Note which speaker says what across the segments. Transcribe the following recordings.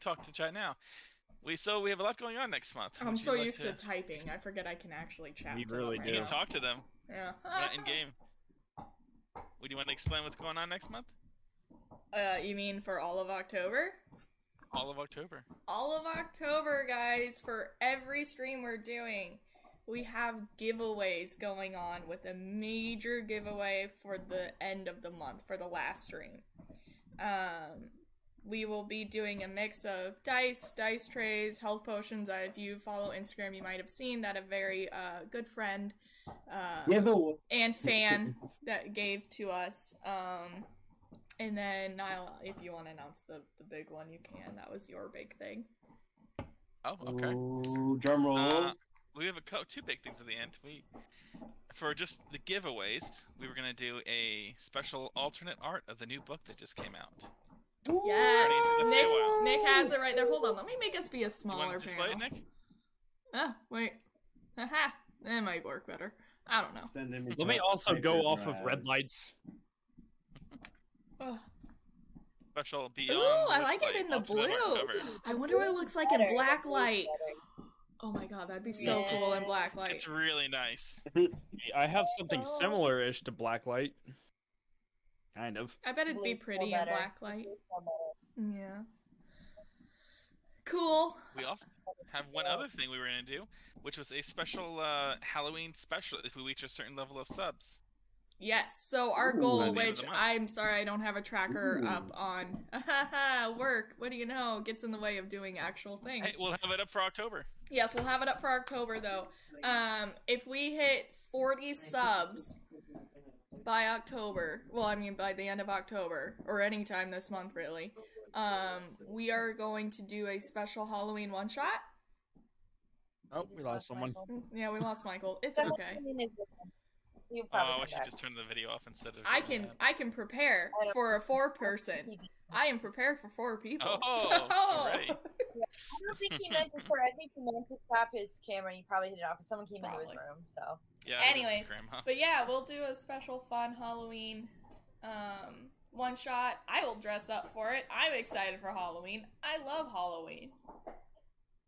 Speaker 1: talk to chat now. We so we have a lot going on next month.
Speaker 2: I'm
Speaker 1: Would
Speaker 2: so
Speaker 1: you like
Speaker 2: used to typing. I forget I can actually chat.
Speaker 3: You
Speaker 2: to them
Speaker 3: really
Speaker 2: right
Speaker 3: do.
Speaker 1: You
Speaker 2: now.
Speaker 1: can talk to them.
Speaker 2: Yeah.
Speaker 1: We're not in game. Would you want to explain what's going on next month?
Speaker 2: Uh, you mean for all of October?
Speaker 1: All of October.
Speaker 2: All of October, guys, for every stream we're doing, we have giveaways going on with a major giveaway for the end of the month, for the last stream. Um, we will be doing a mix of dice, dice trays, health potions. Uh, if you follow Instagram, you might have seen that a very uh, good friend uh,
Speaker 3: Giveaway.
Speaker 2: and fan that gave to us. Um, and then Niall, if you want to announce the the big one, you can. That was your big thing.
Speaker 1: Oh, okay.
Speaker 3: Ooh, drum roll.
Speaker 1: Uh, we have a co- two big things at the end. We for just the giveaways, we were gonna do a special alternate art of the new book that just came out.
Speaker 2: Yes,
Speaker 1: Ready for the
Speaker 2: Nick.
Speaker 1: farewell.
Speaker 2: Nick has it right there. Hold on, let me make us be a
Speaker 1: You want
Speaker 2: smaller
Speaker 1: to display
Speaker 2: panel.
Speaker 1: it, Nick?
Speaker 2: Ah, wait. Aha, that might work better. I don't know.
Speaker 3: Send them into
Speaker 4: Let me
Speaker 3: a
Speaker 4: also go
Speaker 3: paper
Speaker 4: off of
Speaker 3: drive.
Speaker 4: red lights.
Speaker 2: Ugh.
Speaker 1: Special
Speaker 2: Ooh,
Speaker 1: beyond.
Speaker 2: I
Speaker 1: with,
Speaker 2: like it in the
Speaker 1: alternate art
Speaker 2: blue.
Speaker 1: cover.
Speaker 2: I wonder what it looks like in
Speaker 5: Better.
Speaker 2: black light. Oh my god, that'd be so
Speaker 5: Yeah.
Speaker 2: cool in black light.
Speaker 1: It's really nice.
Speaker 4: I have something similar-ish to blacklight. Kind of.
Speaker 2: I bet it'd be
Speaker 5: Blue's
Speaker 2: pretty in
Speaker 5: better.
Speaker 2: black light. Yeah. Cool.
Speaker 1: We also have one other thing we were gonna do, which was a special uh, Halloween special if we reach a certain level of subs.
Speaker 2: Yes. So our
Speaker 3: Ooh.
Speaker 2: goal,
Speaker 1: By the end of
Speaker 2: which
Speaker 1: the month.
Speaker 2: I'm sorry I don't have a tracker
Speaker 3: Ooh.
Speaker 2: up on. Ahaha, work. What do you know? Gets in the way of doing actual things.
Speaker 1: Hey, we'll have it up for October.
Speaker 2: yes, we'll have it up for October though. Um, if we hit 40 subs by October, well, I mean by the end of October or any time this month really, um, we are going to do a special Halloween one shot.
Speaker 4: Oh, we lost someone.
Speaker 2: Yeah, we lost Michael. It's okay.
Speaker 5: You probably
Speaker 1: Oh, I
Speaker 5: come
Speaker 1: should
Speaker 5: back.
Speaker 1: just turn the video off instead of.
Speaker 2: I
Speaker 1: doing
Speaker 2: can
Speaker 1: that.
Speaker 2: I can prepare
Speaker 5: I don't-
Speaker 2: for a four person. I am prepared for four people.
Speaker 1: Oh, alright.
Speaker 5: I don't think he meant to turn. I think he meant to tap his camera. and He probably hit it off. 'cause Someone came into his
Speaker 2: Probably.
Speaker 5: room, so
Speaker 1: Yeah. I did it with
Speaker 2: Anyways,
Speaker 1: Grandma.
Speaker 2: But yeah, we'll do a special fun Halloween um, one shot. I will dress up for it. I'm excited for Halloween. I love Halloween.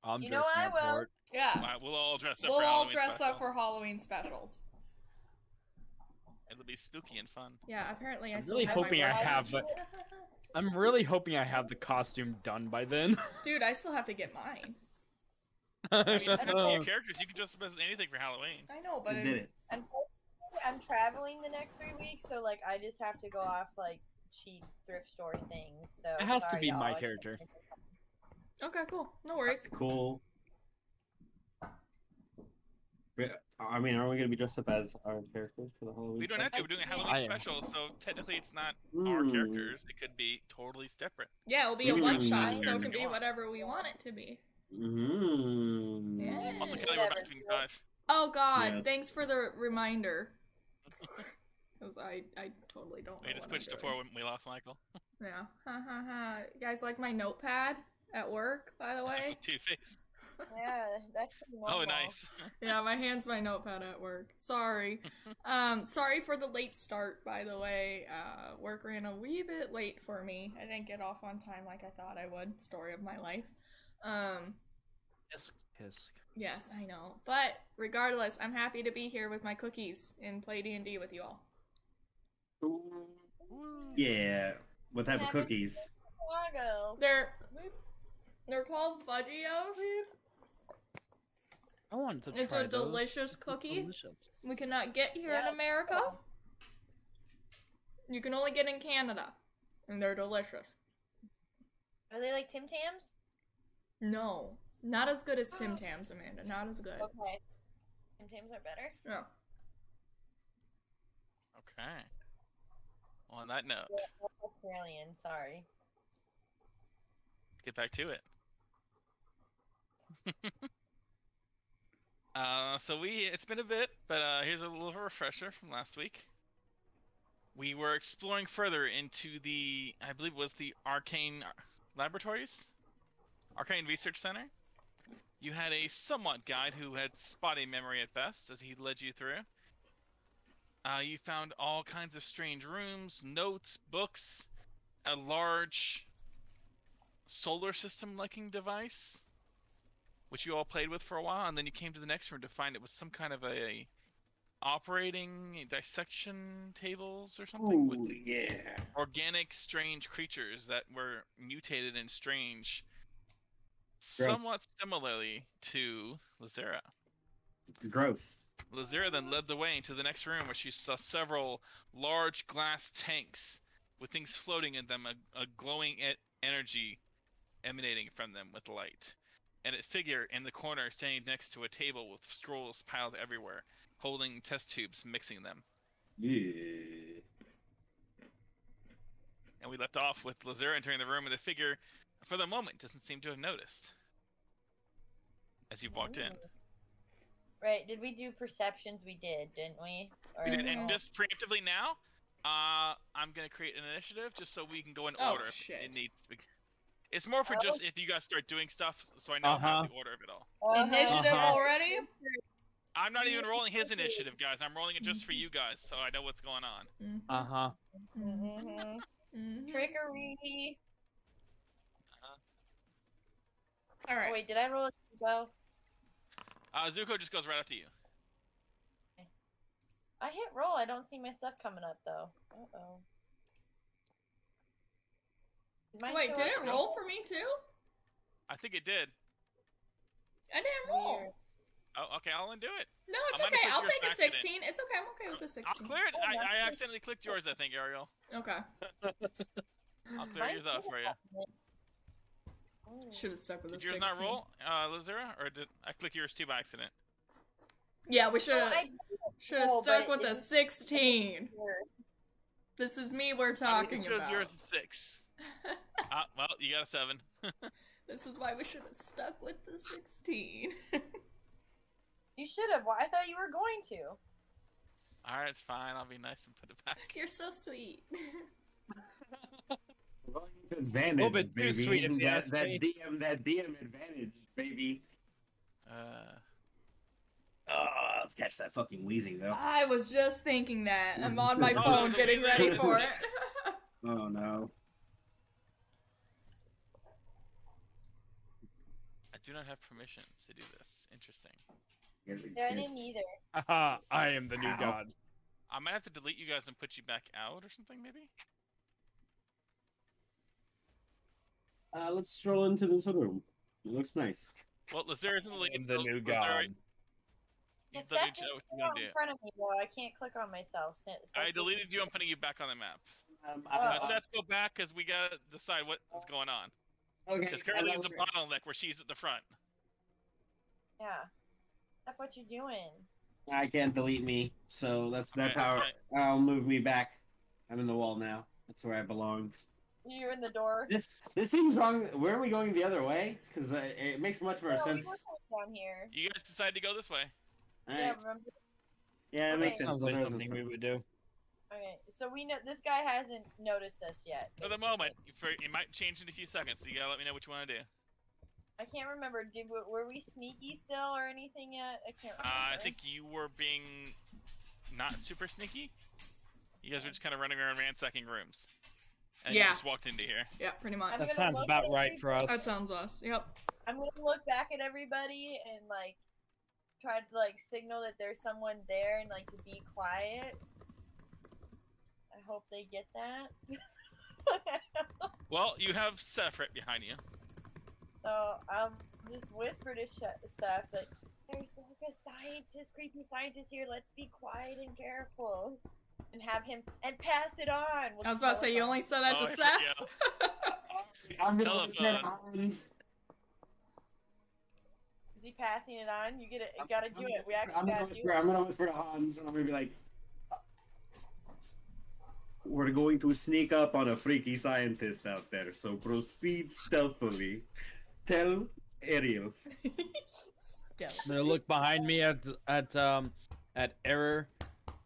Speaker 4: I'm
Speaker 5: You know what,
Speaker 4: dressing
Speaker 5: I
Speaker 4: up
Speaker 5: will.
Speaker 4: for it.
Speaker 2: Yeah.
Speaker 1: Alright, we'll all dress up.
Speaker 2: We'll
Speaker 1: for
Speaker 2: all
Speaker 1: Halloween
Speaker 2: dress
Speaker 1: special.
Speaker 2: up for Halloween specials.
Speaker 1: It'll be spooky and fun.
Speaker 2: Yeah, apparently I
Speaker 4: I'm
Speaker 2: still
Speaker 4: really
Speaker 2: have my
Speaker 4: hoping I
Speaker 2: black-
Speaker 4: have, uh, but I'm really hoping I have the costume done by then.
Speaker 2: Dude, I still have to get mine.
Speaker 1: I mean, it's not just
Speaker 4: Oh.
Speaker 1: your characters. You can dress up as anything for Halloween.
Speaker 2: I know,
Speaker 3: You
Speaker 2: but
Speaker 3: did it.
Speaker 5: Unfortunately, I'm traveling the next three weeks, so like I just have to go off like cheap thrift store things. So
Speaker 4: It has to
Speaker 5: sorry,
Speaker 4: be
Speaker 5: y'all,
Speaker 4: my
Speaker 5: I can't-
Speaker 4: character.
Speaker 2: Okay, cool. No worries.
Speaker 3: Cool. Re- I mean, are we gonna be dressed up as our characters for the Halloween?
Speaker 1: We don't have to. We're doing a
Speaker 4: I
Speaker 1: Halloween
Speaker 4: am.
Speaker 1: special, so technically it's not
Speaker 3: to.
Speaker 1: our characters. It could be totally separate.
Speaker 2: Yeah, it'll be a
Speaker 3: Maybe
Speaker 2: one
Speaker 3: we
Speaker 2: shot,
Speaker 3: can
Speaker 2: so it
Speaker 3: do
Speaker 2: can be
Speaker 1: that.
Speaker 2: whatever we want it to be.
Speaker 3: Mm.
Speaker 2: Yeah.
Speaker 1: Also,
Speaker 2: Yeah.
Speaker 1: Kelly, we're back to being five.
Speaker 2: Oh God!
Speaker 3: Yes.
Speaker 2: Thanks for the reminder. 'Cause I, I totally don't.
Speaker 1: We
Speaker 2: know
Speaker 4: Oh,
Speaker 1: just
Speaker 2: what I'm
Speaker 1: switched to
Speaker 2: doing.
Speaker 1: four when we lost Michael.
Speaker 2: Yeah. Ha ha ha. You guys like my notepad at work, by the way?
Speaker 1: Two face.
Speaker 5: Yeah, that's pretty
Speaker 1: Oh,
Speaker 5: normal.
Speaker 1: nice.
Speaker 2: yeah, my hand's my notepad at work. Sorry. Um, sorry for the late start, by the way. Uh, work ran a wee bit late for me. I didn't get off on time like I thought I would. Story of my life. Um,
Speaker 4: Hisk, hisk.
Speaker 2: yes, I know. But regardless, I'm happy to be here with my cookies and play D&D with you all.
Speaker 3: Yeah. What type of
Speaker 5: Kevin.
Speaker 3: cookies?
Speaker 5: Chicago.
Speaker 2: They're they're called Fudgios.
Speaker 4: I wanted to try
Speaker 2: It's a
Speaker 4: those.
Speaker 2: delicious cookie.
Speaker 4: Delicious.
Speaker 2: we cannot get here
Speaker 5: Yeah.
Speaker 2: in America. You can only get in Canada, and they're delicious.
Speaker 5: Are they like Tim Tams?
Speaker 2: No, not as good as Tim Tams, Amanda. Not as good.
Speaker 5: Oh. Okay. Tim Tams are better.
Speaker 2: No.
Speaker 1: Okay. On that note,
Speaker 5: Yeah, that's Australian. Sorry.
Speaker 1: let's get back to it. uh, so we it's been a bit, but uh, here's a little refresher from last week. We were exploring further into the I believe it was the Arcane Ar- Laboratories, Arcane Research Center. You had a somewhat guide who had spotty memory at best as he led you through. Uh, you found all kinds of strange rooms, notes, books, a large solar system looking device, which you all played with for a while, and then you came to the next room to find it was some kind of a operating dissection tables or something with
Speaker 3: Ooh, yeah.
Speaker 1: organic strange creatures that were mutated and strange
Speaker 3: Gross.
Speaker 1: somewhat similarly to Lazera.
Speaker 3: Gross.
Speaker 1: Lazira then led the way into the next room where she saw several large glass tanks with things floating in them, a, a glowing e- energy emanating from them with light. And a figure in the corner standing next to a table with scrolls piled everywhere, holding test tubes, mixing them.
Speaker 3: Yeah.
Speaker 1: And we left off with Lazira entering the room, and the figure, for the moment, doesn't seem to have noticed as you walked in.
Speaker 2: Oh.
Speaker 5: Right? Did we do perceptions? We did, didn't we? Or
Speaker 1: And,
Speaker 5: no?
Speaker 2: Oh.
Speaker 1: and just preemptively now, uh, I'm gonna create an initiative just so we can go in
Speaker 2: Oh,
Speaker 1: order. if
Speaker 2: shit. Oh.
Speaker 1: It needs. to be- It's more for just if you guys start doing stuff, so I know how
Speaker 4: Uh-huh.
Speaker 1: the order of it all.
Speaker 5: Uh-huh.
Speaker 2: Initiative
Speaker 4: Uh-huh.
Speaker 2: already?
Speaker 1: I'm not even
Speaker 5: Yeah,
Speaker 1: rolling his
Speaker 5: okay.
Speaker 1: initiative, guys. I'm rolling it just for you guys, so I know what's going on. Uh-huh.
Speaker 4: Uh huh.
Speaker 5: Mhm.
Speaker 2: Mm-hmm.
Speaker 5: Trickery.
Speaker 2: All
Speaker 5: Oh,
Speaker 2: right.
Speaker 5: wait, did I roll a well?
Speaker 1: Uh, Zuko just goes right after you.
Speaker 5: I hit roll. I don't see my stuff coming up though. Uh oh.
Speaker 2: Wait, did it
Speaker 5: Oh.
Speaker 2: roll for me too?
Speaker 1: I think it did.
Speaker 2: I didn't roll.
Speaker 5: Weird.
Speaker 1: Oh, okay. I'll undo it.
Speaker 2: No,
Speaker 1: I
Speaker 2: it's
Speaker 1: might have
Speaker 2: okay.
Speaker 1: clicked
Speaker 2: I'll
Speaker 1: yours
Speaker 2: take a
Speaker 1: back today.
Speaker 2: 16. It's okay. I'm okay with the 16.
Speaker 1: I'll clear it.
Speaker 5: Oh, that's
Speaker 1: I, I
Speaker 5: good.
Speaker 1: accidentally clicked yours, I think, Ariel.
Speaker 2: Okay.
Speaker 1: I'll clear yours out for you.
Speaker 5: you.
Speaker 2: Should have stuck with
Speaker 1: Did
Speaker 2: the
Speaker 1: yours
Speaker 2: 16.
Speaker 1: not roll, uh, Lazira, or did I click yours too by accident?
Speaker 2: Yeah,
Speaker 5: Oh,
Speaker 2: we should have should have
Speaker 5: roll, but
Speaker 2: stuck
Speaker 5: it
Speaker 2: with a
Speaker 5: didn't-
Speaker 2: 16. This is me we're
Speaker 1: I
Speaker 2: talking
Speaker 1: think it shows
Speaker 2: about.
Speaker 1: yours is six. uh, well, you got a seven.
Speaker 2: this is why we should have stuck with the 16.
Speaker 5: You should have. Well, I thought you were going to.
Speaker 1: All right, it's fine. I'll be nice and put it back.
Speaker 2: You're so sweet.
Speaker 3: We're going to advantage,
Speaker 4: bit too
Speaker 3: baby.
Speaker 4: sweet, if you
Speaker 3: that,
Speaker 4: ask
Speaker 3: that
Speaker 4: me.
Speaker 3: DM, that DM advantage, baby.
Speaker 1: Uh,
Speaker 3: Oh, let's catch that fucking wheezing though.
Speaker 2: I was just thinking that. I'm on my
Speaker 3: Oh,
Speaker 2: phone
Speaker 1: there's a
Speaker 2: getting
Speaker 1: reason.
Speaker 2: ready for it.
Speaker 3: Oh no.
Speaker 1: I do not have permissions to do this. Interesting.
Speaker 3: Get it-
Speaker 5: Yeah, I
Speaker 3: get-
Speaker 5: didn't either.
Speaker 4: Haha, I am the new
Speaker 3: Ow.
Speaker 4: god.
Speaker 1: I might have to delete you guys and put you back out or something, maybe.
Speaker 3: Uh, let's stroll into this room. It looks nice.
Speaker 1: Well, Lazara's in the
Speaker 4: I
Speaker 1: lead.
Speaker 4: am the
Speaker 1: so
Speaker 4: new
Speaker 1: Lazara,
Speaker 4: god.
Speaker 5: The
Speaker 1: you let me
Speaker 5: stuff
Speaker 1: know
Speaker 5: is
Speaker 1: what
Speaker 5: still
Speaker 1: you're gonna
Speaker 5: in
Speaker 1: do.
Speaker 5: front of me though. I can't click on myself. Since
Speaker 1: I deleted you. I'm putting you back on the map.
Speaker 3: Um,
Speaker 5: Uh,
Speaker 1: Uh, Seth, go back because we gotta decide what is going on.
Speaker 3: okay.
Speaker 1: Because currently
Speaker 3: I
Speaker 1: it's a
Speaker 3: love-
Speaker 1: bottleneck where she's at the front.
Speaker 5: Yeah. That's what you're doing.
Speaker 3: I can't delete me, so that's that
Speaker 1: Okay,
Speaker 3: power.
Speaker 1: alright.
Speaker 3: I'll move me back. I'm in the wall now. That's where I belong.
Speaker 5: You're in the door.
Speaker 3: This this seems wrong. Where are we going the other way? Because uh, it makes much more
Speaker 5: No, we
Speaker 3: sense.
Speaker 5: were going down here.
Speaker 1: You guys decide to go this way.
Speaker 3: All
Speaker 5: Yeah,
Speaker 3: right.
Speaker 5: remember?
Speaker 3: Yeah, it makes
Speaker 5: Okay.
Speaker 3: sense.
Speaker 4: Sounds like
Speaker 3: Those are
Speaker 4: something
Speaker 3: the-
Speaker 4: we would do.
Speaker 5: Okay, so we know this guy hasn't noticed us yet.
Speaker 1: For the
Speaker 5: basically.
Speaker 1: moment, for, it might change in a few seconds, so you gotta let me know what you want to do.
Speaker 5: I can't remember. Did we, were we sneaky still or anything yet? I can't remember.
Speaker 1: Uh, I think you were being not super sneaky. You guys were just kind of running around ransacking rooms. And you
Speaker 2: Yeah.
Speaker 1: just walked into here.
Speaker 2: yeah, pretty
Speaker 5: I'm
Speaker 2: much.
Speaker 4: That
Speaker 5: gonna
Speaker 4: sounds
Speaker 5: look
Speaker 4: about
Speaker 5: at
Speaker 4: right for us.
Speaker 2: That sounds us. Yep.
Speaker 5: I'm gonna look back at everybody and like try to like signal that there's someone there and like to be quiet. I hope they get that.
Speaker 1: Well, you have Seth right behind you.
Speaker 5: so I'll just whisper to sh- stuff like, "There's like a scientist, creepy scientist here. Let's be quiet and careful." And have him and pass it on. We'll
Speaker 2: I was
Speaker 5: just
Speaker 2: about to say, you
Speaker 5: telephone.
Speaker 2: only said that
Speaker 1: Oh,
Speaker 2: to
Speaker 1: here
Speaker 2: Seth?
Speaker 1: we
Speaker 3: I'm in
Speaker 1: Telephone.
Speaker 3: the
Speaker 5: Is he passing it on? You get it. You gotta do it. We
Speaker 3: I'm
Speaker 5: actually
Speaker 3: gonna
Speaker 5: gotta do
Speaker 3: whisper.
Speaker 5: it.
Speaker 3: I'm gonna whisper to Hans, and I'm gonna be like, "We're going to sneak up on a freaky scientist out there, so proceed stealthily. Tell Ariel."
Speaker 2: Still.
Speaker 4: I'm gonna look behind me at at um at error,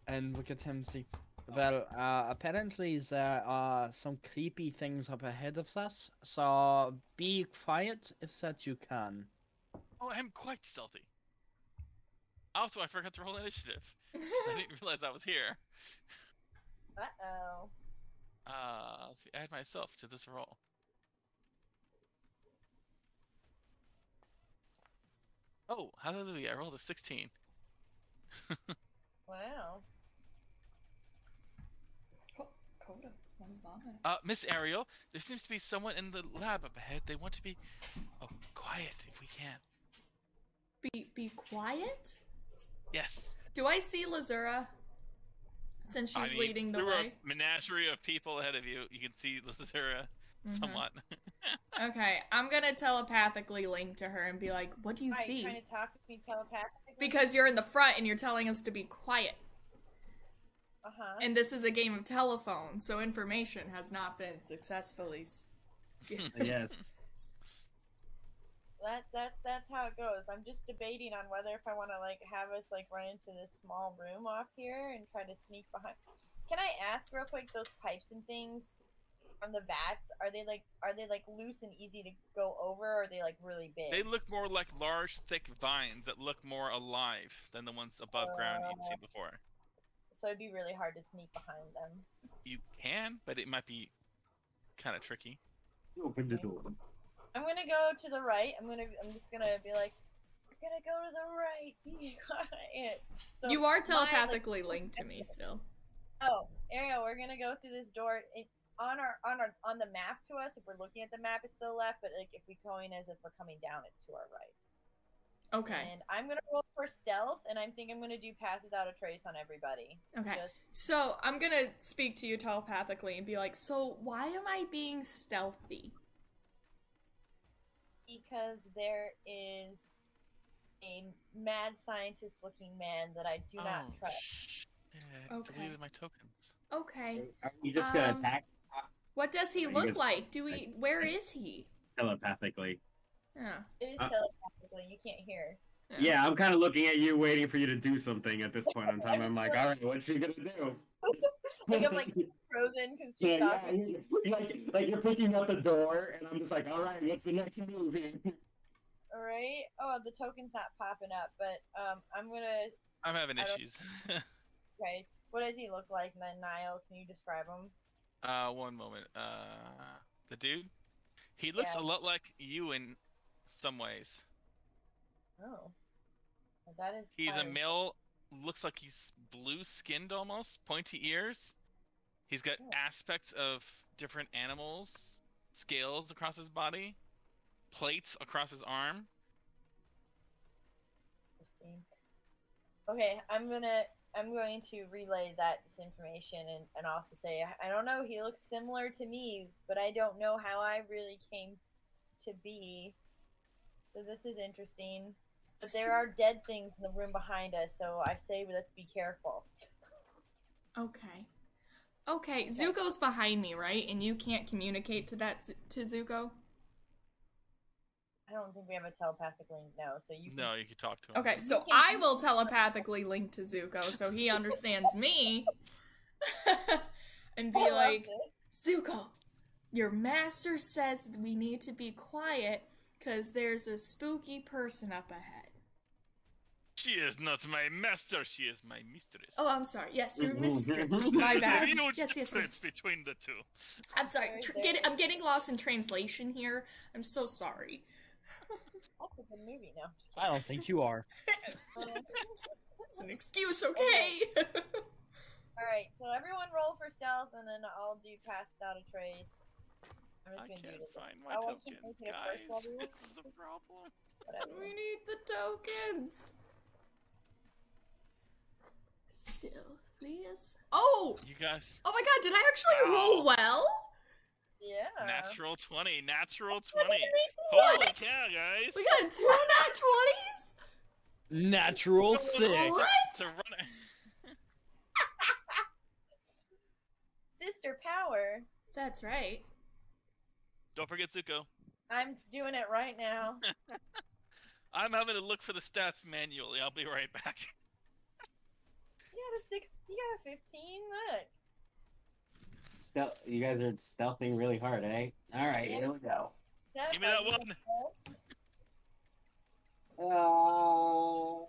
Speaker 4: and look at him see. Well, uh, apparently there are some creepy things up ahead of us, so be quiet if that you can.
Speaker 1: Oh, I'm quite stealthy. Also, I forgot to roll initiative. 'cause I didn't realize I was here.
Speaker 5: Uh oh.
Speaker 1: Uh, let's see, add myself to this roll. Oh, hallelujah! I rolled a sixteen.
Speaker 5: Wow.
Speaker 2: Oh, Coda, what is vomit?
Speaker 1: Uh, Miss Ariel, there seems to be someone in the lab up ahead. They want to be, oh, quiet if we can.
Speaker 2: Be be quiet.
Speaker 1: Yes.
Speaker 2: Do I see Lazura? Since she's
Speaker 1: I mean,
Speaker 2: leading the
Speaker 1: through a
Speaker 2: way.
Speaker 1: menagerie of people ahead of you, you can see Lucera
Speaker 2: Mhm.
Speaker 1: somewhat.
Speaker 2: Mm-hmm. Okay, I'm gonna telepathically link to her and be like, "What do you
Speaker 5: Right,
Speaker 2: see?"
Speaker 5: trying to talk to me telepathically.
Speaker 2: Because you're in the front and you're telling us to be quiet.
Speaker 5: uh huh.
Speaker 2: And this is a game of telephone, so information has not been successfully. s-
Speaker 3: Yes.
Speaker 5: That that that's how it goes. I'm just debating on whether if I want to like have us like run into this small room off here and try to sneak behind. Can I ask real quick? Those pipes and things from the vats are they like are they like loose and easy to go over? Or are they like really big?
Speaker 1: they look more like large, thick vines that look more alive than the ones above ground you've seen before.
Speaker 5: so it'd be really hard to sneak behind them.
Speaker 1: You can, but it might be kind of tricky.
Speaker 3: Open the door.
Speaker 5: I'm gonna go to the right. I'm gonna. I'm just gonna be like, we're gonna go to the right. Be quiet." So
Speaker 2: you are
Speaker 5: mine, like-
Speaker 2: telepathically linked to me still.
Speaker 5: Oh, Ariel, we're gonna go through this door. It, on our on our on the map to us, if we're looking at the map, it's to the left. But like if we going as if we're coming down, it's to our right.
Speaker 2: Okay.
Speaker 5: And I'm gonna roll for stealth, and I think I'm gonna do pass without a trace on everybody.
Speaker 2: Okay.
Speaker 5: Just
Speaker 2: So I'm gonna speak to you telepathically and be like, "So why am I being stealthy?"
Speaker 5: because there is a mad scientist looking man that I do not
Speaker 1: oh,
Speaker 5: trust.
Speaker 1: sh- yeah, I
Speaker 2: Okay.
Speaker 1: deleted my tokens.
Speaker 2: Okay.
Speaker 3: Are we just gonna
Speaker 2: Um,
Speaker 3: attack
Speaker 2: What does he
Speaker 3: Are you
Speaker 2: look
Speaker 3: guys-
Speaker 2: like? Do we? Where is he?
Speaker 3: telepathically?
Speaker 2: Yeah.
Speaker 5: It is
Speaker 3: Uh,
Speaker 5: telepathically. You can't hear.
Speaker 3: Yeah, I'm kind of looking at you, waiting for you to do something. At this point in time, I'm like, all right, what's she gonna do?
Speaker 5: like I'm like frozen because
Speaker 3: Yeah,
Speaker 5: she's
Speaker 3: yeah,
Speaker 5: talking.
Speaker 3: you- like, like you're picking up the door, and I'm just like, all right, what's the next move? here?"
Speaker 5: All right. Oh, the token's not popping up, but um, I'm gonna.
Speaker 1: I'm having
Speaker 5: I don't-
Speaker 1: issues.
Speaker 5: Okay, what does he look like? Then Niall, can you describe him?
Speaker 1: uh, one moment. Uh, the dude, he looks
Speaker 5: Yeah.
Speaker 1: a lot like you in some ways.
Speaker 5: Oh, Well, that is.
Speaker 1: He's a
Speaker 5: hard.
Speaker 1: male. Looks like he's blue skinned almost, pointy ears. He's got
Speaker 5: Oh.
Speaker 1: aspects of different animals, scales across his body, plates across his arm.
Speaker 5: Interesting. Okay, I'm gonna. I'm going to relay that information and, and also say I- I don't know. He looks similar to me, but I don't know how I really came to be. So this is interesting. But there are dead things in the room behind us, so I say let's be careful.
Speaker 2: Okay. Okay, Zuko's behind me, right? And you can't communicate to that Z- to Zuko.
Speaker 5: I don't think we have a telepathic link, no. So you can
Speaker 1: No, you can talk to him.
Speaker 2: Okay, so
Speaker 5: can't
Speaker 2: I
Speaker 5: communicate.
Speaker 2: will telepathically link to Zuko so he understands me, and be
Speaker 5: I love
Speaker 2: like,
Speaker 5: this.
Speaker 2: Zuko, your master says we need to be quiet because there's a spooky person up ahead.
Speaker 1: She is not my master. She is my mistress.
Speaker 2: Oh, I'm sorry. Yes, your
Speaker 3: Mhm.
Speaker 2: mistress.
Speaker 1: There
Speaker 2: My
Speaker 1: is a
Speaker 2: bad.
Speaker 1: huge
Speaker 2: Yes, yes,
Speaker 1: difference
Speaker 2: yes.
Speaker 1: between the two.
Speaker 2: I'm sorry.
Speaker 5: Very
Speaker 2: Tr-
Speaker 5: good.
Speaker 2: get, I'm getting lost in translation here. I'm so sorry.
Speaker 5: that's a good movie. No, I'm just
Speaker 4: I don't think you are.
Speaker 5: kidding.
Speaker 2: It's an excuse, okay?
Speaker 5: All right, so everyone roll for stealth, and then I'll do pass without a trace. I'm
Speaker 1: I
Speaker 5: just gonna
Speaker 1: can't
Speaker 5: do this.
Speaker 1: find my
Speaker 5: I want you to
Speaker 1: tokens,
Speaker 5: make it a
Speaker 1: guys.
Speaker 5: first level.
Speaker 1: This is a problem.
Speaker 5: Whatever.
Speaker 2: We need the tokens. Stealth, please. Oh!
Speaker 1: You guys,
Speaker 2: Oh my god, did I actually roll well?
Speaker 5: Yeah.
Speaker 1: natural twenty, natural twenty. Holy
Speaker 2: What?
Speaker 1: cow, guys!
Speaker 2: We got two nat
Speaker 4: Natural
Speaker 2: twenties?
Speaker 4: six.
Speaker 2: What?
Speaker 1: It's a runner.
Speaker 5: Sister power.
Speaker 2: That's right.
Speaker 1: Don't forget Zuko.
Speaker 5: I'm doing it right now.
Speaker 1: I'm having to look for the stats manually. I'll be right back.
Speaker 5: You got a six. You got a fifteen. Look.
Speaker 3: Stealth, you guys are stealthing really hard, eh? All right, here we go.
Speaker 5: That's
Speaker 1: Give me that
Speaker 5: how you
Speaker 1: one.
Speaker 3: Oh.
Speaker 5: roll.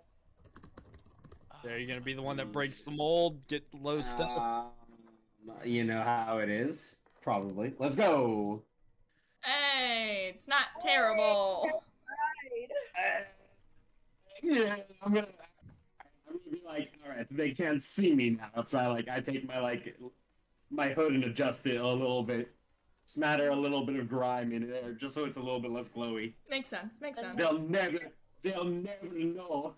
Speaker 4: There, you're gonna be the one that breaks the mold. Get low stuff.
Speaker 3: Um, you know how it is, probably. Let's go.
Speaker 2: Hey, it's not terrible.
Speaker 5: Right.
Speaker 6: yeah, I'm gonna, I'm gonna be like, all right, they can't see me now. After I like, I take my like, my hood and adjust it a little bit, smatter a little bit of grime in there, just so it's a little bit less glowy.
Speaker 2: Makes sense. Makes sense.
Speaker 6: They'll never, they'll never know.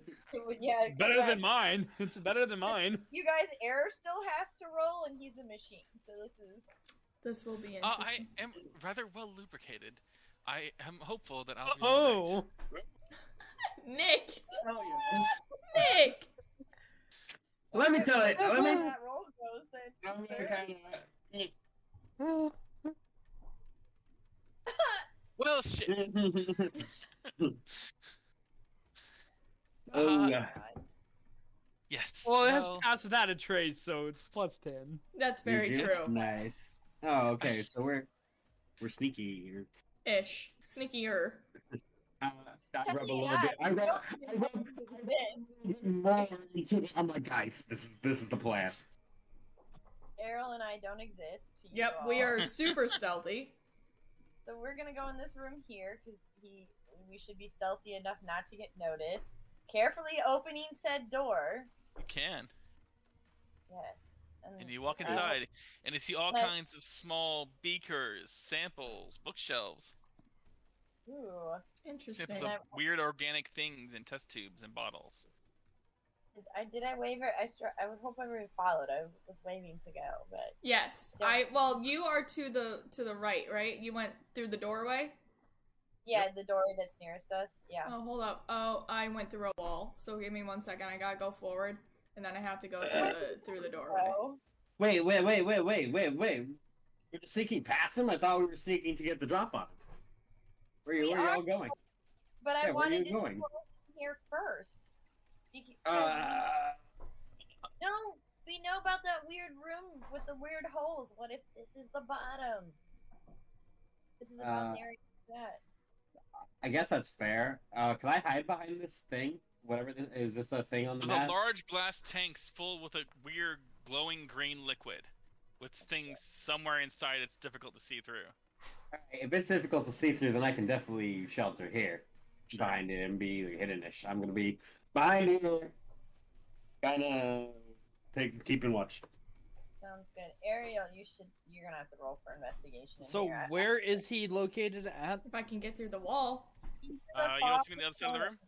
Speaker 5: yeah.
Speaker 4: Better
Speaker 5: correct.
Speaker 4: than mine. It's better than mine.
Speaker 5: You guys, Air still has to roll, and he's a machine. So this is.
Speaker 2: This will be
Speaker 1: Uh, I
Speaker 2: interesting.
Speaker 1: am rather well lubricated. I am hopeful that I'll be alright.
Speaker 4: Oh,
Speaker 2: Nick,
Speaker 6: Hell
Speaker 2: Nick.
Speaker 6: Let me tell you. Let
Speaker 5: Where
Speaker 6: me.
Speaker 5: that roll goes, then it's
Speaker 6: I'm gonna
Speaker 5: absurd.
Speaker 6: kind of.
Speaker 1: Well, shit.
Speaker 6: oh,
Speaker 1: Uh, yes.
Speaker 4: well, it has
Speaker 1: well,
Speaker 4: passed without a trace, so it's plus ten.
Speaker 2: That's very true.
Speaker 6: Nice. Oh, okay. So we're we're sneaky. You're-
Speaker 2: Ish. Sneakier.
Speaker 6: Uh, that
Speaker 5: Heck
Speaker 6: rub a little
Speaker 5: yeah,
Speaker 6: bit. I
Speaker 5: you
Speaker 6: rub.
Speaker 5: don't
Speaker 6: I rub
Speaker 5: have to do this.
Speaker 6: more into it. I'm like, guys, this is this is the plan.
Speaker 5: Errol and I don't exist. to you
Speaker 2: Yep, we
Speaker 5: all.
Speaker 2: are super stealthy.
Speaker 5: So we're gonna go in this room here because he we should be stealthy enough not to get noticed. Carefully opening said door.
Speaker 1: you can.
Speaker 5: Yes.
Speaker 1: And you walk
Speaker 5: uh,
Speaker 1: inside, and you see all
Speaker 5: like-
Speaker 1: kinds of small beakers, samples, bookshelves,
Speaker 5: Ooh,
Speaker 2: Interesting.
Speaker 1: samples of weird organic things in test tubes and bottles.
Speaker 5: did I did I waver? I str- I would hope I would followed. I was waving to go, but
Speaker 2: Yes.
Speaker 5: Yeah.
Speaker 2: I well, you are to the to the right, right? You went through the doorway?
Speaker 5: yeah, the door that's nearest us. Yeah.
Speaker 2: Oh, hold up. Oh, I went through a wall. So give me one second. I gotta go forward, and then I have to go through the through the doorway.
Speaker 5: So,
Speaker 6: Wait, wait, wait, wait, wait, wait, wait. We're just sneaking past him. I thought we were sneaking to get the drop on him. Where, you,
Speaker 5: We
Speaker 6: where are
Speaker 5: are-
Speaker 6: y'all going?
Speaker 5: but I
Speaker 6: Yeah, where are you
Speaker 5: wanted to see
Speaker 6: going?
Speaker 5: what was in here first. Bec-
Speaker 6: Uh,
Speaker 5: No, we know about that weird room with the weird holes. What if this is the bottom? This is about
Speaker 6: Uh,
Speaker 5: an area like that.
Speaker 6: I guess that's fair. Uh, can I hide behind this thing? Whatever this, is this a thing on the
Speaker 1: There's a
Speaker 6: map?
Speaker 1: large glass tanks full with a weird glowing green liquid, with things somewhere inside it's difficult to see through.
Speaker 6: If it's difficult to see through, then I can definitely shelter here behind it and be like, hiddenish. I'm gonna be behind here, kind of take keeping watch.
Speaker 5: Sounds good. Ariel, you should. You're gonna have to roll for investigation. in
Speaker 4: So
Speaker 5: here. I-
Speaker 4: where is he located at?
Speaker 2: If I can get through the wall.
Speaker 5: He's to the
Speaker 1: Uh, you don't
Speaker 5: far
Speaker 1: see me on the other side of the room?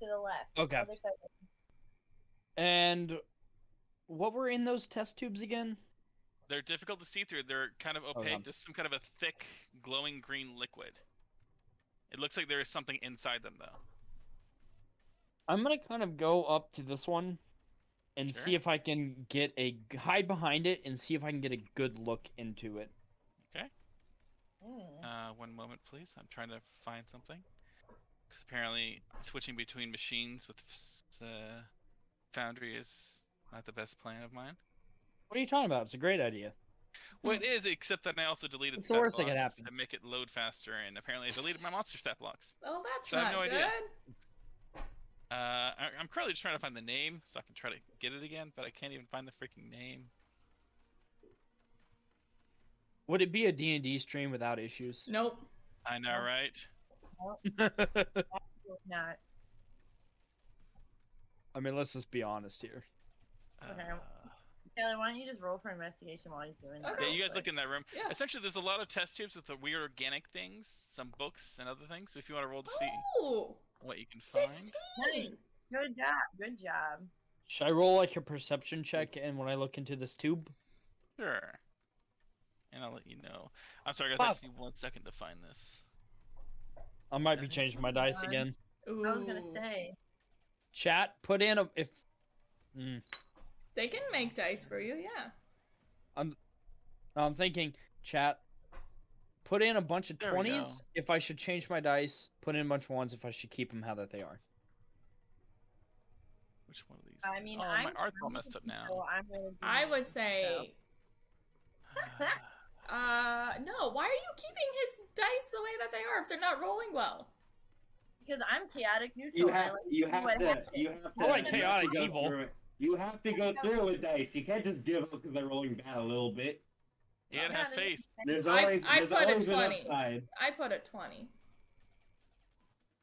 Speaker 5: To the left.
Speaker 4: Okay.
Speaker 5: Other side. of the-
Speaker 4: And what were in those test tubes again?
Speaker 1: They're difficult to see through. They're kind of opaque.
Speaker 4: on.
Speaker 1: There's some kind of a thick, glowing green liquid. It looks like there is something inside them, though.
Speaker 4: I'm gonna kind of go up to this one and
Speaker 1: Sure.
Speaker 4: see if I can get a g- hide behind it and see if I can get a good look into it.
Speaker 5: Mm.
Speaker 1: Uh, one moment, please. I'm trying to find something. Because apparently, switching between machines with s- uh, Foundry is not the best plan of mine.
Speaker 4: What are you talking about? It's a great idea.
Speaker 1: Well, it is, except that I also deleted
Speaker 4: Hmm. It's the
Speaker 1: stat
Speaker 4: worst that could
Speaker 1: blocks
Speaker 4: happen.
Speaker 1: to make it load faster, and apparently I deleted my monster stat blocks.
Speaker 2: Oh, that's
Speaker 1: So I
Speaker 2: not
Speaker 1: have no
Speaker 2: good.
Speaker 1: idea. Uh, I- I'm currently just trying to find the name so I can try to get it again, but I can't even find the freaking name.
Speaker 4: Would it be a D&D stream without issues?
Speaker 2: Nope.
Speaker 1: I know,
Speaker 5: Oh.
Speaker 1: right?
Speaker 4: I
Speaker 5: Not.
Speaker 4: mean, let's just be honest here.
Speaker 5: Okay.
Speaker 1: Uh,
Speaker 5: Taylor, why don't you just roll for investigation while he's doing that?
Speaker 2: Okay.
Speaker 1: Yeah,
Speaker 5: real
Speaker 1: you guys
Speaker 5: quick?
Speaker 1: look in that room.
Speaker 2: Yeah.
Speaker 1: Essentially, there's a lot of test tubes with the weird organic things, some books and other things. So if you want to roll to see
Speaker 2: Oh,
Speaker 1: what you can find,
Speaker 2: 16.
Speaker 5: Good job. Good job.
Speaker 4: Should I roll like a perception check and when I look into this tube?
Speaker 1: sure. And I'll let you know. I'm sorry, guys. I
Speaker 4: Wow.
Speaker 1: just need one second to find this.
Speaker 4: I might be changing my dice
Speaker 5: Seven.
Speaker 4: again.
Speaker 2: Ooh.
Speaker 5: I was gonna say.
Speaker 4: Chat, put in a if mm,
Speaker 2: They can make dice for you, yeah.
Speaker 4: I'm thinking chat put in a bunch of
Speaker 1: There we
Speaker 4: 20s
Speaker 1: go.
Speaker 4: if I should change my dice, put in a bunch of ones if I should keep them how that they are.
Speaker 1: Which one of these?
Speaker 5: I mean,
Speaker 1: oh,
Speaker 5: I'm
Speaker 1: my art's all messed up now.
Speaker 5: So I'm gonna do
Speaker 2: I
Speaker 5: mine.
Speaker 2: would say, uh, no, why are you keeping his dice the way that they are if they're not rolling well?
Speaker 5: because I'm chaotic neutral.
Speaker 6: You
Speaker 5: and I
Speaker 6: have you have
Speaker 5: like to see what
Speaker 6: to
Speaker 5: happens.
Speaker 6: you have to.
Speaker 4: I like
Speaker 6: you have to
Speaker 4: chaotic
Speaker 6: go
Speaker 4: evil.
Speaker 6: through it. You have to go through with dice. You can't just give up because they're rolling bad a little bit.
Speaker 1: you gotta
Speaker 5: I'm
Speaker 1: have
Speaker 5: not in-
Speaker 1: faith.
Speaker 6: There's
Speaker 2: I-
Speaker 6: always
Speaker 2: I
Speaker 6: there's
Speaker 2: put a
Speaker 6: always an
Speaker 2: 20.
Speaker 6: upside.
Speaker 2: I put a 20.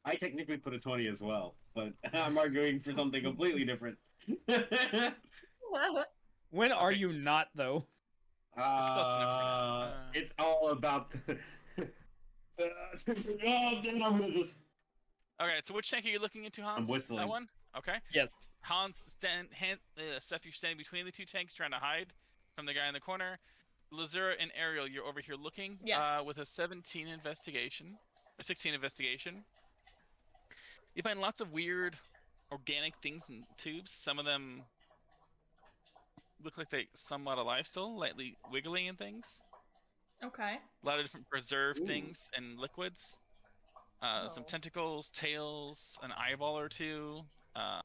Speaker 3: I technically put a 20 as well, but I'm arguing for something completely different.
Speaker 4: When are
Speaker 1: Okay.
Speaker 4: you not though?
Speaker 3: uh,
Speaker 1: Uh.
Speaker 3: it's all about the. Uh, oh, dude, I'm gonna just.
Speaker 1: Okay, so which tank are you looking into, Hans?
Speaker 3: whistling.
Speaker 1: That one? Okay.
Speaker 4: Yes.
Speaker 1: Hans, stand, hand, uh, Seth, you're standing between the two tanks trying to hide from the guy in the corner. Lazura and Ariel, you're over here looking
Speaker 2: Yes.
Speaker 1: uh, with a 17 investigation, or 16 investigation. You find lots of weird organic things in tubes. Some of them look like they somewhat alive still, lightly wiggling and things.
Speaker 2: Okay.
Speaker 1: A lot of different preserved
Speaker 3: Ooh.
Speaker 1: things and liquids. Uh, Some
Speaker 5: Oh.
Speaker 1: tentacles, tails, an eyeball or two. Uh,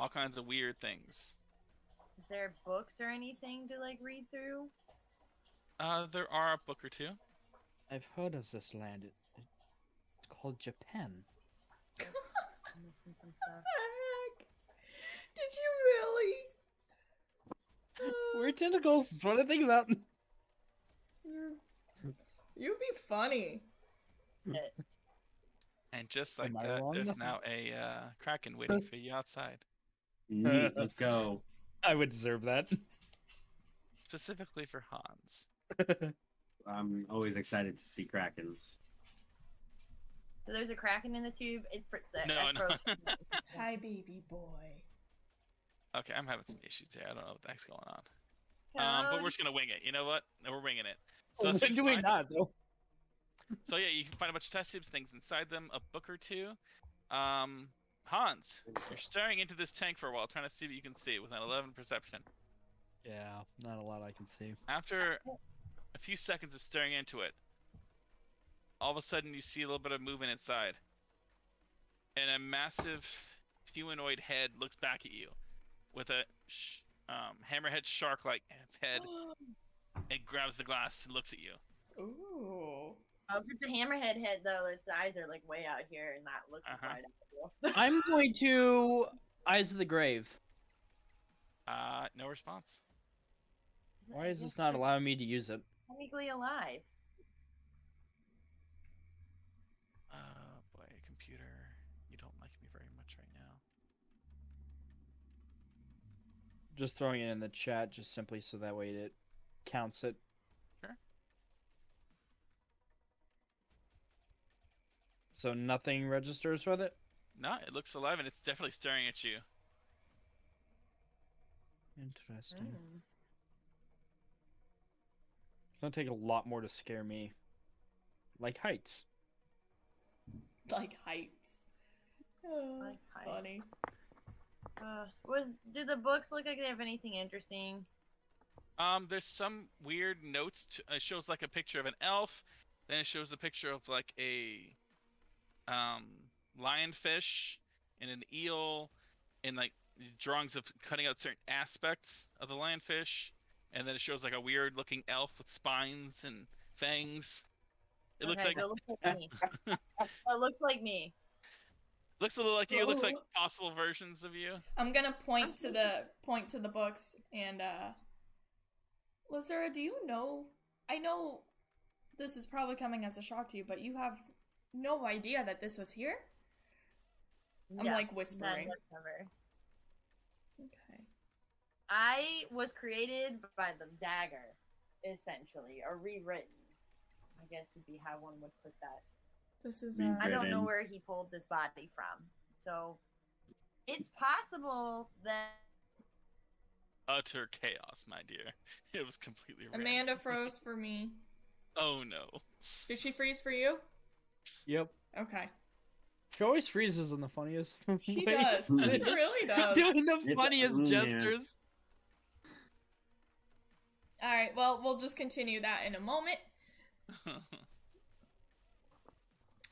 Speaker 1: all kinds of weird things.
Speaker 5: Is there books or anything to like read through?
Speaker 1: Uh, there are a book or two.
Speaker 4: I've heard of this land. It, it's called Japan.
Speaker 5: I'm missing some stuff.
Speaker 2: Heck. Did you really? Oh,
Speaker 4: We're tentacles. That's what I think about.
Speaker 2: you're- You'd be funny.
Speaker 1: And just like
Speaker 4: Am I
Speaker 1: that,
Speaker 4: wrong?
Speaker 1: there's now a uh, kraken waiting for you outside,
Speaker 3: Neat, let's go.
Speaker 4: I would deserve that.
Speaker 1: specifically for Hans.
Speaker 3: I'm always excited to see Krakens.
Speaker 5: So there's a kraken in the tube. It fr- that,
Speaker 1: No,
Speaker 5: that
Speaker 1: no. Um,
Speaker 5: froze me.
Speaker 2: Hi, baby boy.
Speaker 1: Okay, I'm having some issues here. I don't know what the heck's going on. Um, but
Speaker 5: Code.
Speaker 1: we're just gonna wing it. You know what? We're winging it.
Speaker 4: So
Speaker 1: as soon
Speaker 4: We're
Speaker 1: as you
Speaker 4: doing
Speaker 1: find-
Speaker 4: that though.
Speaker 1: So yeah, you can find a bunch of test tubes, things inside them, a book or two. Um, Hans, you're staring into this tank for a while, trying to see what you can see with an 11 perception.
Speaker 4: Yeah, not a lot I can see.
Speaker 1: After a few seconds of staring into it, all of a sudden you see a little bit of movement inside, and a massive humanoid head looks back at you, with a sh- um, hammerhead shark-like head. It grabs the glass and looks at you.
Speaker 2: Ooh.
Speaker 5: Oh, if it's a hammerhead head though, its eyes are like way out here and not looking
Speaker 1: Uh-huh.
Speaker 5: right at you.
Speaker 4: I'm going to Eyes of the Grave.
Speaker 1: Uh, no response.
Speaker 4: Why is this not allowing me to use it?
Speaker 5: Technically alive.
Speaker 1: Oh boy, computer, you don't like me very much right now.
Speaker 4: Just throwing it in the chat, just simply so that way it counts it.
Speaker 1: Sure.
Speaker 4: So nothing registers with it.
Speaker 1: No, it looks alive and it's definitely staring at you.
Speaker 4: Interesting.
Speaker 2: Hmm.
Speaker 4: It's gonna take a lot more to scare me. Like heights.
Speaker 2: Like heights. Oh,
Speaker 5: Like heights.
Speaker 2: funny.
Speaker 5: Uh, was do the books look like they have anything interesting?
Speaker 1: Um, there's some weird notes. To, it shows like a picture of an elf, then it shows a picture of like a um lionfish and an eel, and like drawings of cutting out certain aspects of the lionfish, and then it shows like a weird-looking elf with spines and fangs. It looks
Speaker 5: Okay,
Speaker 1: like
Speaker 5: so it looks like me. So it looks like me.
Speaker 1: looks a little like you. It looks like
Speaker 2: Oh.
Speaker 1: possible versions of you.
Speaker 2: I'm gonna point
Speaker 5: I'm
Speaker 2: to the point to the books and uh Lazura, do you know I know this is probably coming as a shock to you, but you have no idea that this was here? I'm
Speaker 5: Yeah,
Speaker 2: like
Speaker 5: none
Speaker 2: whispering.
Speaker 5: whatsoever.
Speaker 2: Okay.
Speaker 5: I was created by the dagger, essentially, or rewritten. I guess would be how one would put that.
Speaker 2: This is
Speaker 3: Me
Speaker 2: uh,
Speaker 5: I don't know
Speaker 3: Written.
Speaker 5: where he pulled this body from. So it's possible that
Speaker 1: Utter chaos, my dear. It was completely. random.
Speaker 2: Amanda froze for me.
Speaker 1: Oh no.
Speaker 2: Did she freeze for you?
Speaker 4: Yep.
Speaker 2: Okay.
Speaker 4: She always freezes in the funniest.
Speaker 2: She
Speaker 4: ways.
Speaker 2: does. She really does.
Speaker 4: Doing
Speaker 3: It's
Speaker 4: the
Speaker 3: a-
Speaker 4: funniest
Speaker 3: mm, yeah.
Speaker 4: gestures.
Speaker 2: All right. Well, we'll just continue that in a moment.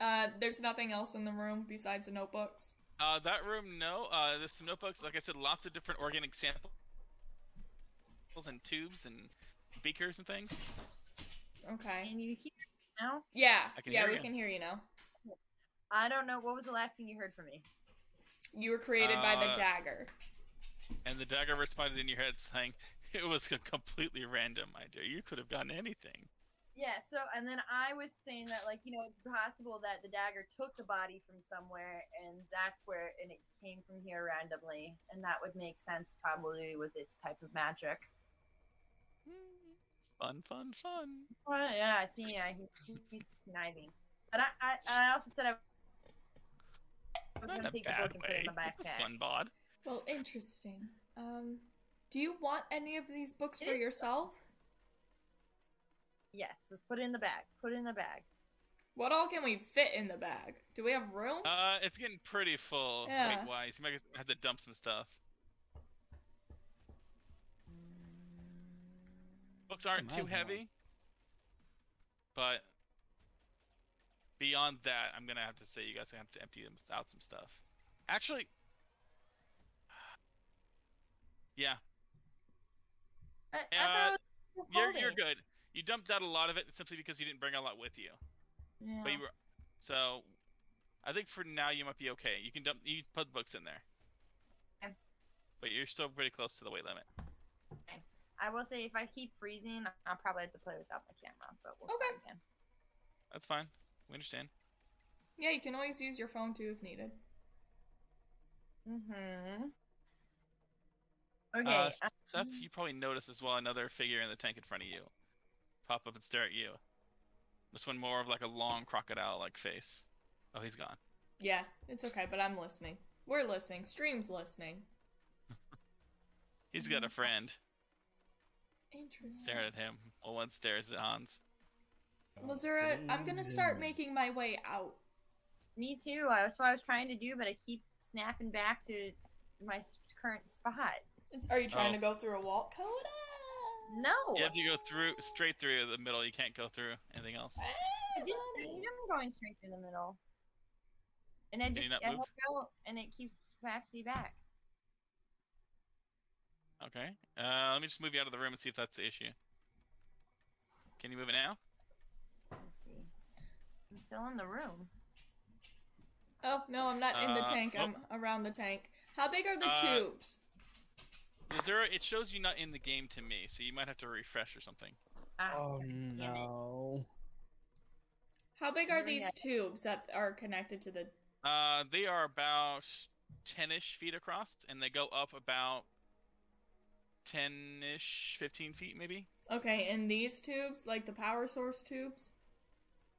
Speaker 2: Uh, there's nothing else in the room besides the notebooks.
Speaker 1: Uh, that room, no. Uh, there's some notebooks. Like I said, lots of different organic samples and tubes and beakers and things.
Speaker 2: Okay.
Speaker 5: and you hear now.
Speaker 2: Yeah.
Speaker 1: I can
Speaker 2: Yeah,
Speaker 1: hear
Speaker 2: we
Speaker 1: you.
Speaker 2: can hear you now.
Speaker 5: I don't know what was the last thing you heard from me.
Speaker 2: You were created by the
Speaker 1: Uh,
Speaker 2: dagger.
Speaker 1: And the dagger responded in your head, saying, "It was completely random, my dear. You could have done anything."
Speaker 5: Yeah, so and then I was saying that like, you know, it's possible that the dagger took the body from somewhere and that's where and it came from here randomly. And that would make sense probably with its type of magic. Hmm.
Speaker 1: Fun, fun, fun.
Speaker 5: Well, yeah, I see yeah, he's, he's conniving. And I, I I also said I was
Speaker 1: Not in
Speaker 5: gonna
Speaker 1: a
Speaker 5: take the
Speaker 1: bad
Speaker 5: book and put it
Speaker 1: way.
Speaker 5: in my
Speaker 1: It's a
Speaker 5: backpack.
Speaker 1: fun bod.
Speaker 2: Well, interesting. Um, do you want any of these books for
Speaker 1: Eh.
Speaker 5: It is-
Speaker 2: yourself?
Speaker 5: Yes, just put it in the bag. Put it in the bag.
Speaker 2: What all can we fit in the bag? Do we have room?
Speaker 1: Uh, it's getting pretty full
Speaker 2: Yeah.
Speaker 1: weight wise. You might have to dump some stuff. Books aren't too
Speaker 4: Imagine that.
Speaker 1: heavy, but beyond that, I'm gonna have to say you guys are gonna have to empty them out some stuff. Actually, yeah,
Speaker 5: I, I thought it was
Speaker 1: Uh, you're you're
Speaker 5: holding.
Speaker 1: good. You dumped out a lot of it simply because you didn't bring a lot with you. But
Speaker 5: Yeah.
Speaker 1: you were so. I think for now you might be okay. You can dump. You can put books in there.
Speaker 5: Okay.
Speaker 1: But you're still pretty close to the weight limit.
Speaker 5: I will say if I keep freezing, I'll probably have to play without my camera, but we'll
Speaker 2: Okay.
Speaker 5: try again.
Speaker 1: That's fine. We understand.
Speaker 2: yeah, you can always use your phone too if needed.
Speaker 5: Mm-hmm.
Speaker 1: Uh,
Speaker 5: Okay. um,
Speaker 1: S- Seth, Uh, you probably noticed as well another figure in the tank in front of you, pop up and stare at you. This one more of like a long crocodile-like face. Oh, he's gone.
Speaker 2: Yeah, it's okay, but I'm listening. We're listening. Stream's listening.
Speaker 1: He's
Speaker 5: Mm-hmm.
Speaker 1: got a friend.
Speaker 2: Interesting.
Speaker 1: Staring at him. Well, one stares at Hans.
Speaker 2: Lazura, I'm gonna start
Speaker 4: Ooh.
Speaker 2: making my way out.
Speaker 5: Me too. I- That's what I was trying to do, but I keep snapping back to my s- current spot.
Speaker 2: It's- are you trying
Speaker 1: Oh.
Speaker 2: to go through a wall, Coda?
Speaker 5: No,
Speaker 1: You have to go through straight through the middle. You can't go through anything else.
Speaker 5: I didn't need him going straight through the middle. And I
Speaker 1: Can you
Speaker 5: just
Speaker 1: not
Speaker 5: I
Speaker 1: move?
Speaker 5: let go, and it keeps slaps me back.
Speaker 1: Okay. Uh, let me just move you out of the room and see if that's the issue. Can you move it now?
Speaker 5: Let's see. I'm still in the room.
Speaker 2: Oh no, I'm not in the
Speaker 1: Uh,
Speaker 2: tank.
Speaker 1: oh.
Speaker 2: I'm around the tank. How big are the
Speaker 1: Uh,
Speaker 2: tubes?
Speaker 1: Missouri, it shows you not in the game to me, so you might have to refresh or something.
Speaker 5: Ah,
Speaker 4: Oh
Speaker 5: it.
Speaker 4: no.
Speaker 2: How big are
Speaker 5: Very
Speaker 2: these
Speaker 5: nice.
Speaker 2: tubes that are connected to the?
Speaker 1: Uh, they are about 10-ish feet across, and they go up about 10-ish, 15 feet maybe.
Speaker 2: Okay, and these tubes, like the power source tubes.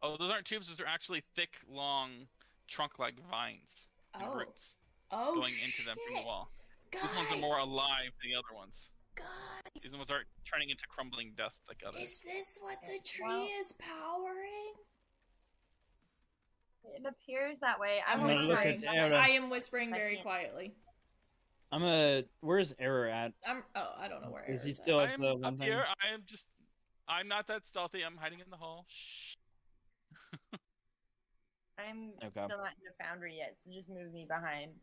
Speaker 1: Oh, those aren't tubes; those are actually thick, long, trunk-like vines and
Speaker 2: Oh,
Speaker 1: roots
Speaker 2: oh,
Speaker 1: going into them from
Speaker 2: shit.
Speaker 1: the wall.
Speaker 2: Guys,
Speaker 1: These ones are more alive than the other ones.
Speaker 2: guys,
Speaker 1: These ones aren't turning into crumbling dust like others.
Speaker 2: is this what the tree
Speaker 5: Well-
Speaker 2: is powering?
Speaker 5: it appears that way.
Speaker 2: I'm
Speaker 5: I'm
Speaker 4: gonna
Speaker 5: always
Speaker 4: look
Speaker 5: worried.
Speaker 2: whispering.
Speaker 4: at Aaron.
Speaker 2: I am whispering
Speaker 5: I
Speaker 2: very
Speaker 5: can't.
Speaker 2: quietly.
Speaker 4: I'm a. Where's Error at?
Speaker 2: I'm. Oh, I don't know where.
Speaker 4: Is he
Speaker 2: Eric's at.
Speaker 4: still- Oh,
Speaker 1: I'm
Speaker 4: the
Speaker 1: up
Speaker 4: one thing-
Speaker 1: here. I am just. I'm not that stealthy. I'm hiding in the hall. Shh.
Speaker 5: I'm
Speaker 4: Okay.
Speaker 5: still not in the foundry yet, so just move me behind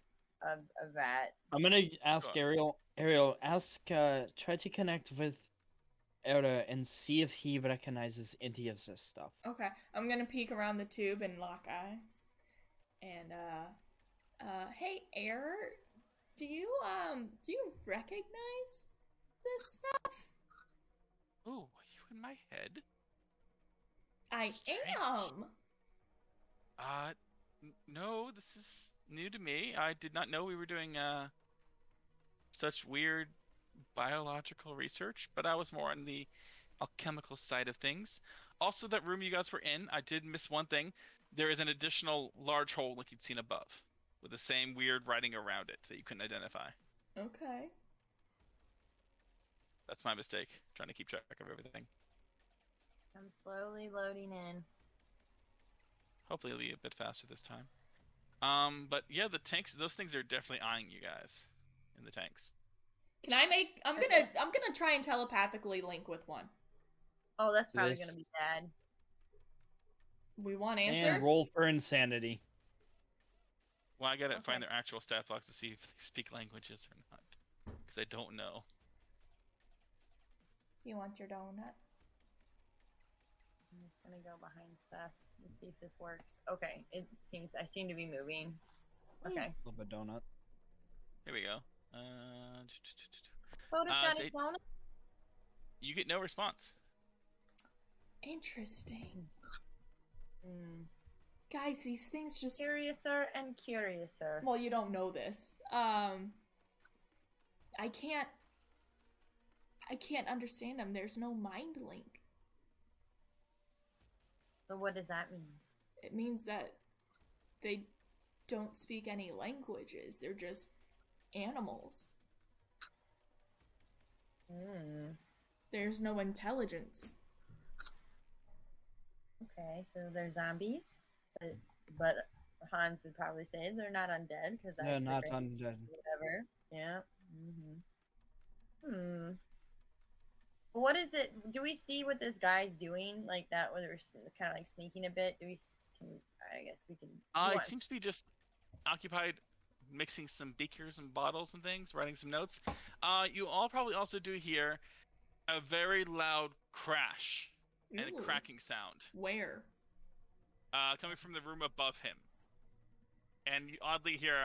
Speaker 5: a, a vat.
Speaker 4: I'm gonna ask
Speaker 1: Gus.
Speaker 4: Ariel. Ariel, ask. Uh, try to connect with Error and see if he recognizes any of this stuff.
Speaker 2: Okay, I'm gonna peek around the tube and lock eyes. And uh, uh, hey, Air, do you um, do you recognize this stuff?
Speaker 1: Ooh, are you in my head?
Speaker 2: I
Speaker 1: Strange.
Speaker 2: am.
Speaker 1: Uh, n- no, this is new to me. I did not know we were doing uh such weird biological research, but I was more on the alchemical side of things. Also, that room you guys were in, I did miss one thing. There is an additional large hole like you'd seen above, with the same weird writing around it that you couldn't identify.
Speaker 2: Okay.
Speaker 1: That's my mistake. Trying to keep track of everything.
Speaker 5: I'm slowly loading in.
Speaker 1: Hopefully, it'll be a bit faster this time. Um, but yeah, the tanks. Those things are definitely eyeing you guys in the tanks.
Speaker 2: Can I make? I'm gonna. I'm gonna try and telepathically link with one.
Speaker 5: Oh, that's probably
Speaker 4: This-
Speaker 5: gonna be bad.
Speaker 2: We want
Speaker 4: And
Speaker 2: answers.
Speaker 4: roll for insanity.
Speaker 1: Well, I gotta find
Speaker 5: Okay.
Speaker 1: their actual stat blocks to see if they speak languages or not, because I don't know.
Speaker 2: You want your donut?
Speaker 5: I'm just gonna go behind stuff and see if this works. Okay, it seems I seem to be moving. Okay.
Speaker 4: Love a donut.
Speaker 1: Here we go. Uh,
Speaker 5: Photo's
Speaker 1: Uh,
Speaker 5: got
Speaker 1: they-
Speaker 5: his own.
Speaker 1: you get no response.
Speaker 2: Interesting. Guys, these things just.
Speaker 5: Hmm. Curiouser and curiouser.
Speaker 2: Well, you don't know this. Um, I can't. I can't understand them. There's no mind link.
Speaker 5: So what does that mean?
Speaker 2: It means that they don't speak any languages. They're just animals.
Speaker 5: Mm.
Speaker 2: There's no intelligence.
Speaker 5: Okay, so they're zombies, but, but Hans would probably say they're not undead because
Speaker 4: They're not undead.
Speaker 5: whatever. Yeah. Mm-hmm. Hmm. What is it? Do we see what this guy's doing? Like that, whether we're kind of like sneaking a bit. Do we? s- Can, I guess we can.
Speaker 1: Uh,
Speaker 5: he
Speaker 1: it
Speaker 5: wants-
Speaker 1: seems to be just occupied mixing some beakers and bottles and things, writing some notes. Uh, you all probably also do hear a very loud crash and a
Speaker 2: Ooh.
Speaker 1: cracking sound
Speaker 2: Where?
Speaker 1: uh, coming from the room above him. And you oddly hear.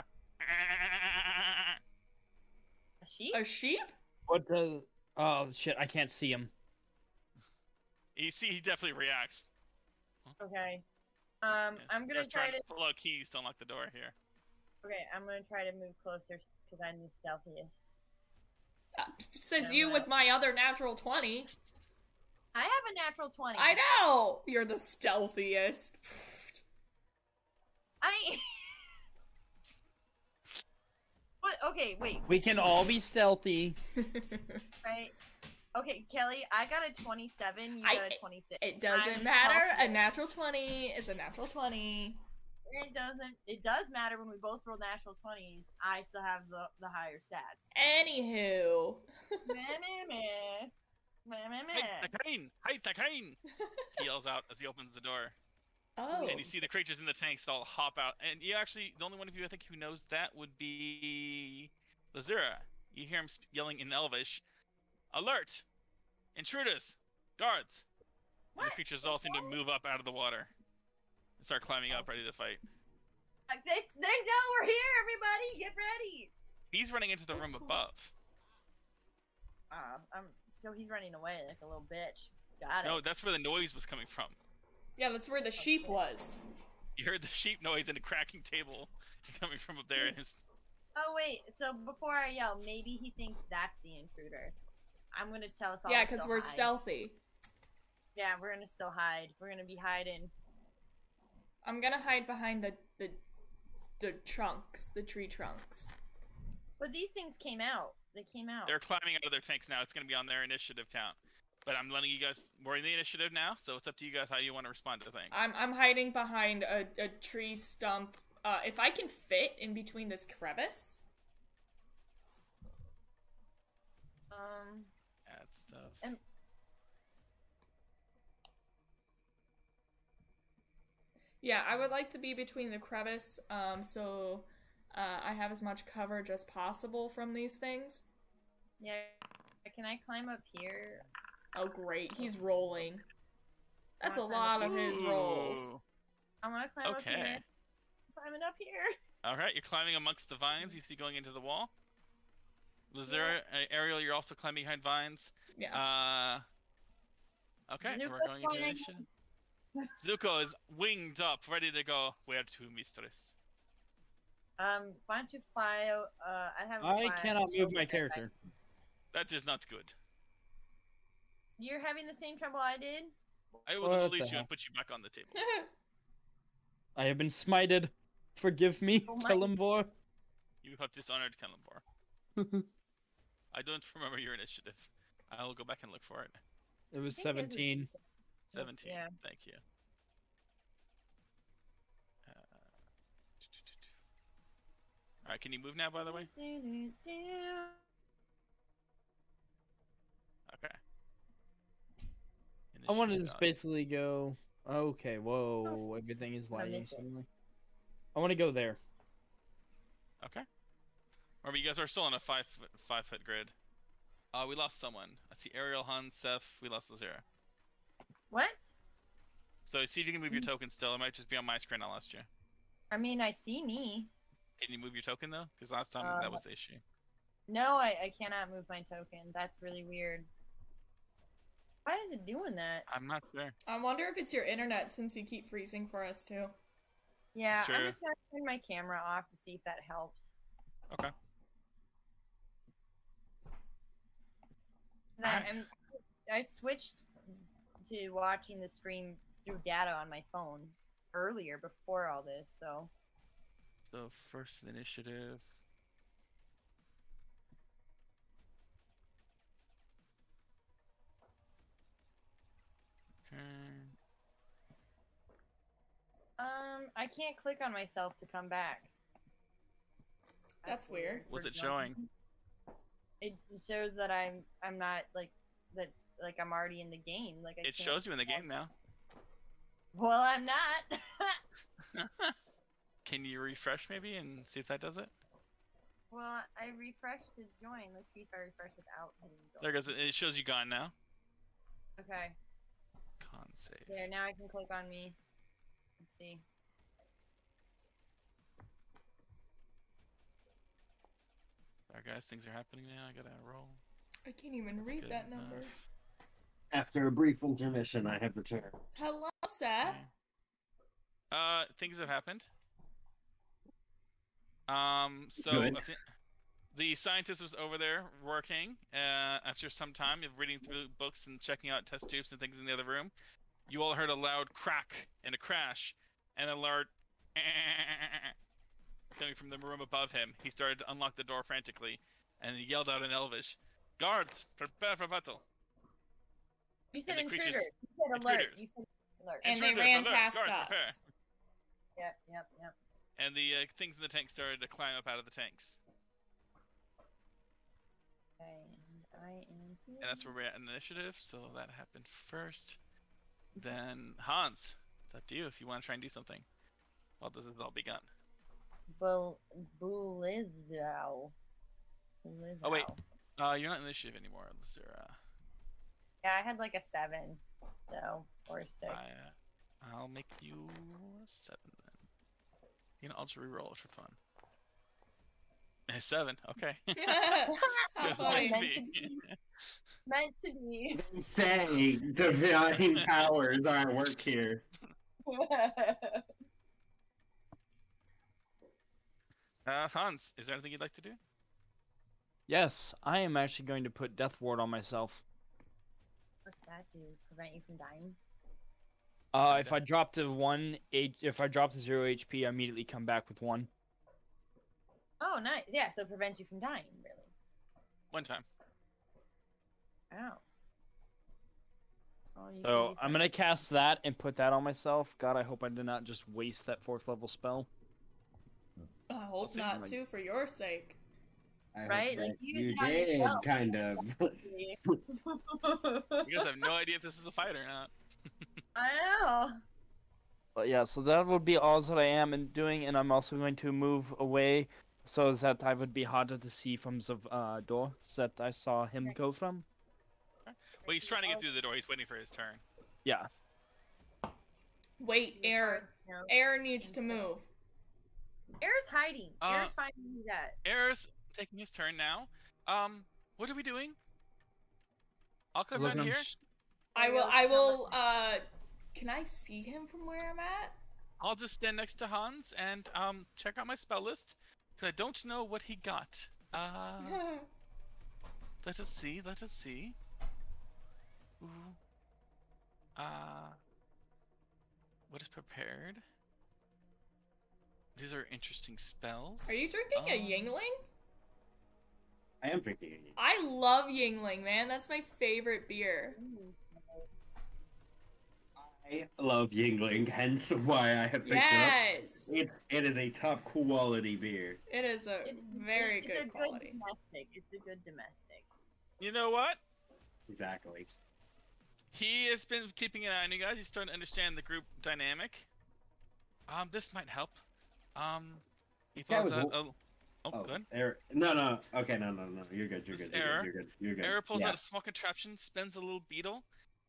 Speaker 5: a sheep.
Speaker 2: A sheep?
Speaker 4: What does? Oh shit! I can't see him.
Speaker 1: You see, he definitely reacts.
Speaker 5: Okay. Um,
Speaker 1: Yes,
Speaker 5: I'm gonna
Speaker 1: just
Speaker 5: try
Speaker 1: trying
Speaker 5: to.
Speaker 1: pull out keys to unlock the door here.
Speaker 5: Okay, I'm gonna try to move closer because I'm the stealthiest.
Speaker 2: Uh, says
Speaker 5: No,
Speaker 2: you
Speaker 5: I-
Speaker 2: with my other natural 20.
Speaker 5: I have a natural twenty.
Speaker 2: I know! You're the stealthiest.
Speaker 5: I. what? Okay, wait.
Speaker 4: We can all be stealthy.
Speaker 5: Right. Okay, Kelly, I got a 27. You
Speaker 2: I-
Speaker 5: got a 26.
Speaker 2: it doesn't
Speaker 5: I'm
Speaker 2: matter. A
Speaker 5: confident.
Speaker 2: natural 20 is a natural 20.
Speaker 5: It doesn't. It does matter when we both roll natural 20s. I still have the, the higher stats.
Speaker 2: Anywho.
Speaker 5: Meh, meh, meh. Meh, meh,
Speaker 1: Hey,
Speaker 5: meh.
Speaker 1: Takane! Hey, Takane! he yells out as he opens the door.
Speaker 2: Oh.
Speaker 1: And you see the creatures in the tanks all hop out. And you actually, the only one of you I think who knows that would be Lazura. You hear him sp- yelling in Elvish, "Alert! Intruders! Guards!" And
Speaker 5: What?
Speaker 1: the creatures all seem to move up out of the water and start climbing up, ready to fight.
Speaker 5: Like, They, they know we're here, everybody. Get ready.
Speaker 1: He's running into the room above.
Speaker 5: Uh, I'm, so he's running away like a little bitch. Got it.
Speaker 1: No, that's where the noise was coming from.
Speaker 2: Yeah, that's where the sheep
Speaker 5: Okay.
Speaker 2: was.
Speaker 1: You heard the sheep noise and a cracking table coming from up there. And his
Speaker 5: oh, wait. So before I yell, maybe he thinks that's the intruder. I'm going to tell us all.
Speaker 2: Yeah,
Speaker 5: to
Speaker 2: because
Speaker 5: still
Speaker 2: we're
Speaker 5: hide.
Speaker 2: stealthy.
Speaker 5: Yeah, we're going to still hide. We're going to be hiding.
Speaker 2: I'm gonna hide behind the the the trunks, the tree trunks.
Speaker 5: But these things came out. They came
Speaker 2: Oh.
Speaker 5: out.
Speaker 1: They're climbing out of their tanks now. It's going to be on their initiative count. But I'm letting you guys. We're in the initiative now, so it's up to you guys how you want to respond to things.
Speaker 2: I'm I'm hiding behind a, a tree stump. Uh, if I can fit in between this crevice,
Speaker 5: Um,
Speaker 1: That's tough.
Speaker 5: And-
Speaker 2: yeah, I would like to be between the crevice, um, so uh, I have as much coverage as possible from these things.
Speaker 5: yeah. Can I climb up here?
Speaker 2: Oh, great, he's rolling. That's a
Speaker 5: Awesome.
Speaker 2: lot of his rolls.
Speaker 1: Ooh.
Speaker 5: I want to climb up
Speaker 1: Okay.
Speaker 5: here. Climbing up here.
Speaker 1: All right, you're climbing amongst the vines. You see going into the wall. Lazara, uh, Ariel, you're also climbing behind vines.
Speaker 2: Yeah,
Speaker 1: Uh, okay, we're
Speaker 5: Zuko's
Speaker 1: going into
Speaker 5: flying.
Speaker 1: initiative. Zuko is winged up, ready to go. Where to, mistress?
Speaker 5: Um, why don't you fly? o- Uh, I have.
Speaker 4: I
Speaker 5: fly
Speaker 4: cannot move
Speaker 5: over
Speaker 4: my
Speaker 5: there.
Speaker 4: character.
Speaker 1: That is not good.
Speaker 5: You're having the same trouble I did.
Speaker 1: I will
Speaker 4: What the
Speaker 1: release you
Speaker 4: hell?
Speaker 1: and put you back on the table.
Speaker 4: I have been smited. Forgive me,
Speaker 5: Oh
Speaker 4: oh
Speaker 5: my-
Speaker 1: You have dishonored Kalimvar. I don't remember your initiative. I'll go back and look for it.
Speaker 4: It was
Speaker 5: I think his was
Speaker 4: 17.
Speaker 1: 17.
Speaker 5: yeah.
Speaker 1: Thank you. Uh, All right, can you move now, by the way? Okay.
Speaker 4: I wanted to
Speaker 1: Initiative
Speaker 4: just
Speaker 1: value.
Speaker 4: basically go. Okay, whoa, everything is
Speaker 5: Oh, I
Speaker 4: lagging
Speaker 5: miss it.
Speaker 4: suddenly. I want to go there.
Speaker 1: Okay. Remember, you guys are still on a five foot, five foot grid. Uh, we lost someone. I see Ariel, Hans, Seth. We lost Lazira.
Speaker 5: What?
Speaker 1: So see if you can move your token still. It might just be on my screen. I lost you.
Speaker 5: I mean, I see me.
Speaker 1: Can you move your token though? Because last time
Speaker 5: Uh,
Speaker 1: that was the issue.
Speaker 5: No, I, I cannot move my token. That's really weird. Why is it doing that?
Speaker 1: I'm not sure.
Speaker 2: I wonder if it's your internet since you keep freezing for us too.
Speaker 5: Yeah,
Speaker 1: Sure.
Speaker 5: I'm just gonna turn my camera off to see if that helps.
Speaker 1: Okay.
Speaker 5: 'Cause I,
Speaker 1: I-
Speaker 5: I'm, I switched to watching the stream through data on my phone earlier before all this, so
Speaker 1: So first initiative. Okay.
Speaker 5: um, I can't click on myself to come back.
Speaker 2: That's weird.
Speaker 5: for
Speaker 1: What's it
Speaker 5: some
Speaker 1: showing?
Speaker 5: reason. It shows that I'm I'm not like that like I'm already in the game. Like I
Speaker 1: It
Speaker 5: can't-
Speaker 1: shows you in the game now.
Speaker 5: Well, I'm not.
Speaker 1: Can you refresh maybe and see if that does it?
Speaker 5: well, I refreshed to join. Let's see if I refresh without hitting join.
Speaker 1: There it goes. It shows you gone now.
Speaker 5: Okay.
Speaker 1: Con save.
Speaker 5: There, now I can click on me. Let's see.
Speaker 1: Sorry guys, things are happening now. I gotta roll.
Speaker 2: I can't even
Speaker 1: That's
Speaker 2: read
Speaker 1: good
Speaker 2: that number.
Speaker 1: enough.
Speaker 3: After a brief intermission, I have returned.
Speaker 2: Hello, Seth.
Speaker 1: Okay. Uh, things have happened. Um, so
Speaker 3: Good.
Speaker 1: I thi- the scientist was over there working. Uh, after some time of reading through books and checking out test tubes and things in the other room, you all heard a loud crack and a crash, and a loud coming from the room above him. He started to unlock the door frantically, and he yelled out in Elvish, "Guards, prepare for battle!"
Speaker 5: You said
Speaker 1: the
Speaker 5: intruder.
Speaker 1: creatures-
Speaker 5: You said alert.
Speaker 1: intruders.
Speaker 5: You said alert.
Speaker 2: And they
Speaker 1: Intruders,
Speaker 2: ran
Speaker 1: alert,
Speaker 2: past
Speaker 1: guards,
Speaker 2: us.
Speaker 1: prepare.
Speaker 5: Yep, yep, yep.
Speaker 1: and the uh, things in the tank started to climb up out of the tanks.
Speaker 5: Okay, and I am. Here.
Speaker 1: And that's where we're at in initiative, so that happened first. Then Hans, it's up to you if you want to try and do something. Well, this has all begun.
Speaker 5: Bel- Belizzo. Belizzo.
Speaker 1: Oh, wait. Uh, you're not in initiative anymore, Lazura.
Speaker 5: Yeah, I had like a seven, so or a six.
Speaker 1: I, uh, I'll make you a seven then. You know, I'll just reroll it for fun. A seven, okay.
Speaker 2: Oh, How
Speaker 1: Just meant
Speaker 2: funny.
Speaker 1: to
Speaker 5: Meant
Speaker 1: be.
Speaker 5: Meant to be.
Speaker 3: Say, divine powers are at work here.
Speaker 1: Uh, Hans, is there anything you'd like to do?
Speaker 4: Yes, I am actually going to put Death Ward on myself.
Speaker 5: What's that do? Prevent you from dying?
Speaker 4: Uh,
Speaker 1: Okay.
Speaker 4: if I drop to one, H- if I drop to zero HP, I immediately come back with one.
Speaker 5: Oh, nice. Yeah, so it prevents you from dying, really.
Speaker 1: One time.
Speaker 5: Wow. Oh, you
Speaker 4: So
Speaker 5: can
Speaker 4: I'm
Speaker 5: use
Speaker 4: gonna cast that and put that on myself. God, I hope I did not just waste that fourth level spell.
Speaker 2: I hope
Speaker 1: Listen,
Speaker 2: not
Speaker 1: like-
Speaker 2: too for your sake.
Speaker 3: I hope
Speaker 5: Right?
Speaker 3: that
Speaker 5: Like, use
Speaker 3: you
Speaker 5: it on
Speaker 3: did,
Speaker 5: yourself.
Speaker 3: kind of.
Speaker 5: that.
Speaker 1: You guys have no idea if this is a fight or not.
Speaker 5: I know.
Speaker 4: But yeah, so that would be all that I am and doing, and I'm also going to move away so that I would be harder to see from the uh, door that I saw him go from.
Speaker 1: Well, he's trying to get through the door. He's waiting for his turn.
Speaker 4: Yeah.
Speaker 2: Wait, air.
Speaker 5: No.
Speaker 2: Air needs to move.
Speaker 5: Air's hiding.
Speaker 1: Uh,
Speaker 5: Air's finding where he's at.
Speaker 1: Eris taking his turn now. Um, what are we doing? I'll come
Speaker 4: Look,
Speaker 1: down
Speaker 4: I'm
Speaker 1: here.
Speaker 4: sh-
Speaker 2: I will. I will. Uh, can I see him from where I'm at?
Speaker 1: I'll just stand next to Hans and um check out my spell list because I don't know what he got. Uh, let us see. Let us see. Ooh. Uh, what is prepared? These are interesting spells.
Speaker 2: Are you drinking a
Speaker 1: Um,
Speaker 2: Yingling?
Speaker 3: I am freaking idiot.
Speaker 2: I love Yingling, man. That's my favorite beer.
Speaker 5: Ooh.
Speaker 3: I love Yingling, hence why I have picked
Speaker 2: Yes,
Speaker 3: it up. It, it is a top quality beer.
Speaker 2: it is a
Speaker 5: It-
Speaker 2: very
Speaker 5: it's
Speaker 2: good
Speaker 5: a good
Speaker 2: quality.
Speaker 5: domestic. It's a good domestic.
Speaker 1: You know what?
Speaker 3: Exactly.
Speaker 1: He has been keeping an eye on you guys. He's starting to understand the group dynamic. Um, this might help. Um, he
Speaker 3: This guy
Speaker 1: pulls
Speaker 3: was
Speaker 1: out
Speaker 3: wo-
Speaker 1: a, oh,
Speaker 3: Oh,
Speaker 1: good.
Speaker 3: Error. No, no. Okay, no, no, no. You're good. You're
Speaker 1: This
Speaker 3: good. You're
Speaker 1: error.
Speaker 3: good. You're good. You're good.
Speaker 1: Arrow pulls
Speaker 3: yeah.
Speaker 1: out a small contraption, spins a little beetle,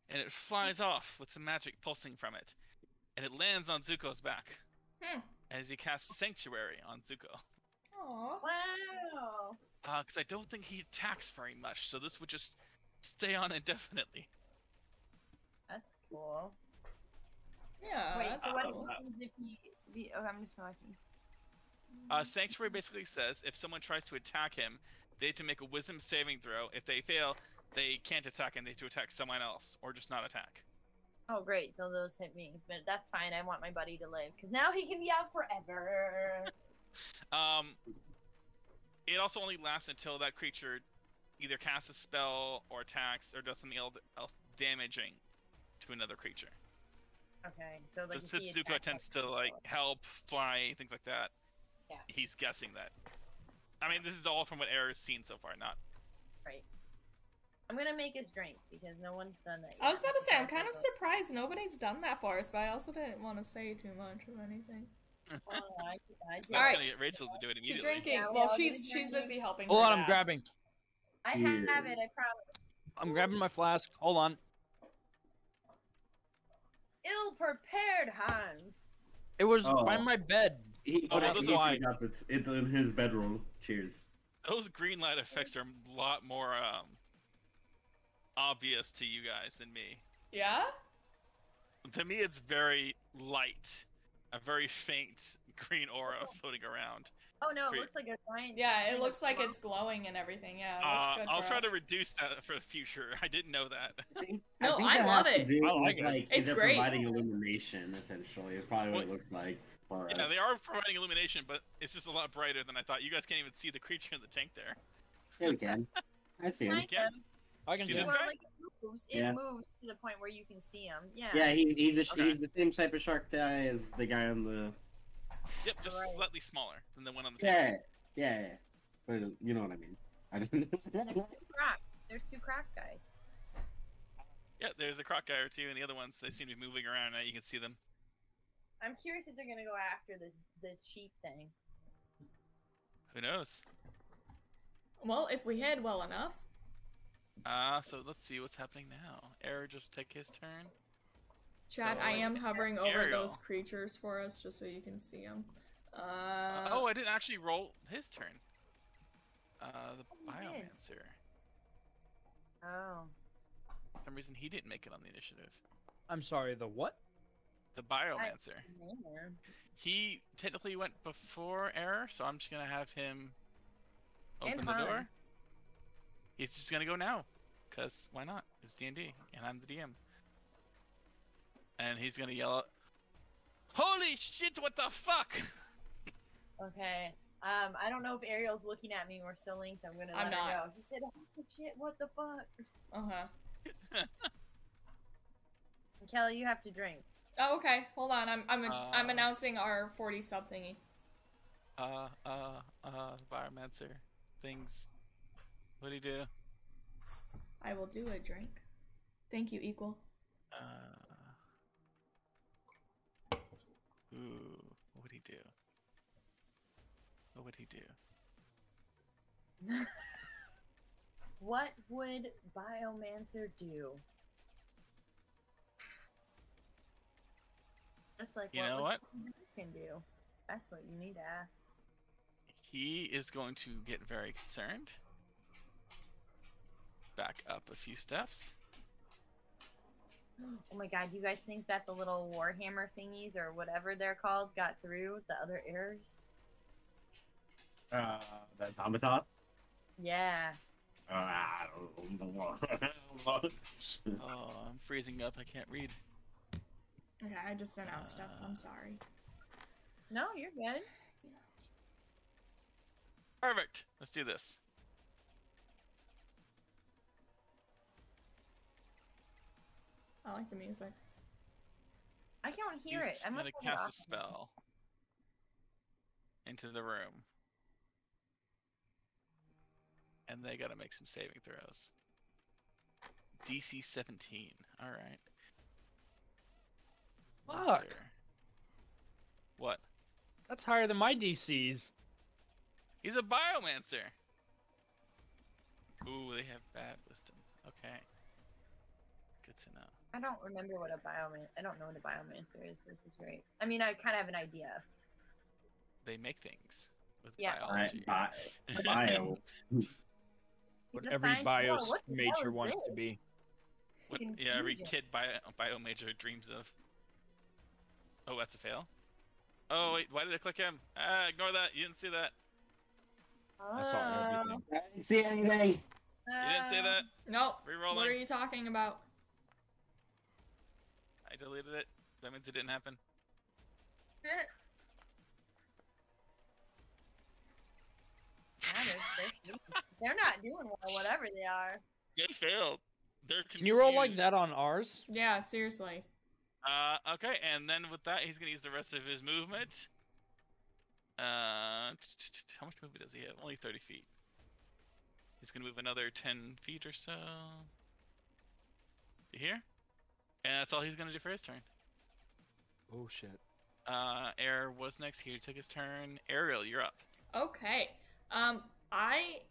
Speaker 1: and it flies off with the magic pulsing from it, and it lands on Zuko's back
Speaker 2: Hmm.
Speaker 1: as he casts Sanctuary on Zuko. Uh,
Speaker 2: Aw.
Speaker 5: Wow.
Speaker 1: Because I don't think he attacks very much, so this would just stay on indefinitely.
Speaker 5: cool.
Speaker 2: Yeah.
Speaker 5: Wait,
Speaker 2: Uh, that's
Speaker 5: so what
Speaker 2: cool.
Speaker 5: happens if he? The, oh, I'm just watching.
Speaker 1: Uh, Sanctuary basically says if someone tries to attack him, they have to make a wisdom saving throw. If they fail, they can't attack and they have to attack someone else or just not attack.
Speaker 5: Oh, great. So those hit me, but that's fine. I want my buddy to live because now he can be out forever.
Speaker 1: Um, it also only lasts until that creature either casts a spell or attacks or does something el- else damaging to another creature.
Speaker 5: okay, so like
Speaker 1: so
Speaker 5: if he
Speaker 1: Setsuko
Speaker 5: attacks
Speaker 1: tends
Speaker 5: us-
Speaker 1: to like help, fly, things like that.
Speaker 5: Yeah.
Speaker 1: He's guessing that. I mean, this is all from what Era's seen so far, not
Speaker 5: Right. I'm gonna make us drink because no one's done that.
Speaker 2: I was about to say, I'm
Speaker 5: Exactly,
Speaker 2: kind of
Speaker 5: but-
Speaker 2: surprised nobody's done that for us, but I also didn't want to say too much of anything.
Speaker 5: Oh, I, I did.
Speaker 1: I was
Speaker 2: Alright.
Speaker 1: gonna get Rachel to do it
Speaker 2: She
Speaker 1: immediately.
Speaker 2: drinking.
Speaker 5: Yeah, we
Speaker 2: well,
Speaker 5: all
Speaker 2: she's
Speaker 5: did
Speaker 2: she's
Speaker 5: drinking.
Speaker 2: busy helping.
Speaker 4: Hold
Speaker 2: with
Speaker 4: on, I'm
Speaker 2: that.
Speaker 4: grabbing.
Speaker 5: I have it. I promise.
Speaker 4: I'm grabbing my flask. Hold on.
Speaker 5: Ill prepared, Hans.
Speaker 4: It was
Speaker 3: Oh.
Speaker 4: by my bed.
Speaker 3: He,
Speaker 1: Oh,
Speaker 3: I-
Speaker 1: that's
Speaker 3: he
Speaker 1: why.
Speaker 3: forgot that it's in his bedroom. Cheers.
Speaker 1: Those green light effects are a lot more um, obvious to you guys than me.
Speaker 2: Yeah.
Speaker 1: To me, it's very light, a very faint green aura floating around.
Speaker 5: Oh no, it
Speaker 1: Free.
Speaker 5: looks like a giant.
Speaker 2: Yeah. It
Speaker 5: kind of
Speaker 2: looks like
Speaker 5: swamp.
Speaker 2: it's glowing and everything. Yeah. It looks
Speaker 1: Uh,
Speaker 2: good
Speaker 1: I'll
Speaker 2: for
Speaker 1: try to
Speaker 2: us.
Speaker 1: reduce that for the future. I didn't know that.
Speaker 2: No,
Speaker 3: think
Speaker 2: I
Speaker 3: that
Speaker 2: love
Speaker 3: has to
Speaker 2: it.
Speaker 3: do
Speaker 1: I like
Speaker 3: with,
Speaker 1: it.
Speaker 3: Like,
Speaker 2: It's
Speaker 3: they're
Speaker 2: great.
Speaker 3: providing illumination, essentially, is probably what it
Speaker 1: Well,
Speaker 3: looks like for
Speaker 1: Yeah,
Speaker 3: us.
Speaker 1: they are providing illumination, but it's just a lot brighter than I thought. You guys can't even see the creature in the tank there.
Speaker 3: Yeah, we can. I see him.
Speaker 5: Kind
Speaker 1: Yeah.
Speaker 5: of.
Speaker 4: I can
Speaker 1: See
Speaker 4: do
Speaker 1: this
Speaker 4: it.
Speaker 5: Well,
Speaker 1: guy?
Speaker 5: like it moves. It
Speaker 3: Yeah.
Speaker 5: moves to the point where you can see him. Yeah.
Speaker 3: Yeah, he's he's a, sh
Speaker 1: Okay.
Speaker 3: he's the same type of shark guy as the guy on the
Speaker 1: Yep, just
Speaker 5: Right.
Speaker 1: slightly smaller than the one on the tank.
Speaker 3: yeah yeah, yeah. but you know what I mean. I don't-
Speaker 5: Croc. There's two croc guys.
Speaker 1: Yeah, there's a croc guy or two, and the other ones they seem to be moving around now. You can see them.
Speaker 5: I'm curious if they're gonna go after this this sheep thing.
Speaker 1: Who knows?
Speaker 2: Well, if we hid well enough.
Speaker 1: Uh, so let's see what's happening now. Error just take his turn.
Speaker 2: Chad,
Speaker 1: So,
Speaker 2: I
Speaker 1: like,
Speaker 2: am hovering over
Speaker 1: aerial.
Speaker 2: those creatures for us just so you can see them. Uh,
Speaker 1: Uh, oh, I didn't actually roll his turn. Uh, the
Speaker 5: Oh, you did.
Speaker 1: biomancer.
Speaker 5: Oh.
Speaker 1: For some reason, he didn't make it on the initiative.
Speaker 4: I'm sorry, the what?
Speaker 1: The biomancer.
Speaker 5: man.
Speaker 1: He technically went before error, so I'm just gonna have him
Speaker 5: And
Speaker 1: open the
Speaker 5: Han.
Speaker 1: door. He's just gonna go now, cause why not? It's D and D, and I'm the DM. And he's gonna yell, out, "Holy shit! What the fuck!"
Speaker 5: Okay. Um, I don't know if Ariel's looking at me. We're still linked. I'm gonna.
Speaker 2: I'm
Speaker 5: let her
Speaker 2: not.
Speaker 5: know. He said, "Holy shit! What the fuck?"
Speaker 2: uh-huh.
Speaker 5: And Kelly, you have to drink.
Speaker 2: Oh, okay. Hold on. I'm I'm I'm
Speaker 1: Uh,
Speaker 2: announcing our forty something.
Speaker 1: Uh, uh, uh, biomancer things. What do you do?
Speaker 2: I will do a drink. Thank you, equal.
Speaker 1: Uh, ooh, what would he do? What would he do?
Speaker 5: What would Biomancer do? Just like
Speaker 1: You
Speaker 5: what
Speaker 1: know
Speaker 5: would
Speaker 1: what?
Speaker 5: someone else can do. That's what you need to ask.
Speaker 1: He is going to get very concerned. Back up a few steps.
Speaker 5: Oh my god, you guys think that the little warhammer thingies or whatever they're called got through the other errors?
Speaker 3: uh, that's Amatot.
Speaker 5: Yeah.
Speaker 3: Uh, I don't know.
Speaker 1: Oh, I'm freezing up. I can't read.
Speaker 2: Okay, I just announced stuff.
Speaker 1: Uh,
Speaker 2: I'm sorry.
Speaker 5: No, you're good.
Speaker 1: Perfect. Let's do this.
Speaker 2: I like the music.
Speaker 5: I can't hear
Speaker 1: He's
Speaker 5: it. I must
Speaker 1: gonna
Speaker 5: have
Speaker 1: cast
Speaker 5: it
Speaker 1: a
Speaker 5: off.
Speaker 1: spell into the room, and they gotta make some saving throws. DC 17. All right. Let's
Speaker 4: Fuck.
Speaker 1: hear. What?
Speaker 4: That's higher than my DCs.
Speaker 1: He's a biomancer. Ooh, they have bad wisdom. Okay. Good to know.
Speaker 5: I don't remember what a bioman. I don't know what a biomancer is. This is great. I mean, I kind of have an idea.
Speaker 1: They make things with
Speaker 5: Yeah.
Speaker 1: biology.
Speaker 3: Bi- bio.
Speaker 5: He's
Speaker 4: What
Speaker 5: a
Speaker 4: every
Speaker 5: science- Whoa,
Speaker 4: bios
Speaker 5: what the hell
Speaker 4: major
Speaker 5: is
Speaker 4: wants
Speaker 5: this?
Speaker 4: to be.
Speaker 1: What, yeah, every
Speaker 5: Confusion.
Speaker 1: kid bio, bio major dreams of. Oh, that's a fail. Oh wait, why did I click him? Ah, ignore that. You didn't see that.
Speaker 4: I saw
Speaker 5: Oh,
Speaker 4: everything.
Speaker 3: I didn't see anything.
Speaker 1: You didn't see
Speaker 5: um,
Speaker 1: that.
Speaker 2: Nope.
Speaker 1: Rerolling.
Speaker 2: Uh, What are you talking about?
Speaker 1: I deleted it. That means it didn't happen.
Speaker 5: yeah, they're- they're- They're not doing well, whatever they are.
Speaker 1: They failed. They're
Speaker 4: Can you roll like
Speaker 1: confused.
Speaker 4: that on ours?
Speaker 2: Yeah, seriously.
Speaker 1: Uh, okay, and then with that, he's gonna use the rest of his movement. Uh, how much movement does he have? Only 30 feet. He's gonna move another 10 feet or so. To here? And that's all he's gonna do for his turn.
Speaker 4: Oh shit.
Speaker 1: Uh, Air was next. He took his turn. Ariel, you're up.
Speaker 2: Okay. Um, I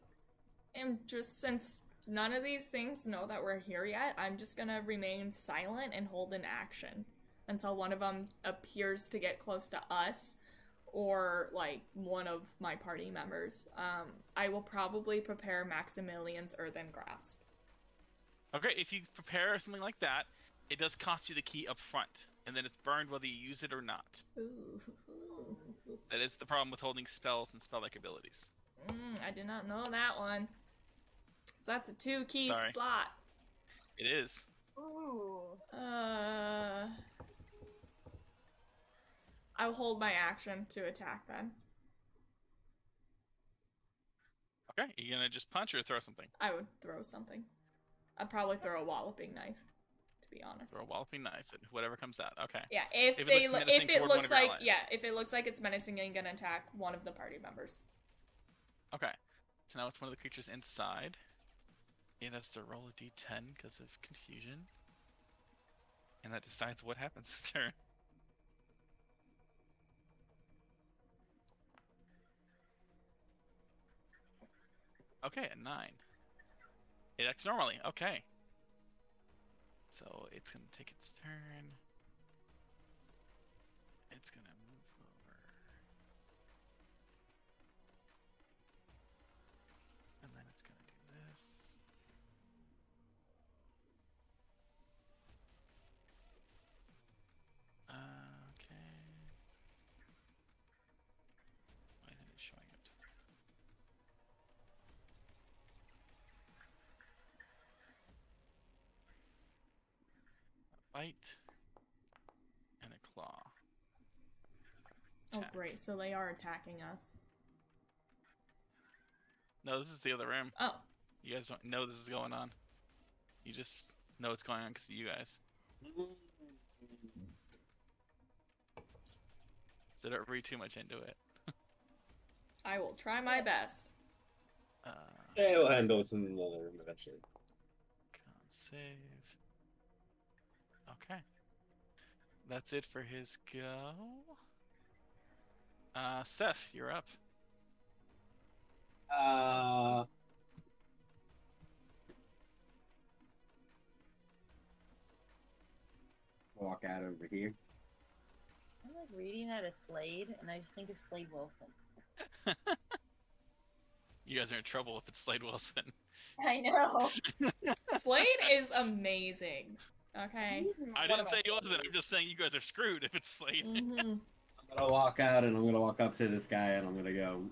Speaker 2: am just since none of these things know that we're here yet. I'm just gonna remain silent and hold an action until one of them appears to get close to us or like one of my party members. Um, I will probably prepare Maximilian's Earthen Grasp.
Speaker 1: Okay, if you prepare something like that, it does cost you the key up front, and then it's burned whether you use it or not.
Speaker 2: Ooh.
Speaker 1: That is the problem with holding spells and spell-like abilities.
Speaker 2: Mm, I did not know that one. So that's a two key
Speaker 1: Sorry.
Speaker 2: slot.
Speaker 1: It is.
Speaker 5: Ooh.
Speaker 2: Uh, I'll hold my action to attack then.
Speaker 1: Okay, you gonna just punch or throw something?
Speaker 2: I would throw something. I'd probably throw a walloping knife, to be honest.
Speaker 1: Throw a walloping knife at whatever comes out. Okay.
Speaker 2: Yeah, if,
Speaker 1: If it
Speaker 2: they
Speaker 1: looks
Speaker 2: lo-
Speaker 1: menacing
Speaker 2: if it
Speaker 1: toward one
Speaker 2: looks
Speaker 1: of your
Speaker 2: like
Speaker 1: allies.
Speaker 2: yeah, if it looks like it's menacing and gonna attack one of the party members.
Speaker 1: Okay. So now it's one of the creatures inside. It has to roll a d10 because of confusion. And that decides what happens this turn. Okay, a 9. It acts normally. Okay. So it's going to take its turn. It's going to move over. And then it's gonna do this. Uh, okay. Why isn't it showing up? A bite and a claw.
Speaker 2: Oh
Speaker 1: Attack.
Speaker 2: great, so they are attacking us.
Speaker 1: No, this is the other room.
Speaker 2: Oh,
Speaker 1: You guys don't know this is going on. You just know what's going on because of you guys. So don't read too much into it.
Speaker 2: I will try my best.
Speaker 1: Uh,
Speaker 6: Yeah, we'll handle it in another room eventually.
Speaker 1: can't save. Okay. That's it for his go. Uh, Seth, you're up.
Speaker 6: Uh. Walk out over here.
Speaker 5: I'm like reading out of Slade, and I just think of Slade Wilson.
Speaker 1: You guys are in trouble if it's Slade Wilson.
Speaker 5: I know.
Speaker 2: Slade is amazing. Okay.
Speaker 1: I didn't say he wasn't. I'm just saying you guys are screwed if it's Slade.
Speaker 6: Mm.
Speaker 2: hmm
Speaker 6: I'm gonna walk out and I'm gonna walk up to this guy and I'm gonna go.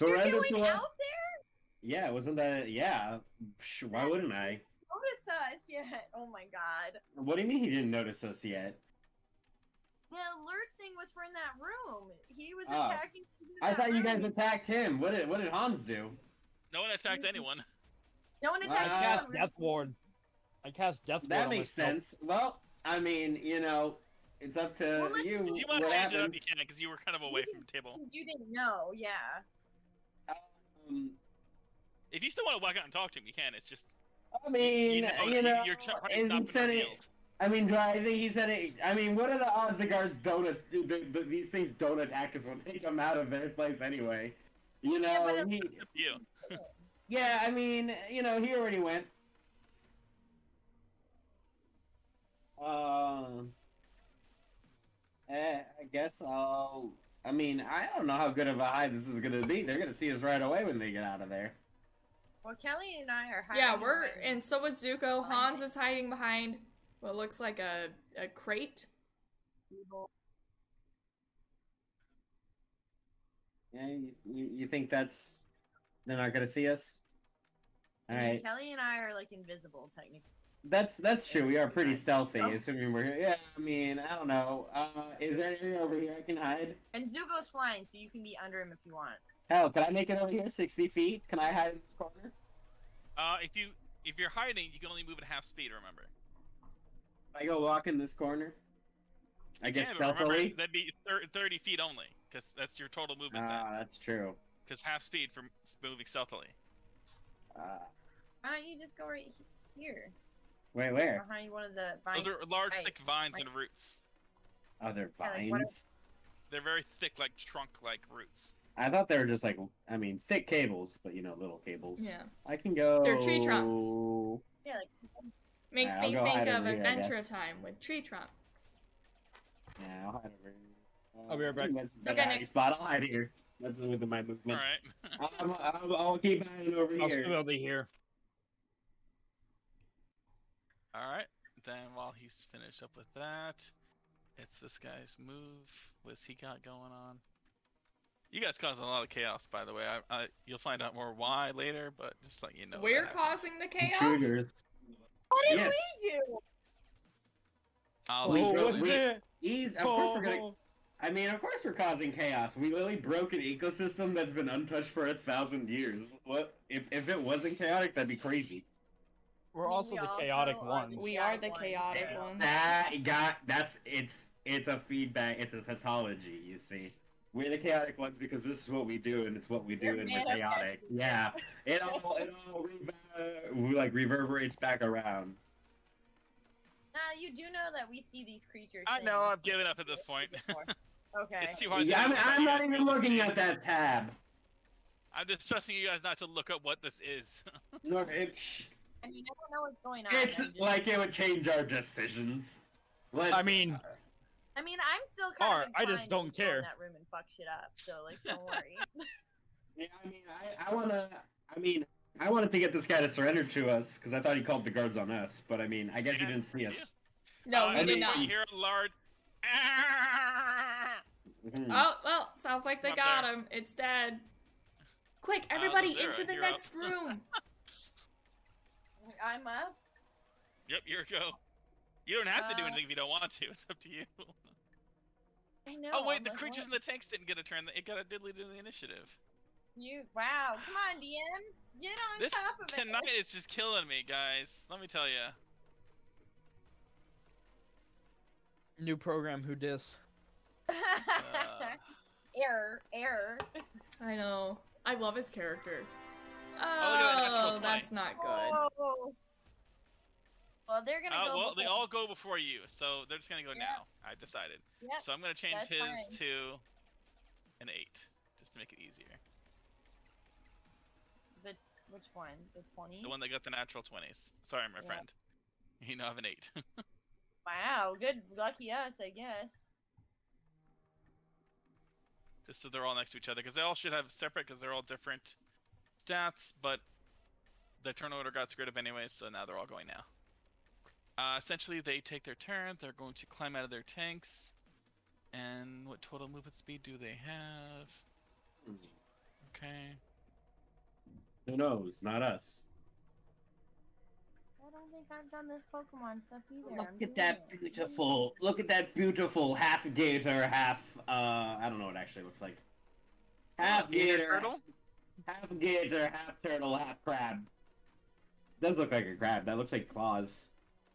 Speaker 5: You're
Speaker 6: Surrender
Speaker 5: going
Speaker 6: to us.
Speaker 5: out there?
Speaker 6: Yeah, wasn't that? Yeah. Psh, Why wouldn't I?
Speaker 5: Notice us yet? Oh my god.
Speaker 6: What do you mean he didn't notice us yet?
Speaker 5: The alert thing was for in that room. He was
Speaker 6: Oh.
Speaker 5: attacking. people in
Speaker 6: I
Speaker 5: that
Speaker 6: thought you
Speaker 5: room.
Speaker 6: guys attacked him. What did What did Hans do?
Speaker 1: No one
Speaker 6: Mm.
Speaker 1: attacked anyone.
Speaker 5: No one
Speaker 6: I
Speaker 4: I
Speaker 6: Ah.
Speaker 5: attacked.
Speaker 6: cast
Speaker 4: cast
Speaker 5: him.
Speaker 4: Death Ward. I cast Death Ward.
Speaker 6: That
Speaker 4: on
Speaker 6: makes
Speaker 4: myself.
Speaker 6: sense. Well, I mean, you know, it's up to
Speaker 5: Well, let's-
Speaker 6: you.
Speaker 1: If you want
Speaker 6: what
Speaker 1: to change it up,
Speaker 6: happened.
Speaker 1: you can because you were kind of away from the table.
Speaker 5: You didn't know, yeah.
Speaker 6: Um,
Speaker 1: If you still want to walk out and talk to him, you can. It's just
Speaker 6: I
Speaker 1: you-
Speaker 6: mean,
Speaker 1: you
Speaker 6: you
Speaker 1: know,
Speaker 6: know,
Speaker 1: your ch- heart
Speaker 6: isn't
Speaker 1: stopped and
Speaker 6: Senate-
Speaker 1: revealed.
Speaker 6: I mean, do I think he said it? I mean, what are the odds the guards don't? at- The, the, these things don't attack us when they come out of their place anyway. You
Speaker 5: Yeah,
Speaker 6: know,
Speaker 5: but
Speaker 6: yeah,
Speaker 5: it-
Speaker 6: he,
Speaker 1: You.
Speaker 6: yeah. I mean, you know, he already went. Um. eh, I guess I'll. I mean, I don't know how good of a hide this is gonna be. They're gonna see us right away when they get out of there.
Speaker 5: Well, Kelly and I are hiding.
Speaker 2: yeah, we're
Speaker 5: behind-
Speaker 2: and so is Zuko.
Speaker 5: Behind
Speaker 2: Hans
Speaker 5: it.
Speaker 2: is hiding behind what looks like a, a crate.
Speaker 6: Yeah, you, you you think that's they're not gonna see us? All
Speaker 5: Yeah,
Speaker 6: right,
Speaker 5: Kelly and I are like invisible technically.
Speaker 6: that's that's true. We are pretty stealthy,
Speaker 5: Oh.
Speaker 6: assuming we're here. Yeah, I mean, I don't know. Uh, is there anything over here I can hide?
Speaker 5: And Zuko's flying, so you can be under him if you want.
Speaker 6: Hell, can I make it over here sixty feet? Can I hide in this corner?
Speaker 1: Uh, if you if you're hiding, you can only move at half speed. Remember.
Speaker 6: I go walk in this corner. I guess
Speaker 1: yeah, but remember
Speaker 6: stealthily.
Speaker 1: that'd be thir- thirty feet only, because that's your total movement.
Speaker 6: Ah, that's true.
Speaker 1: Because half speed from s- moving stealthily.
Speaker 6: Uh,
Speaker 5: Why don't you just go right he- here
Speaker 6: wait, where?
Speaker 5: behind one of the vines?
Speaker 1: Those are large,
Speaker 5: Right.
Speaker 1: thick vines
Speaker 5: Right.
Speaker 1: and roots.
Speaker 6: Other
Speaker 5: Yeah,
Speaker 6: vines.
Speaker 5: like, what are-
Speaker 1: They're very thick, like trunk-like roots.
Speaker 6: I thought they were just like, I mean, thick cables, but you know, little cables.
Speaker 2: Yeah.
Speaker 6: I can go.
Speaker 2: They're tree trunks.
Speaker 5: Yeah, like
Speaker 2: Makes
Speaker 6: I'll
Speaker 2: me
Speaker 6: go
Speaker 2: think
Speaker 6: hide
Speaker 2: of
Speaker 6: over here, I
Speaker 2: Adventure
Speaker 6: guess.
Speaker 2: Time with tree trunks.
Speaker 6: Yeah, I'll hide over here.
Speaker 4: I'll be right
Speaker 6: I think That's a better
Speaker 2: Okay,
Speaker 6: hiding
Speaker 2: Nick.
Speaker 6: spot. I'll hide here. That's with my movement.
Speaker 1: All right.
Speaker 6: I'm, I'm, I'll keep hiding over
Speaker 4: I'll
Speaker 6: here.
Speaker 4: still be here.
Speaker 1: All right. Then while he's finished up with that, it's this guy's move. What's he got going on? You guys caused a lot of chaos, by the way. I, I you'll find out more why later, but just let you know. that
Speaker 2: We're
Speaker 1: happened.
Speaker 2: causing the chaos.
Speaker 6: Intruders.
Speaker 5: what did
Speaker 6: Yes.
Speaker 5: we do?
Speaker 1: I'll
Speaker 6: We
Speaker 4: Oh,
Speaker 1: explain
Speaker 6: broke-
Speaker 1: later.
Speaker 6: we- Ease. Of course we're gonna. I mean, of course we're causing chaos. We literally broke an ecosystem that's been untouched for a thousand years. What if if it wasn't chaotic? That'd be crazy.
Speaker 4: We're
Speaker 5: We
Speaker 4: also the
Speaker 5: also
Speaker 4: chaotic
Speaker 5: are
Speaker 4: ones.
Speaker 2: We
Speaker 5: Yeah,
Speaker 2: are the
Speaker 5: one.
Speaker 2: chaotic
Speaker 5: Yes.
Speaker 2: ones.
Speaker 6: That got that's it's it's a feedback. It's a pathology. You see, we're the chaotic ones because this is what we do, and it's what we do,
Speaker 5: You're
Speaker 6: and we're chaotic.
Speaker 5: manifesting.
Speaker 6: Yeah, it all it all rever- like reverberates back around.
Speaker 5: Nah, you do know that we see these creatures.
Speaker 1: I know.
Speaker 5: things
Speaker 1: I've given up at this point.
Speaker 5: okay.
Speaker 1: it's too hard. to
Speaker 6: Yeah, I'm,
Speaker 1: know what
Speaker 6: I'm
Speaker 1: you
Speaker 6: not
Speaker 1: guys
Speaker 6: even
Speaker 1: can
Speaker 6: looking
Speaker 1: see.
Speaker 6: at that tab.
Speaker 1: I'm just trusting you guys not to look up what this is.
Speaker 6: Nor it's
Speaker 5: I mean, I don't know what's going on.
Speaker 6: it's
Speaker 5: I'm just-
Speaker 6: like it would change our decisions. Let's,
Speaker 4: I mean,
Speaker 5: I mean, I'm still kind
Speaker 4: Or,
Speaker 5: of.
Speaker 4: I just
Speaker 5: inclined to
Speaker 4: don't
Speaker 5: go in
Speaker 4: care.
Speaker 5: That room and fuck shit up. So like, don't worry.
Speaker 6: Yeah, I mean, I, I wanna. I mean, I wanted to get this guy to surrender to us because I thought he called the guards on us. But I mean, I guess
Speaker 1: Yeah,
Speaker 6: he didn't see us.
Speaker 1: yeah.
Speaker 2: No,
Speaker 1: Uh,
Speaker 2: he
Speaker 1: at
Speaker 2: did
Speaker 1: this
Speaker 2: not.
Speaker 1: point, You hear a large. "Ah!"
Speaker 6: Mhm.
Speaker 1: Uh,
Speaker 2: Oh well, sounds like they
Speaker 1: Up
Speaker 2: got
Speaker 1: there.
Speaker 2: him. It's dead. Quick,
Speaker 1: Uh,
Speaker 2: everybody
Speaker 1: Lazara,
Speaker 2: into the
Speaker 1: you're up.
Speaker 2: next room.
Speaker 5: I'm up.
Speaker 1: Yep, here you go. You don't have to do
Speaker 5: Uh,
Speaker 1: anything if you don't want to. It's up to you.
Speaker 5: I know.
Speaker 1: oh wait,
Speaker 5: I'm
Speaker 1: the
Speaker 5: like,
Speaker 1: creatures
Speaker 5: what?
Speaker 1: in the tanks didn't get a turn. It got a diddly to the initiative.
Speaker 5: You wow! Come on, DM. Get on
Speaker 1: This
Speaker 5: top of it.
Speaker 1: tonight is just killing me, guys. Let me tell you.
Speaker 4: New program, who dis?
Speaker 1: Uh,
Speaker 5: error, error.
Speaker 2: I know. I love his character.
Speaker 1: at that natural
Speaker 2: Oh,
Speaker 1: twenty.
Speaker 2: that's not good.
Speaker 5: Oh. Well, they're gonna
Speaker 1: Uh,
Speaker 5: go.
Speaker 1: well, they
Speaker 5: before-
Speaker 1: all go before you, so they're just gonna go
Speaker 5: Yeah.
Speaker 1: now. I decided.
Speaker 5: Yep.
Speaker 1: So I'm gonna change
Speaker 5: that's
Speaker 1: his
Speaker 5: fine.
Speaker 1: to an eight, just to make it easier.
Speaker 5: The, which one? The twenty.
Speaker 1: The one that got the natural twenties. Sorry, my
Speaker 5: Yeah.
Speaker 1: friend. You know I have an eight.
Speaker 5: Wow, good, lucky us, I guess.
Speaker 1: just so they're all next to each other because they all should have separate because they're all different stats but the turn order got screwed up anyway so now they're all going now uh, essentially they take their turn they're going to climb out of their tanks and what total movement speed do they have okay
Speaker 6: Who knows? Not us.
Speaker 5: I don't think I've done this Pokemon stuff either.
Speaker 6: Look
Speaker 5: I'm
Speaker 6: at
Speaker 5: doing
Speaker 6: that
Speaker 5: it.
Speaker 6: beautiful. Look at that beautiful half gator, half. Uh, I don't know what it actually looks like. Half
Speaker 1: Gator
Speaker 6: gator,
Speaker 1: turtle?
Speaker 6: half gator, half turtle, half crab. Does look like a crab. That looks like claws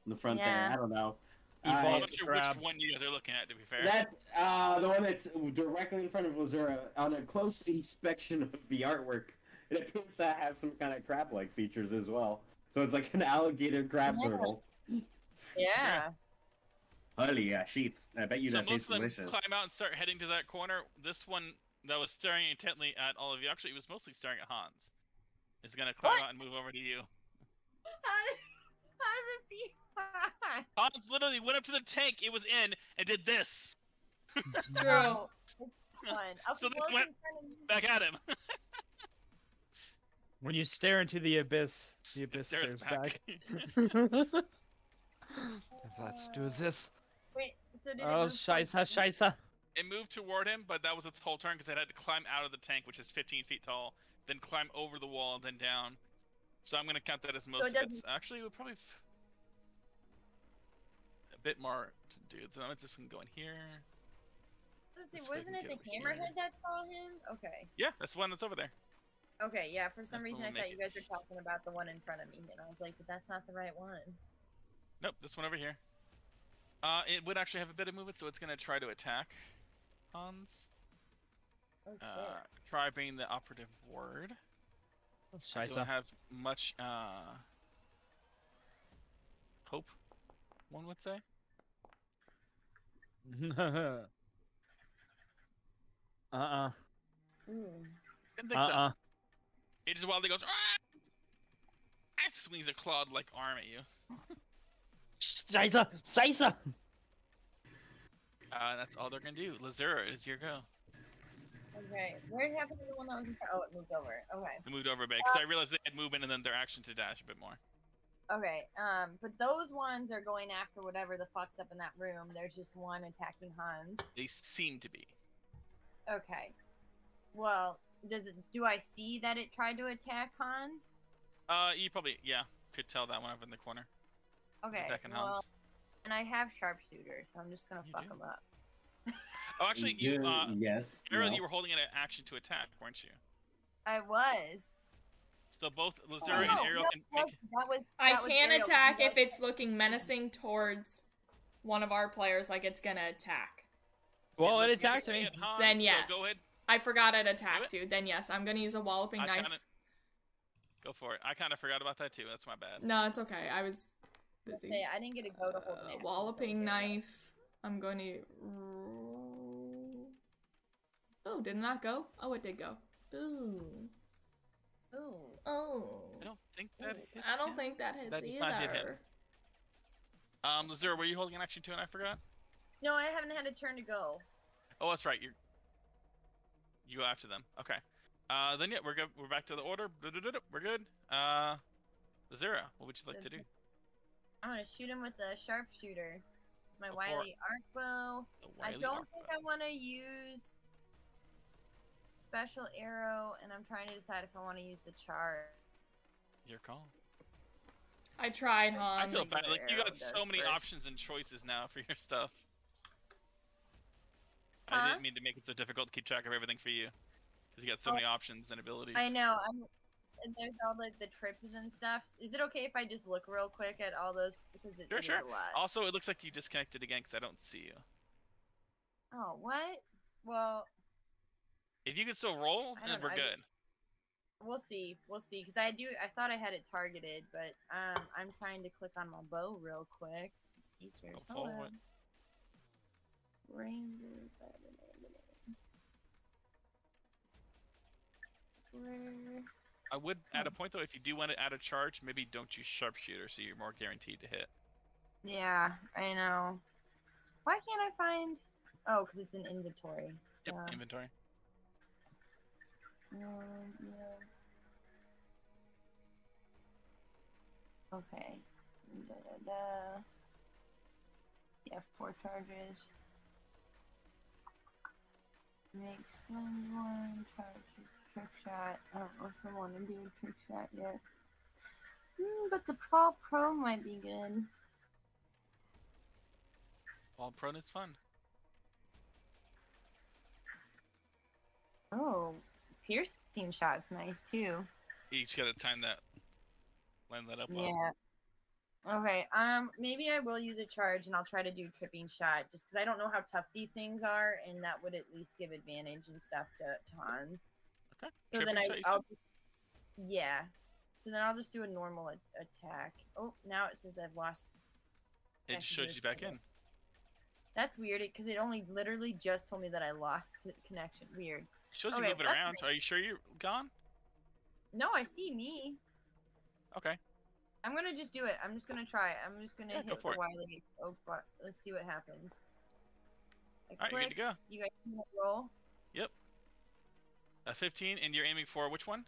Speaker 6: in the front
Speaker 5: Yeah.
Speaker 6: there. I don't know.
Speaker 1: well,
Speaker 6: I-
Speaker 1: i'm
Speaker 4: Evolve
Speaker 1: not sure
Speaker 4: grab.
Speaker 1: which one you guys are looking at to be fair
Speaker 6: That uh, the one that's directly in front of Lazura. On a close inspection of the artwork, it appears to have some kind of crab-like features as well. So it's like an alligator crab
Speaker 5: Yeah.
Speaker 6: turtle.
Speaker 5: Yeah.
Speaker 6: Holy yeah, sheets! I bet you
Speaker 1: so
Speaker 6: that
Speaker 1: most
Speaker 6: tastes
Speaker 1: of them
Speaker 6: delicious.
Speaker 1: climb out and start heading to that corner this one that was staring intently at all of you actually it was mostly staring at hans is going to climb
Speaker 5: What?
Speaker 1: out and move over to you
Speaker 5: How, do- how does it see?
Speaker 1: hans literally went up to the tank it was in and did this
Speaker 2: True.
Speaker 5: Oh, it's fun. I'll
Speaker 1: So
Speaker 5: be
Speaker 1: they
Speaker 5: close
Speaker 1: went
Speaker 5: in front of you.
Speaker 1: back at him
Speaker 4: When you stare into the abyss, the
Speaker 1: It
Speaker 4: abyss
Speaker 1: stares
Speaker 4: stares,
Speaker 1: back.
Speaker 4: back. if let's
Speaker 5: Uh,
Speaker 4: do this.
Speaker 5: Wait, so did it
Speaker 4: Oh,
Speaker 5: move towards
Speaker 4: Shaisa,
Speaker 5: me?
Speaker 4: Shaisa.
Speaker 1: It moved toward him, but that was its whole turn because it had to climb out of the tank, which is 15 feet tall, then climb over the wall and then down. So I'm gonna count that as most
Speaker 5: it
Speaker 1: of its. Actually, it would probably f- a bit more to do. So it's just gonna go in here.
Speaker 5: Let's see,
Speaker 1: Let's see if I
Speaker 5: wasn't
Speaker 1: can
Speaker 5: it the
Speaker 1: get over here.
Speaker 5: hammerhead that saw him? Okay.
Speaker 1: Yeah, that's the one that's over there.
Speaker 5: Okay, yeah, for some
Speaker 1: That's the
Speaker 5: reason I
Speaker 1: one
Speaker 5: thought
Speaker 1: that-
Speaker 5: you guys were talking about the one in front of me, and I was like, but that's not the right one.
Speaker 1: Nope, this one over here. Uh, it would actually have a bit of movement, so it's gonna try to attack Hans.
Speaker 5: Oh, shit.
Speaker 1: Uh, try being the operative word. I don't
Speaker 4: Shaisa.
Speaker 1: have much uh hope. One would say.
Speaker 4: uh uh.
Speaker 5: Ooh.
Speaker 1: Didn't
Speaker 4: Uh
Speaker 1: think so.
Speaker 4: uh.
Speaker 1: It just wildly goes. Ah! And swings a clawed like arm at you.
Speaker 4: Shaisa! Shaisa!
Speaker 1: Uh, that's all they're gonna do. Lazura, it is your go.
Speaker 5: Okay, where happened to the one that was in front? Oh, it moved over. Okay.
Speaker 1: They moved over a bit because I realized they had movement and then their action to dash a bit more.
Speaker 5: Okay, um, but those ones are going after whatever the fuck's up in that room. There's just one attacking Hans.
Speaker 1: They seem to be.
Speaker 5: Okay. Well, does it do I see that it tried to attack Hans?
Speaker 1: Uh, you probably yeah could tell that one up in the corner. It was
Speaker 5: Okay.
Speaker 1: Attacking
Speaker 5: well,
Speaker 1: Hans.
Speaker 5: and I have sharpshooter, so I'm just gonna
Speaker 1: You
Speaker 5: fuck
Speaker 1: do.
Speaker 5: him up.
Speaker 1: Oh, actually, you
Speaker 6: Yeah,
Speaker 1: uh,
Speaker 6: yes.
Speaker 1: Arrow,
Speaker 6: no.
Speaker 1: you were holding an action to attack, weren't you?
Speaker 5: I was.
Speaker 1: So both Lazura and
Speaker 5: no,
Speaker 1: Ariel
Speaker 5: no,
Speaker 1: can.
Speaker 5: that was, that was
Speaker 2: I
Speaker 5: that was
Speaker 2: can
Speaker 5: Ariel.
Speaker 2: attack
Speaker 5: You
Speaker 2: if it's looking menacing towards one of our players, like it's gonna attack.
Speaker 4: Well, it
Speaker 1: looking
Speaker 4: attacked
Speaker 1: menacingly
Speaker 4: me.
Speaker 1: at Hans,
Speaker 2: then
Speaker 1: Um, so
Speaker 2: yes.
Speaker 1: go ahead.
Speaker 2: I forgot it attacked
Speaker 1: Do
Speaker 2: you. Then yes, I'm gonna use a walloping
Speaker 1: I
Speaker 2: knife.
Speaker 1: kinda- Go for it. I kind of forgot about that too. That's my bad.
Speaker 2: No, it's okay. I was
Speaker 5: Let's
Speaker 2: busy.
Speaker 5: say I didn't get a go to hold
Speaker 2: Uh,
Speaker 5: an action, so
Speaker 2: walloping
Speaker 5: it's Ariel.
Speaker 2: knife. I'm going to roll. Oh, did it not go? Oh, it did go. Ooh.
Speaker 5: Ooh.
Speaker 2: Oh.
Speaker 1: I don't think that.
Speaker 5: Ooh,
Speaker 1: hits
Speaker 2: I don't
Speaker 1: him.
Speaker 2: think that hits
Speaker 1: That does
Speaker 2: either.
Speaker 1: not hit him. Um, Lazura, were you holding an action too? And I forgot.
Speaker 5: No, I haven't had a turn to go.
Speaker 1: Oh, that's right. You're you go after them. Okay. Uh, then yeah, we're good. We're back to the order. Du-du-du-du, We're good. Uh, Lazura, what would you like to do?
Speaker 5: I'm gonna shoot him with the sharpshooter. My
Speaker 1: Go for it.
Speaker 5: wily arc bow.
Speaker 1: The
Speaker 5: I
Speaker 1: wily
Speaker 5: don't
Speaker 1: arc
Speaker 5: think
Speaker 1: bow.
Speaker 5: I want to use special arrow, and I'm trying to decide if I want to use the charge.
Speaker 1: Your call.
Speaker 2: I tried,
Speaker 1: I
Speaker 2: Hans.
Speaker 1: feel
Speaker 5: the
Speaker 1: bad. Like you
Speaker 5: arrow
Speaker 1: got so
Speaker 5: does
Speaker 1: many
Speaker 5: first.
Speaker 1: options and choices now for your stuff. I
Speaker 5: Huh?
Speaker 1: didn't mean to make it so difficult to keep track of everything for you, because you got so
Speaker 5: Oh.
Speaker 1: many options and abilities.
Speaker 5: I know. I'm, and there's all the, the trips and stuff. Is it okay if I just look real quick at all those because it,
Speaker 1: Sure,
Speaker 5: it is
Speaker 1: sure.
Speaker 5: a lot?
Speaker 1: Also, it looks like you disconnected again because I don't see you.
Speaker 5: oh, what? Well,
Speaker 1: If you can still roll,
Speaker 5: I
Speaker 1: then
Speaker 5: don't know,
Speaker 1: we're
Speaker 5: I
Speaker 1: good.
Speaker 5: didn't- we'll see. We'll see. Because I do. I thought I had it targeted, but um, I'm trying to click on my bow real quick. Features.
Speaker 1: Go
Speaker 5: hold
Speaker 1: forward.
Speaker 5: on. Ranger. blah, blah, blah, blah, blah. Rare.
Speaker 1: I would add
Speaker 5: Hmm.
Speaker 1: a point though. If you do want to add a charge, maybe don't use sharpshooter, so you're more guaranteed to hit.
Speaker 5: Yeah, I know. Why can't I find? Oh, because it's an inventory.
Speaker 1: Yep,
Speaker 5: Yeah.
Speaker 1: inventory.
Speaker 5: No, yeah. Okay. Da, da, da. Yeah, four charges. Makes one one charge trick shot. I don't know if I want to do a trick shot yet. Hmm, but the Fall Pro might be good.
Speaker 1: While prone is fun.
Speaker 5: Oh, piercing shot's nice too.
Speaker 1: You just gotta time that, line that up. Well.
Speaker 5: Yeah. Okay. Um. Maybe I will use a charge, and I'll try to do tripping shot, just because I don't know how tough these things are, and that would at least give advantage and stuff to, to Hans.
Speaker 1: Okay,
Speaker 5: So
Speaker 1: tripping
Speaker 5: then I,
Speaker 1: shot, you
Speaker 5: I'll. Yeah. So then I'll just do a normal a- attack. Oh, now it says I've lost. I
Speaker 1: It just
Speaker 5: should
Speaker 1: shows
Speaker 5: do
Speaker 1: you
Speaker 5: this
Speaker 1: back in.
Speaker 5: again. That's weird, because it only literally just told me that I lost c- connection. Weird.
Speaker 1: It shows
Speaker 5: Okay,
Speaker 1: you moving
Speaker 5: that's
Speaker 1: around. Are you sure you're gone?
Speaker 5: No, I see me.
Speaker 1: Okay.
Speaker 5: I'm gonna just do it. I'm just gonna try. it. I'm just gonna
Speaker 1: Yeah, go
Speaker 5: hit
Speaker 1: for
Speaker 5: the
Speaker 1: it.
Speaker 5: wily oak bar. Let's see what happens. I
Speaker 1: All right, you're good to
Speaker 5: click.
Speaker 1: go.
Speaker 5: You guys can roll.
Speaker 1: A 15, and you're aiming for which one?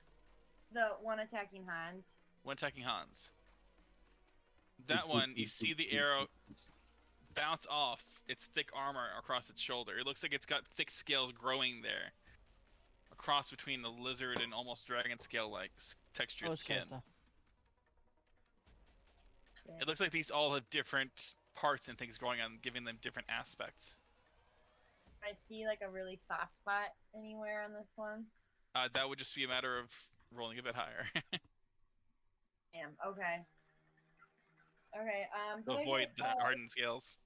Speaker 5: the one attacking Hans.
Speaker 1: when attacking Hans. That one, you see the arrow bounce off its thick armor across its shoulder. It looks like it's got thick scales growing there, a cross between the lizard and almost dragon scale-like s- textured
Speaker 4: Oh, it's
Speaker 1: skin.
Speaker 4: closer.
Speaker 1: It looks like these all have different parts and things growing on, giving them different aspects.
Speaker 5: I see like a really soft spot anywhere on this one.
Speaker 1: Uh, that would just be a matter of rolling a bit higher.
Speaker 5: Damn. Okay. Okay. Um. but I get
Speaker 1: Avoid
Speaker 5: a-
Speaker 1: the
Speaker 5: oh,
Speaker 1: hardened scales.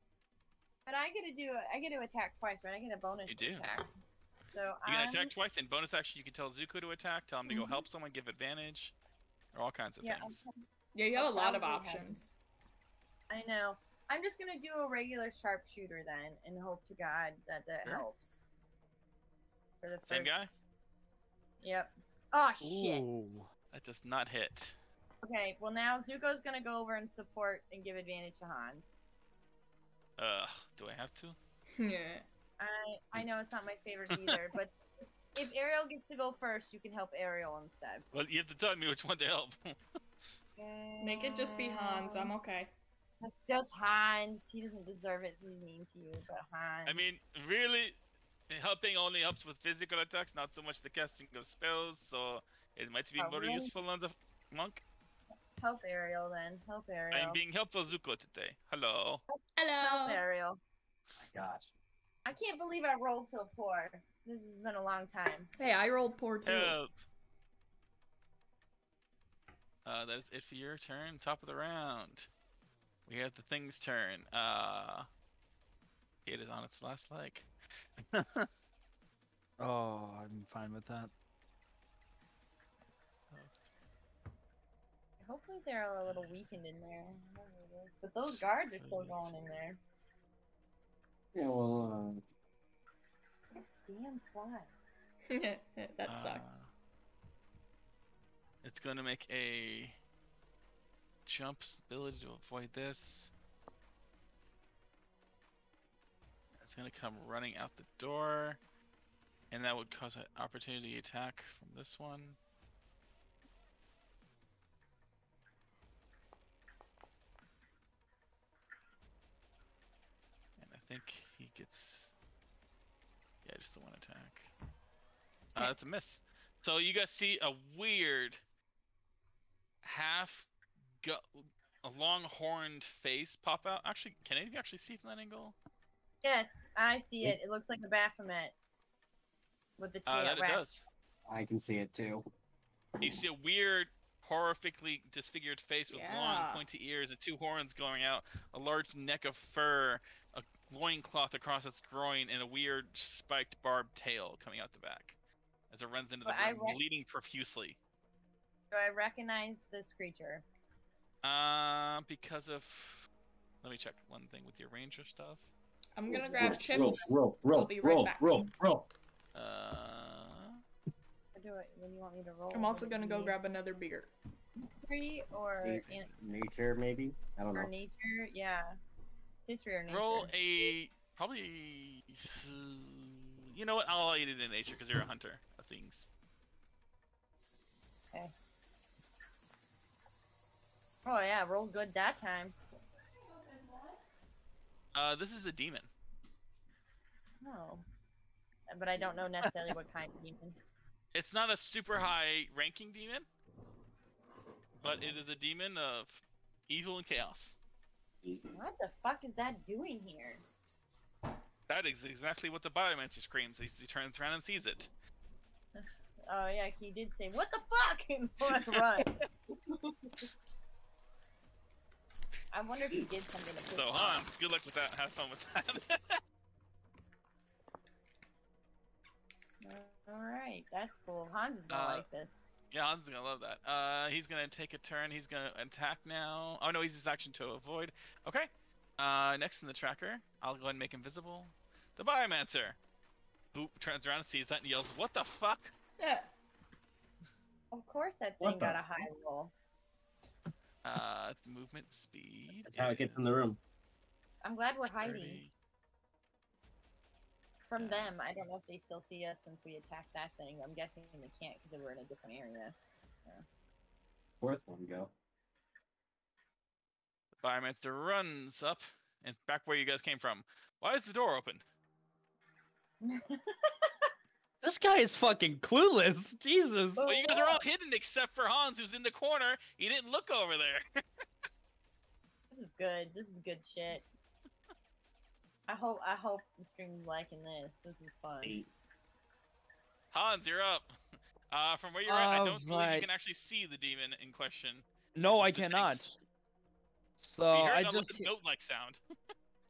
Speaker 5: But I get to do. A, I get to attack twice, right? I get a bonus
Speaker 1: You do.
Speaker 5: attack. So
Speaker 1: You can
Speaker 5: I'm,
Speaker 1: attack twice, and bonus action you can tell Zuko to attack, tell him to go
Speaker 5: Mhm.
Speaker 1: help someone, give advantage, or all kinds of
Speaker 5: Yeah, I'm
Speaker 1: things.
Speaker 2: Yeah, you have a lot of
Speaker 5: Probably have.
Speaker 2: options.
Speaker 5: I know. I'm just gonna do a regular sharpshooter then, and hope to God that that
Speaker 1: Sure.
Speaker 5: helps. For the
Speaker 1: Same guy?
Speaker 5: first- Yep. Oh shit.
Speaker 4: Ooh.
Speaker 1: That does not hit.
Speaker 5: Okay. Well, now Zuko's gonna go over and support and give advantage to Hans.
Speaker 1: Ugh, do I have to?
Speaker 2: Yeah.
Speaker 5: I I know it's not my favorite either, but if Ariel gets to go first, you can help Ariel instead.
Speaker 1: Well, you have to tell me which one to help.
Speaker 2: Make it just be Hans. I'm okay.
Speaker 5: It's just Hans. He doesn't deserve it. He's mean to you, but Hans.
Speaker 1: I mean, really, helping only helps with physical attacks, not so much the casting of spells, so it might be
Speaker 5: Oh,
Speaker 1: more
Speaker 5: really?
Speaker 1: useful on the f- monk.
Speaker 5: help Ariel then. Help Ariel.
Speaker 1: I'm being helpful, Zuko, today. Hello.
Speaker 5: help
Speaker 2: Hello.
Speaker 5: Ariel.
Speaker 6: Gosh.
Speaker 5: I can't believe I rolled so poor. This has been a long time.
Speaker 2: Hey, I rolled poor too.
Speaker 1: Help. Uh, that is it for your turn. Top of the round. We have the thing's turn. Uh, it is on its last leg.
Speaker 4: Oh, I'm fine with that.
Speaker 5: Hopefully they're a little weakened in there. I don't know what it is. But those guards are still going in there.
Speaker 6: Yeah, well, uh,
Speaker 5: This damn fly.
Speaker 2: that sucks.
Speaker 1: Uh, It's going to make a jump ability to avoid this. It's going to come running out the door, and that would cause an opportunity attack from this one. And I think he gets. Yeah, just the one attack. Uh, that's a miss. So you guys see a weird half gu- a long horned face pop out. Actually, can any of you actually see from that angle?
Speaker 5: Yes, I see it. It looks like a Baphomet. With the tail
Speaker 1: Uh, that it
Speaker 5: wrapped
Speaker 1: does.
Speaker 6: I can see it too.
Speaker 1: You see a weird, horrifically disfigured face with long,
Speaker 2: Yeah.
Speaker 1: pointy ears and two horns going out, a large neck of fur, a loincloth across its groin, and a weird, spiked, barbed tail coming out the back as it runs into the
Speaker 5: Well, I
Speaker 1: room,
Speaker 5: rec-
Speaker 1: bleeding profusely.
Speaker 5: Do I recognize this creature?
Speaker 1: Uh, because of. Let me check one thing with your ranger stuff.
Speaker 2: I'm gonna grab chips.
Speaker 3: Roll,
Speaker 2: I'll
Speaker 3: roll,
Speaker 2: be
Speaker 3: roll,
Speaker 2: right
Speaker 3: roll,
Speaker 2: back.
Speaker 3: roll, roll.
Speaker 1: Uh,
Speaker 5: Or do I, when you want me to roll?
Speaker 2: I'm also
Speaker 5: Would it
Speaker 2: gonna go
Speaker 5: be
Speaker 2: grab another beer.
Speaker 5: history or in,
Speaker 6: Nature, maybe? I don't
Speaker 5: or
Speaker 6: know.
Speaker 5: nature? Yeah, history or nature.
Speaker 1: roll a probably. You know what? I'll allow you to do nature because you're a hunter of things.
Speaker 5: Oh yeah, roll good that time.
Speaker 1: Uh, this is a demon.
Speaker 5: Oh, but I don't know necessarily what kind of demon.
Speaker 1: It's not a super high ranking demon, but it is a demon of evil and chaos.
Speaker 5: What the fuck is that doing here?
Speaker 1: That is exactly what the biomancer screams as he turns around and sees it.
Speaker 5: Oh yeah, he did say what the fuck and run, run. I wonder if he did something to piss
Speaker 1: So
Speaker 5: me
Speaker 1: Hans,
Speaker 5: off.
Speaker 1: good luck with that. Have fun with that.
Speaker 5: All right, that's cool. Hans is gonna
Speaker 1: Uh,
Speaker 5: like this.
Speaker 1: Yeah, Hans is gonna love that. Uh, he's gonna take a turn. He's gonna attack now. Oh no, he's his action to avoid. Okay. Uh, next in the tracker, I'll go ahead and make invisible the biomancer, who turns around and sees that and yells, "What the fuck?"
Speaker 2: Yeah.
Speaker 5: Of course, that
Speaker 6: What
Speaker 5: thing
Speaker 6: the
Speaker 5: got a high roll.
Speaker 1: Uh, it's movement speed.
Speaker 6: That's how it gets in the room.
Speaker 5: I'm glad we're hiding.
Speaker 1: 30.
Speaker 5: from
Speaker 1: Yeah.
Speaker 5: them. I don't know if they still see us since we attacked that thing. I'm guessing they can't because we're in a different area.
Speaker 6: Fourth one go.
Speaker 1: The Biomancer runs up and back where you guys came from. Why is the door open?
Speaker 4: This guy is fucking clueless. Jesus.
Speaker 6: Oh.
Speaker 1: Well, you guys are all hidden except for Hans, who's in the corner. He didn't look over there.
Speaker 5: This is good. This is good shit. I hope I hope the stream's liking this. This is fun.
Speaker 6: Eight.
Speaker 1: Hans, you're up. Uh, from where you're at,
Speaker 4: Oh
Speaker 1: I don't believe you
Speaker 4: Alright.
Speaker 1: can actually see the demon in question.
Speaker 4: No, I
Speaker 1: the things.
Speaker 4: cannot. So
Speaker 1: you heard
Speaker 4: Oh, I
Speaker 1: that
Speaker 4: just
Speaker 1: little goat-like sound.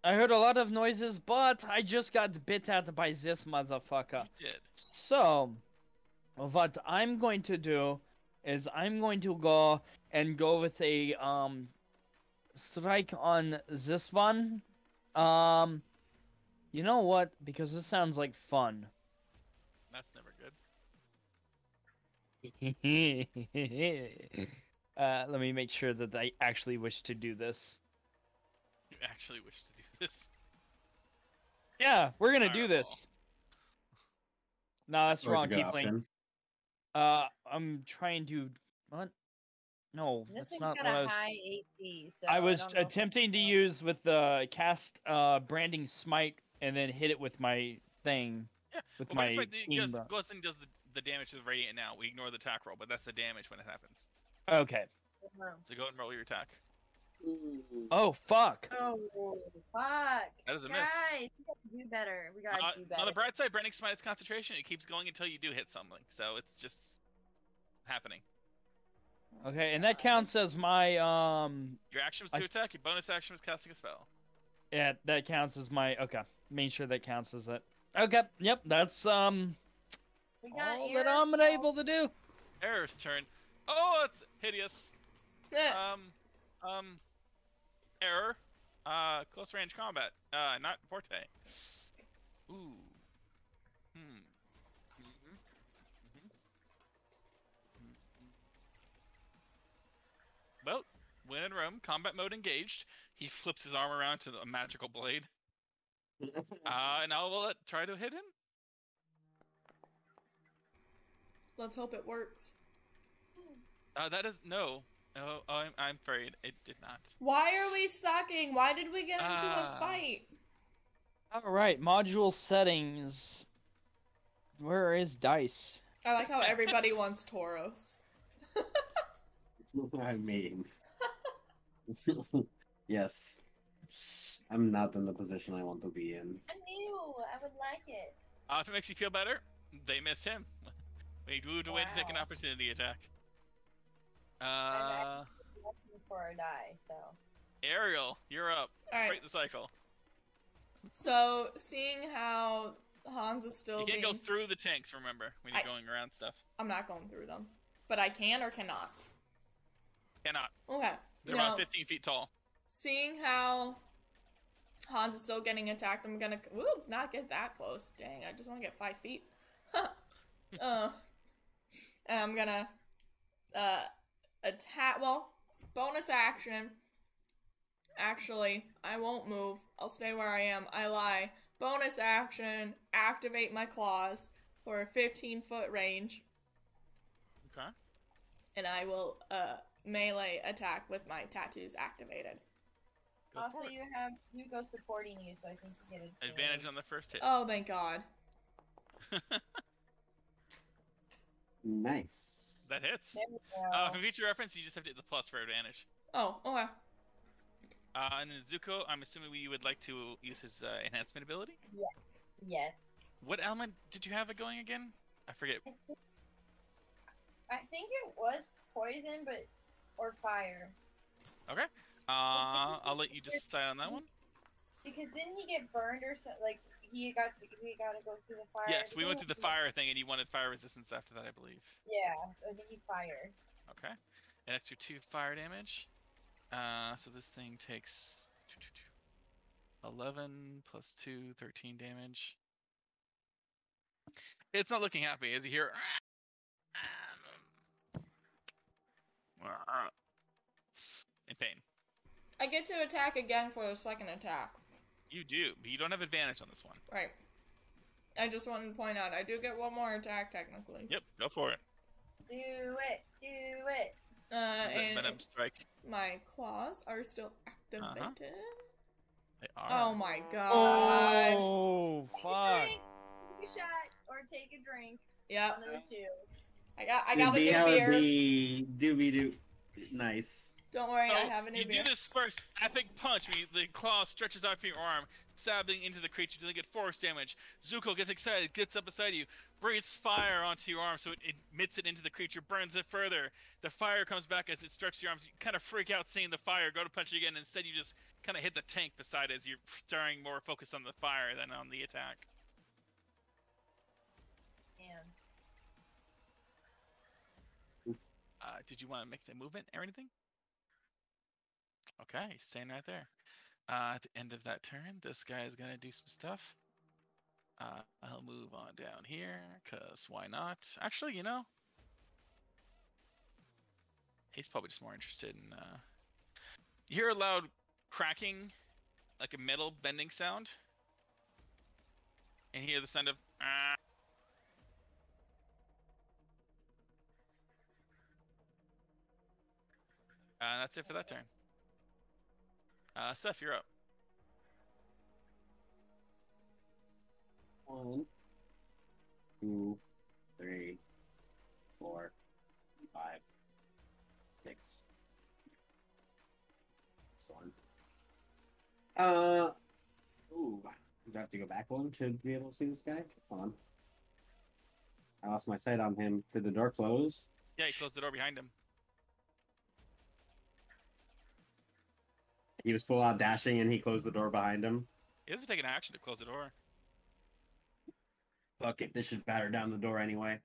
Speaker 4: I heard a lot of noises, but I just got bit at by this motherfucker.
Speaker 1: You did.
Speaker 4: So, what I'm going to do is I'm going to go and go with a um strike on this one. Um, you know what? Because this sounds like fun.
Speaker 1: That's never good.
Speaker 4: uh, let me make sure that I actually wish to do this.
Speaker 1: You actually wish to do this.
Speaker 4: Yeah, we're gonna do
Speaker 1: Fireball.
Speaker 4: this. No, that's
Speaker 6: That's always a
Speaker 4: wrong.
Speaker 6: good
Speaker 4: Keep playing.
Speaker 6: option.
Speaker 4: Uh, I'm trying to. What? No,
Speaker 5: This
Speaker 4: that's
Speaker 5: thing's
Speaker 4: not
Speaker 5: got
Speaker 4: what I
Speaker 5: a
Speaker 4: was.
Speaker 5: high AC, so
Speaker 4: I was
Speaker 5: don't know if it's
Speaker 4: attempting to
Speaker 5: gonna-
Speaker 4: use with the cast uh branding smite and then hit it with my thing.
Speaker 1: Yeah,
Speaker 4: With
Speaker 1: Well,
Speaker 4: my
Speaker 1: that's why the, does,
Speaker 4: aim bu-
Speaker 1: Ghosting does the, the damage to the radiant now. We ignore the attack roll, but that's the damage when it happens.
Speaker 4: Okay.
Speaker 5: Oh,
Speaker 1: So go ahead and roll your attack.
Speaker 4: Oh fuck.
Speaker 5: Oh, fuck.
Speaker 1: That is a miss.
Speaker 5: Guys, we gotta do better. We gotta
Speaker 1: Uh,
Speaker 5: do
Speaker 1: on
Speaker 5: better.
Speaker 1: the bright side, Branding Smite's concentration, it keeps going until you do hit something. So it's just happening.
Speaker 4: Okay, and that counts as my um.
Speaker 1: Your action was
Speaker 4: I-
Speaker 1: to attack, your bonus action was casting a spell.
Speaker 4: Yeah, that counts as my. Okay, make sure that counts as it. Okay. Yep. That's um.
Speaker 5: We got
Speaker 4: All
Speaker 5: air
Speaker 4: that I'm
Speaker 5: assault.
Speaker 4: able to do.
Speaker 1: Error's turn. Oh, it's hideous.
Speaker 2: Eh,
Speaker 1: Um, um, error. Uh, close range combat. Uh, not forte. Ooh. Hmm. Mhm. Mhm. Mhm. Well, when in Rome, combat mode engaged. He flips his arm around to a magical blade. Uh, and I will let, try to hit him.
Speaker 2: let's hope it works.
Speaker 1: Uh, that is no. No, I'm, I'm afraid it did not.
Speaker 2: Why are we sucking? Why did we get into
Speaker 1: Ah.
Speaker 2: a fight?
Speaker 4: All right. Module settings. Where is dice?
Speaker 2: I like how everybody wants Tauros.
Speaker 6: I mean. yes. I'm not in the position I want to be in.
Speaker 5: I knew. I would like it.
Speaker 1: Uh, if it makes you feel better, they missed him. we moved away to take an
Speaker 5: Wow.
Speaker 1: opportunity attack.
Speaker 5: I-
Speaker 1: Uh,
Speaker 5: Lessons for our die, so.
Speaker 1: Ariel, you're up.
Speaker 2: All right.
Speaker 1: Break the cycle.
Speaker 2: So seeing how Hans is still
Speaker 1: You can't
Speaker 2: being,
Speaker 1: go through the tanks, remember, when you're
Speaker 2: I-
Speaker 1: going around stuff.
Speaker 2: I'm not going through them, but I can or cannot.
Speaker 1: Cannot.
Speaker 2: Okay.
Speaker 1: They're
Speaker 2: no.
Speaker 1: about 15 feet tall.
Speaker 2: Seeing how Hans is still getting attacked, I'm gonna ooh, not get that close. Dang, I just want to get five feet. uh, and I'm gonna uh attack. Well, bonus action. Actually, I won't move. I'll stay where I am. I lie. Bonus action. Activate my claws for a 15 foot range,
Speaker 1: Okay.
Speaker 2: and I will uh melee attack with my tattoos activated.
Speaker 1: Go
Speaker 5: also,
Speaker 1: for it.
Speaker 5: you have Hugo supporting you, so I think you get advantage.
Speaker 1: Advantage on the first hit.
Speaker 2: Oh, thank God.
Speaker 6: Nice.
Speaker 1: That hits.
Speaker 5: There we go.
Speaker 1: Uh, for future reference, you just have to hit the plus for advantage.
Speaker 2: Oh, okay.
Speaker 1: Uh, and then Zuko, I'm assuming we would like to use his uh, enhancement ability.
Speaker 5: yes.
Speaker 1: What element did you have it going again? I forget.
Speaker 5: I think, I think it was poison, but or fire.
Speaker 1: Uh, I'll let you decide on that one.
Speaker 5: Because didn't he get burned or something? Like he got to, he got to go through the fire.
Speaker 1: Yes, we went through
Speaker 5: Didn't
Speaker 1: the
Speaker 5: he-
Speaker 1: fire thing, and you wanted fire resistance after that, I believe.
Speaker 5: Yeah, so I think he's fire.
Speaker 1: Okay. An extra two fire damage. Uh, so this thing takes 11 plus 2, 13 damage. It's not looking happy as you hear. In pain.
Speaker 2: I get to attack again for the second attack.
Speaker 1: You do, but you don't have advantage on this one.
Speaker 2: Right. I just wanted to point out, I do get one more attack technically.
Speaker 1: Yep, go for it.
Speaker 5: Do it. Do it.
Speaker 2: Uh, and
Speaker 1: Venom
Speaker 2: it's-
Speaker 1: strike.
Speaker 2: my claws are still
Speaker 1: Uh-huh.
Speaker 2: activated.
Speaker 1: They are.
Speaker 2: Oh my god.
Speaker 4: Oh,
Speaker 5: Take a
Speaker 4: fuck.
Speaker 5: drink. Take a shot or take a drink.
Speaker 2: Yep.
Speaker 5: One of
Speaker 6: Uh-huh.
Speaker 5: the two.
Speaker 2: I got I got a new beer.
Speaker 6: BLB doobie doo. Nice.
Speaker 2: Don't worry, I
Speaker 1: Oh,
Speaker 2: have a new
Speaker 1: you
Speaker 2: beer.
Speaker 1: do this first epic punch. where you- the claw stretches out for your arm, stabbing into the creature, dealing it force damage. Zuko gets excited, gets up beside you, breathes fire onto your arm, so it emits it into the creature, burns it further. The fire comes back as it stretches your arms. You kind of freak out seeing the fire. Go to punch it again. Instead, you just kind of hit the tank beside it as you're staring more focused on the fire than on the attack.
Speaker 5: And
Speaker 1: Uh, did you want to make a movement or anything? Okay, he's staying right there. Uh, at the end of that turn, this guy is gonna do some stuff. Uh, I'll move on down here, cause why not? Actually, you know, he's probably just more interested in. Uh... You hear a loud cracking, like a metal bending sound, and hear the sound of. "Ah." Uh, that's it for that turn. Uh, Seth, you're up.
Speaker 6: One, two, three, four, five, six. Excellent. Uh, ooh, do I have to go back one to be able to see this guy? Hold on. I lost my sight on him. Did the door close?
Speaker 1: Yeah, he closed the door behind him.
Speaker 6: He was full out dashing and he closed the door behind him.
Speaker 1: He doesn't take an action to close the door.
Speaker 6: fuck it, this should batter down the door anyway.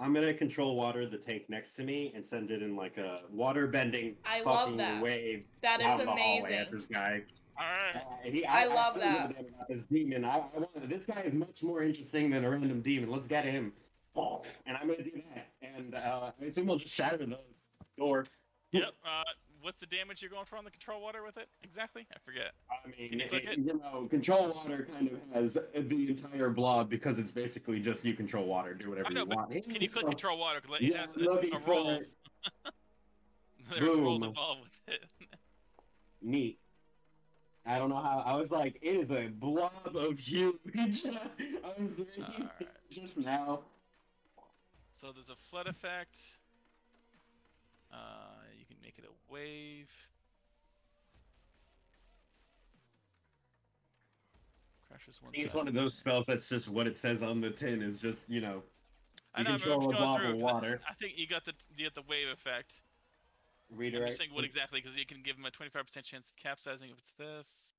Speaker 6: I'm gonna control water the tank next to me and send it in like a water bending
Speaker 2: I love
Speaker 6: fucking
Speaker 2: that.
Speaker 6: wave
Speaker 2: That
Speaker 6: down
Speaker 2: is
Speaker 6: the hallway at
Speaker 2: amazing.
Speaker 6: this guy.
Speaker 1: All
Speaker 6: Uh,
Speaker 1: right.
Speaker 6: he-
Speaker 2: I love
Speaker 6: don't give a
Speaker 2: that.
Speaker 6: damn about This demon, I, I want, this guy is much more interesting than a random demon. Let's get him. Oh, and I'm gonna do that, and uh, I assume we'll just shatter the door.
Speaker 1: Yep. Uh, what's the damage you're going for on the control water with it exactly? I forget.
Speaker 6: I mean,
Speaker 1: you
Speaker 6: it,
Speaker 1: click it?
Speaker 6: you know, control water kind of has the entire blob because it's basically just you control water, do whatever
Speaker 1: I know,
Speaker 6: you
Speaker 1: but
Speaker 6: want.
Speaker 1: Can you click
Speaker 6: So-
Speaker 1: control water? 'Cause It
Speaker 6: Uh, Yeah,
Speaker 1: has
Speaker 6: I'm looking
Speaker 1: a, a
Speaker 6: for
Speaker 1: roll.
Speaker 6: it.
Speaker 1: There's rolls
Speaker 6: Boom.
Speaker 1: involved with it.
Speaker 6: neat. I don't know how. I was like, it is a blob of huge. I was reading
Speaker 1: Alright.
Speaker 6: just now.
Speaker 1: So there's a flood effect. Uh, you can make it a wave. Crashes one.
Speaker 6: It's
Speaker 1: side.
Speaker 6: one of those spells that's just what it says on the tin is just you know.
Speaker 1: I
Speaker 6: you
Speaker 1: know, I'm- I'm
Speaker 6: control
Speaker 1: just
Speaker 6: a
Speaker 1: going
Speaker 6: blob
Speaker 1: through
Speaker 6: of
Speaker 1: 'cause I-
Speaker 6: water.
Speaker 1: I think you got the you got the wave effect. I'm
Speaker 6: Redirect.
Speaker 1: just saying what exactly because you can give him a 25% chance of capsizing if it's this.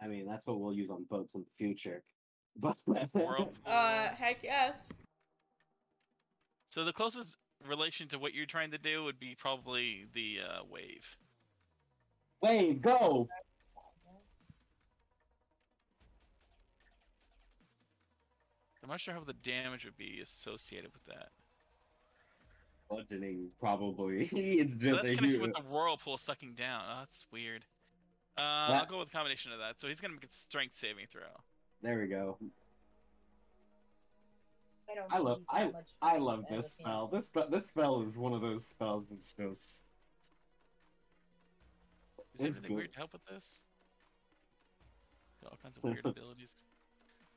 Speaker 6: I mean, that's what we'll use on boats in the future. But
Speaker 1: Whirlpool.
Speaker 2: Uh, heck yes.
Speaker 1: So the closest relation to what you're trying to do would be probably the uh, wave.
Speaker 6: wait, go.
Speaker 1: I'm not sure how the damage would be associated with that.
Speaker 6: Bludgeoning, probably. it's
Speaker 1: So
Speaker 6: just
Speaker 1: that's
Speaker 6: a
Speaker 1: connected
Speaker 6: huge.
Speaker 1: with the whirlpool sucking down. Oh, that's weird. Uh, I'll
Speaker 6: That-
Speaker 1: go with a combination of that. So he's gonna make a strength saving throw.
Speaker 6: There we go.
Speaker 5: I, don't
Speaker 6: I love-
Speaker 5: use that much
Speaker 6: I
Speaker 5: time
Speaker 6: love
Speaker 5: with
Speaker 6: this
Speaker 5: everything.
Speaker 6: spell. This spell. This spell is one of those spells that's just.
Speaker 1: Is there
Speaker 6: It's
Speaker 1: anything weird
Speaker 6: good.
Speaker 1: to help with this? Got all kinds of weird abilities.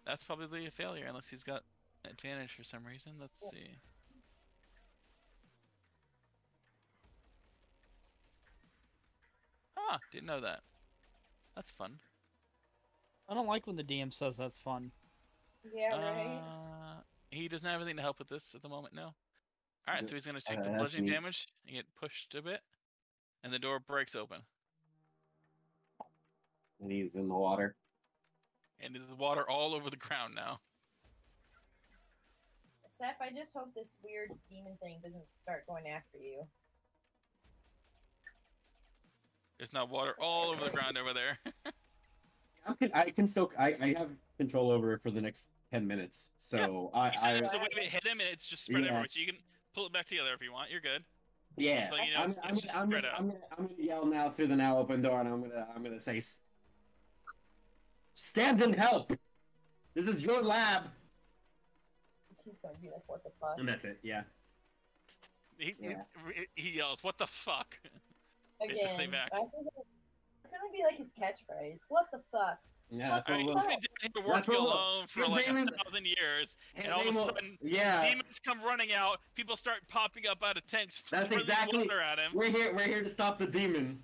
Speaker 1: That's probably a failure unless he's got advantage for some reason. Let's
Speaker 5: Yeah.
Speaker 1: see. Ah, didn't know that. That's fun.
Speaker 4: I don't like when the DM says that's fun.
Speaker 5: Yeah, right.
Speaker 1: Uh, he doesn't have anything to help with this at the moment, no. Alright,
Speaker 6: Th-
Speaker 1: so he's gonna take
Speaker 6: uh,
Speaker 1: the
Speaker 6: that's
Speaker 1: bludgeoning
Speaker 6: neat.
Speaker 1: damage and get pushed a bit. And the door breaks open.
Speaker 6: And he's in the water.
Speaker 1: And there's water all over the ground now.
Speaker 5: Seth, I just hope this weird demon thing doesn't start going after you.
Speaker 1: There's now water all over the ground over there.
Speaker 6: I can, I can still I, I have control over it for the next ten minutes. So
Speaker 1: You
Speaker 6: I,
Speaker 1: said
Speaker 6: I
Speaker 1: it was the way it hit him, and it's just spread
Speaker 6: Yeah.
Speaker 1: everywhere. So you can pull it back together if you want. You're good.
Speaker 6: yeah.
Speaker 1: So you know,
Speaker 6: I'm,
Speaker 1: it's,
Speaker 6: I'm,
Speaker 1: it's just
Speaker 6: I'm,
Speaker 1: spread
Speaker 6: gonna,
Speaker 1: out.
Speaker 6: I'm, gonna, I'm gonna yell now through the now open door, and I'm gonna I'm gonna say, "S- stand and help. This is your lab.
Speaker 5: She's gonna be like, what the fuck?
Speaker 6: And that's it. Yeah.
Speaker 1: He,
Speaker 5: Yeah.
Speaker 1: he yells, "What the fuck?" Basically
Speaker 5: Again,
Speaker 1: back.
Speaker 5: I think it's gonna be like his catchphrase. What the fuck?
Speaker 6: Yeah,
Speaker 5: What
Speaker 6: that's
Speaker 1: I
Speaker 6: what
Speaker 1: mean,
Speaker 6: it
Speaker 1: he's
Speaker 6: was.
Speaker 1: been down here
Speaker 6: That's
Speaker 1: working
Speaker 6: what-
Speaker 1: alone for
Speaker 6: his
Speaker 1: like a
Speaker 6: name is-
Speaker 1: thousand years,
Speaker 6: His
Speaker 1: and all of a
Speaker 6: name uh, was-
Speaker 1: sudden,
Speaker 6: yeah,
Speaker 1: demons come running out. People start popping up out of tanks,
Speaker 6: That's
Speaker 1: throwing
Speaker 6: exactly-
Speaker 1: water at him.
Speaker 6: we're here. We're here to stop the demon.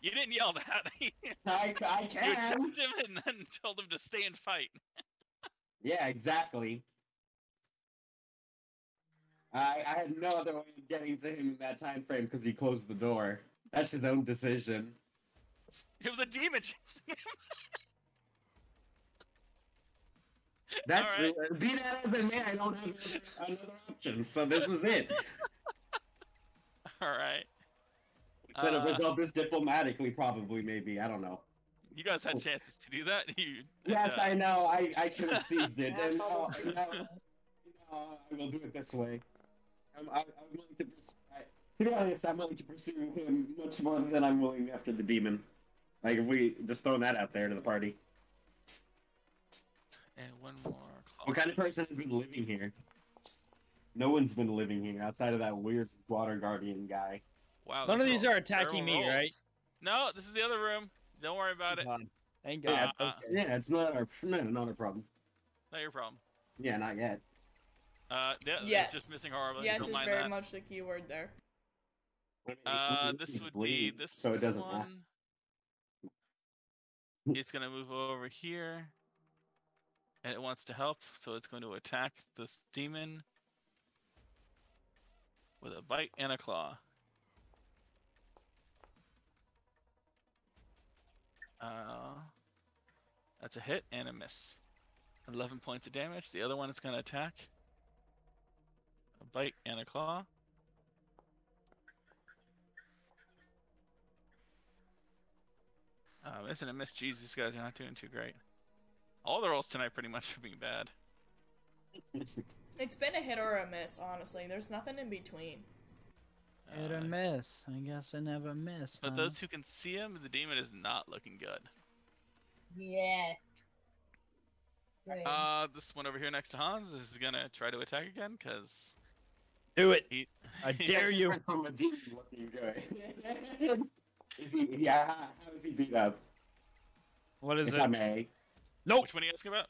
Speaker 1: You didn't yell that. you
Speaker 6: I, I
Speaker 1: attacked
Speaker 6: can.
Speaker 1: him and then told him to stay and fight.
Speaker 6: Yeah, exactly. I I had no other way of getting to him in that time frame because he closed the door. That's his own decision.
Speaker 1: It was a demon chasing him.
Speaker 6: That's
Speaker 1: All right.
Speaker 6: the, be that as it may, I don't have another option. So this was it.
Speaker 1: All right,
Speaker 6: Could have
Speaker 1: Uh,
Speaker 6: resolved this diplomatically, probably, maybe. I don't know.
Speaker 1: you guys had
Speaker 6: Oh.
Speaker 1: chances to do that. You
Speaker 6: Yes,
Speaker 1: uh,
Speaker 6: I know. I, I should have seized it.
Speaker 5: Yeah,
Speaker 6: and uh, now,
Speaker 5: probably.
Speaker 6: now, now I will do it this way. I'm, I, I'm willing to pursue. I, to be honest, I'm willing to pursue him much more than I'm willing after the demon. Like, if we just throwing that out there to the party.
Speaker 1: And one more. Claw.
Speaker 6: What kind of person has been living here? No one's been living here outside of that weird water guardian guy.
Speaker 1: Wow.
Speaker 4: None of
Speaker 1: are
Speaker 4: these
Speaker 1: all
Speaker 4: are attacking
Speaker 1: terrible
Speaker 4: me, right? Uh-huh.
Speaker 1: No, this is the other room. Don't worry about it. Uh,
Speaker 4: God. Thank
Speaker 6: Yeah,
Speaker 4: God.
Speaker 6: it's okay. yeah, it's not our no, not a problem.
Speaker 1: Not your problem.
Speaker 6: Yeah, not yet.
Speaker 1: Uh, yeah,
Speaker 2: Yeah.
Speaker 1: it's just missing horribly.
Speaker 2: Yeah,
Speaker 1: Don't
Speaker 2: just
Speaker 1: mind
Speaker 2: very
Speaker 1: that.
Speaker 2: much the key word there.
Speaker 1: Uh, this would be
Speaker 6: Bleed,
Speaker 1: this
Speaker 6: so it doesn't matter.
Speaker 1: one. It's gonna move over here, and it wants to help, so it's going to attack this demon with a bite and a claw. Uh, that's a hit and a miss. Eleven points of damage. The other one is gonna attack. A bite and a claw. Uh, listen, I miss Jeez, these guys are not doing too great. All the rolls tonight pretty much are being bad.
Speaker 2: It's been a hit or a miss, honestly. There's nothing in between.
Speaker 4: Hit
Speaker 1: Uh,
Speaker 4: or miss. I guess I never miss.
Speaker 1: but
Speaker 4: huh?
Speaker 1: those who can see him, the demon is not looking good.
Speaker 5: Yes. Good.
Speaker 1: Uh, this one over here next to Hans is gonna try to attack again because
Speaker 4: do it.
Speaker 1: he.
Speaker 4: I dare you.
Speaker 6: From a demon, what are you doing? is he? Yeah. How, how is he beat up?
Speaker 4: What is
Speaker 6: if I
Speaker 4: it?
Speaker 6: may.
Speaker 4: Nope.
Speaker 1: Oh, Which one are you asking about?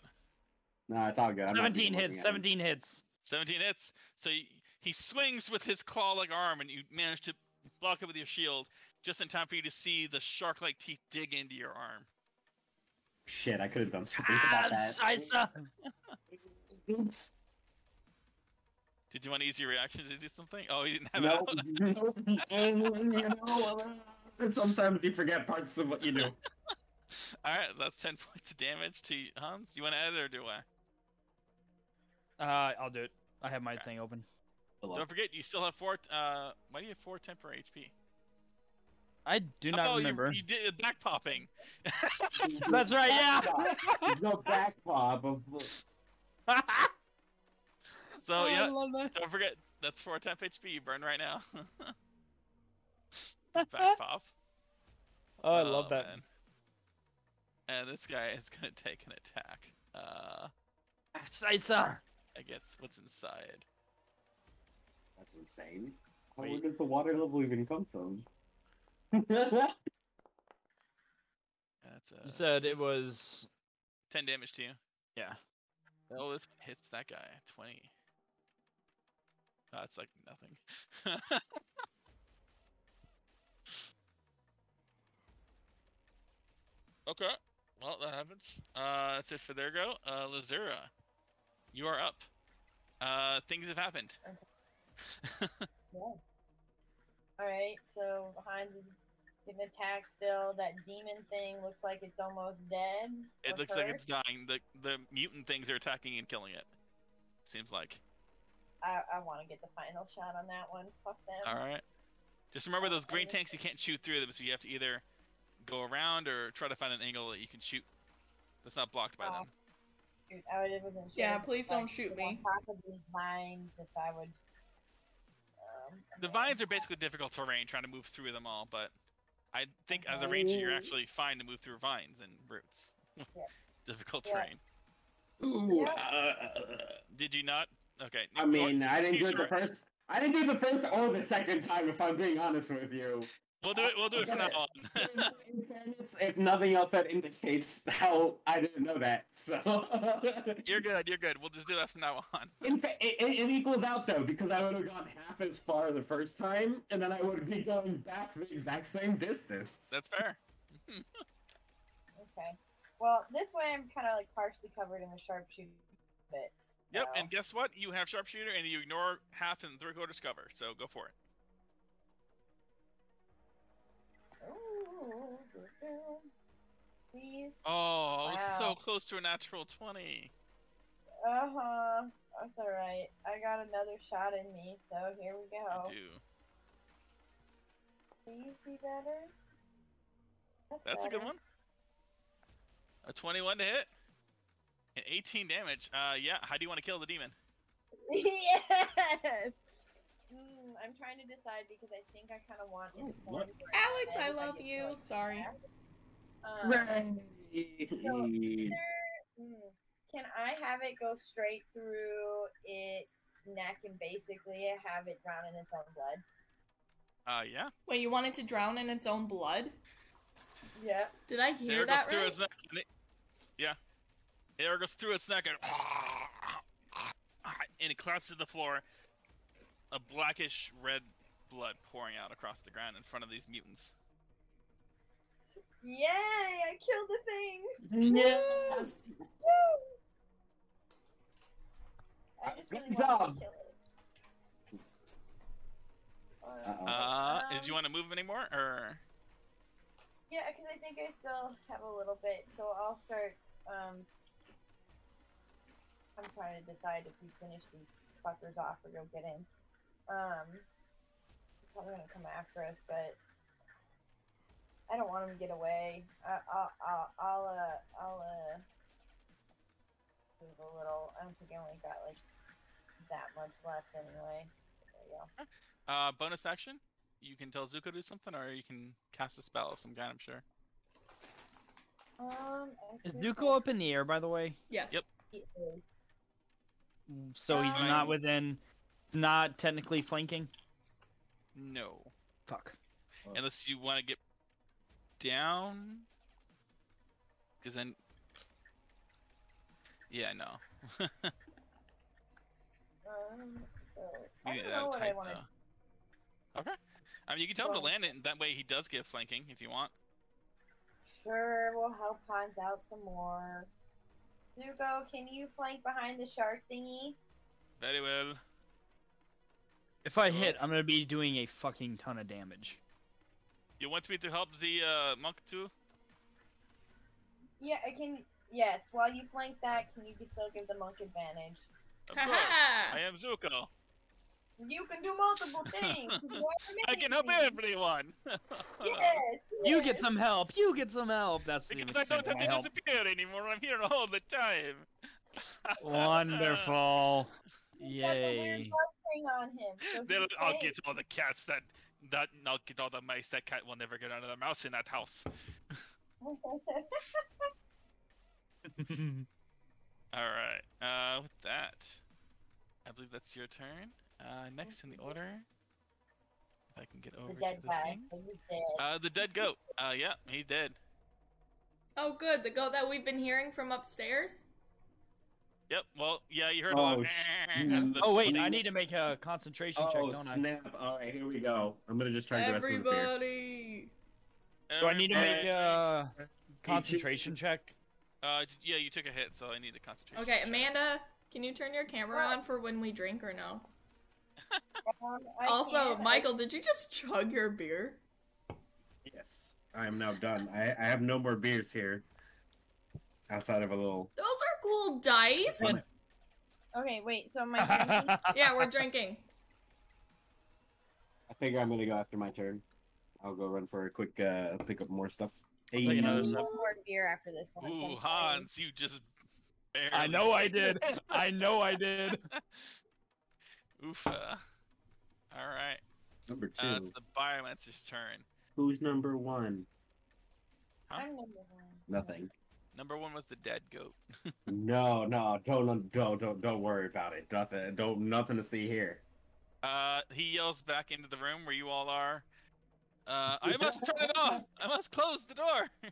Speaker 6: No, it's all good. I'm not even
Speaker 4: Seventeen
Speaker 6: looking
Speaker 4: hits.
Speaker 6: at him.
Speaker 4: Seventeen hits.
Speaker 1: 17 hits. So y he swings with his claw-like arm, and you manage to block it with your shield just in time for you to see the shark-like teeth dig into your arm.
Speaker 6: Shit, I could have done something
Speaker 4: Ah,
Speaker 6: about that.
Speaker 4: scheiße.
Speaker 6: Oops.
Speaker 1: Did you want an easy reaction to do something? Oh, he didn't have it.
Speaker 6: No,
Speaker 1: out?
Speaker 6: no, you know, uh, sometimes you forget parts of what you do.
Speaker 1: All right, that's 10 points of damage to Hans. You want to add it or do I?
Speaker 4: Uh, I'll do it. I have my thing open.
Speaker 1: Don't forget, you still have four. Uh, why do you have four temporary HP?
Speaker 4: I do not
Speaker 1: oh,
Speaker 4: remember.
Speaker 1: You, you did the back popping.
Speaker 4: That's right. Yeah.
Speaker 6: There's no back pop of
Speaker 1: So
Speaker 4: Oh, I
Speaker 1: yeah,
Speaker 4: love that.
Speaker 1: don't forget that's four temp HP you burn right now. back pop.
Speaker 4: Oh, I love that.
Speaker 1: man. And this guy is gonna take an attack. Uh,
Speaker 4: Ah, Scheiße.
Speaker 1: against what's inside.
Speaker 6: That's insane. How- Where
Speaker 1: Wait.
Speaker 6: does the water level even come from?
Speaker 1: That's a
Speaker 4: You said it
Speaker 1: six-
Speaker 4: was.
Speaker 1: 10 damage to you.
Speaker 4: Yeah.
Speaker 1: Oh, this hits that guy. 20. That's like nothing. okay. Well, that happens. Uh, that's it for their go. Uh, Lazura, you are up. Uh, things have happened.
Speaker 5: Alright, so Hans is gonna attack still. That demon thing looks like it's almost dead.
Speaker 1: It
Speaker 5: or
Speaker 1: looks like
Speaker 5: hurt.
Speaker 1: it's dying. The the mutant things are attacking and killing it. Seems like.
Speaker 5: I, I want to get the final shot on that one. Fuck them.
Speaker 1: All right. Just remember
Speaker 5: Oh,
Speaker 1: those
Speaker 5: I
Speaker 1: green
Speaker 5: missed
Speaker 1: tanks. You
Speaker 5: it.
Speaker 1: can't shoot through them, so you have to either go around or try to find an angle that you can shoot. That's not blocked by
Speaker 5: Oh.
Speaker 1: them.
Speaker 5: Shoot, I would- wasn't sure.
Speaker 2: Yeah,
Speaker 5: if,
Speaker 2: please
Speaker 5: like,
Speaker 2: don't shoot
Speaker 5: on
Speaker 2: me.
Speaker 5: top of these vines, if I would. Um,
Speaker 1: The
Speaker 5: yeah.
Speaker 1: vines are basically difficult terrain, trying to move through them all. But I think as a ranger, you're
Speaker 5: Oh.
Speaker 1: actually fine to move through vines and roots. difficult
Speaker 5: Yeah.
Speaker 1: terrain.
Speaker 6: Ooh,
Speaker 5: Yeah.
Speaker 6: uh,
Speaker 1: Did you not? Okay.
Speaker 6: I
Speaker 1: you-
Speaker 6: mean, I didn't do it
Speaker 1: Future-
Speaker 6: the first. I didn't do the first or the second time, if I'm being honest with you.
Speaker 1: We'll do it. We'll do it from now
Speaker 6: In,
Speaker 1: on.
Speaker 6: in fairness, if nothing else, that indicates how I didn't know that. So
Speaker 1: you're good. You're good. We'll just do that from now on.
Speaker 6: In fa- it, it it equals out though because I would have gone half as far the first time, and then I would be going back the exact same distance.
Speaker 1: That's fair.
Speaker 5: Okay. Well, this way I'm kind of like partially covered in the sharpshooter bit.
Speaker 1: Yep.
Speaker 5: so-
Speaker 1: And guess what? You have sharpshooter, and you ignore half and three quarters cover. So go for it.
Speaker 5: Ooh, good girl. Please.
Speaker 1: Oh, I was
Speaker 5: Wow.
Speaker 1: so close to a natural twenty.
Speaker 5: Uh huh. That's alright. I got another shot in me, so here we
Speaker 1: I
Speaker 5: go.
Speaker 1: do.
Speaker 5: Please be better.
Speaker 1: That's a good
Speaker 5: better.
Speaker 1: one. A twenty-one to hit. And eighteen damage. Uh, yeah. How do you want to kill the demon?
Speaker 5: yes! Mm, I'm trying to decide because I think I kind of want its
Speaker 6: Ooh,
Speaker 5: form.
Speaker 6: what?
Speaker 5: for
Speaker 2: Alex,
Speaker 5: instead
Speaker 2: I
Speaker 5: if
Speaker 2: love
Speaker 5: could
Speaker 2: you.
Speaker 5: go in
Speaker 2: Sorry.
Speaker 5: there. Um,
Speaker 6: Right.
Speaker 5: Mm. Can I have it go straight through its neck and basically have it drown in its own blood?
Speaker 1: Uh, yeah.
Speaker 2: Wait, you want it to drown in its own blood?
Speaker 5: Yeah.
Speaker 2: Did I
Speaker 1: The arrow
Speaker 2: hear
Speaker 1: goes
Speaker 2: that
Speaker 1: through
Speaker 2: right?
Speaker 1: its neck. And it, yeah. The arrow goes through its neck and, and it collapses to the floor. A blackish red blood pouring out across the ground in front of these mutants.
Speaker 5: Yay! I killed the thing.
Speaker 6: Yes.
Speaker 5: Woo! I
Speaker 6: Uh,
Speaker 5: just
Speaker 6: good
Speaker 5: really wanted
Speaker 6: job.
Speaker 5: to kill it.
Speaker 6: Uh-oh.
Speaker 1: Uh,
Speaker 5: Um,
Speaker 2: Uh-huh.
Speaker 1: did you want to move anymore, or
Speaker 5: Yeah, because I think I still have a little bit, so I'll start. Um, I'm trying to decide if we finish these fuckers off or go get in. Um, they're probably gonna come after us, but I don't want them to get away. I, I'll, I'll, I'll, uh, I'll, uh, move a little. I don't think I only got like that much left anyway. There you go.
Speaker 1: uh, bonus action? You can tell Zuko to do something, or you can cast a spell of some kind. I'm sure.
Speaker 5: Um,
Speaker 4: Is
Speaker 5: actually,
Speaker 4: Duco up
Speaker 5: yes,
Speaker 4: in the air, by the way?
Speaker 2: Yes.
Speaker 1: Yep.
Speaker 5: he is.
Speaker 4: So he's
Speaker 1: Um,
Speaker 4: not within, not technically flanking.
Speaker 1: No,
Speaker 4: Fuck.
Speaker 1: unless you want to get down, because then. Yeah, no.
Speaker 5: Um, so
Speaker 1: You can
Speaker 5: I don't
Speaker 1: get out
Speaker 5: know
Speaker 1: of
Speaker 5: what I
Speaker 1: type,
Speaker 5: want to
Speaker 1: though. Okay. I mean, you can tell him to
Speaker 5: Well-
Speaker 1: land it, and that way he does get flanking if you want.
Speaker 5: Sure, we'll help Hans out some more. Zuko, can you flank behind the shark thingy?
Speaker 1: Very well.
Speaker 4: If I
Speaker 1: So
Speaker 4: hit,
Speaker 1: it's-
Speaker 4: I'm gonna be doing a fucking ton of damage.
Speaker 1: You want me to help the uh, monk too?
Speaker 5: Yeah, I can. Yes, while you flank that, can you can still give the monk advantage?
Speaker 1: Of
Speaker 2: Ha
Speaker 1: course.
Speaker 2: ha!
Speaker 1: I am Zuko.
Speaker 5: You can do multiple things. you are
Speaker 1: I can help
Speaker 5: amazing.
Speaker 1: everyone.
Speaker 5: Yes,
Speaker 4: You get
Speaker 5: yes.
Speaker 4: some help. You get some help. That's the
Speaker 1: Because I
Speaker 4: extent
Speaker 1: don't
Speaker 4: of
Speaker 1: have
Speaker 4: my
Speaker 1: to
Speaker 4: help.
Speaker 1: disappear anymore. I'm here all the time.
Speaker 4: Wonderful.
Speaker 5: He's got the weird
Speaker 4: Yay.
Speaker 5: blood thing on him. So
Speaker 1: Then
Speaker 5: he's
Speaker 1: I'll
Speaker 5: safe.
Speaker 1: get all the cats that that I'll get all the mice. That cat will never get another mouse in that house. All right. Uh, with that, I believe that's your turn. Uh, next in the order, if I can get over
Speaker 5: the
Speaker 1: to
Speaker 5: dead
Speaker 1: the
Speaker 5: guy.
Speaker 1: thing.
Speaker 5: 'cause he's dead.
Speaker 1: Uh, the dead goat. Uh, yeah, he's dead.
Speaker 2: Oh, good. The goat that we've been hearing from upstairs.
Speaker 1: Yep. Well, yeah, you heard a
Speaker 6: Oh,
Speaker 1: lot.
Speaker 6: sh-
Speaker 1: as the
Speaker 4: oh wait, I
Speaker 1: swing-
Speaker 4: need to make a concentration check,
Speaker 6: Oh
Speaker 4: don't I?
Speaker 6: snap! All right, here we go. I'm gonna just try to rest of this beer.
Speaker 2: Everybody.
Speaker 4: Do I need to make
Speaker 1: Everybody-
Speaker 4: a concentration check?
Speaker 1: Uh, d- yeah, you took a hit, so I need to concentrate.
Speaker 2: Okay, Amanda, can you turn your camera
Speaker 5: What?
Speaker 2: on for when we drink or no?
Speaker 5: Um, I
Speaker 2: also,
Speaker 5: can- I-
Speaker 2: Michael, did you just chug your beer?
Speaker 6: Yes, I am now done. I, I have no more beers here, outside of a little.
Speaker 2: Those are cool dice.
Speaker 6: Damn it.
Speaker 5: Okay, wait. So my drinking
Speaker 2: yeah, we're drinking.
Speaker 6: I figure I'm gonna go after my turn. I'll go run for a quick uh, pick up more stuff.
Speaker 4: take
Speaker 5: I
Speaker 4: another
Speaker 5: need
Speaker 4: sip.
Speaker 5: more beer after this one. so
Speaker 1: Ooh,
Speaker 5: I'm sorry.
Speaker 1: Hans, you just. Barely.
Speaker 4: I know I did. I know I did.
Speaker 1: Oof. uh, All right.
Speaker 6: number two.
Speaker 1: Uh, it's the biomancer's turn.
Speaker 6: Who's number one?
Speaker 1: Huh?
Speaker 5: I'm number one.
Speaker 6: Nothing.
Speaker 1: Number one was the dead goat.
Speaker 6: No, no, don't, don't, don't, don't worry about it. Nothing, don't, nothing to see here.
Speaker 1: Uh, he yells back into the room where you all are. Uh, I must turn it off. I must close the door.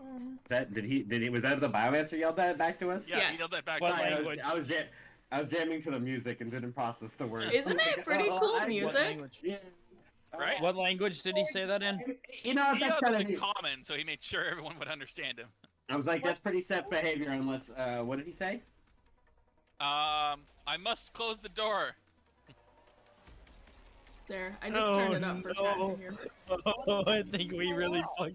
Speaker 2: Um,
Speaker 6: that did he did he was that the biomancer yelled that back to us?
Speaker 1: Yeah, he
Speaker 2: Yes.
Speaker 1: yelled that back.
Speaker 6: Well,
Speaker 1: to
Speaker 6: I
Speaker 1: me.
Speaker 6: was
Speaker 4: language?
Speaker 6: I was, jam- I was jamming to the music and didn't process the words.
Speaker 2: Isn't it pretty
Speaker 6: Oh,
Speaker 2: cool
Speaker 6: I-
Speaker 4: What
Speaker 2: music?
Speaker 4: language?
Speaker 6: Yeah.
Speaker 1: Right?
Speaker 4: What language did he say that in?
Speaker 6: You know
Speaker 1: He
Speaker 6: that's
Speaker 1: yelled
Speaker 6: kind
Speaker 1: it
Speaker 6: of.
Speaker 1: in common, so he made sure everyone would understand him.
Speaker 6: I was like, that's pretty set behavior unless. Uh, what did he say?
Speaker 1: Um, I must close the door.
Speaker 2: there,
Speaker 1: Oh,
Speaker 2: I just turned it up for chat to hear.
Speaker 4: Oh, I think we really fucked.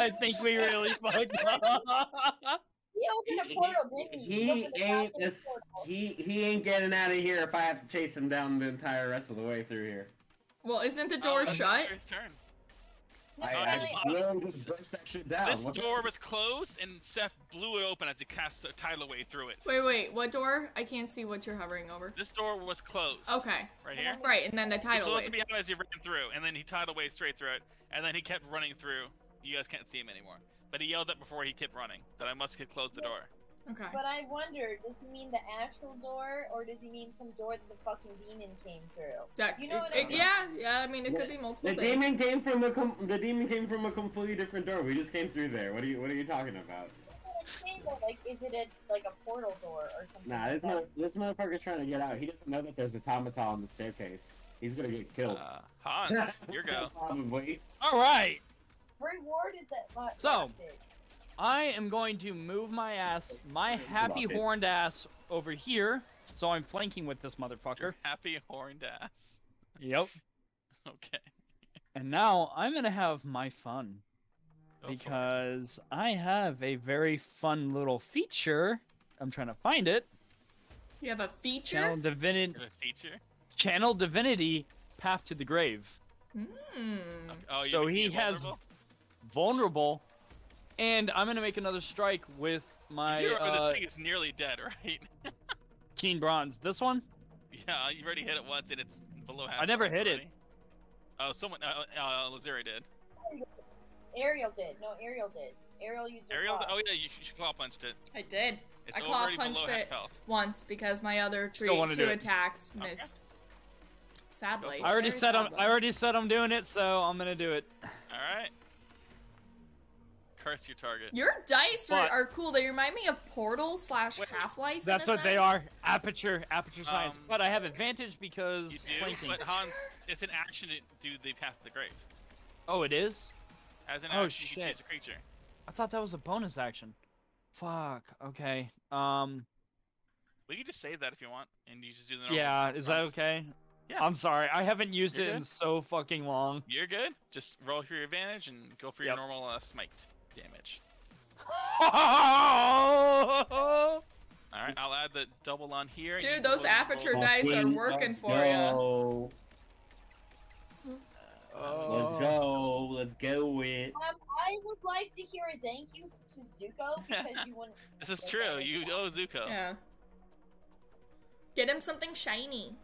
Speaker 4: I think we really fucked up.
Speaker 5: He opened a portal, didn't he?
Speaker 6: He
Speaker 5: opened a
Speaker 6: ain't
Speaker 5: goddamn
Speaker 6: a s
Speaker 5: portal.
Speaker 6: he he ain't getting out of here if I have to chase him down the entire rest of the way through here.
Speaker 2: Well, isn't the
Speaker 1: Oh,
Speaker 2: door
Speaker 1: it's
Speaker 2: shut?
Speaker 1: His turn.
Speaker 5: No,
Speaker 6: I,
Speaker 1: Oh,
Speaker 5: I-
Speaker 6: I literally just burst that shit down.
Speaker 1: This
Speaker 6: Oh, What the-
Speaker 1: door was closed, and Seth blew it open as he cast a tidal wave through it.
Speaker 2: Wait, wait, what door? I can't see what you're hovering over.
Speaker 1: This door was closed.
Speaker 2: Okay,
Speaker 1: Right here.
Speaker 2: right, and then the
Speaker 1: He
Speaker 2: tidal
Speaker 1: closed it
Speaker 2: wave.
Speaker 1: behind him as he ran through, and then he tidal waved straight through it, and then he kept running through. You guys can't see him anymore. But he yelled that before he kept running, that I must get- close the door.
Speaker 2: Okay.
Speaker 5: But I wonder, does he mean the actual door, or does he mean some door that the fucking demon came through?
Speaker 2: That,
Speaker 5: You know what
Speaker 2: it-
Speaker 5: I
Speaker 2: it- yeah, yeah. I mean, it could
Speaker 6: The-
Speaker 2: be multiple
Speaker 6: The
Speaker 2: things.
Speaker 6: demon came from a com- the demon came from a completely different door. We just came through there. What are you What are you talking about?
Speaker 5: I'm saying though, like, is it a like a portal door or something?
Speaker 6: Nah,
Speaker 5: like
Speaker 6: this
Speaker 5: that?
Speaker 6: mother- this motherfucker's trying to get out. He doesn't know that there's a automaton on the staircase. He's gonna get killed.
Speaker 1: Uh, Hans, your go.
Speaker 6: Probably.
Speaker 4: All right.
Speaker 5: Rewarded uh, that much.
Speaker 4: So- I am going to move my ass, my happy
Speaker 6: Rocket.
Speaker 4: horned ass, over here. So I'm flanking with this motherfucker.
Speaker 1: Happy horned ass.
Speaker 4: Yep.
Speaker 1: Okay.
Speaker 4: And now I'm gonna have my fun
Speaker 1: Go for it.
Speaker 4: because I have a very fun little feature. I'm trying to find it.
Speaker 2: You have a feature.
Speaker 4: Channel divinity.
Speaker 1: Is it a feature.
Speaker 4: Channel divinity. Path to the grave.
Speaker 2: Hmm.
Speaker 1: Okay. Oh, you
Speaker 4: So
Speaker 1: make me
Speaker 4: he has
Speaker 1: vulnerable?
Speaker 4: vulnerable, and I'm gonna make another strike with my
Speaker 1: You remember
Speaker 4: uh,
Speaker 1: this thing is nearly dead, right?
Speaker 4: keen bronze. This one.
Speaker 1: yeah, you already hit it once, and it's below half.
Speaker 4: never
Speaker 1: health
Speaker 4: hit it.
Speaker 1: already. Oh, someone, uh, uh, Lazeri did.
Speaker 5: Ariel did. No, Ariel did. Ariel used her
Speaker 1: Ariel,
Speaker 5: claw.
Speaker 1: oh yeah, you, you claw punched it.
Speaker 2: I did
Speaker 1: It's
Speaker 2: I claw
Speaker 1: already
Speaker 2: punched
Speaker 1: below half
Speaker 2: it.
Speaker 1: health.
Speaker 2: once because my other
Speaker 4: Still
Speaker 2: three
Speaker 4: wanna
Speaker 2: two
Speaker 4: do it.
Speaker 2: attacks
Speaker 1: Okay.
Speaker 2: missed. Sadly,
Speaker 4: I already
Speaker 2: very
Speaker 4: said I'm.
Speaker 2: sadly.
Speaker 4: I already said I'm doing it, so I'm gonna do it.
Speaker 1: All right. Curse your target.
Speaker 2: Your dice are,
Speaker 4: But-
Speaker 2: are cool. They remind me of Portal slash
Speaker 1: Wait,
Speaker 2: Half Life.
Speaker 4: That's what they
Speaker 2: sense.
Speaker 4: are. Aperture, aperture science.
Speaker 1: Um,
Speaker 4: But I have advantage because
Speaker 1: You do,
Speaker 4: flanking.
Speaker 1: but Hans, it's an action to do the path to the grave.
Speaker 4: Oh, it is.
Speaker 1: As an
Speaker 4: Oh,
Speaker 1: action, you can
Speaker 4: shit.
Speaker 1: chase a creature.
Speaker 4: I thought that was a bonus action. Fuck. Okay. Um.
Speaker 1: We can just save that if you want, and you just do the normal.
Speaker 4: Yeah. Is that
Speaker 1: runs.
Speaker 4: okay?
Speaker 1: Yeah.
Speaker 4: I'm sorry. I haven't used
Speaker 1: You're
Speaker 4: it in so fucking long.
Speaker 1: You're good. Just roll for your advantage and go for your
Speaker 4: Yep.
Speaker 1: normal uh, smite damage. All right, I'll add the double on here.
Speaker 2: Dude, those aperture
Speaker 1: dice.
Speaker 2: dice are
Speaker 6: Please,
Speaker 2: working
Speaker 6: let's
Speaker 2: for you.
Speaker 6: go. Let's
Speaker 4: Oh.
Speaker 1: Oh.
Speaker 6: go. Let's go with.
Speaker 5: Um, I would like to hear a thank you to Zuko because you wouldn't.
Speaker 1: This is true. You owe Zuko.
Speaker 2: Yeah. Get him something shiny.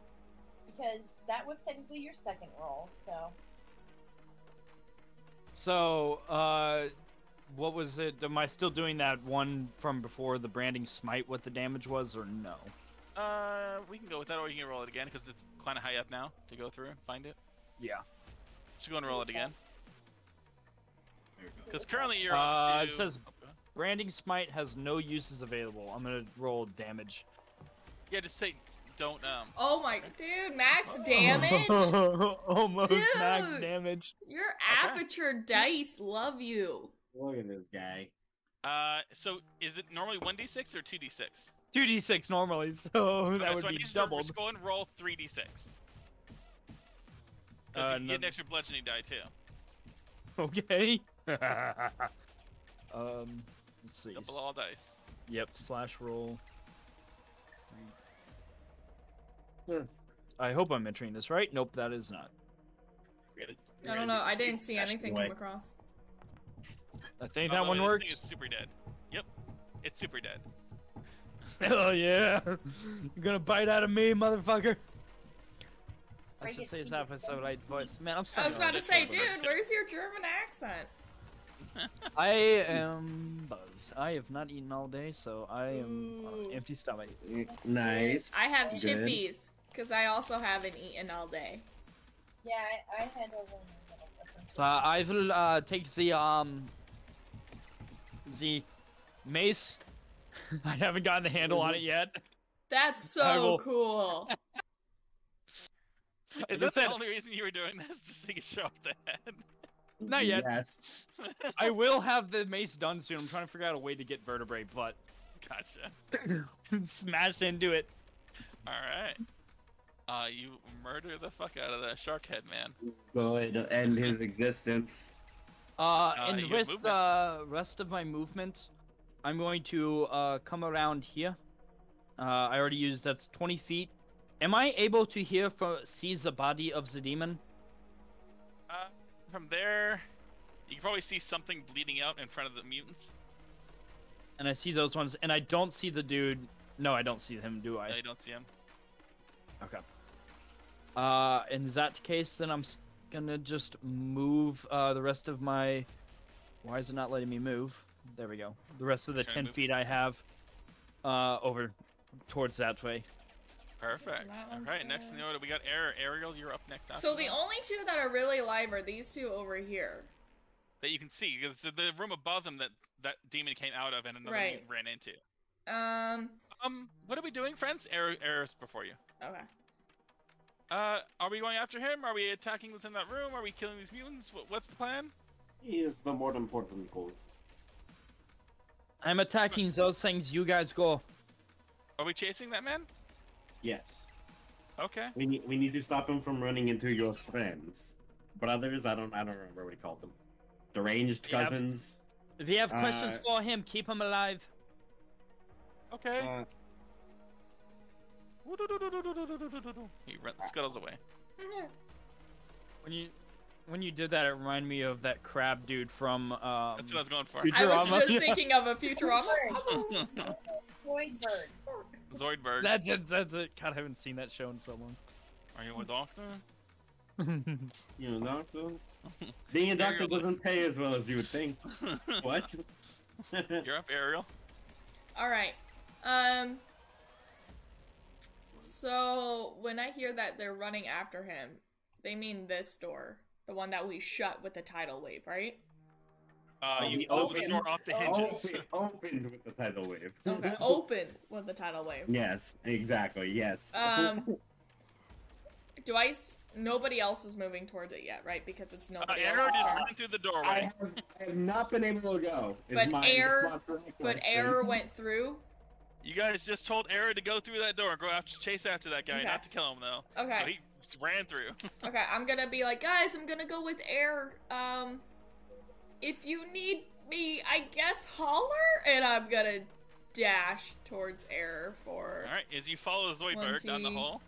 Speaker 5: Because that was technically your second roll, so.
Speaker 4: So, uh, what was it? Am I still doing that one from before the branding smite? What the damage was, or no?
Speaker 1: Uh, we can go with that, or you can roll it again because it's kind of high up now to go through and find it.
Speaker 4: Yeah.
Speaker 1: Just go and roll it again.
Speaker 5: do
Speaker 1: Because
Speaker 5: this
Speaker 1: currently you're
Speaker 4: Uh,
Speaker 1: on
Speaker 4: it
Speaker 1: two.
Speaker 4: says-
Speaker 1: Oh, go ahead.
Speaker 4: Branding smite has no uses available. I'm gonna roll damage.
Speaker 1: Yeah, just say don't um.
Speaker 2: Oh my dude, max
Speaker 4: Oh.
Speaker 2: damage.
Speaker 4: Almost max
Speaker 2: Dude!
Speaker 4: damage.
Speaker 2: Your
Speaker 1: Okay.
Speaker 2: aperture dice love you.
Speaker 6: Look at this guy.
Speaker 1: Uh, so is it normally one d six or two d six?
Speaker 4: 2d6 normally, so that would
Speaker 1: so I
Speaker 4: be
Speaker 1: need you to
Speaker 4: doubled.
Speaker 1: Just go and roll three d six.
Speaker 4: Uh,
Speaker 1: Because you get an
Speaker 4: none.
Speaker 1: extra bludgeoning die too.
Speaker 4: Okay. um, let's see.
Speaker 1: Double all dice.
Speaker 4: Yep, slash roll.
Speaker 6: Hmm.
Speaker 4: I hope I'm entering this right. Nope, that is not.
Speaker 2: I don't know. I didn't see anything come across.
Speaker 4: I think
Speaker 1: Oh,
Speaker 4: that
Speaker 1: no,
Speaker 4: one
Speaker 1: this
Speaker 4: worked.
Speaker 1: Thing is super dead. Yep, it's super dead.
Speaker 4: Oh yeah, you're gonna bite out of me, motherfucker. I
Speaker 5: Right,
Speaker 4: should
Speaker 5: it's
Speaker 4: say this
Speaker 5: secret
Speaker 4: episode. I
Speaker 5: identity.
Speaker 4: voice. Man, I'm
Speaker 2: I
Speaker 4: starting.
Speaker 2: was about to
Speaker 1: that's
Speaker 2: say,
Speaker 1: what
Speaker 2: dude,
Speaker 1: I'm saying.
Speaker 2: where's your German accent?
Speaker 4: I am elbows. I have not eaten all day, so I am on an
Speaker 2: Ooh.
Speaker 4: empty stomach.
Speaker 6: Nice.
Speaker 2: I have
Speaker 6: Good.
Speaker 2: chippies because I also haven't eaten all day.
Speaker 5: Yeah, I, I had a little bit of some
Speaker 4: So I will uh, take the um the mace. I haven't gotten the handle on it yet.
Speaker 2: That's
Speaker 4: I
Speaker 2: so
Speaker 4: will-
Speaker 2: cool.
Speaker 1: Is that
Speaker 4: Just
Speaker 1: the
Speaker 4: said-
Speaker 1: only reason you were doing this? Just so you could show off the head.
Speaker 4: Not yet.
Speaker 6: Yes.
Speaker 4: I will have the mace done soon. I'm trying to figure out a way to get vertebrae, but
Speaker 1: gotcha.
Speaker 4: smashed into it.
Speaker 1: All right. Uh, you murder the fuck out of that shark head man.
Speaker 6: Go ahead and end his existence.
Speaker 4: Uh,
Speaker 1: you
Speaker 4: and
Speaker 1: have
Speaker 4: with
Speaker 1: movement.
Speaker 4: the rest of my movement, I'm going to uh, come around here. Uh, I already used that's 20 feet. Am I able to hear for see the body of the demon?
Speaker 1: Uh, from there, you can probably see something bleeding out in front of the mutants.
Speaker 4: And I see those ones, and I don't see the dude. No, I don't see him, do I?
Speaker 1: No, you don't see him.
Speaker 4: Okay. Uh, in that case, then I'm s- gonna just move uh, the rest of my. Why is it not letting me move? There we go. The rest of the
Speaker 1: Try and
Speaker 4: ten
Speaker 1: move.
Speaker 4: feet I have uh, over towards that way.
Speaker 1: Perfect.
Speaker 2: that
Speaker 1: All
Speaker 2: one's
Speaker 1: right, next in the order, we got Air. Ariel, you're up next. after
Speaker 2: So the
Speaker 1: that.
Speaker 2: only two that are really live are these two over here.
Speaker 1: that you can see because the the room above them that that demon came out of and another
Speaker 2: Right.
Speaker 1: mutant ran into.
Speaker 2: Um.
Speaker 1: Um, what are we doing, friends? Air, Air's before you.
Speaker 2: Okay.
Speaker 1: Uh, are we going after him? Are we attacking within that room? Are we killing these mutants? What, what's the plan?
Speaker 6: He is the more important goal.
Speaker 4: I'm attacking those things. You guys go.
Speaker 1: Are we chasing that man?
Speaker 6: Yes.
Speaker 1: Okay.
Speaker 6: We need we need to stop him from running into your friends, brothers. I don't I don't remember what he called them. Deranged
Speaker 4: Yep.
Speaker 6: cousins.
Speaker 4: If you have questions
Speaker 6: Uh,
Speaker 4: for him, keep him alive.
Speaker 1: Okay.
Speaker 6: Uh,
Speaker 1: He run, scuttles away.
Speaker 4: When you when you did that, it reminded me of that crab dude from. Um,
Speaker 1: That's what I was going for.
Speaker 2: I was
Speaker 4: Futurama.
Speaker 2: just thinking of a Futurama.
Speaker 5: Floyd bird.
Speaker 1: Zoidberg.
Speaker 4: that's it. That's it. God, I haven't seen that show in so
Speaker 1: Are you a doctor?
Speaker 4: long.
Speaker 6: you know, doctor. Being a
Speaker 1: There
Speaker 6: doctor
Speaker 1: you go.
Speaker 6: doesn't pay as well as you would think. What?
Speaker 1: You're up, Ariel.
Speaker 2: All right. Um. So when I hear that they're running after him, they mean this door, the one that we shut with the tidal wave, right?
Speaker 1: Uh,
Speaker 6: Oh,
Speaker 1: you
Speaker 6: we
Speaker 1: open the
Speaker 6: opened-
Speaker 1: door off the hinges.
Speaker 6: Open, opened with the tidal wave.
Speaker 2: Okay. Open with the tidal wave.
Speaker 6: Yes, exactly. Yes.
Speaker 2: Um. Do I? s- Nobody else is moving towards it yet, right? Because it's
Speaker 1: Uh,
Speaker 2: nobody
Speaker 1: Ariel
Speaker 2: else's
Speaker 1: just
Speaker 2: turn.
Speaker 1: ran through the
Speaker 6: I
Speaker 1: doorway.
Speaker 6: have, I have not been able to go. is
Speaker 2: But
Speaker 6: my
Speaker 2: air-
Speaker 6: response to that
Speaker 2: But
Speaker 6: question.
Speaker 2: air went through.
Speaker 1: You guys just told Ariel to go through that door, go after, chase after that guy,
Speaker 2: Okay.
Speaker 1: not to kill him though. So
Speaker 2: Okay.
Speaker 1: he ran through.
Speaker 2: Okay. I'm gonna be like, guys, I'm gonna go with air. Um, if you need me, I guess holler, and I'm gonna dash towards air for
Speaker 1: All right, as you follow Zoidberg down the
Speaker 2: Twenty.
Speaker 1: hall,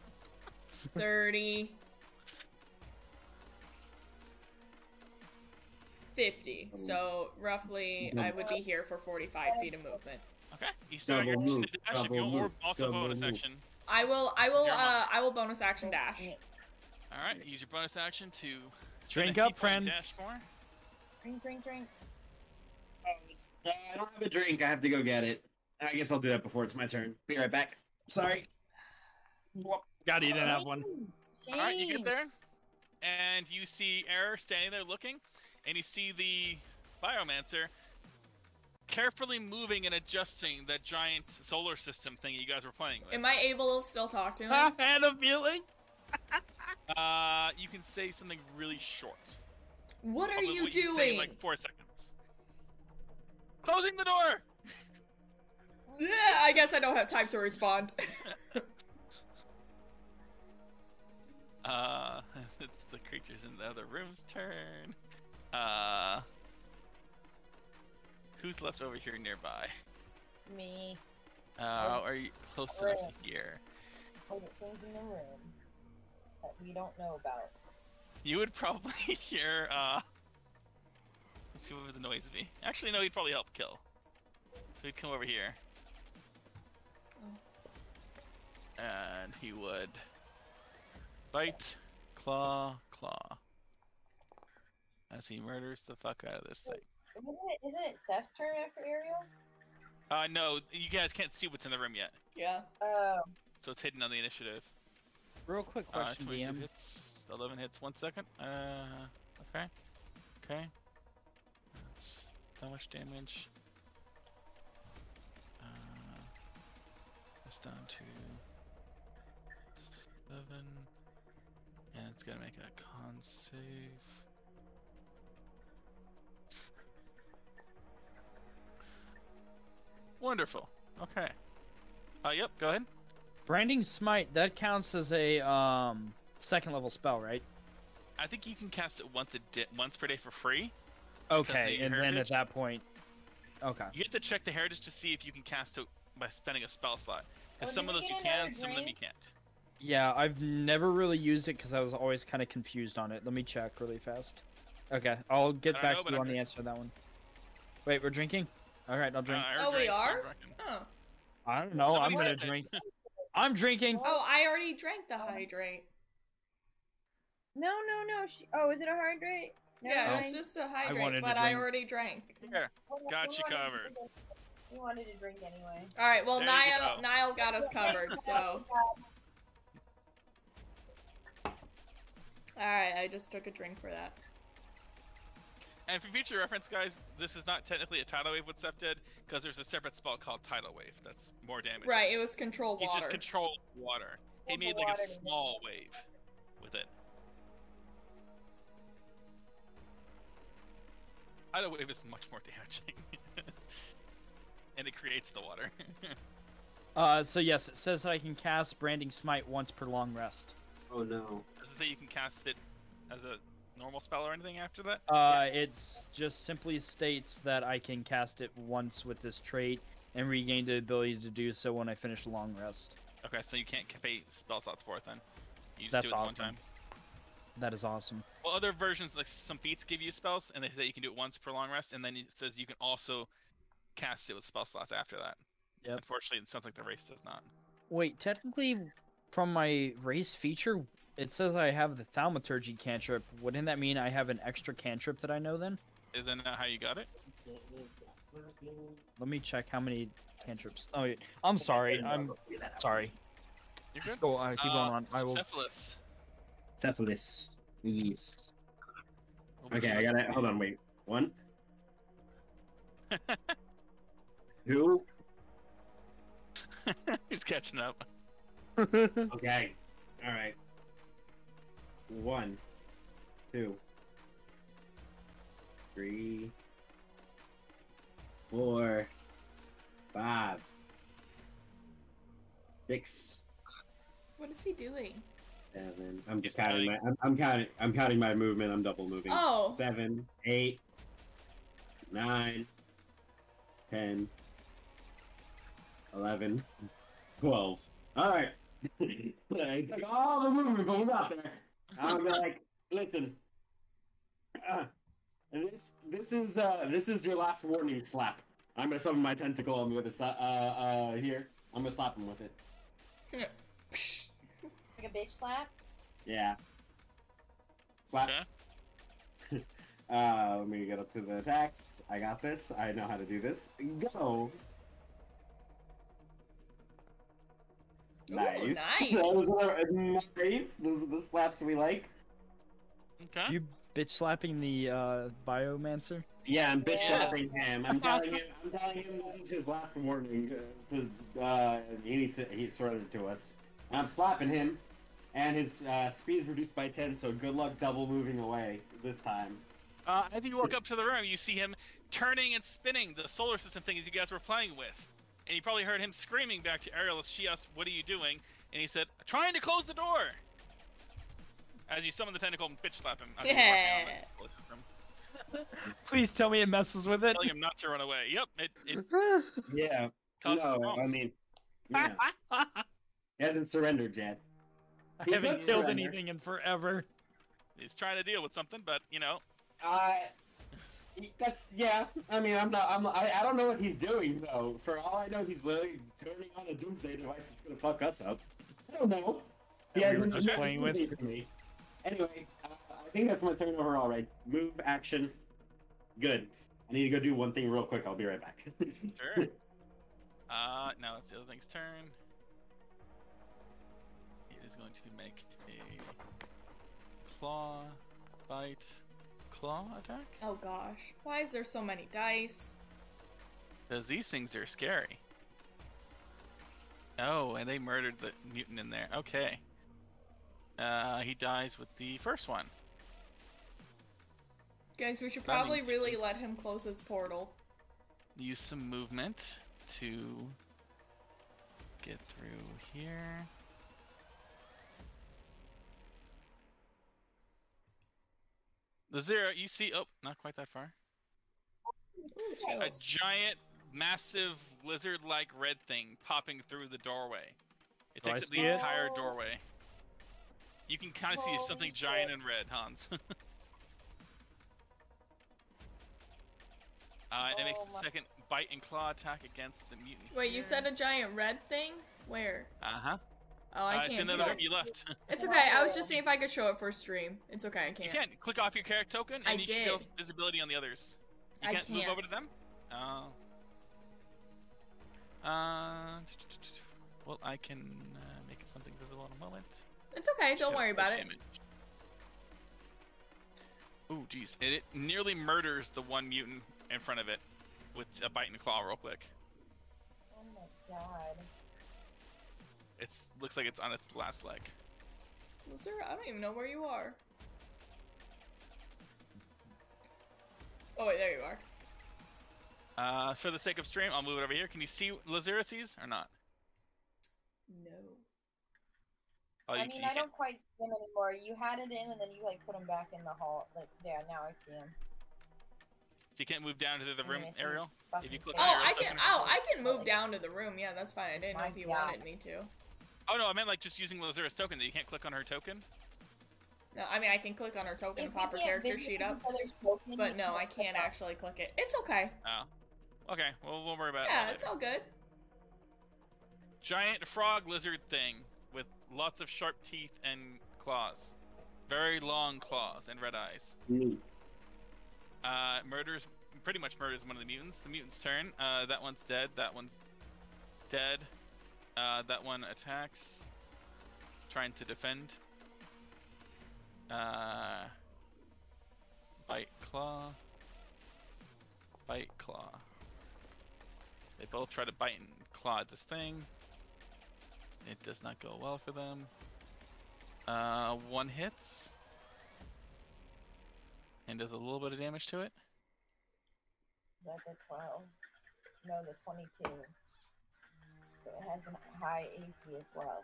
Speaker 2: thirty. 50. So roughly, I would be here for 45 feet of movement.
Speaker 1: okay, you still have your
Speaker 6: Double
Speaker 1: action
Speaker 6: move,
Speaker 1: to dash if you
Speaker 6: double
Speaker 1: want, or
Speaker 6: move,
Speaker 1: also
Speaker 6: double
Speaker 1: bonus
Speaker 6: move.
Speaker 1: action.
Speaker 2: I will, I will,
Speaker 1: You're
Speaker 2: uh,
Speaker 1: up.
Speaker 2: I will bonus action dash.
Speaker 1: All right, use your bonus action to spend
Speaker 4: Drink
Speaker 1: a key
Speaker 4: up,
Speaker 1: point and
Speaker 4: friends.
Speaker 1: Dash more.
Speaker 5: Drink, drink, drink.
Speaker 6: Oh, it's- uh, I don't have a drink. I have to go get it. I guess I'll do that before it's my turn. Be right back. Sorry.
Speaker 4: God, you didn't have one.
Speaker 1: All right, you get
Speaker 5: Shame.
Speaker 1: there, and you see Error standing there looking, and you see the Biomancer carefully moving and adjusting that giant solar system thing you guys were playing with.
Speaker 2: Am I able to still talk
Speaker 1: Oh.
Speaker 2: to him?
Speaker 4: I had a feeling.
Speaker 1: Uh, you can say something really short.
Speaker 2: What are
Speaker 1: Probably
Speaker 2: you
Speaker 1: what you'd say in,
Speaker 2: doing?
Speaker 1: like four seconds. Closing the door.
Speaker 2: Yeah, I guess I don't have time to respond.
Speaker 1: Uh, it's the creatures in the other room's turn. Uh, who's left over here nearby?
Speaker 5: Me.
Speaker 1: Uh,
Speaker 2: Oh.
Speaker 1: are you close enough to here?
Speaker 5: Hold it, Oh, things in the room that we don't know about.
Speaker 1: You would probably hear. Uh, let's see what would the noise be. Actually, no, he'd probably help kill. So he'd come over here, and he would bite, claw, claw, as he murders the fuck out of this thing.
Speaker 5: Isn't it, isn't it Seth's turn after Ariel?
Speaker 1: Uh, no, you guys can't see what's in the room yet,
Speaker 2: Yeah.
Speaker 5: Oh,
Speaker 1: so it's hidden on the initiative.
Speaker 4: Real quick
Speaker 1: Uh,
Speaker 4: question,
Speaker 1: 22
Speaker 4: DM.
Speaker 1: hits, 11 hits, one second. Uh, okay, okay. That's that much damage. Uh, it's down to 11, and it's gonna make a con save. Wonderful. Okay. Uh, yep. Go ahead.
Speaker 4: Branding Smite, that counts as a um second level spell, right?
Speaker 1: I think you can cast it once a di- once per day for free.
Speaker 4: Okay,
Speaker 1: the
Speaker 4: and then
Speaker 1: heritage?
Speaker 4: at that point. Okay.
Speaker 1: You have to check the heritage to see if you can cast it by spending a spell slot. Because
Speaker 5: Oh,
Speaker 1: some of
Speaker 5: did we
Speaker 1: those you
Speaker 5: get
Speaker 1: can,
Speaker 5: another
Speaker 1: some of them you
Speaker 5: drain?
Speaker 1: can't.
Speaker 4: Yeah, I've never really used it because I was always kind of confused on it. Let me check really fast. Okay, I'll get
Speaker 1: I don't
Speaker 4: back
Speaker 1: know,
Speaker 4: to
Speaker 1: but
Speaker 4: you
Speaker 1: I'm
Speaker 4: on the
Speaker 1: good.
Speaker 4: answer to that one. Wait, we're drinking? Alright, I'll drink.
Speaker 1: Uh, I
Speaker 2: Oh, we
Speaker 1: regret- I
Speaker 2: are?
Speaker 1: reckon.
Speaker 2: Oh.
Speaker 4: I don't know, I'm
Speaker 1: somebody
Speaker 4: gonna
Speaker 1: Uh, said that.
Speaker 4: drink. I'm drinking!
Speaker 2: Oh, I already drank the hydrate.
Speaker 5: no, no, no. She, oh, is it a hydrate? Never
Speaker 2: Yeah, it's
Speaker 5: mind.
Speaker 2: just a
Speaker 4: wanted to
Speaker 2: hydrate, but I
Speaker 4: drink.
Speaker 2: already drank.
Speaker 1: Here,
Speaker 5: Hold on,
Speaker 1: got
Speaker 5: we
Speaker 1: you
Speaker 5: wanted to
Speaker 1: covered.
Speaker 5: drink- We wanted to drink anyway.
Speaker 2: All right. Well,
Speaker 1: There you
Speaker 2: Niall
Speaker 1: go.
Speaker 2: Niall got us covered. So. All right. I just took a drink for that.
Speaker 1: And for future reference, guys, this is not technically a tidal wave what Seth did, because there's a separate spell called tidal wave that's more damage.
Speaker 2: Right. It was control
Speaker 1: He
Speaker 2: water.
Speaker 1: just controlled water. He
Speaker 5: Hold the
Speaker 1: made like
Speaker 5: water
Speaker 1: a
Speaker 5: to-
Speaker 1: small wave with it. Tidal wave is much more damaging, and it creates the water.
Speaker 4: Uh, so yes, it says that I can cast Branding Smite once per long rest.
Speaker 6: Oh no.
Speaker 1: Doesn't say you can cast it as a normal spell or anything after that.
Speaker 4: Uh, it just simply states that I can cast it once with this trait and regain the ability to do so when I finish a long rest.
Speaker 1: Okay, so you can't pay spell slots for it then. You just
Speaker 4: That's
Speaker 1: do it one
Speaker 4: awesome.
Speaker 1: time.
Speaker 4: That is awesome.
Speaker 1: Well, other versions, like some feats give you spells, and they say you can do it once per long rest, and then it says you can also cast it with spell slots after that.
Speaker 4: Yep.
Speaker 1: Unfortunately, it's something the race does not.
Speaker 4: Wait, technically, from my race feature, it says I have the Thaumaturgy cantrip. Wouldn't that mean I have an extra cantrip that I know then?
Speaker 1: Isn't that how you got it?
Speaker 4: Let me check how many cantrips. Oh, wait. I'm sorry. I'm sorry.
Speaker 1: You're
Speaker 4: Just
Speaker 1: good.
Speaker 4: go, uh, keep going
Speaker 1: Uh,
Speaker 4: on. I will.
Speaker 1: Cephalus.
Speaker 3: Cephalus. Yes.
Speaker 1: will be
Speaker 6: Okay, I
Speaker 1: selected.
Speaker 6: gotta hold on. Wait, one, two.
Speaker 1: He's catching up. Uh,
Speaker 6: Okay, all right. One, two, three, four, five, six,
Speaker 2: What is he doing?
Speaker 6: seven. I'm just counting my. I'm, I'm counting. I'm counting my movement. I'm double moving.
Speaker 2: Oh.
Speaker 6: Seven, eight, nine, ten, eleven, twelve. All right. I took all the movement, but we're out there. I'll be like, listen. Uh,
Speaker 3: This this is uh this is your last warning slap. I'm gonna summon my tentacle on the other side. Uh uh here. I'm gonna slap him with it.
Speaker 2: Psh.
Speaker 5: Like a bitch slap?
Speaker 6: yeah. Slap.
Speaker 1: Okay.
Speaker 6: Uh, let me get up to the attacks. I got this. I know how to do this. Go.
Speaker 2: Ooh,
Speaker 6: Nice.
Speaker 2: nice.
Speaker 5: Oh
Speaker 6: Those are nice. Those are the slaps we like.
Speaker 1: Okay.
Speaker 4: you bitch slapping the uh, biomancer?
Speaker 3: Yeah, I'm bitch
Speaker 5: Yeah.
Speaker 3: slapping him. I'm telling him. I'm telling him this is his last warning. To, uh, and he s- he surrendered to us. I'm slapping him, and his uh, speed is reduced by ten. So good luck double moving away this time.
Speaker 1: Uh, as you walk up to the room, you see him turning and spinning the solar system thing as you guys were playing with. And you probably heard him screaming back to Ariel as she asked, What are you doing? And he said, Trying to close the door! As you summon the tentacle and bitch slap him. as he's walking out of
Speaker 2: Yeah.
Speaker 1: the solar system,
Speaker 4: Please tell me it messes with it.
Speaker 1: Telling him not to run away. Yep, it, it
Speaker 6: Yeah.
Speaker 1: causes
Speaker 6: no, I
Speaker 1: problems.
Speaker 6: mean, yeah.
Speaker 4: I
Speaker 6: he hasn't surrendered yet. He's
Speaker 4: haven't
Speaker 6: not
Speaker 4: killed
Speaker 6: surrender.
Speaker 4: anything in forever.
Speaker 1: He's trying to deal with something, but, you know,
Speaker 6: Uh, that's yeah. I mean, I'm not. I'm. Not, I, I don't know what he's doing though. For all I know, he's literally turning on a doomsday device that's gonna fuck us up. I don't know. He
Speaker 4: That we
Speaker 6: hasn't
Speaker 4: were just
Speaker 6: done
Speaker 4: playing with.
Speaker 6: anything to me. Anyway, uh, I think that's my turn overall. Right, move action. Good. I need to go do one thing real quick. I'll be right back.
Speaker 1: Sure. Uh, now it's the other thing's turn. It is going to make a claw bite claw attack.
Speaker 2: Oh gosh. Why is there so many dice?
Speaker 1: Because these things are scary. Oh, and they murdered the mutant in there. Okay. Uh, he dies with the first one.
Speaker 2: Guys, we should
Speaker 1: That means
Speaker 2: probably
Speaker 1: he
Speaker 2: really
Speaker 1: can-
Speaker 2: let him close his portal.
Speaker 1: Use some movement to get through here. The zero, you see. Oh, not quite that far.
Speaker 2: Ooh,
Speaker 1: A
Speaker 2: chills.
Speaker 1: giant, massive lizard-like red thing popping through the doorway. It
Speaker 4: Do I
Speaker 1: takes up the
Speaker 4: see it?
Speaker 1: entire
Speaker 5: Oh.
Speaker 1: doorway. You can kind of see
Speaker 5: Holy
Speaker 1: something
Speaker 5: shit.
Speaker 1: giant and red, Hans. uh, and it makes
Speaker 5: Oh
Speaker 1: the
Speaker 5: my-
Speaker 1: second bite and claw attack against the mutant.
Speaker 2: Wait, you said a giant red thing? Where?
Speaker 1: Uh huh.
Speaker 2: Oh, I
Speaker 1: Uh,
Speaker 2: can't.
Speaker 1: it's in
Speaker 2: see
Speaker 1: the room
Speaker 2: it.
Speaker 1: you left.
Speaker 2: It's okay. I was
Speaker 5: Wow.
Speaker 2: just seeing if I could show it for stream. It's okay. I
Speaker 1: you
Speaker 2: can't.
Speaker 1: can click off your character token, and
Speaker 2: I
Speaker 1: you should build
Speaker 2: did.
Speaker 1: visibility on the others. You
Speaker 2: I
Speaker 1: can't, move over
Speaker 2: can't.
Speaker 1: to them. Oh. Uh, t- t- t- t- well, I can uh, make it something visible in a moment.
Speaker 2: It's okay. Don't
Speaker 1: Show
Speaker 2: worry
Speaker 1: the
Speaker 2: about it.
Speaker 1: damage. Ooh, jeez. It, it nearly murders the one mutant in front of it with a bite and a claw, real quick.
Speaker 5: Oh my god.
Speaker 1: It looks like it's on its last leg.
Speaker 2: Lizard, I don't even know where you are. Oh wait, there you are.
Speaker 1: Uh, for the sake of stream, I'll move it over here. Can you see Lazarus sees or not?
Speaker 2: No.
Speaker 1: Oh, you,
Speaker 5: I
Speaker 1: you
Speaker 5: mean, I
Speaker 1: can't-
Speaker 5: don't quite see him anymore. You had it in, and then you like put him back in the hall. Like, yeah, now I see him.
Speaker 1: So you can't move down to the
Speaker 5: I
Speaker 1: room,
Speaker 5: mean, I see his
Speaker 1: Ariel?
Speaker 5: fucking
Speaker 1: you click
Speaker 5: face.
Speaker 1: on
Speaker 2: Oh,
Speaker 1: your
Speaker 2: I
Speaker 1: left,
Speaker 2: can.
Speaker 1: I
Speaker 2: Oh, I can move down to the room. Yeah, that's fine. I didn't know
Speaker 5: My
Speaker 2: if you
Speaker 5: God.
Speaker 2: wanted me to.
Speaker 1: Oh no, I meant like just using Lazarus token. That you can't click on her token.
Speaker 2: No, I mean I can click on her token,
Speaker 5: If
Speaker 2: pop her
Speaker 5: we can't
Speaker 2: character
Speaker 5: visit
Speaker 2: sheet
Speaker 5: each
Speaker 2: up,
Speaker 5: other's tokens,
Speaker 2: but
Speaker 5: we
Speaker 2: no, I
Speaker 5: click
Speaker 2: can't
Speaker 5: on-
Speaker 2: actually click it. It's okay.
Speaker 1: Oh. Okay. Well, we'll worry about
Speaker 2: Yeah,
Speaker 1: it.
Speaker 2: it's
Speaker 1: later.
Speaker 2: all good.
Speaker 1: Giant frog lizard thing with lots of sharp teeth and claws, very long claws and red eyes.
Speaker 3: Neat.
Speaker 1: Uh, murders, pretty much murders one of the mutants. The mutant's turn. Uh, that one's dead. That one's dead. Uh, that one attacks, trying to defend. Uh, bite claw. Bite claw. They both try to bite and claw at this thing. It does not go well for them. Uh, one hits and does a little bit of damage to it.
Speaker 5: That's a 12. No, the 22. So it has a high AC as well.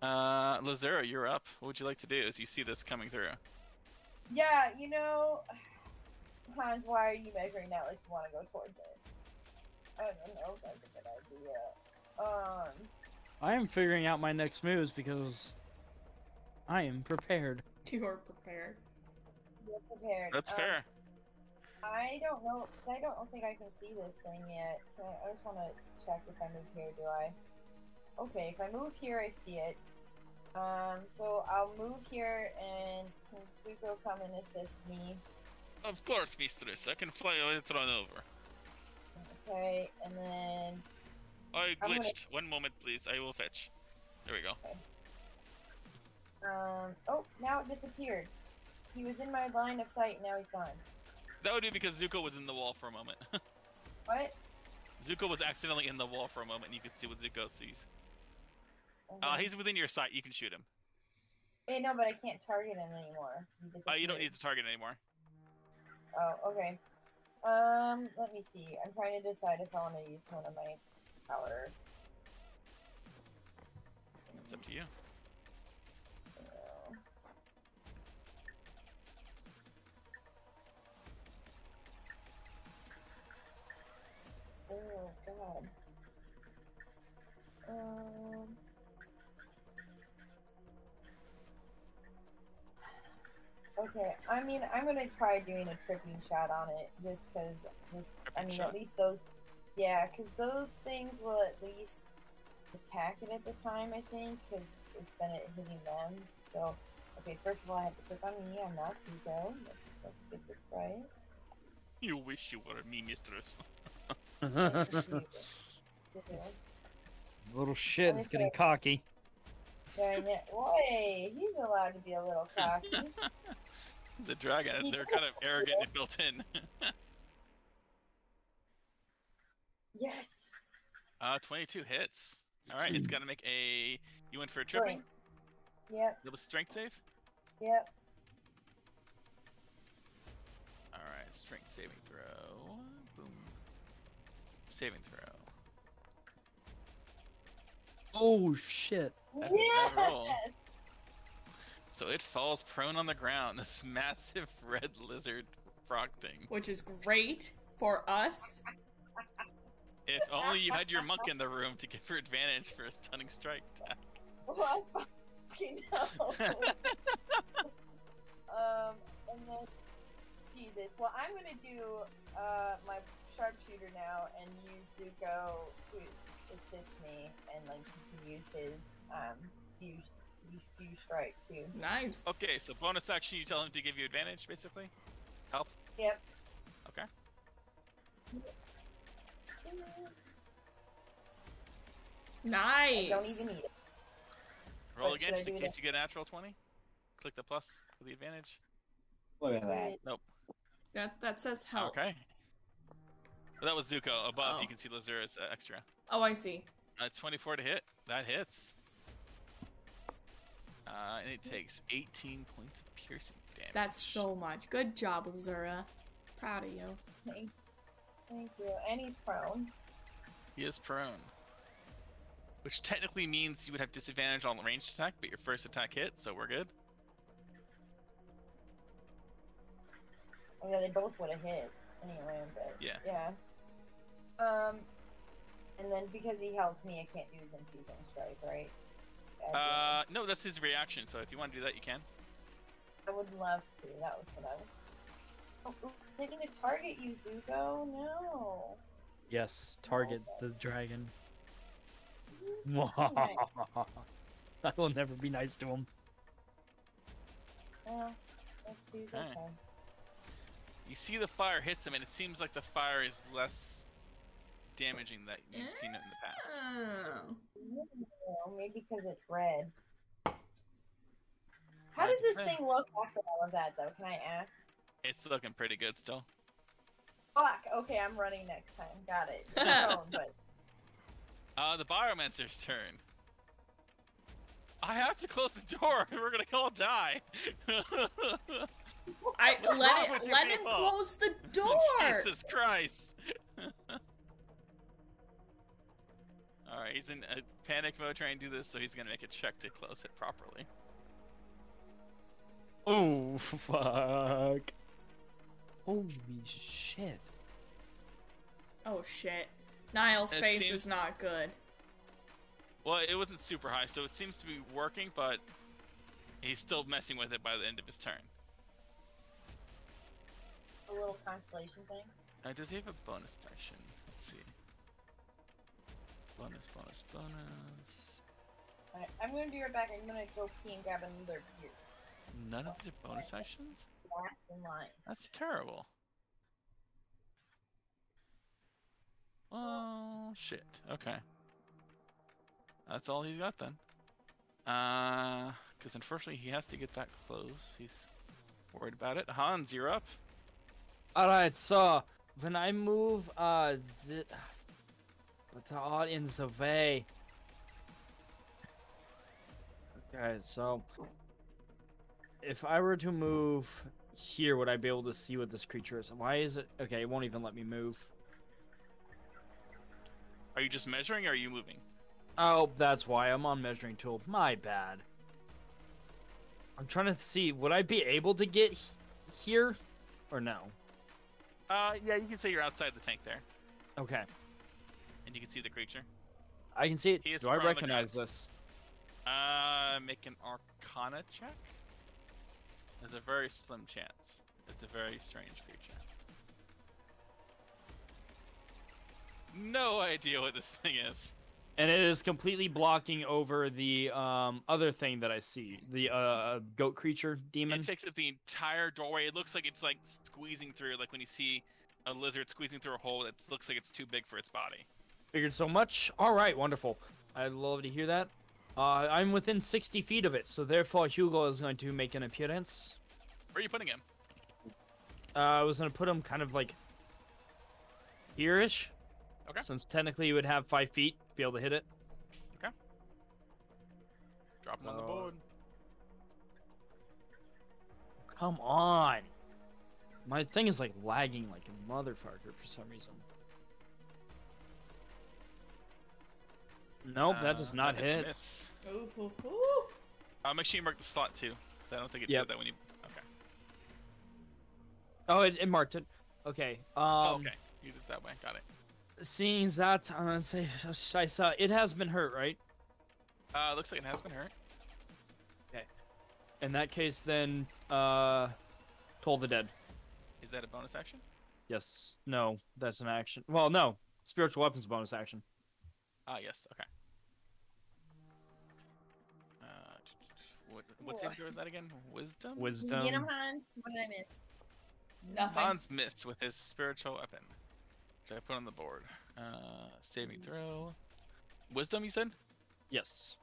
Speaker 1: Uh, Lazara, you're up. What would you like to do as you see this coming through?
Speaker 5: Yeah, you know, Hans, why are you measuring that like you want to go towards it? I don't know if that's a good idea. Um,
Speaker 4: I am figuring out my next moves because I am prepared.
Speaker 2: You are prepared.
Speaker 5: you're prepared.
Speaker 1: That's
Speaker 5: Um,
Speaker 1: fair.
Speaker 5: I don't know, because I don't think I can see this thing yet. Can I, I just want to check if I move here, do I? Okay, if I move here, I see it. Um, so I'll move here and can Zuko come and assist me?
Speaker 1: Of course, mistress. I can fly later on over.
Speaker 5: Okay, and then
Speaker 1: I
Speaker 5: I'm gonna-
Speaker 1: One moment, please. I will fetch. There we go.
Speaker 5: Um. Oh, now it disappeared. He was in my line of sight. Now he's gone.
Speaker 1: That would be because Zuko was in the wall for a moment.
Speaker 5: What?
Speaker 1: Zuko was accidentally in the wall for a moment, and you can see what Zuko sees. Uh,
Speaker 5: Okay.
Speaker 1: he's within your sight. You can shoot him.
Speaker 5: Hey, no, but I can't target him anymore. He
Speaker 1: Uh, you don't
Speaker 5: disappeared.
Speaker 1: need to target anymore.
Speaker 5: Oh, okay. Um. Let me see. I'm trying to decide if I want to use one of my power.
Speaker 1: It's up to you.
Speaker 5: Uh, Oh god. Um. Okay, I mean, I'm gonna try doing a tripping shot on it just because this. I
Speaker 1: Tripping
Speaker 5: mean,
Speaker 1: shot?
Speaker 5: at least those. Yeah, because those things will at least attack it at the time, I think, because it's been at hitting them. So, okay, first of all, I have to click on me. I'm not Zuko. Let's, let's get this right.
Speaker 1: You wish you were me, mistress.
Speaker 4: Little shit is getting cocky.
Speaker 5: Darn it. Boy, he's allowed to be a little cocky.
Speaker 1: He's a dragon. They're kind of arrogant and built in.
Speaker 5: yes.
Speaker 1: Uh, 22 hits. All right, it's gonna make a. You went for a tripping.
Speaker 5: Yep,
Speaker 1: It was strength save.
Speaker 5: yep.
Speaker 1: All right, strength saving throw. Boom. Saving throw.
Speaker 4: Oh shit.
Speaker 1: That's a bad roll.
Speaker 5: yes!
Speaker 1: So it falls prone on the ground. This massive red lizard frog thing.
Speaker 2: which is great for us.
Speaker 1: If only you had your monk in the room to give her advantage for a stunning strike. attack.
Speaker 5: What fucking hell? um, and then Jesus. Well, I'm gonna do uh my sharpshooter now and use Zuko to assist me and like he can use his um fuse use fuse strike too.
Speaker 2: Nice.
Speaker 1: okay, so bonus action, you tell him to give you advantage, basically. Help.
Speaker 5: Yep.
Speaker 1: Okay.
Speaker 5: I
Speaker 2: Nice.
Speaker 5: don't even need it.
Speaker 1: Roll
Speaker 5: Right,
Speaker 1: again
Speaker 5: should I
Speaker 1: just in
Speaker 5: do
Speaker 1: case you get a natural 20. Click the plus for the advantage.
Speaker 6: Look at that.
Speaker 2: That that says help.
Speaker 1: Okay. So that was Zuko. Above,
Speaker 2: Oh.
Speaker 1: you can see Lazura's uh, extra.
Speaker 2: Oh, I see.
Speaker 1: Uh, 24 to hit. That hits. Uh, and it takes 18 points of piercing damage.
Speaker 2: That's so much. Good job, Lazura. Proud of you.
Speaker 5: Thank, thank you. And he's prone.
Speaker 1: He is prone. Which technically means you would have disadvantage on ranged attack, but your first attack hit, so we're good.
Speaker 5: Oh yeah, they both would have hit anyway, but
Speaker 1: Yeah.
Speaker 5: yeah. Um, and then because he helped me, I can't use infusion strike, right? Yeah,
Speaker 1: Uh, no, that's his reaction, so if you want to do that, you can.
Speaker 5: I would love to. That was what I was. Oh, oops, taking a target, you Zuko. No.
Speaker 4: Yes, target the dragon. I will never be nice to him.
Speaker 5: Well, let's use
Speaker 1: Okay.
Speaker 5: okay.
Speaker 1: You see the fire hits him, and it seems like the fire is less damaging than you've seen it in the past.
Speaker 2: Oh.
Speaker 5: Well, maybe because it's red. How does
Speaker 1: Like
Speaker 5: this
Speaker 1: I said.
Speaker 5: thing look after all of that, though? Can I ask?
Speaker 1: It's looking pretty good still.
Speaker 5: Fuck. Okay, I'm running next time. Got it. Prone, but
Speaker 1: Uh, the Biomancer's turn. I have to close the door, or we're gonna all die.
Speaker 2: I
Speaker 1: What's wrong
Speaker 2: let
Speaker 1: with
Speaker 2: it
Speaker 1: you
Speaker 2: let him
Speaker 1: people?
Speaker 2: close the door.
Speaker 1: Jesus Christ! all right, he's in a panic mode trying to do this, so he's gonna make a check to close it properly.
Speaker 4: Oh fuck. Holy shit.
Speaker 2: oh shit. Niall's
Speaker 1: It
Speaker 2: face
Speaker 1: seems-
Speaker 2: is not good.
Speaker 1: Well, it wasn't super high, so it seems to be working, but he's still messing with it by the end of his turn.
Speaker 5: a little constellation thing.
Speaker 1: Uh, does he have a bonus action? Let's see. Bonus, bonus, bonus.
Speaker 5: Alright, I'm gonna be right back. I'm gonna go pee and grab another beer.
Speaker 1: None of these are bonus actions?
Speaker 5: Last in line.
Speaker 1: That's terrible. Oh shit. Okay. That's all he's got then. Uh, because unfortunately he has to get that close. He's worried about it. Hans, you're up.
Speaker 4: Alright, so when I move uh zi- put the audience away. Okay, so if I were to move here, would I be able to see what this creature is? Why is it okay, it won't even let me move.
Speaker 1: Are you just measuring or are you moving?
Speaker 4: Oh, that's why I'm on measuring tool. My bad. I'm trying to see, would I be able to get h- here or no?
Speaker 1: Uh, yeah, you can say you're outside the tank there,
Speaker 4: Okay,
Speaker 1: and you can see the creature.
Speaker 4: I can see it.
Speaker 1: He is
Speaker 4: Do I
Speaker 1: prone to
Speaker 4: recognize
Speaker 1: guns.
Speaker 4: this?
Speaker 1: Uh, make an Arcana check. There's a very slim chance. It's a very strange creature. No idea what this thing is.
Speaker 4: And it is completely blocking over the um, other thing that I see, the uh, goat creature demon.
Speaker 1: It takes up the entire doorway. It looks like it's like squeezing through, like when you see a lizard squeezing through a hole that looks like it's too big for its body.
Speaker 4: Figured so much. All right, wonderful. I'd love to hear that. Uh, I'm within 60 feet of it, so therefore Hugo is going to make an appearance.
Speaker 1: Where are you putting him?
Speaker 4: Uh, I was gonna put him kind of like here-ish.
Speaker 1: Okay.
Speaker 4: Since technically you would have five feet to be able to hit it.
Speaker 1: Drop him on the
Speaker 4: So-
Speaker 1: board.
Speaker 4: Come on. My thing is like lagging like a motherfucker for some reason. Nope, Oh, that does
Speaker 1: Uh,
Speaker 4: not
Speaker 1: it's a
Speaker 4: hit.
Speaker 1: Miss.
Speaker 2: Ooh, hoo, hoo.
Speaker 1: Uh, make sure you mark the slot too, 'cause I don't think it
Speaker 4: Yep.
Speaker 1: did that when you. Okay.
Speaker 4: Oh, it, it marked it. Okay. Um,
Speaker 1: Oh, okay. You did it that way. Got it.
Speaker 4: Seeing as that, I'm gonna say, I saw it has been hurt, right?
Speaker 1: Uh, looks like it has been hurt.
Speaker 4: In that case, then, uh, toll the dead.
Speaker 1: Is that a bonus action?
Speaker 4: Yes. No, that's an action. Well, no, spiritual weapons bonus action.
Speaker 1: Ah, yes. Okay. Uh, t- t- what, what save
Speaker 5: Boy.
Speaker 1: throw is that again? Wisdom.
Speaker 4: Wisdom.
Speaker 5: You know, Hans, what did I miss?
Speaker 2: Nothing.
Speaker 1: Hans missed with his spiritual weapon, which I put on the board. Uh, saving throw. Wisdom, you said?
Speaker 4: Yes.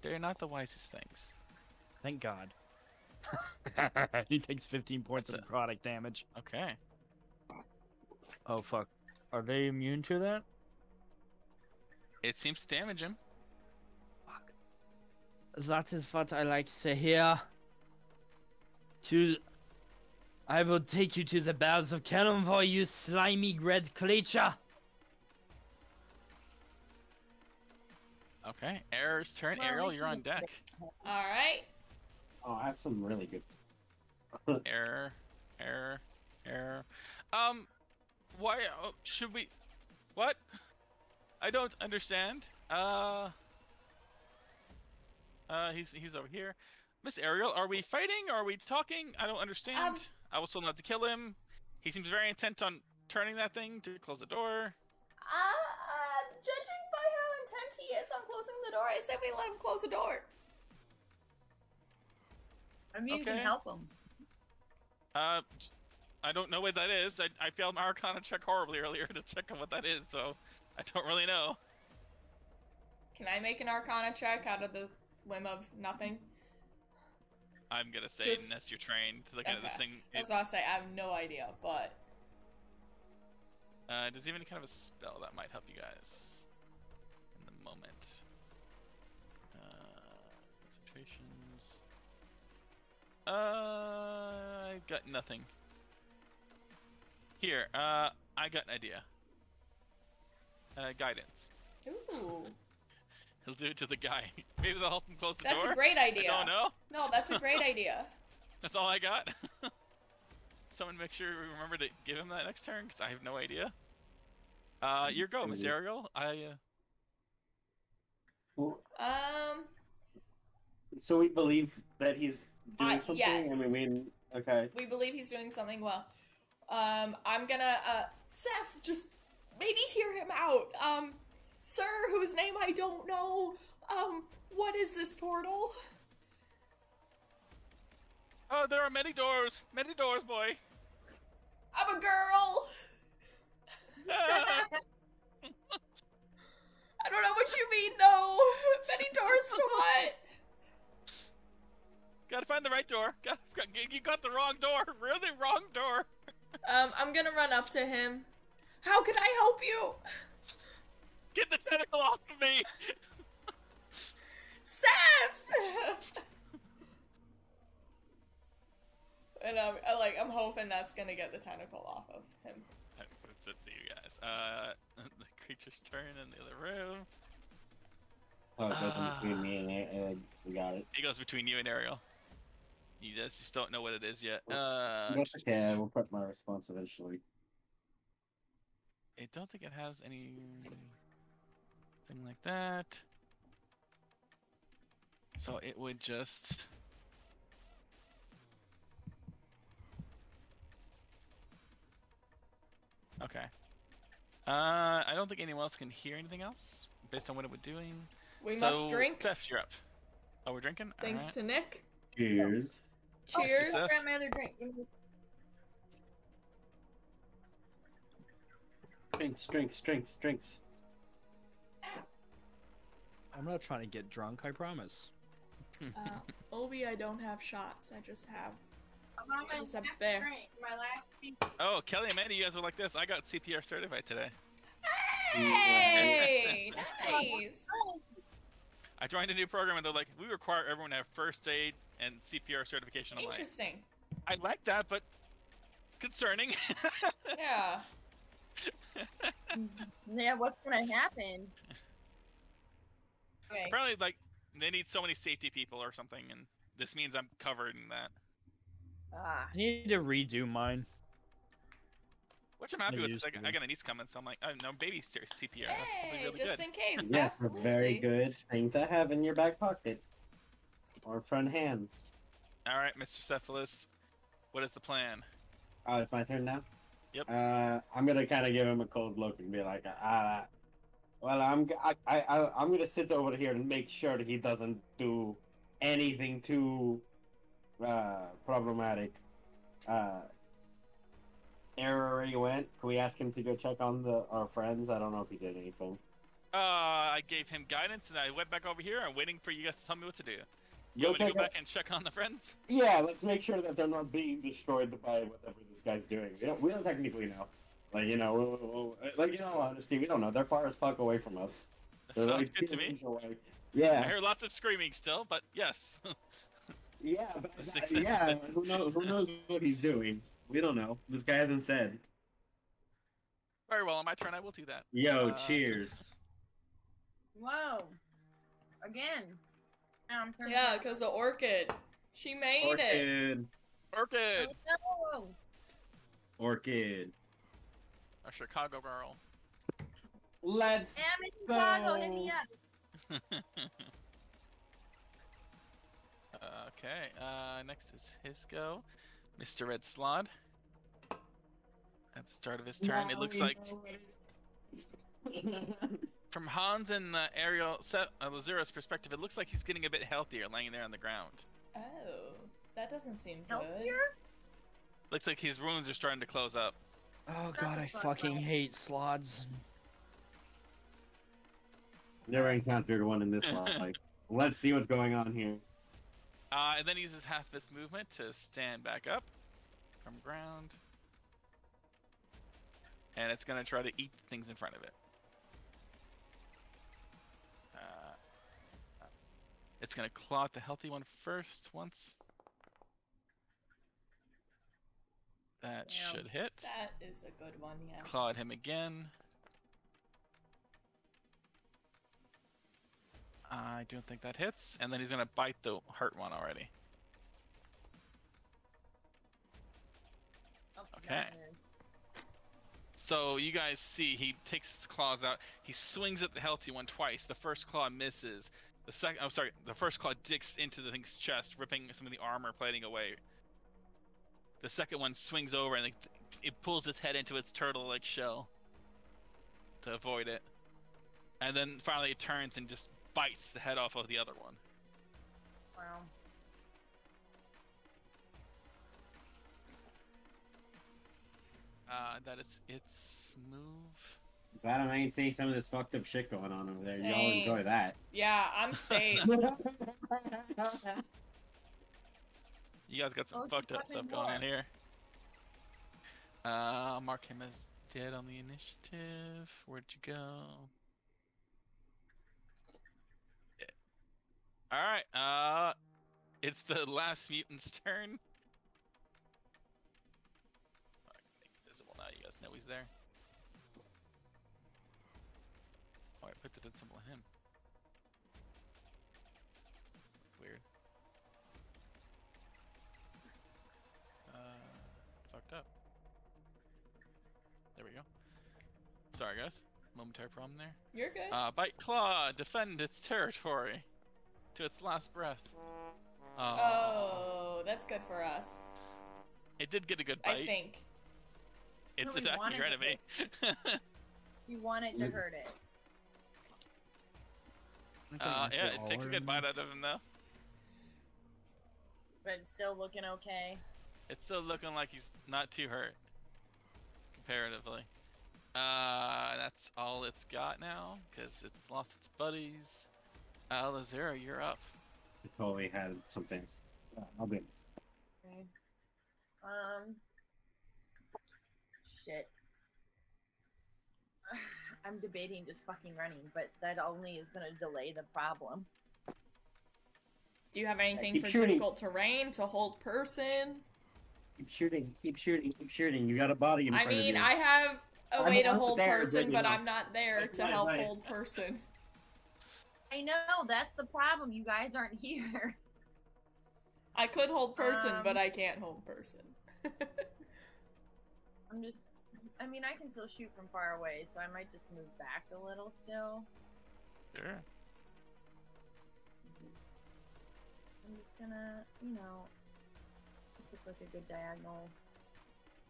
Speaker 1: They're not the wisest things.
Speaker 4: Thank God. he takes 15 points
Speaker 1: That's
Speaker 4: of product damage.
Speaker 1: Okay.
Speaker 4: Oh fuck. Are they immune to that?
Speaker 1: It seems to damage him.
Speaker 4: Fuck. That is what I like to hear. To. I will take you to the bowels of Kellenvor, you slimy red creature!
Speaker 1: Okay. Error's turn.
Speaker 5: Well, at
Speaker 1: Ariel,
Speaker 5: least
Speaker 1: you're
Speaker 5: he
Speaker 1: on
Speaker 5: didn't
Speaker 1: deck.
Speaker 2: All right.
Speaker 6: Oh, I have some really good.
Speaker 1: Error. Error. Error. Um, why oh, should we? What? I don't understand. Uh. Uh, he's he's over here. Miss Ariel, are we fighting? Are we talking? I don't understand.
Speaker 2: Um,
Speaker 1: I was told not to kill him. He seems very intent on turning that thing to close the door.
Speaker 2: Uh, judging by how intent he is on closing the door, I said we let him close the door.
Speaker 5: I mean, you can
Speaker 1: Okay.
Speaker 5: help him.
Speaker 1: Uh, I don't know what that is. I, I failed my Arcana check horribly earlier to check on what that is, so I don't really know.
Speaker 2: Can I make an Arcana check out of the limb of nothing?
Speaker 1: I'm gonna say
Speaker 2: Just-
Speaker 1: unless you're trained to look at this
Speaker 2: Okay.
Speaker 1: thing. It,
Speaker 2: That's what I say. I have no idea, but
Speaker 1: uh, does he have any kind of a spell that might help you guys in the moment? Uh, concentrations. Uh, I got nothing. Here, uh, I got an idea. Uh, guidance.
Speaker 2: ooh,
Speaker 1: He'll do it to the guy. Maybe they'll help him close the
Speaker 2: that's
Speaker 1: door.
Speaker 2: a great idea.
Speaker 1: I don't know.
Speaker 2: No, that's a great idea.
Speaker 1: That's all I got. Someone make sure we remember to give him that next turn, because I have no idea. Uh, your go, Miss
Speaker 6: Maybe.
Speaker 1: Ariel. I uh,
Speaker 2: Um,
Speaker 6: So we believe that he's doing
Speaker 2: I-
Speaker 6: something. I
Speaker 2: yes.
Speaker 6: mean, we okay.
Speaker 2: we believe he's doing something well. Um, I'm gonna uh, Seth, just maybe hear him out. Um, sir, whose name I don't know. Um, what is this portal?
Speaker 1: oh, there are many doors, many doors, boy.
Speaker 2: I'm a girl.
Speaker 1: Ah!
Speaker 2: I don't know what you mean though. Many doors to what?
Speaker 1: gotta find the right door. Got, got, you got the wrong door. Really wrong door.
Speaker 2: Um, I'm gonna run up to him. How can I help you?
Speaker 1: Get the tentacle off of me.
Speaker 2: Seth! and um, I, like, I'm hoping that's gonna get the tentacle off of him.
Speaker 1: It's up to you guys. Uh, the creature's turn in the other room.
Speaker 6: Oh, it goes
Speaker 1: Ah.
Speaker 6: in between me and Ed. We got it.
Speaker 1: It goes between you and Ariel. You just, just don't know what it is yet. Uh,
Speaker 6: That's okay. I will put my response eventually.
Speaker 1: I don't think it has any thing like that. So it would just. Okay. Uh, I don't think anyone else can hear anything else based on what it was doing.
Speaker 2: We
Speaker 1: So,
Speaker 2: must drink,
Speaker 1: Steph, you're up. Oh, we're drinking.
Speaker 2: thanks
Speaker 1: Alright.
Speaker 2: to Nick.
Speaker 6: Cheers.
Speaker 5: Oh,
Speaker 2: Cheers.
Speaker 5: I forgot my other drink.
Speaker 6: Drinks, drinks, drinks, drinks.
Speaker 4: I'm not trying to get drunk, I promise.
Speaker 2: Uh, Obi, I don't have shots. I just have.
Speaker 5: I'm on my
Speaker 2: It's
Speaker 5: last
Speaker 2: up there.
Speaker 5: drink, my last piece.
Speaker 1: Oh, Kelly and Mandy, you guys are like this. I got CPR certified today.
Speaker 2: Hey, nice.
Speaker 5: Oh,
Speaker 1: I joined a new program and they're like, we require everyone to have first aid and CPR certification. I'm like,
Speaker 2: Interesting.
Speaker 1: I like that, but concerning.
Speaker 2: Yeah.
Speaker 5: Yeah, what's gonna happen? Okay.
Speaker 1: Apparently, like they need so many safety people or something, and this means I'm covered in that.
Speaker 5: Ah,
Speaker 4: I need to redo mine.
Speaker 1: Which I'm happy
Speaker 4: Maybe
Speaker 1: with.
Speaker 4: you
Speaker 1: 'cause
Speaker 4: just
Speaker 1: I,
Speaker 4: do.
Speaker 1: I got a niece coming, so I'm like, oh no, baby ser- CPR. That's probably
Speaker 2: Hey,
Speaker 1: really
Speaker 2: just
Speaker 1: good.
Speaker 2: in case.
Speaker 6: Yes,
Speaker 2: Absolutely.
Speaker 6: a very good thing to have in your back pocket or front hands.
Speaker 1: All right, Mr. Cephalus, what is the plan?
Speaker 6: Oh, it's my turn now.
Speaker 1: Yep.
Speaker 6: Uh, I'm gonna kind of give him a cold look and be like, ah, well, I'm g- I, I I- I'm gonna sit over here and make sure that he doesn't do anything too uh, problematic. Uh, Error already went. Can we ask him to go check on the our friends? I don't know if he did anything.
Speaker 1: Uh, I gave him guidance, and I went back over here. I'm waiting for you guys to tell me what to do. You
Speaker 6: Go
Speaker 1: want me to
Speaker 6: check
Speaker 1: go
Speaker 6: out-
Speaker 1: back and check on the friends?
Speaker 6: Yeah, let's make sure that they're not being destroyed by whatever this guy's doing. We don't, we don't technically know. Like, you know, we'll- we'll- we'll- like, you know, honesty, we don't know. They're far as fuck away from us.
Speaker 1: That
Speaker 6: They're
Speaker 1: sounds
Speaker 6: like
Speaker 1: good to me.
Speaker 6: kilometers away.
Speaker 1: I
Speaker 6: Yeah,
Speaker 1: hear lots of screaming still, but yes.
Speaker 6: yeah,
Speaker 1: This
Speaker 6: but,
Speaker 1: makes sense.
Speaker 6: yeah. Who knows? Who knows what he's doing? We don't know. This guy hasn't said.
Speaker 1: Very well, on my turn, I will do that.
Speaker 6: Yo,
Speaker 1: Uh,
Speaker 6: cheers.
Speaker 5: whoa! Again. Um, turn
Speaker 2: Yeah,
Speaker 5: it
Speaker 2: because the orchid. She made it.
Speaker 6: Orchid,
Speaker 5: on.
Speaker 1: Orchid,
Speaker 5: Oh, no!
Speaker 6: orchid.
Speaker 1: a Chicago girl.
Speaker 6: Let's.
Speaker 5: Damn it, Chicago, hit me
Speaker 6: So-
Speaker 5: up.
Speaker 1: okay, uh, next is his go. Mr. Red Slod. At the start of his turn, it looks like from Hans and uh, Ariel Se- uh, Lazura's perspective, it looks like he's getting a bit healthier laying there on the ground.
Speaker 2: Oh, that doesn't seem good.
Speaker 5: Healthier?
Speaker 1: Looks like his wounds are starting to close up.
Speaker 4: Oh
Speaker 5: That's
Speaker 4: god,
Speaker 5: a
Speaker 4: I
Speaker 5: fun
Speaker 4: fucking
Speaker 5: one.
Speaker 4: hate slods.
Speaker 6: Never encountered one in this lot. Like, let's see what's going on here.
Speaker 1: Uh, and then he uses half of his movement to stand back up from ground. And it's going to try to eat things in front of it. Uh, it's going to claw at the healthy one first once. That
Speaker 5: Yeah.
Speaker 1: should hit.
Speaker 2: That is a good one, yes.
Speaker 1: Claw at him again. I don't think that hits. And then he's going to bite the hurt one already.
Speaker 5: Oh,
Speaker 1: Okay. So you guys see he takes his claws out. He swings at the healthy one twice. The first claw misses. The second, oh sorry, the first claw digs into the thing's chest, ripping some of the armor plating away. The second one swings over and it, it pulls its head into its turtle-like shell to avoid it. And then finally it turns and just bites the head off of the other one.
Speaker 5: Wow.
Speaker 1: Uh, that is its move.
Speaker 6: Glad I ain't seeing some of this fucked up shit going on over there. Y'all
Speaker 2: Same.
Speaker 6: enjoy that.
Speaker 2: Yeah, I'm safe.
Speaker 1: You guys got some
Speaker 5: Oh, it's
Speaker 1: fucked up
Speaker 5: fucking
Speaker 1: stuff going on
Speaker 5: war.
Speaker 1: here. Uh, I'll mark him as dead on the initiative. Where'd you go? All right. Uh, it's the last mutant's turn. I can make it visible now. You guys know he's there. Oh, I put the dead symbol on him. That's weird. Uh, fucked up. There we go. Sorry, guys. Momentary problem there.
Speaker 2: You're good.
Speaker 1: Uh, bite claw, defend its territory to its last breath. Oh,
Speaker 2: oh, that's good for us.
Speaker 1: it did get a good
Speaker 2: I
Speaker 1: bite.
Speaker 2: think.
Speaker 1: It's
Speaker 5: Really
Speaker 1: attacking your
Speaker 5: wanted
Speaker 1: enemy.
Speaker 5: You want it to
Speaker 6: Mm.
Speaker 5: hurt it.
Speaker 1: uh, yeah, it takes a good bite out of him though.
Speaker 5: but it's still looking okay.
Speaker 1: It's still looking like he's not too hurt, comparatively. Uh, that's all it's got now because it's lost its buddies. Uh, Lazera, you're up.
Speaker 6: I totally had something. Uh, I'll be honest.
Speaker 5: Okay. Um. Shit. I'm debating just fucking running, but that only is gonna delay the problem.
Speaker 2: Do you have anything
Speaker 6: keep
Speaker 2: for
Speaker 6: shooting.
Speaker 2: difficult terrain to hold person?
Speaker 6: Keep shooting, keep shooting, keep shooting. You got a body in
Speaker 2: I
Speaker 6: front
Speaker 2: mean,
Speaker 6: of you.
Speaker 2: I have a
Speaker 6: I'm
Speaker 2: way to
Speaker 6: not
Speaker 2: hold
Speaker 6: there,
Speaker 2: person,
Speaker 6: but, you
Speaker 2: but
Speaker 6: know,
Speaker 2: I'm not there
Speaker 6: that's
Speaker 2: to
Speaker 6: my
Speaker 2: help
Speaker 6: advice.
Speaker 2: hold person.
Speaker 5: I know that's the problem. You guys aren't here.
Speaker 2: I could hold person, but
Speaker 5: Um,
Speaker 2: I can't hold person.
Speaker 5: I'm just. I mean, I can still shoot from far away, so I might just move back a little still.
Speaker 1: Sure.
Speaker 5: I'm just gonna, you know, this looks like a good diagonal.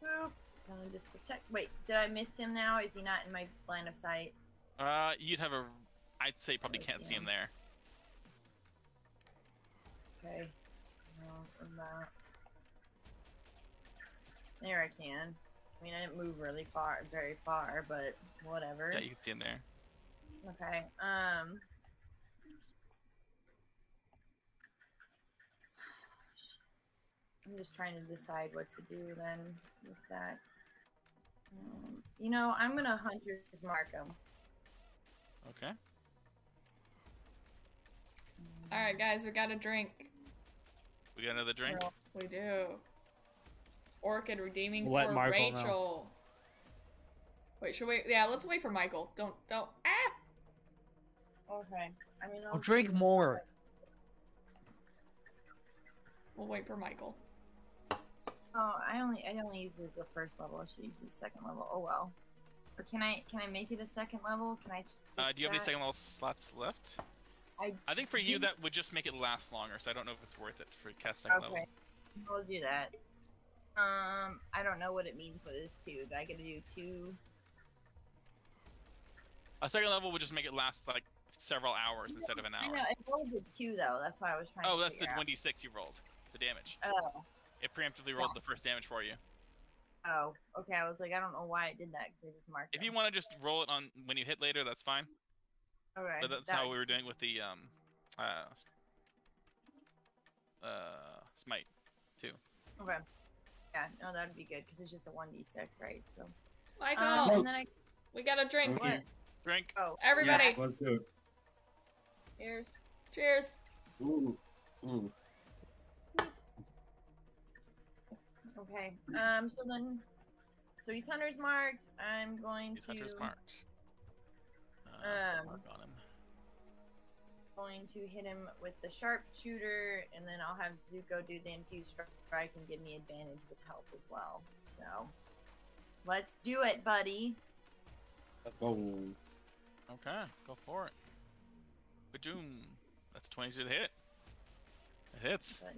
Speaker 5: Boop. And then just protect. Wait, did I miss him now? Is he not in my line of sight?
Speaker 1: Uh, you'd have a. I'd say you probably
Speaker 5: I
Speaker 1: can't
Speaker 5: see
Speaker 1: see him
Speaker 5: him.
Speaker 1: there.
Speaker 5: Okay. No, I'm not. There I can. I mean, I didn't move really far, very far, but whatever.
Speaker 1: Yeah, you can see him there.
Speaker 5: Okay. Um. I'm just trying to decide what to do then with that. Um, you know, I'm gonna hunter's mark him.
Speaker 1: Okay.
Speaker 2: All right, guys, we got a drink.
Speaker 1: We got another drink.
Speaker 5: Roll.
Speaker 2: We do. Orchid redeeming
Speaker 4: We'll let
Speaker 2: for
Speaker 4: Michael know.
Speaker 2: Rachel. Wait, should we? Yeah, let's wait for Michael. Don't, don't. Ah!
Speaker 5: Okay. I mean,
Speaker 4: I'll drink more.
Speaker 2: We'll wait for Michael.
Speaker 5: Oh, I only I only use it the first level. I should use the second level. Oh well. Or can I can I make it a second level? Can I?
Speaker 1: Uh,
Speaker 5: fix
Speaker 1: do you have any
Speaker 5: that?
Speaker 1: second level slots left?
Speaker 5: I
Speaker 1: I think for you
Speaker 5: do.
Speaker 1: that would just make it last longer, so I don't know if it's worth it for cast second level.
Speaker 5: We'll do that. Um, I don't know what it means with it two. Do I get to do two?
Speaker 1: A second level would just make it last like several hours instead of an
Speaker 5: I
Speaker 1: hour.
Speaker 5: know it rolled a two though. That's why I was trying.
Speaker 1: Oh,
Speaker 5: to
Speaker 1: that's the
Speaker 5: figure out.
Speaker 1: 1d6 you rolled. The damage.
Speaker 5: Oh,
Speaker 1: It preemptively rolled the first damage for you.
Speaker 5: oh, okay. I was like, I don't know why it did that because I just marked.
Speaker 1: If
Speaker 5: them.
Speaker 1: you want to just roll it on when you hit later, that's fine.
Speaker 5: okay,
Speaker 1: But that's
Speaker 5: that
Speaker 1: how
Speaker 5: would-
Speaker 1: we were doing with the um, uh, s- uh, smite.
Speaker 5: Okay. Yeah, no, that'd be good because it's just a one d six, right? So.
Speaker 2: Michael,
Speaker 5: Um, and then I
Speaker 2: we got a drink.
Speaker 5: what?
Speaker 1: Drink.
Speaker 5: Oh,
Speaker 2: Everybody,
Speaker 6: Yes, let's do it.
Speaker 5: here's
Speaker 2: cheers.
Speaker 6: Ooh, ooh.
Speaker 5: okay. Um, so then, so he's hunter's marked. I'm going
Speaker 1: He's
Speaker 5: to
Speaker 1: hunter's marked.
Speaker 5: Um,
Speaker 1: mark Uh, on him.
Speaker 5: going to hit him with the sharpshooter, and then I'll have Zuko do the infused strike and give me advantage with help as well. So let's do it, buddy.
Speaker 6: Let's go.
Speaker 1: Okay, go for it. Badoom. That's 22 to hit. It hits.
Speaker 5: But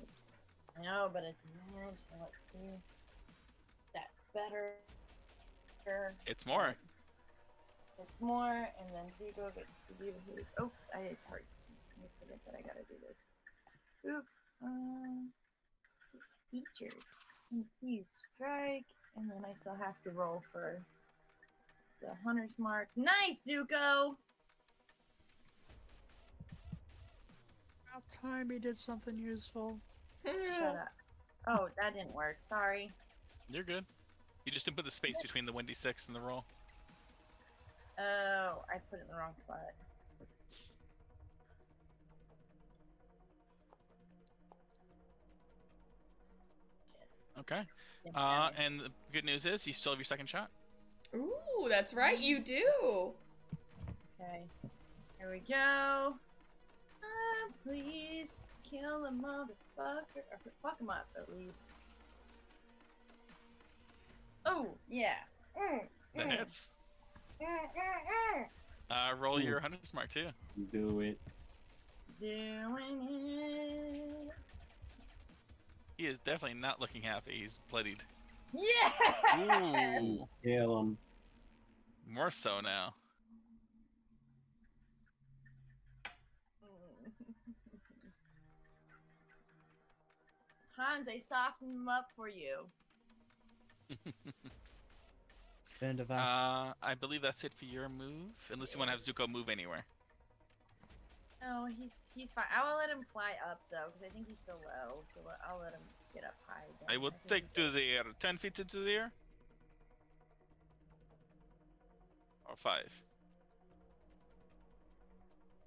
Speaker 5: I know, but it's manage, so let's see. That's better. Sure,
Speaker 1: It's more.
Speaker 5: It's more, and then Zuko gets to do his. Oops, I did sorry. I forget that I gotta do this. Oops. Um, features. Infused strike, and then I still have to roll for the hunter's mark. Nice, Zuko.
Speaker 4: About time he did something useful.
Speaker 5: Shut up. Oh, that didn't work. Sorry.
Speaker 1: You're good. You just didn't put the space between the 1d6 and the roll.
Speaker 5: Oh, I put it in the wrong spot.
Speaker 1: Okay.
Speaker 5: Didn't
Speaker 1: Uh,
Speaker 5: have it.
Speaker 1: and the good news is you still have your second shot.
Speaker 2: Ooh, that's right, you do.
Speaker 5: Okay. Here we go. Ah, please kill a motherfucker. Or fuck him up, at least. Oh, yeah. Mm,
Speaker 1: That
Speaker 5: mm,
Speaker 1: hits.
Speaker 5: mm, mm, mm.
Speaker 1: Uh, roll
Speaker 6: Ooh.
Speaker 1: your 100 smart too.
Speaker 6: Do it.
Speaker 5: mm, Doing it.
Speaker 1: He is definitely not looking happy. He's bloodied.
Speaker 5: Yeah!
Speaker 1: Ooh.
Speaker 6: Kill him.
Speaker 1: More so now.
Speaker 5: Hans, I softened him up for you.
Speaker 4: Vandiver.
Speaker 1: Uh, I believe that's it for your move, unless you want to have Zuko move anywhere.
Speaker 5: No, he's he's fine. I will let him fly up though, because I think he's so low. So let- I'll let him get up high. Again.
Speaker 1: I will take to the air, ten feet into the air, or five.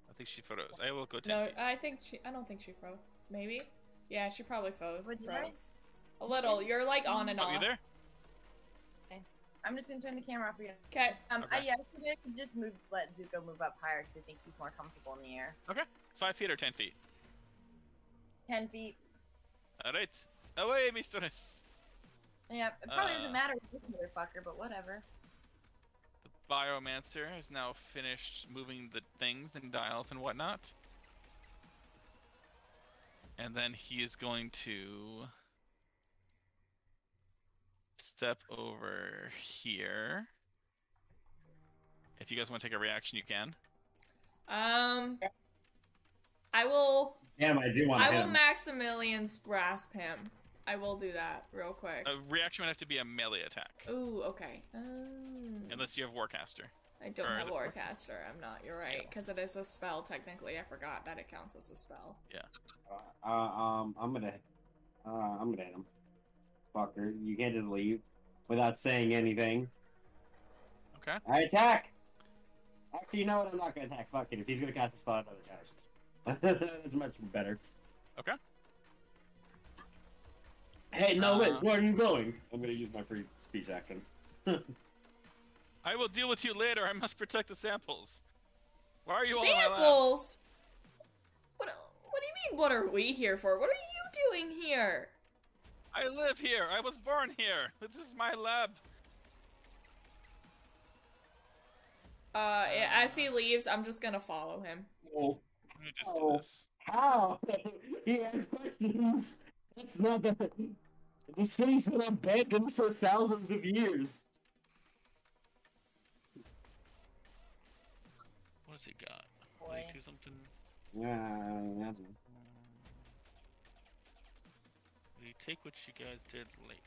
Speaker 1: I think she froze. I will go ten
Speaker 2: No,
Speaker 1: feet.
Speaker 2: I think she. I don't think she froze. Maybe. Yeah, she probably froze.
Speaker 5: Would you
Speaker 2: froze.
Speaker 5: guys?
Speaker 2: A little. You're like on and
Speaker 1: Oh, you
Speaker 2: off.
Speaker 1: there?
Speaker 5: I'm just gonna turn the camera off again.
Speaker 2: Okay.
Speaker 5: Um, I,
Speaker 1: Okay.
Speaker 5: yeah, I could- I could just move, let Zuko move up higher because I think he's more comfortable in the air.
Speaker 1: It's five feet or ten feet.
Speaker 5: Ten feet.
Speaker 1: All right, away, mistress.
Speaker 5: Yeah, it probably
Speaker 1: Uh.
Speaker 5: doesn't matter with this motherfucker, but whatever.
Speaker 1: The biomancer has now finished moving the things and dials and whatnot. And then he is going to step over here. If you guys want to take a reaction, you can.
Speaker 2: Um. I will.
Speaker 6: Damn, I do want to
Speaker 2: I
Speaker 6: hit
Speaker 2: will
Speaker 6: him.
Speaker 2: Maximilian's grasp him. I will do that real quick.
Speaker 1: A reaction would have to be a melee attack,
Speaker 2: Ooh. Okay. Um,
Speaker 1: unless you have Warcaster.
Speaker 2: I don't
Speaker 1: or
Speaker 2: have
Speaker 1: the-
Speaker 2: Warcaster. I'm not. You're right. Because it is a spell technically. I forgot that it counts as a spell.
Speaker 6: Uh, um, I'm gonna, uh, I'm gonna hit him. Fucker, you can't just leave without saying anything.
Speaker 1: Okay.
Speaker 6: I attack. Actually, you know what? I'm not gonna attack. Fuck it. If he's gonna cast a spell, another cast. That's much better.
Speaker 1: Okay.
Speaker 6: Hey, no wait.
Speaker 1: Uh,
Speaker 6: Where are you going? I'm gonna use my free speech action.
Speaker 1: I will deal with you later. I must protect the samples. Why are you all in my lab?
Speaker 2: Samples. What? What do you mean? What are we here for? What are you doing here?
Speaker 1: I live here. I was born here. This is my lab.
Speaker 2: Uh, yeah, as he leaves, I'm just gonna follow him.
Speaker 6: Oh,
Speaker 1: Let me just do
Speaker 6: Oh.
Speaker 1: this.
Speaker 6: how? he asks questions. That's not the. The city's been abandoned for thousands of years.
Speaker 1: What has he got?
Speaker 5: Boy.
Speaker 1: Like, do something.
Speaker 6: Yeah, I don't know.
Speaker 1: We take what you guys did lately.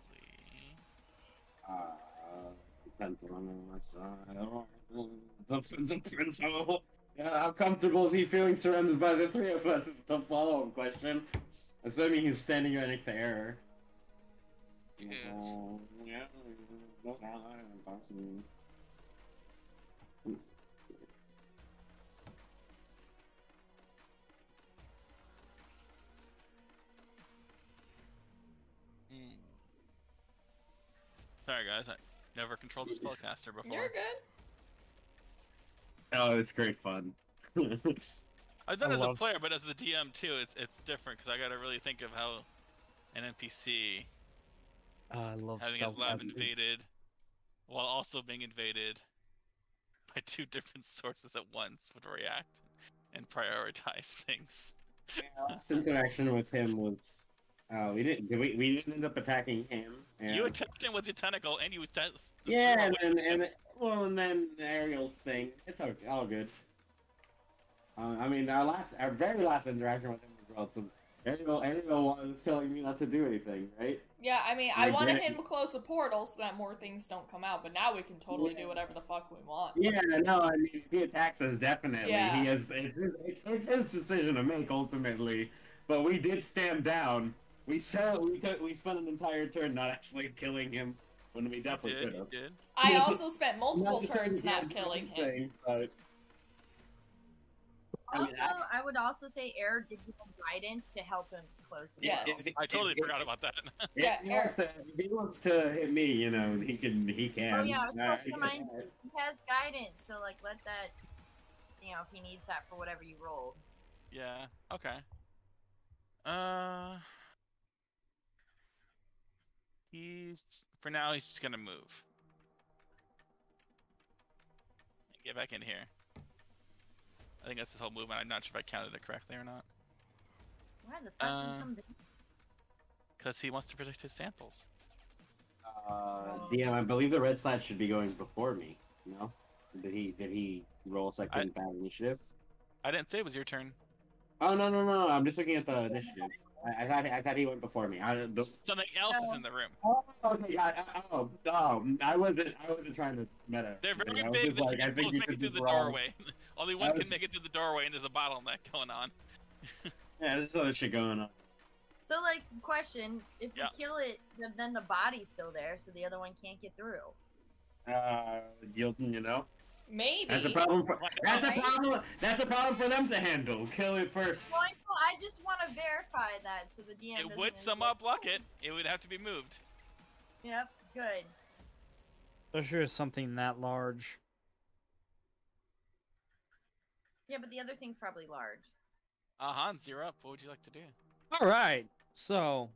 Speaker 6: Uh, depends on my Oh, side. Depends on oh. yeah, how comfortable is he feeling surrounded by the three of us? Is the follow up question. Assuming he's standing right next to Error. Oh,
Speaker 1: Yes. Sorry, guys. I never controlled a spellcaster
Speaker 2: You're
Speaker 1: before.
Speaker 2: good.
Speaker 6: Oh, it's great fun.
Speaker 1: I've done it
Speaker 4: I
Speaker 1: as a
Speaker 4: love-
Speaker 1: player, but as the DM too, it's it's different because I got to really think of how an NPC
Speaker 4: Oh, I love
Speaker 1: having his lab
Speaker 4: spellcasters.
Speaker 1: invaded while also being invaded by two different sources at once would react and prioritize things.
Speaker 6: Last interaction with him was. Oh, we didn't. Did we, we didn't end up attacking him.
Speaker 1: You
Speaker 6: Yeah.
Speaker 1: attacked him with your tentacle and you attacked.
Speaker 6: Yeah, and then and then- well, and then Ariel's thing. It's all, all good. Uh, I mean, our last, our very last interaction with him was relative. Ariel, Ariel was telling me not to do anything, right?
Speaker 2: Yeah, I mean, I
Speaker 6: You're
Speaker 2: wanted
Speaker 6: good.
Speaker 2: him to close the portal so that more things don't come out, but now we can totally
Speaker 6: Yeah.
Speaker 2: do whatever the fuck we want.
Speaker 6: Yeah, no, I mean, if he attacks us, definitely.
Speaker 2: Yeah.
Speaker 6: He has. It's his, it's, it's his decision to make ultimately. But we did stand down. We saw, we took, we spent an entire turn not actually killing him when we
Speaker 1: You
Speaker 6: definitely
Speaker 1: did,
Speaker 6: could
Speaker 1: you
Speaker 6: have.
Speaker 1: did.
Speaker 2: I also spent
Speaker 6: Not
Speaker 2: multiple
Speaker 6: to say
Speaker 2: turns
Speaker 6: we
Speaker 2: not
Speaker 6: didn't do
Speaker 2: killing him.
Speaker 6: anything, but- I
Speaker 5: Also,
Speaker 6: mean, I-
Speaker 5: I would also say Air give him guidance to help him close the
Speaker 2: Yes.
Speaker 5: portal.
Speaker 1: I totally
Speaker 6: It- it-
Speaker 1: forgot about that.
Speaker 2: Yeah,
Speaker 6: If he, wants to, if he wants to hit me, you know, he can. He can.
Speaker 5: Oh yeah, I was
Speaker 6: Uh,
Speaker 5: supposed to remind you. He has guidance, so like let that, you know, if he needs that for whatever you roll.
Speaker 1: yeah. Okay. Uh. He's for now. He's just gonna move. Get back in here. I think that's his whole movement. I'm not sure if I counted it correctly or not.
Speaker 5: Why the fuck did
Speaker 1: Uh,
Speaker 5: he come back?
Speaker 1: Because he wants to protect his samples.
Speaker 6: Uh, DM, I believe the red side should be going before me. No, did he? Did he roll second bad initiative?
Speaker 1: I didn't say it was your turn.
Speaker 6: Oh no no no! I'm just looking at the initiative. I, I thought I thought he went before me. I, the,
Speaker 1: Something else is in the room.
Speaker 6: oh, okay, God, I, oh, oh, I wasn't I wasn't trying to meta.
Speaker 1: They're
Speaker 6: I
Speaker 1: very
Speaker 6: was
Speaker 1: big.
Speaker 6: just
Speaker 1: The
Speaker 6: like, I
Speaker 1: two
Speaker 6: think
Speaker 1: people
Speaker 6: you
Speaker 1: make
Speaker 6: did
Speaker 1: it through
Speaker 6: this
Speaker 1: the
Speaker 6: wrong.
Speaker 1: doorway. Only
Speaker 6: I
Speaker 1: one can
Speaker 6: was-
Speaker 1: make it through the doorway, and there's a bottleneck going on.
Speaker 6: Yeah, there's other shit going on.
Speaker 5: So, like, question: If
Speaker 1: Yeah.
Speaker 5: we kill it, th- then the body's still there, so the other one can't get through.
Speaker 6: Uh, you, you know,
Speaker 2: Maybe.
Speaker 6: that's a problem. For,
Speaker 1: Right.
Speaker 6: that's a
Speaker 2: Right.
Speaker 6: problem. That's a problem for them to handle. Kill it first.
Speaker 5: Well, I, know- I just want to verify that, so the DM.
Speaker 1: It
Speaker 5: doesn't
Speaker 1: would
Speaker 5: insult-
Speaker 1: somehow block it. It would have to be moved.
Speaker 5: Yep. Good.
Speaker 4: Especially with something that large.
Speaker 5: Yeah, but the other thing's probably large.
Speaker 1: Uh, Hans, you're up. What would you like to do?
Speaker 4: Alright, so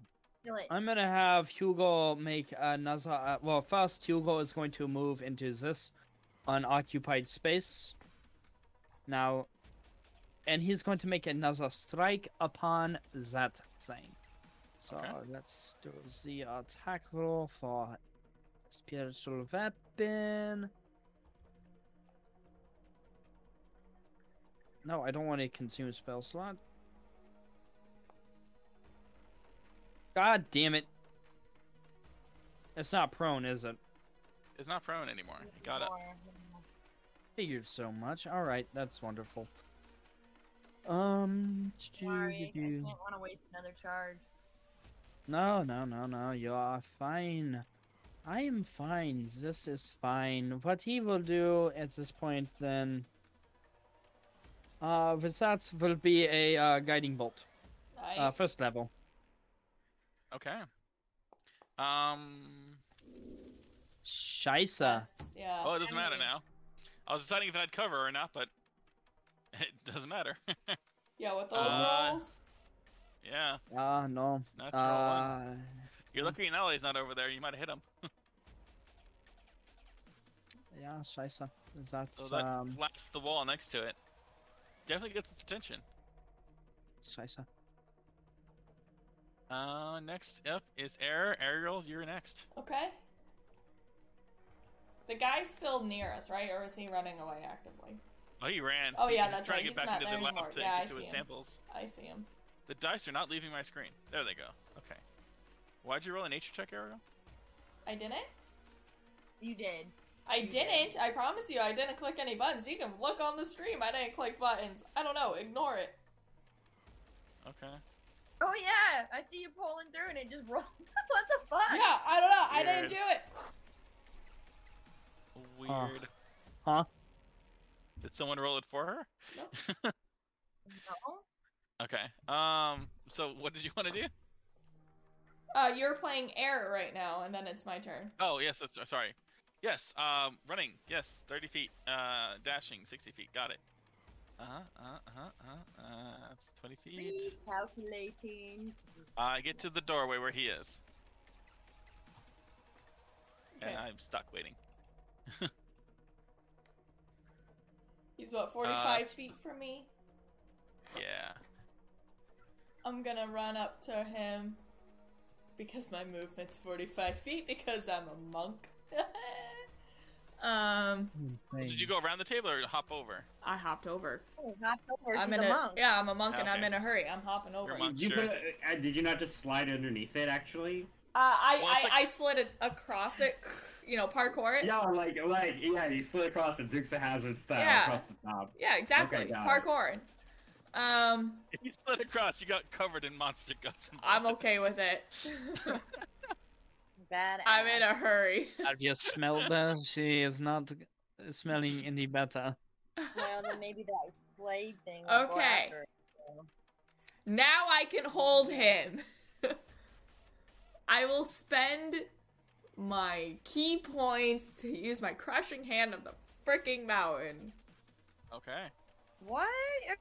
Speaker 5: Kill it.
Speaker 4: I'm gonna have Hugo make another. Uh, well, first Hugo is going to move into this unoccupied space. Now, and he's going to make another strike upon that thing. So
Speaker 1: Okay.
Speaker 4: let's do the attack roll for spiritual weapon. No, I don't want to consume spell slot. God damn it. It's not prone, is it?
Speaker 1: It's not prone anymore. It got up.
Speaker 4: Figured so much. Alright, that's wonderful. Um.
Speaker 5: Sorry, I didn't
Speaker 4: doo-doo-doo.
Speaker 5: want to waste another charge.
Speaker 4: No, no, no, no. You are fine. I am fine. This is fine. What he will do at this point, then. Uh, with that will be a uh, guiding bolt.
Speaker 2: nice.
Speaker 4: Uh, first level.
Speaker 1: Okay. Um.
Speaker 4: Scheisse.
Speaker 2: That's- yeah.
Speaker 1: Oh, it doesn't matter
Speaker 5: anyways.
Speaker 1: now. I was deciding if it had cover or not, but it doesn't matter.
Speaker 2: Yeah, with those
Speaker 1: Uh,
Speaker 2: rolls.
Speaker 1: yeah,
Speaker 4: Ah, no.
Speaker 1: natural one.
Speaker 4: Uh,
Speaker 1: You're lucky Nelly's not over there. You might have hit him.
Speaker 4: yeah, Scheisse. That's,
Speaker 1: So that
Speaker 4: um,
Speaker 1: flaps the wall next to it. Definitely gets its attention.
Speaker 4: Scheisse.
Speaker 1: Uh, next up is Air. Ariel, you're next.
Speaker 2: Okay. The guy's still near us, right? Or is he running away actively?
Speaker 1: Oh, he ran.
Speaker 2: Oh, yeah,
Speaker 1: He's
Speaker 2: that's
Speaker 1: trying
Speaker 2: right,
Speaker 1: to
Speaker 2: he's
Speaker 1: get back
Speaker 2: not
Speaker 1: into
Speaker 2: there
Speaker 1: the
Speaker 2: anymore.
Speaker 1: lab to
Speaker 2: Yeah, I
Speaker 1: get to
Speaker 2: see
Speaker 1: his
Speaker 2: him.
Speaker 1: samples.
Speaker 2: I see him.
Speaker 1: The dice are not leaving my screen. There they go. Okay. Why'd you roll a nature check, Ariel?
Speaker 2: I didn't?
Speaker 5: You did.
Speaker 2: I
Speaker 5: You
Speaker 2: didn't. I promise you, I didn't click any buttons. You can look on the stream. I didn't click buttons. I don't know. Ignore it.
Speaker 1: Okay.
Speaker 5: Oh yeah, I see you pulling through, and it just rolled. what the fuck?
Speaker 2: Yeah, I don't know. I
Speaker 1: Weird.
Speaker 2: didn't do it.
Speaker 1: Weird. Uh,
Speaker 4: Huh?
Speaker 1: Did someone roll it for her?
Speaker 5: No.
Speaker 1: Okay. Um. So what did you want to do?
Speaker 2: Uh, you're playing air right now, and then it's my turn.
Speaker 1: Oh yes. That's uh, sorry. Yes. Um. Running. Yes. Thirty feet. Uh. Dashing. Sixty feet. Got it. Uh huh. Uh huh. Uh huh. Uh, that's twenty feet.
Speaker 5: Recalculating.
Speaker 1: I get to the doorway where he is,
Speaker 2: Okay.
Speaker 1: and I'm stuck waiting.
Speaker 2: He's what,
Speaker 1: uh,
Speaker 2: 45 feet from me?
Speaker 1: Yeah.
Speaker 2: I'm gonna run up to him because my movement's 45 feet because I'm a monk. um,
Speaker 1: Did you go around the table or hop over?
Speaker 2: I hopped over.
Speaker 5: Oh, not over.
Speaker 2: I'm
Speaker 5: she's
Speaker 2: in
Speaker 5: a
Speaker 2: a,
Speaker 5: monk.
Speaker 2: yeah, I'm a monk and I'm
Speaker 1: Okay.
Speaker 2: in a hurry. I'm hopping over.
Speaker 1: You're a
Speaker 2: Uh,
Speaker 1: monk.
Speaker 6: You
Speaker 1: Sure.
Speaker 6: could. Uh, did you not just slide underneath it? Actually.
Speaker 2: Uh, I,
Speaker 1: Well,
Speaker 2: I,
Speaker 1: it's like-
Speaker 2: I slid it across it, you know, parkour it.
Speaker 6: Yeah, like like yeah, you slid across the Dukes of Hazard style
Speaker 2: Yeah.
Speaker 6: across the top.
Speaker 2: Yeah, exactly.
Speaker 6: Okay, got it.
Speaker 2: parkour. Um,
Speaker 1: If you slid across, you got covered in monster guts. and
Speaker 2: I'm
Speaker 1: blood.
Speaker 2: okay with it.
Speaker 5: Badass.
Speaker 2: I'm in a hurry.
Speaker 4: Have you smelled her? She is not smelling any better.
Speaker 5: Well, then maybe that slave thing. will go
Speaker 2: Okay.
Speaker 5: after it, so.
Speaker 2: Now I can hold him. I will spend my key points to use my crushing hand on the freaking mountain.
Speaker 1: Okay.
Speaker 5: What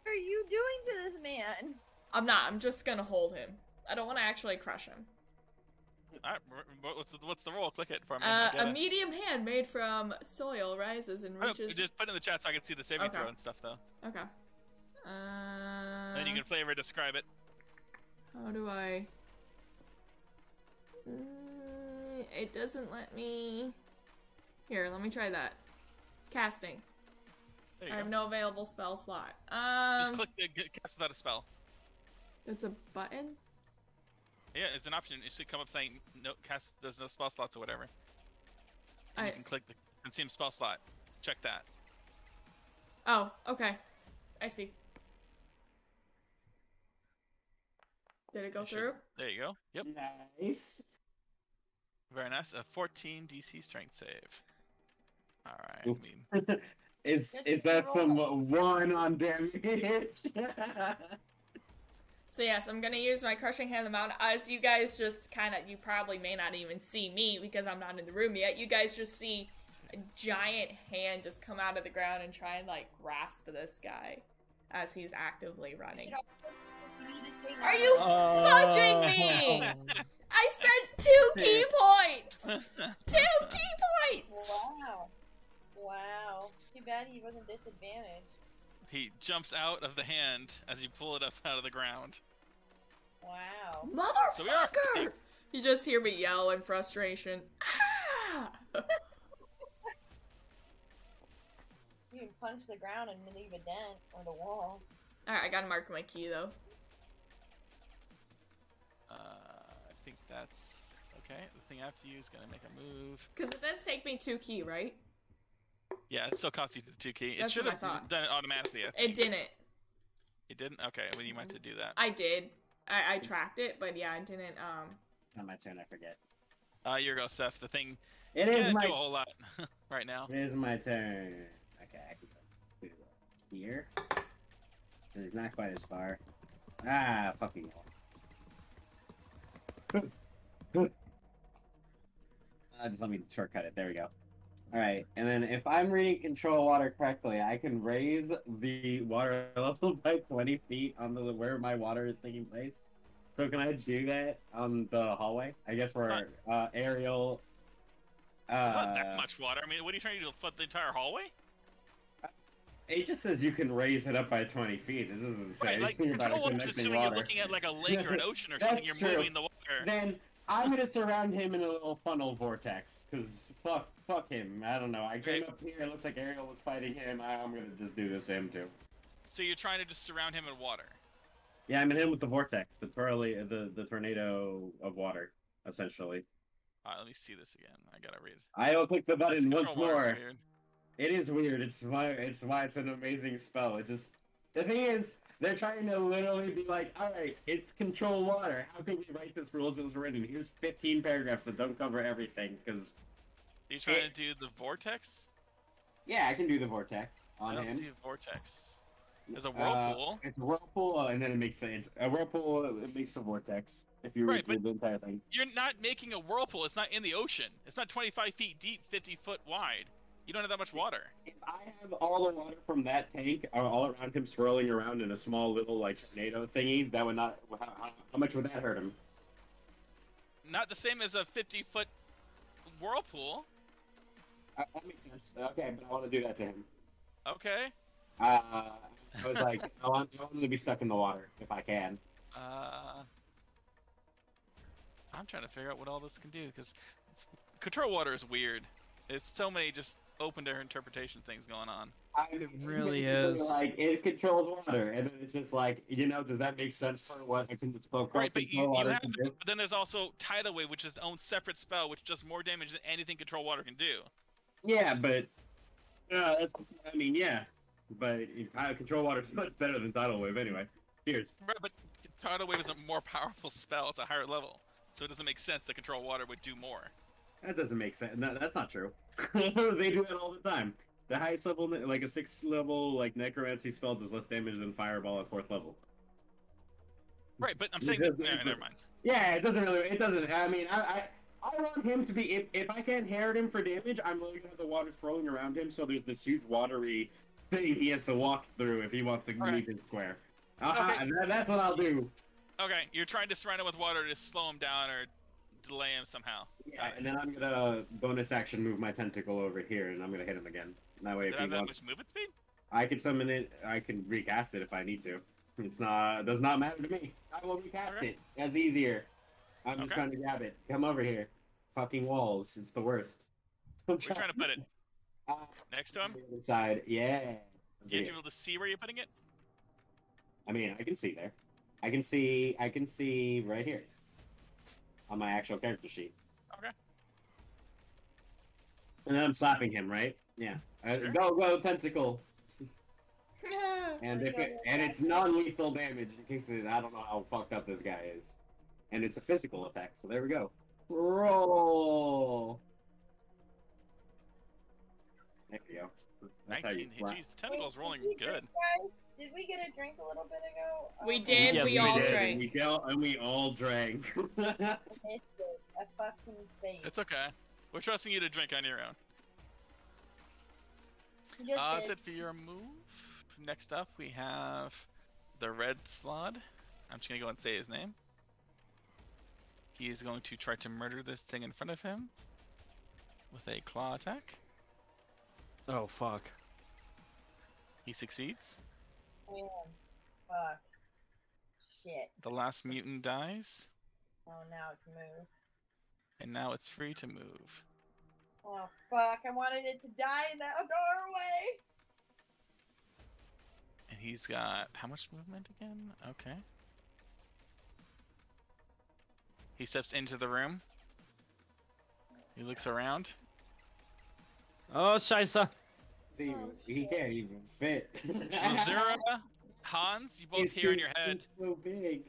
Speaker 5: are you doing to this man?
Speaker 2: I'm not. I'm just gonna hold him. I don't want to actually crush him.
Speaker 1: All right. r- what- What's the, what's the roll? Click it for me.
Speaker 2: Uh,
Speaker 1: I get
Speaker 2: a
Speaker 1: it.
Speaker 2: medium hand made from soil rises and
Speaker 1: Oh,
Speaker 2: reaches.
Speaker 1: Just put in the chat so I can see the saving
Speaker 2: Okay.
Speaker 1: throw and stuff, though.
Speaker 2: Okay. Uh,
Speaker 1: And then you can flavor describe it.
Speaker 2: How do I? Mm, it doesn't let me. Here, let me try that. Casting.
Speaker 1: There you
Speaker 2: I have
Speaker 1: go.
Speaker 2: no available spell slot.
Speaker 1: Just
Speaker 2: Um,
Speaker 1: click the g- cast without a spell.
Speaker 2: that's a button.
Speaker 1: Yeah, it's an option. It should come up saying no cast. There's no spell slots or whatever. And
Speaker 2: I-
Speaker 1: you can click the consume spell slot. Check that.
Speaker 2: Oh, okay. I see. Did it go
Speaker 1: It should-
Speaker 2: through?
Speaker 1: There you go. Yep.
Speaker 6: Nice.
Speaker 1: Very nice. A 14 DC strength save. All right.
Speaker 6: Oof.
Speaker 1: I mean,
Speaker 6: is
Speaker 5: Good
Speaker 6: is that some
Speaker 5: roll.
Speaker 6: one on damage?
Speaker 2: So yes, I'm gonna use my crushing hand of the mountain. As you guys just kind of, you probably may not even see me because I'm not in the room yet. You guys just see a giant hand just come out of the ground and try and like grasp this guy as he's actively
Speaker 5: We
Speaker 2: running.
Speaker 5: should all go through this thing
Speaker 2: Are
Speaker 5: now.
Speaker 2: you fudging me? I spent two key points. Two key points.
Speaker 5: Wow. Wow. Too bad he wasn't disadvantaged.
Speaker 1: he jumps out of the hand as you pull it up out of the ground.
Speaker 5: Wow.
Speaker 1: So we are
Speaker 2: Motherfucker! You just hear me yell in frustration. Ah!
Speaker 5: You can punch the ground and leave a dent or the wall.
Speaker 2: All right, I gotta mark my key though.
Speaker 1: Uh, I think that's okay. The thing after you is gonna make a move.
Speaker 2: Because it does take me two key, right?
Speaker 1: Yeah, it still costs you the two key. It
Speaker 2: That's
Speaker 1: should
Speaker 2: what I
Speaker 1: have
Speaker 2: thought.
Speaker 1: done it automatically. I
Speaker 2: It didn't.
Speaker 1: It didn't. Okay, well you might have to do that.
Speaker 2: I did. I, I tracked it, but yeah, I didn't. Um,
Speaker 6: On my turn, I forget.
Speaker 1: Uh, your go, Seth. The thing
Speaker 6: It
Speaker 1: can't
Speaker 6: is
Speaker 1: do
Speaker 6: my.
Speaker 1: a whole lot right now.
Speaker 6: It is my turn. Okay, I can go to here. And he's not quite as far. Ah, fucking hell. uh, just let me shortcut it. There we go. Alright, and then if I'm reading control water correctly, I can raise the water level by 20 feet on the where my water is taking place. So can I do that on the hallway? I guess we're uh, aerial. Uh,
Speaker 1: Not that much water. I mean, what are you trying to do? Flood the entire hallway?
Speaker 6: It just says you can raise it up by 20 feet. This doesn't say
Speaker 1: Right, like
Speaker 6: anything about
Speaker 1: control
Speaker 6: it
Speaker 1: water's
Speaker 6: connecting
Speaker 1: assuming
Speaker 6: water.
Speaker 1: you're looking at like a lake or an ocean or something.
Speaker 6: That's
Speaker 1: You're
Speaker 6: true.
Speaker 1: moving the water.
Speaker 6: Then I'm gonna surround him in a little funnel vortex, cause fuck, fuck him. I don't know. I came
Speaker 1: Okay.
Speaker 6: up here. It looks like Ariel was fighting him. I, I'm gonna just do this to him too.
Speaker 1: So you're trying to just surround him in water.
Speaker 6: Yeah, I'm in him with the vortex, the pearly, the the tornado of water, essentially.
Speaker 1: All right, let me see this again. I gotta read.
Speaker 6: I will click the
Speaker 1: This
Speaker 6: button once
Speaker 1: control water's
Speaker 6: more.
Speaker 1: weird.
Speaker 6: It is weird. It's why it's why it's an amazing spell. It just the thing is they're trying to literally be like, all right, it's control water. How can we write this rules as written? Here's 15 paragraphs that don't cover everything. Because
Speaker 1: Are you trying to do the vortex?
Speaker 6: yeah, I can do the vortex
Speaker 1: I
Speaker 6: on
Speaker 1: don't
Speaker 6: him.
Speaker 1: see the vortex. There's a
Speaker 6: Uh,
Speaker 1: whirlpool.
Speaker 6: It's whirlpool, uh, and then it makes sense. A whirlpool it makes a vortex if you read
Speaker 1: Right,
Speaker 6: through the entire thing.
Speaker 1: You're not making a whirlpool. It's not in the ocean. It's not 25 feet deep, 50 foot wide. You don't have that much water.
Speaker 6: If I have all the water from that tank uh, all around him, swirling around in a small little like tornado thingy, that would not. How, how, how much would that hurt him?
Speaker 1: Not the same as a 50 foot whirlpool.
Speaker 6: Uh, that makes sense. Okay, but I want to do that to him.
Speaker 1: Okay.
Speaker 6: Uh, I was like, I want, I want him to be stuck in the water if I can.
Speaker 1: Uh, I'm trying to figure out what all this can do because control water is weird. There's so many just open to interpretation things going on.
Speaker 6: I,
Speaker 4: It really
Speaker 6: basically,
Speaker 4: is.
Speaker 6: like it controls water, and then it's just like, you know, does that make sense for what I can just poke
Speaker 1: Right, but you, you
Speaker 6: water
Speaker 1: have
Speaker 6: can
Speaker 1: the-
Speaker 6: do?
Speaker 1: but then there's also tidal wave, which is its own separate spell, which does more damage than anything control water can do.
Speaker 6: Yeah, but uh, that's, I mean, yeah, but uh, control water is much better than tidal wave anyway. Cheers.
Speaker 1: Right, but tidal wave is a more powerful spell. It's a higher level, so it doesn't make sense that control water would do more.
Speaker 6: That doesn't make sense. No, that's not true. they do that all the time. The highest level, ne- like a sixth level, like necromancy spell, does less damage than fireball at fourth level.
Speaker 1: Right, but I'm
Speaker 6: It
Speaker 1: saying that,
Speaker 6: does-
Speaker 1: nah,
Speaker 6: it's-
Speaker 1: never mind.
Speaker 6: Yeah, it doesn't really. It doesn't. I mean, I, I, I want him to be. If, if I can inherit him for damage, I'm literally gonna have the water swirling around him, so there's this huge watery thing he has to walk through if he wants to
Speaker 1: Alright.
Speaker 6: leave his square. Uh-huh,
Speaker 1: Okay.
Speaker 6: and that, that's what I'll do.
Speaker 1: Okay, you're trying to surround him with water to slow him down or delay him somehow.
Speaker 6: Yeah, Uh, and then I'm gonna bonus action move my tentacle over here, and I'm gonna hit him again. That way,
Speaker 1: Did
Speaker 6: if
Speaker 1: I
Speaker 6: he
Speaker 1: have that
Speaker 6: wants,
Speaker 1: much movement speed?
Speaker 6: I can summon it. I can recast it if I need to. It's not. It does not matter to me. I will recast
Speaker 1: Okay.
Speaker 6: it. That's easier. I'm just
Speaker 1: Okay.
Speaker 6: trying to grab it. Come over here. Fucking walls. It's the worst. I'm
Speaker 1: We're trying to put it
Speaker 6: Uh,
Speaker 1: next to him.
Speaker 6: the other side. Yeah.
Speaker 1: You have to be able to see where you're putting it.
Speaker 6: I mean, I can see there. I can see. I can see right here. on my actual character sheet.
Speaker 1: Okay.
Speaker 6: And then I'm slapping him, right? Yeah. Uh,
Speaker 1: Sure.
Speaker 6: Go, go, tentacle. And
Speaker 5: Oh,
Speaker 6: if
Speaker 5: yeah,
Speaker 6: it,
Speaker 5: yeah,
Speaker 6: and
Speaker 5: yeah.
Speaker 6: it's non-lethal damage in case it, I don't know how fucked up this guy is, and it's a physical attack. So there we go. Roll. There we go. That's how you
Speaker 1: 19 hit.
Speaker 6: slap.
Speaker 1: Jeez, the tentacle's
Speaker 5: Wait,
Speaker 1: rolling
Speaker 5: did we get a
Speaker 1: good.
Speaker 5: drink? Did we get a drink a little bit ago?
Speaker 2: We
Speaker 5: Um,
Speaker 2: did,
Speaker 4: Yes,
Speaker 2: we,
Speaker 4: we
Speaker 2: all
Speaker 4: did.
Speaker 6: And
Speaker 2: drank.
Speaker 6: we all and we all drank.
Speaker 5: I missed it. I fucking space.
Speaker 1: It's okay. We're trusting you to drink on your own.
Speaker 5: Just
Speaker 1: Uh,
Speaker 5: did.
Speaker 1: that's it for your move. Next up, we have the red slod. I'm just gonna go and say his name. He is going to try to murder this thing in front of him with a claw attack.
Speaker 4: Oh fuck.
Speaker 1: He succeeds.
Speaker 5: Man, fuck. Shit.
Speaker 1: The last mutant dies,
Speaker 5: Oh, now it can move.
Speaker 1: and now it's free to move.
Speaker 5: Oh, fuck. I wanted it to die in that doorway.
Speaker 1: And he's got how much movement again? Okay. He steps into the room. He looks around.
Speaker 4: Oh scheiße.
Speaker 6: See,
Speaker 5: Oh,
Speaker 6: he can't even fit.
Speaker 1: Azura, Hans, you both
Speaker 6: He's
Speaker 1: hear in
Speaker 6: too-
Speaker 1: your head.
Speaker 6: he's So big.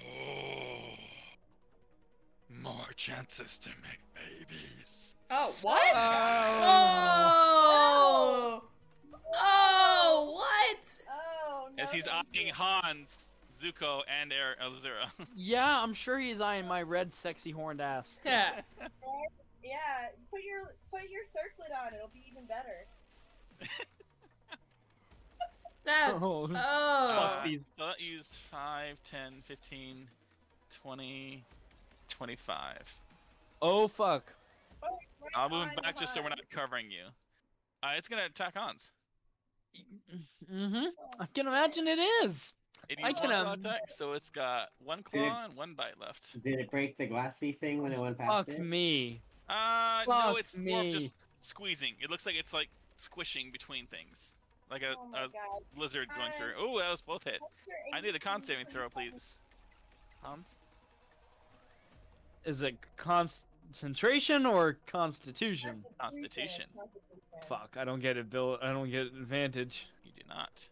Speaker 1: Oh, more chances to make babies.
Speaker 2: Oh, what?
Speaker 4: Oh.
Speaker 2: Oh! Oh, what?
Speaker 5: Oh, no.
Speaker 1: As he's
Speaker 5: thank
Speaker 1: eyeing
Speaker 5: you.
Speaker 1: Hans, Zuko, and Air uh, Elzura.
Speaker 4: Yeah, I'm sure he's eyeing my red sexy horned ass.
Speaker 2: Yeah.
Speaker 5: Yeah, put your put your circlet on. It'll be even better.
Speaker 2: That.
Speaker 4: Oh.
Speaker 2: Oh.
Speaker 1: Uh, so that used 5, 10, 15, 20, 25.
Speaker 4: Oh fuck.
Speaker 5: Oh, it's right
Speaker 1: I'll move
Speaker 5: on
Speaker 1: back just so we're not
Speaker 5: Hans.
Speaker 1: covering you. Uh, it's gonna attack Hans.
Speaker 4: Mhm. I can imagine it is.
Speaker 1: It
Speaker 4: I
Speaker 1: used
Speaker 4: can,
Speaker 1: one claw
Speaker 4: um,
Speaker 1: attack, so it's got one claw and one bite left.
Speaker 6: Did it break the glassy thing when it went past
Speaker 4: Fuck
Speaker 6: it?
Speaker 4: me.
Speaker 1: Uh, no,
Speaker 4: Fuck
Speaker 1: it's more of just
Speaker 4: me.
Speaker 1: squeezing. It looks like it's like squishing between things, like a,
Speaker 5: Oh
Speaker 1: a
Speaker 5: my god.
Speaker 1: lizard going through.
Speaker 5: Guys.
Speaker 1: Oh, that was both hit.
Speaker 5: What's your
Speaker 1: I need a con
Speaker 5: AC
Speaker 1: saving
Speaker 5: for
Speaker 1: throw,
Speaker 5: this one?
Speaker 1: please. Hans?
Speaker 4: Is it concentration or constitution?
Speaker 5: Constitution.
Speaker 1: Constitution.
Speaker 5: Constitution.
Speaker 4: Fuck, I don't get it, Bill. I don't get advantage.
Speaker 1: You do not.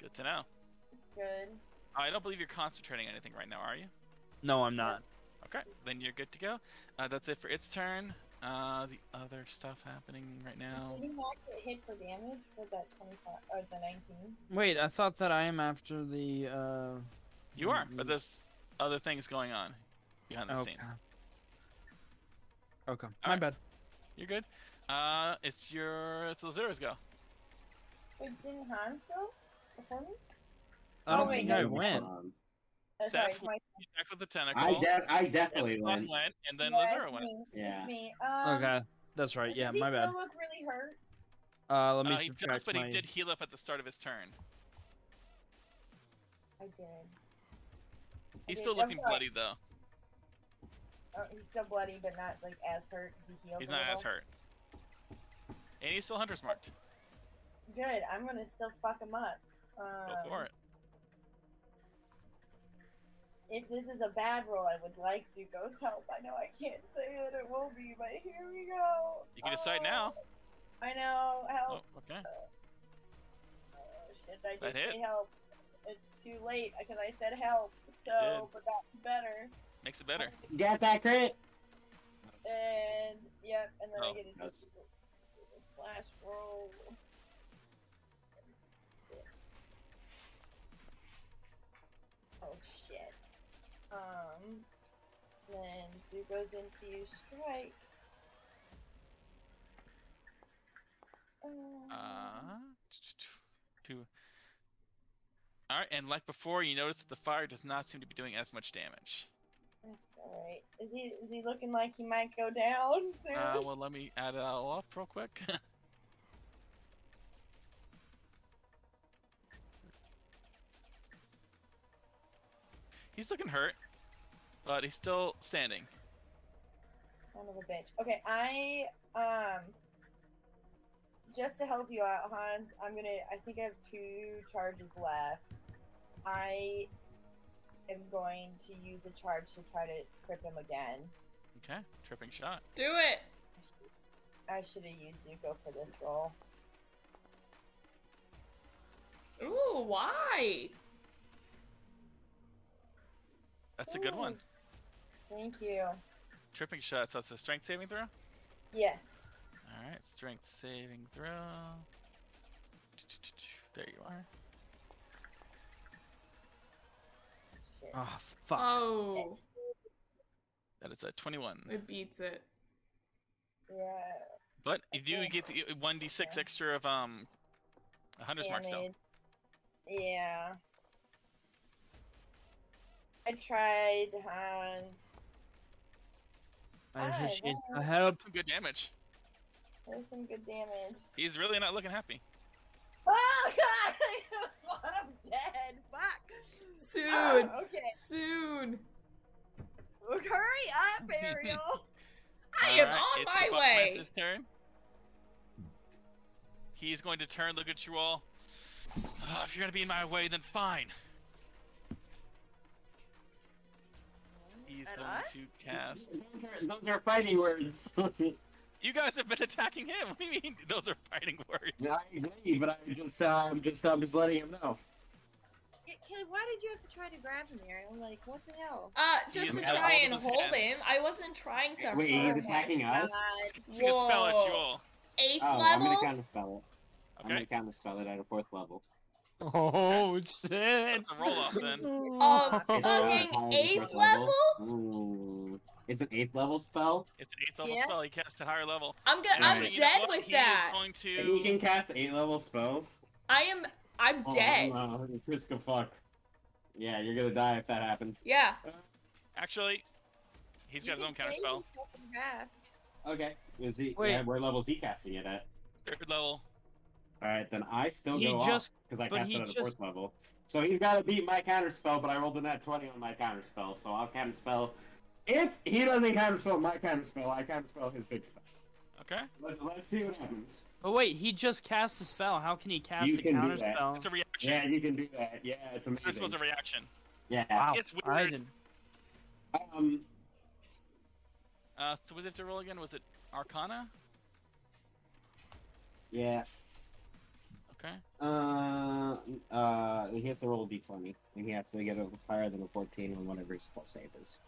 Speaker 1: Good to know.
Speaker 5: Good.
Speaker 1: I don't believe you're concentrating on anything right now, are you?
Speaker 4: No, I'm not.
Speaker 1: Okay, then you're good to go. Uh, that's it for its turn. Uh, the other stuff happening right now.
Speaker 5: Did you not get hit for damage with that 25 or the 19?
Speaker 4: Wait, I thought that I am after the uh
Speaker 1: You are, but
Speaker 4: Mm.
Speaker 1: there's other things going on behind the
Speaker 4: Okay.
Speaker 1: scenes.
Speaker 4: Okay. My
Speaker 1: Alright.
Speaker 4: bad.
Speaker 1: You're good. Uh, it's your it's Lazura's go.
Speaker 5: Wait, didn't Hans go before me?
Speaker 4: I
Speaker 5: Oh,
Speaker 4: don't
Speaker 5: wait,
Speaker 4: think
Speaker 5: no,
Speaker 4: I
Speaker 5: you
Speaker 4: went.
Speaker 6: Um,
Speaker 5: Oh, sorry,
Speaker 1: Seth
Speaker 5: it's my-
Speaker 1: You attacked with the tentacle.
Speaker 6: I, de- I
Speaker 1: and
Speaker 6: definitely
Speaker 1: Lon
Speaker 6: went.
Speaker 1: went, and then
Speaker 5: yeah,
Speaker 1: Lazura
Speaker 5: it's
Speaker 1: went.
Speaker 5: me, it's
Speaker 6: Yeah.
Speaker 5: me. Um,
Speaker 4: Okay, that's right.
Speaker 5: does
Speaker 4: Yeah,
Speaker 5: he
Speaker 4: my bad.
Speaker 5: still look really hurt?
Speaker 4: Uh, let me
Speaker 1: Uh, he
Speaker 4: subtract
Speaker 1: does, but
Speaker 4: my.
Speaker 1: he did heal up at the start of his turn.
Speaker 5: I did.
Speaker 1: He's
Speaker 5: Okay,
Speaker 1: still
Speaker 5: I'm
Speaker 1: looking
Speaker 5: sorry.
Speaker 1: bloody though.
Speaker 5: Oh, he's still bloody, but not like as hurt because he healed.
Speaker 1: He's
Speaker 5: a
Speaker 1: not
Speaker 5: little.
Speaker 1: as hurt. And he's still hunter's marked.
Speaker 5: Good. I'm gonna still fuck him up. Um,
Speaker 1: Go for it.
Speaker 5: If this is a bad roll, I would like Zuko's help. I know I can't say that it will be, but here we go.
Speaker 1: You can decide
Speaker 5: Oh,
Speaker 1: now.
Speaker 5: I know.
Speaker 1: Oh,
Speaker 5: Help.
Speaker 1: okay.
Speaker 5: Oh, shit, I
Speaker 1: That
Speaker 5: did say
Speaker 1: hit.
Speaker 5: help. It's too late because I said help. So, but that's better.
Speaker 1: Makes it better.
Speaker 6: Got that crit?
Speaker 5: And yep, and then
Speaker 1: Oh,
Speaker 5: I get a
Speaker 6: that's-
Speaker 5: slash roll. Oh shit. Um. Then Zoo goes into strike. Um,
Speaker 1: Uh, two. All right, and like before, you notice that the fire does not seem to be doing as much damage.
Speaker 5: That's alright. Is he is he looking like he might go down soon?
Speaker 1: Uh, well, let me add it all up real quick. he's looking hurt, but he's still standing.
Speaker 5: Son of a bitch. Okay, I um just to help you out, Hans, I'm gonna I think I have two charges left. I am going to use a charge to try to trip him again.
Speaker 1: Okay, tripping shot.
Speaker 2: Do it.
Speaker 5: I should have used Zuko for this roll.
Speaker 2: Ooh, why?
Speaker 1: That's a good one.
Speaker 5: Thank you.
Speaker 1: Tripping shot. So it's a strength saving throw.
Speaker 5: Yes.
Speaker 1: All right, strength saving throw. There you are.
Speaker 5: Shit.
Speaker 4: Oh, fuck.
Speaker 2: Oh,
Speaker 1: That is a 21.
Speaker 2: it beats it.
Speaker 5: Yeah.
Speaker 1: But you do
Speaker 5: Okay.
Speaker 1: get the uh, 1d6 extra of um a hunter's mark still.
Speaker 5: damage. Yeah. I tried, and
Speaker 4: I wish
Speaker 5: Alright,
Speaker 4: it help.
Speaker 1: Some good damage.
Speaker 5: there's some good damage.
Speaker 1: He's really not looking happy.
Speaker 5: Oh god! I almost want him dead. Fuck.
Speaker 2: Soon.
Speaker 5: Oh, okay.
Speaker 2: Soon.
Speaker 5: Hurry up, Ariel.
Speaker 2: I
Speaker 1: All
Speaker 2: am
Speaker 1: right,
Speaker 2: on
Speaker 1: it's
Speaker 2: my
Speaker 1: the
Speaker 2: way.
Speaker 1: Buckman's turn. He's going to turn, look at you all. "Ah, if you're gonna be in my way, then fine. He's
Speaker 5: At
Speaker 1: going
Speaker 5: us?
Speaker 1: to cast.
Speaker 6: Those are, those are fighting words.
Speaker 1: You guys have been attacking him. What do you mean? Those are fighting words.
Speaker 6: I agree, but I'm just, uh, I'm just, I'm just letting him know.
Speaker 5: Yeah, Kid, why did you have to try to grab him, Ariel? Like, what the hell?
Speaker 2: Uh,
Speaker 1: is
Speaker 2: just to
Speaker 1: out of
Speaker 2: try
Speaker 1: all
Speaker 2: and
Speaker 1: of his
Speaker 2: hold
Speaker 1: hands.
Speaker 2: him. I wasn't trying to
Speaker 6: Wait,
Speaker 2: harm
Speaker 6: he's
Speaker 2: him.
Speaker 6: attacking us?
Speaker 5: God.
Speaker 1: He's gonna spell at you
Speaker 2: Whoa.
Speaker 1: all.
Speaker 2: Eighth
Speaker 6: Oh, I'm
Speaker 2: level.
Speaker 6: gonna counterspell it. I'm
Speaker 1: Okay.
Speaker 6: gonna counterspell it at a fourth level.
Speaker 4: Oh, shit. Oh,
Speaker 1: That's a roll off then.
Speaker 6: Um,
Speaker 2: Of
Speaker 5: It's, uh,
Speaker 2: fucking
Speaker 6: higher than
Speaker 2: eighth
Speaker 6: fourth
Speaker 2: level?
Speaker 6: Ooh. It's an eighth level spell.
Speaker 1: It's an eighth level
Speaker 5: Yeah.
Speaker 1: spell. He casts at higher level.
Speaker 2: I'm good. I'm
Speaker 1: Actually,
Speaker 6: Alright.
Speaker 1: you know
Speaker 2: dead
Speaker 1: what?
Speaker 2: with
Speaker 1: he
Speaker 2: that.
Speaker 1: Is going
Speaker 7: And you
Speaker 1: to.
Speaker 7: can cast eight level spells.
Speaker 2: I am. I'm
Speaker 6: Oh,
Speaker 2: dead.
Speaker 6: no, Chris can fuck. Yeah, you're gonna die if that happens.
Speaker 2: Yeah.
Speaker 1: Actually, he's got his own counter spell.
Speaker 6: Okay. Is he?
Speaker 4: Wait.
Speaker 6: Yeah, where level is he casting it at?
Speaker 1: Third level.
Speaker 6: All right, then I still
Speaker 4: He
Speaker 6: go
Speaker 4: just-
Speaker 6: off because I
Speaker 4: but
Speaker 6: cast
Speaker 4: he
Speaker 6: it at a
Speaker 4: just-
Speaker 6: fourth level. So he's got to beat my counter spell, but I rolled a nat twenty on my counter spell, so I'll counter spell. If he doesn't counter spell my counter spell, I counter spell his big spell.
Speaker 1: Okay.
Speaker 6: Let's, let's see what happens.
Speaker 4: But oh, wait, he just cast a spell. How can he cast
Speaker 6: You
Speaker 4: a
Speaker 6: can do
Speaker 4: counter
Speaker 6: that.
Speaker 7: Oh,
Speaker 4: spell?
Speaker 1: It's a reaction.
Speaker 6: Yeah, you can do that. Yeah, it's amazing.
Speaker 1: This was a reaction.
Speaker 6: yeah.
Speaker 4: Wow,
Speaker 1: It's
Speaker 4: I
Speaker 1: weird.
Speaker 4: didn't.
Speaker 6: Um,
Speaker 1: Uh, so we have to roll again. Was it Arcana?
Speaker 6: yeah.
Speaker 1: Okay.
Speaker 6: Uh, uh, he has to roll a d20, and he has to get a higher than a 14 on whatever his spell save is,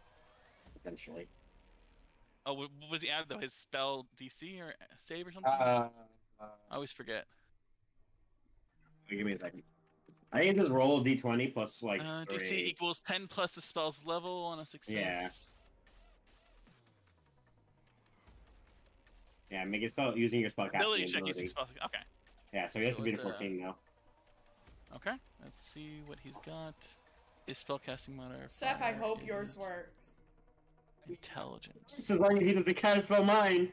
Speaker 6: essentially.
Speaker 1: Oh, w- w- was he added though? His spell DC or save or something?
Speaker 6: Uh, uh,
Speaker 1: I always forget.
Speaker 7: Give me a second. I think just roll a d20 plus like
Speaker 1: Uh, DC
Speaker 7: three.
Speaker 1: equals 10 plus the spell's level on a success.
Speaker 7: Yeah. Yeah, make it spell using your spell casting
Speaker 1: Ability
Speaker 7: ability.
Speaker 1: check using spell. Okay.
Speaker 7: Yeah, so he has
Speaker 1: So
Speaker 7: to beat a
Speaker 1: it's, uh,
Speaker 7: 14 now.
Speaker 1: Okay. Let's see what he's got. His spellcasting modifier.
Speaker 2: Seth, I hope yours
Speaker 1: is
Speaker 2: works.
Speaker 1: Intelligence.
Speaker 6: Just as long as he doesn't counterspell mine.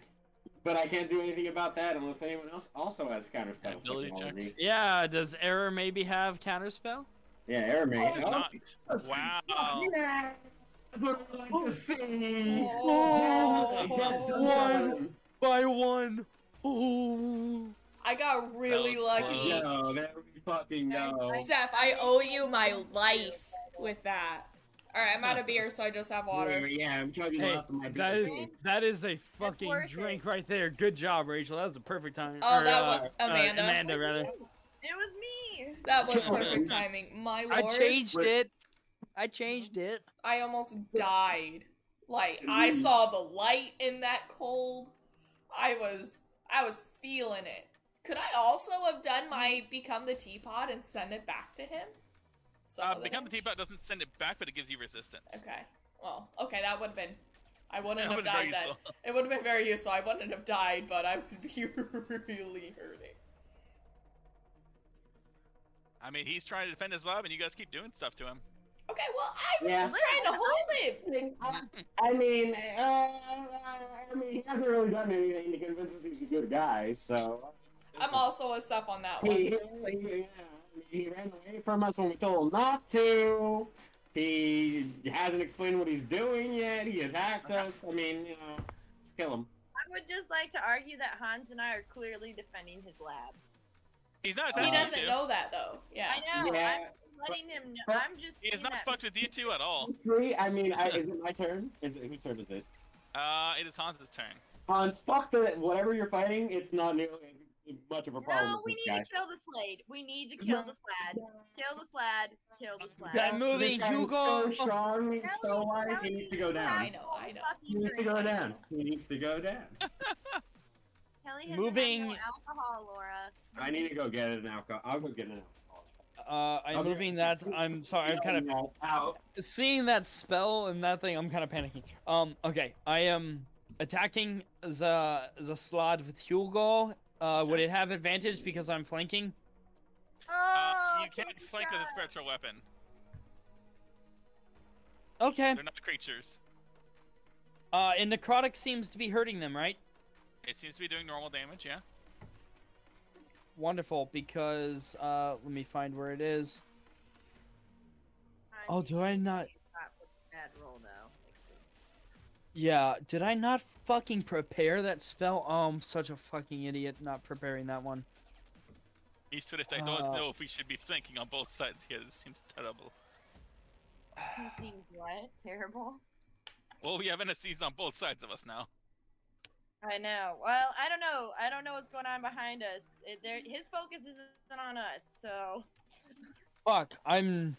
Speaker 6: But I can't do anything about that unless anyone else also has counterspell.
Speaker 1: Ability check.
Speaker 6: technology.
Speaker 4: Yeah, does Error maybe have counter spell?
Speaker 6: Yeah, error
Speaker 1: Oh,
Speaker 6: mage.
Speaker 1: he's
Speaker 6: Oh,
Speaker 1: not. Wow.
Speaker 6: yeah. That's what I like to see.
Speaker 2: Oh.
Speaker 4: By one. Oh.
Speaker 2: I got really
Speaker 1: That was
Speaker 2: lucky.
Speaker 1: close.
Speaker 6: No, there we fucking go.
Speaker 2: Seth, I owe you my life with that. All right, I'm out of beer, so I just have water.
Speaker 6: Yeah, I'm chugging
Speaker 4: Hey,
Speaker 6: off of my
Speaker 4: That is
Speaker 6: beer, too.
Speaker 4: that is a fucking
Speaker 5: worth
Speaker 4: drink
Speaker 5: it.
Speaker 4: right there. Good job, Rachel. That was a perfect time.
Speaker 2: Oh,
Speaker 4: or,
Speaker 2: that
Speaker 4: uh,
Speaker 2: was
Speaker 4: uh,
Speaker 2: Amanda.
Speaker 4: Amanda, rather.
Speaker 5: It was me.
Speaker 2: That was perfect timing. My
Speaker 4: I
Speaker 2: lord,
Speaker 4: changed
Speaker 6: Wait.
Speaker 4: it. I changed it.
Speaker 2: I almost died. Like I saw the light in that cold. I was I was feeling it. Could I also have done my become the teapot and send it back to him? Some
Speaker 1: Uh,
Speaker 2: of
Speaker 1: become the
Speaker 2: damage?
Speaker 1: teapot doesn't send it back, but it gives you resistance.
Speaker 2: Okay. Well, okay, that would have been. I
Speaker 1: That
Speaker 2: wouldn't have
Speaker 1: would've been
Speaker 2: died
Speaker 1: very
Speaker 2: then.
Speaker 1: useful.
Speaker 2: It would have been very useful. I wouldn't have died, but I would be really hurting.
Speaker 1: I mean, he's trying to defend his lab, and you guys keep doing stuff to him.
Speaker 2: Okay, well, I was
Speaker 6: Yeah.
Speaker 2: just trying to hold him.
Speaker 6: I mean, uh, I mean, he hasn't really done anything to convince us he's a good guy, so.
Speaker 2: I'm also a sup on that
Speaker 6: He,
Speaker 2: one.
Speaker 6: he, he- he ran away from us when we told him not to. He hasn't explained what he's doing yet. He attacked us. I mean, you know, just kill him.
Speaker 5: I would just like to argue that Hans and I are clearly defending his lab.
Speaker 1: He's not
Speaker 6: Uh,
Speaker 1: attacking
Speaker 2: Oh. He
Speaker 1: you
Speaker 2: doesn't
Speaker 1: two.
Speaker 2: know that though. Yeah.
Speaker 5: I know.
Speaker 6: Yeah.
Speaker 5: I'm letting him know. I'm just.
Speaker 1: He is
Speaker 5: being
Speaker 1: not
Speaker 5: that-
Speaker 1: fucked with you two at all.
Speaker 6: See, I mean, I, is it my turn? Is it, whose turn is it?
Speaker 1: Uh, it is Hans's turn.
Speaker 6: Hans, fuck the whatever you're fighting. It's not nearly much of a problem.
Speaker 5: No,
Speaker 6: with
Speaker 5: we
Speaker 6: this
Speaker 5: need
Speaker 6: guy.
Speaker 5: to kill this lad. We need to kill this lad. Kill this lad. Kill this lad.
Speaker 4: That movie,
Speaker 6: This guy is
Speaker 4: Hugo.
Speaker 6: so strong, he's so
Speaker 5: Kelly,
Speaker 6: wise, he
Speaker 5: Kelly,
Speaker 6: needs to go
Speaker 2: I
Speaker 6: down.
Speaker 2: know, I know.
Speaker 5: Fucking
Speaker 6: He needs to go
Speaker 5: drink.
Speaker 6: down. He needs to go down.
Speaker 5: Kelly has
Speaker 4: Moving-
Speaker 5: no alcohol, Laura.
Speaker 6: I need to go get an alcohol. I'll go get an alcohol.
Speaker 4: Uh,
Speaker 6: I'll
Speaker 4: I'm
Speaker 6: be
Speaker 4: moving
Speaker 6: right
Speaker 4: that. I'm sorry. I'm kind of
Speaker 6: of out.
Speaker 4: seeing that spell and that thing. I'm kind of panicking. Um. Okay. I am attacking the the slot with Hugo. Uh, would it have advantage because I'm flanking?
Speaker 5: Oh,
Speaker 1: Uh, you can't
Speaker 5: Kelly's
Speaker 1: flank with a
Speaker 5: got-
Speaker 1: spiritual weapon.
Speaker 4: Okay.
Speaker 1: They're not creatures.
Speaker 4: Uh, and necrotic seems to be hurting them, right?
Speaker 1: It seems to be doing normal damage, yeah.
Speaker 4: Wonderful. Because uh, let me find where it is.
Speaker 5: I
Speaker 4: Oh,
Speaker 5: need
Speaker 4: do I
Speaker 5: to
Speaker 4: not-
Speaker 5: stop with the Bad roll now.
Speaker 4: Yeah. Did I not fucking prepare that spell? Oh, I'm such a fucking idiot not preparing that one.
Speaker 1: He said, I don't
Speaker 4: Uh.
Speaker 1: know if we should be flanking on both sides here. This seems terrible.
Speaker 5: He seems what? Terrible.
Speaker 1: Well, we have NSCs on both sides of us now.
Speaker 5: I know. Well, I don't know. I don't know what's going on behind us. It, there, his focus isn't on us, so
Speaker 4: Fuck. I'm.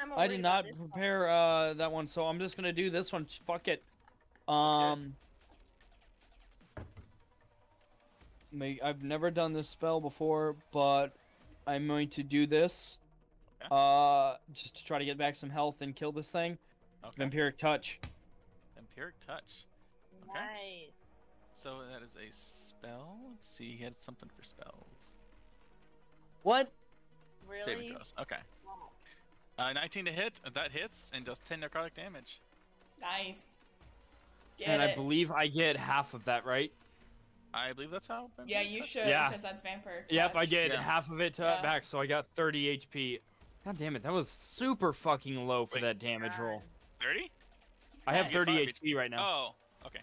Speaker 5: I'm.
Speaker 4: I
Speaker 5: worried
Speaker 4: did
Speaker 5: about
Speaker 4: not
Speaker 5: this one.
Speaker 4: prepare uh, that one, so I'm just gonna do this one. Fuck it. Um. May, I've never done this spell before, but I'm going to do this.
Speaker 1: Okay.
Speaker 4: Uh, just to try to get back some health and kill this thing.
Speaker 1: Okay.
Speaker 4: Vampiric touch.
Speaker 1: Vampiric touch.
Speaker 5: Nice.
Speaker 1: So that is a spell. Let's see, he had something for spells.
Speaker 4: What?
Speaker 5: Really?
Speaker 1: Saving throws. Okay.
Speaker 5: Wow.
Speaker 1: Uh, 19 to hit. That hits and does 10 necrotic damage.
Speaker 2: Nice. Get
Speaker 4: and
Speaker 2: it.
Speaker 4: I believe I get half of that, right?
Speaker 1: I believe that's how. vampiric
Speaker 2: yeah, you
Speaker 1: touch-
Speaker 2: should
Speaker 4: Yeah.
Speaker 2: because that's vampire.
Speaker 4: Yep, I
Speaker 2: touch.
Speaker 4: get
Speaker 1: Yeah.
Speaker 4: half of it to
Speaker 2: Yeah.
Speaker 4: back, so I got 30 HP. God damn it, that was super fucking low for
Speaker 1: Wait.
Speaker 4: that damage roll.
Speaker 1: 30?
Speaker 4: I have
Speaker 2: Okay.
Speaker 1: You
Speaker 4: 30
Speaker 1: thought
Speaker 4: HP right now.
Speaker 1: Oh, okay.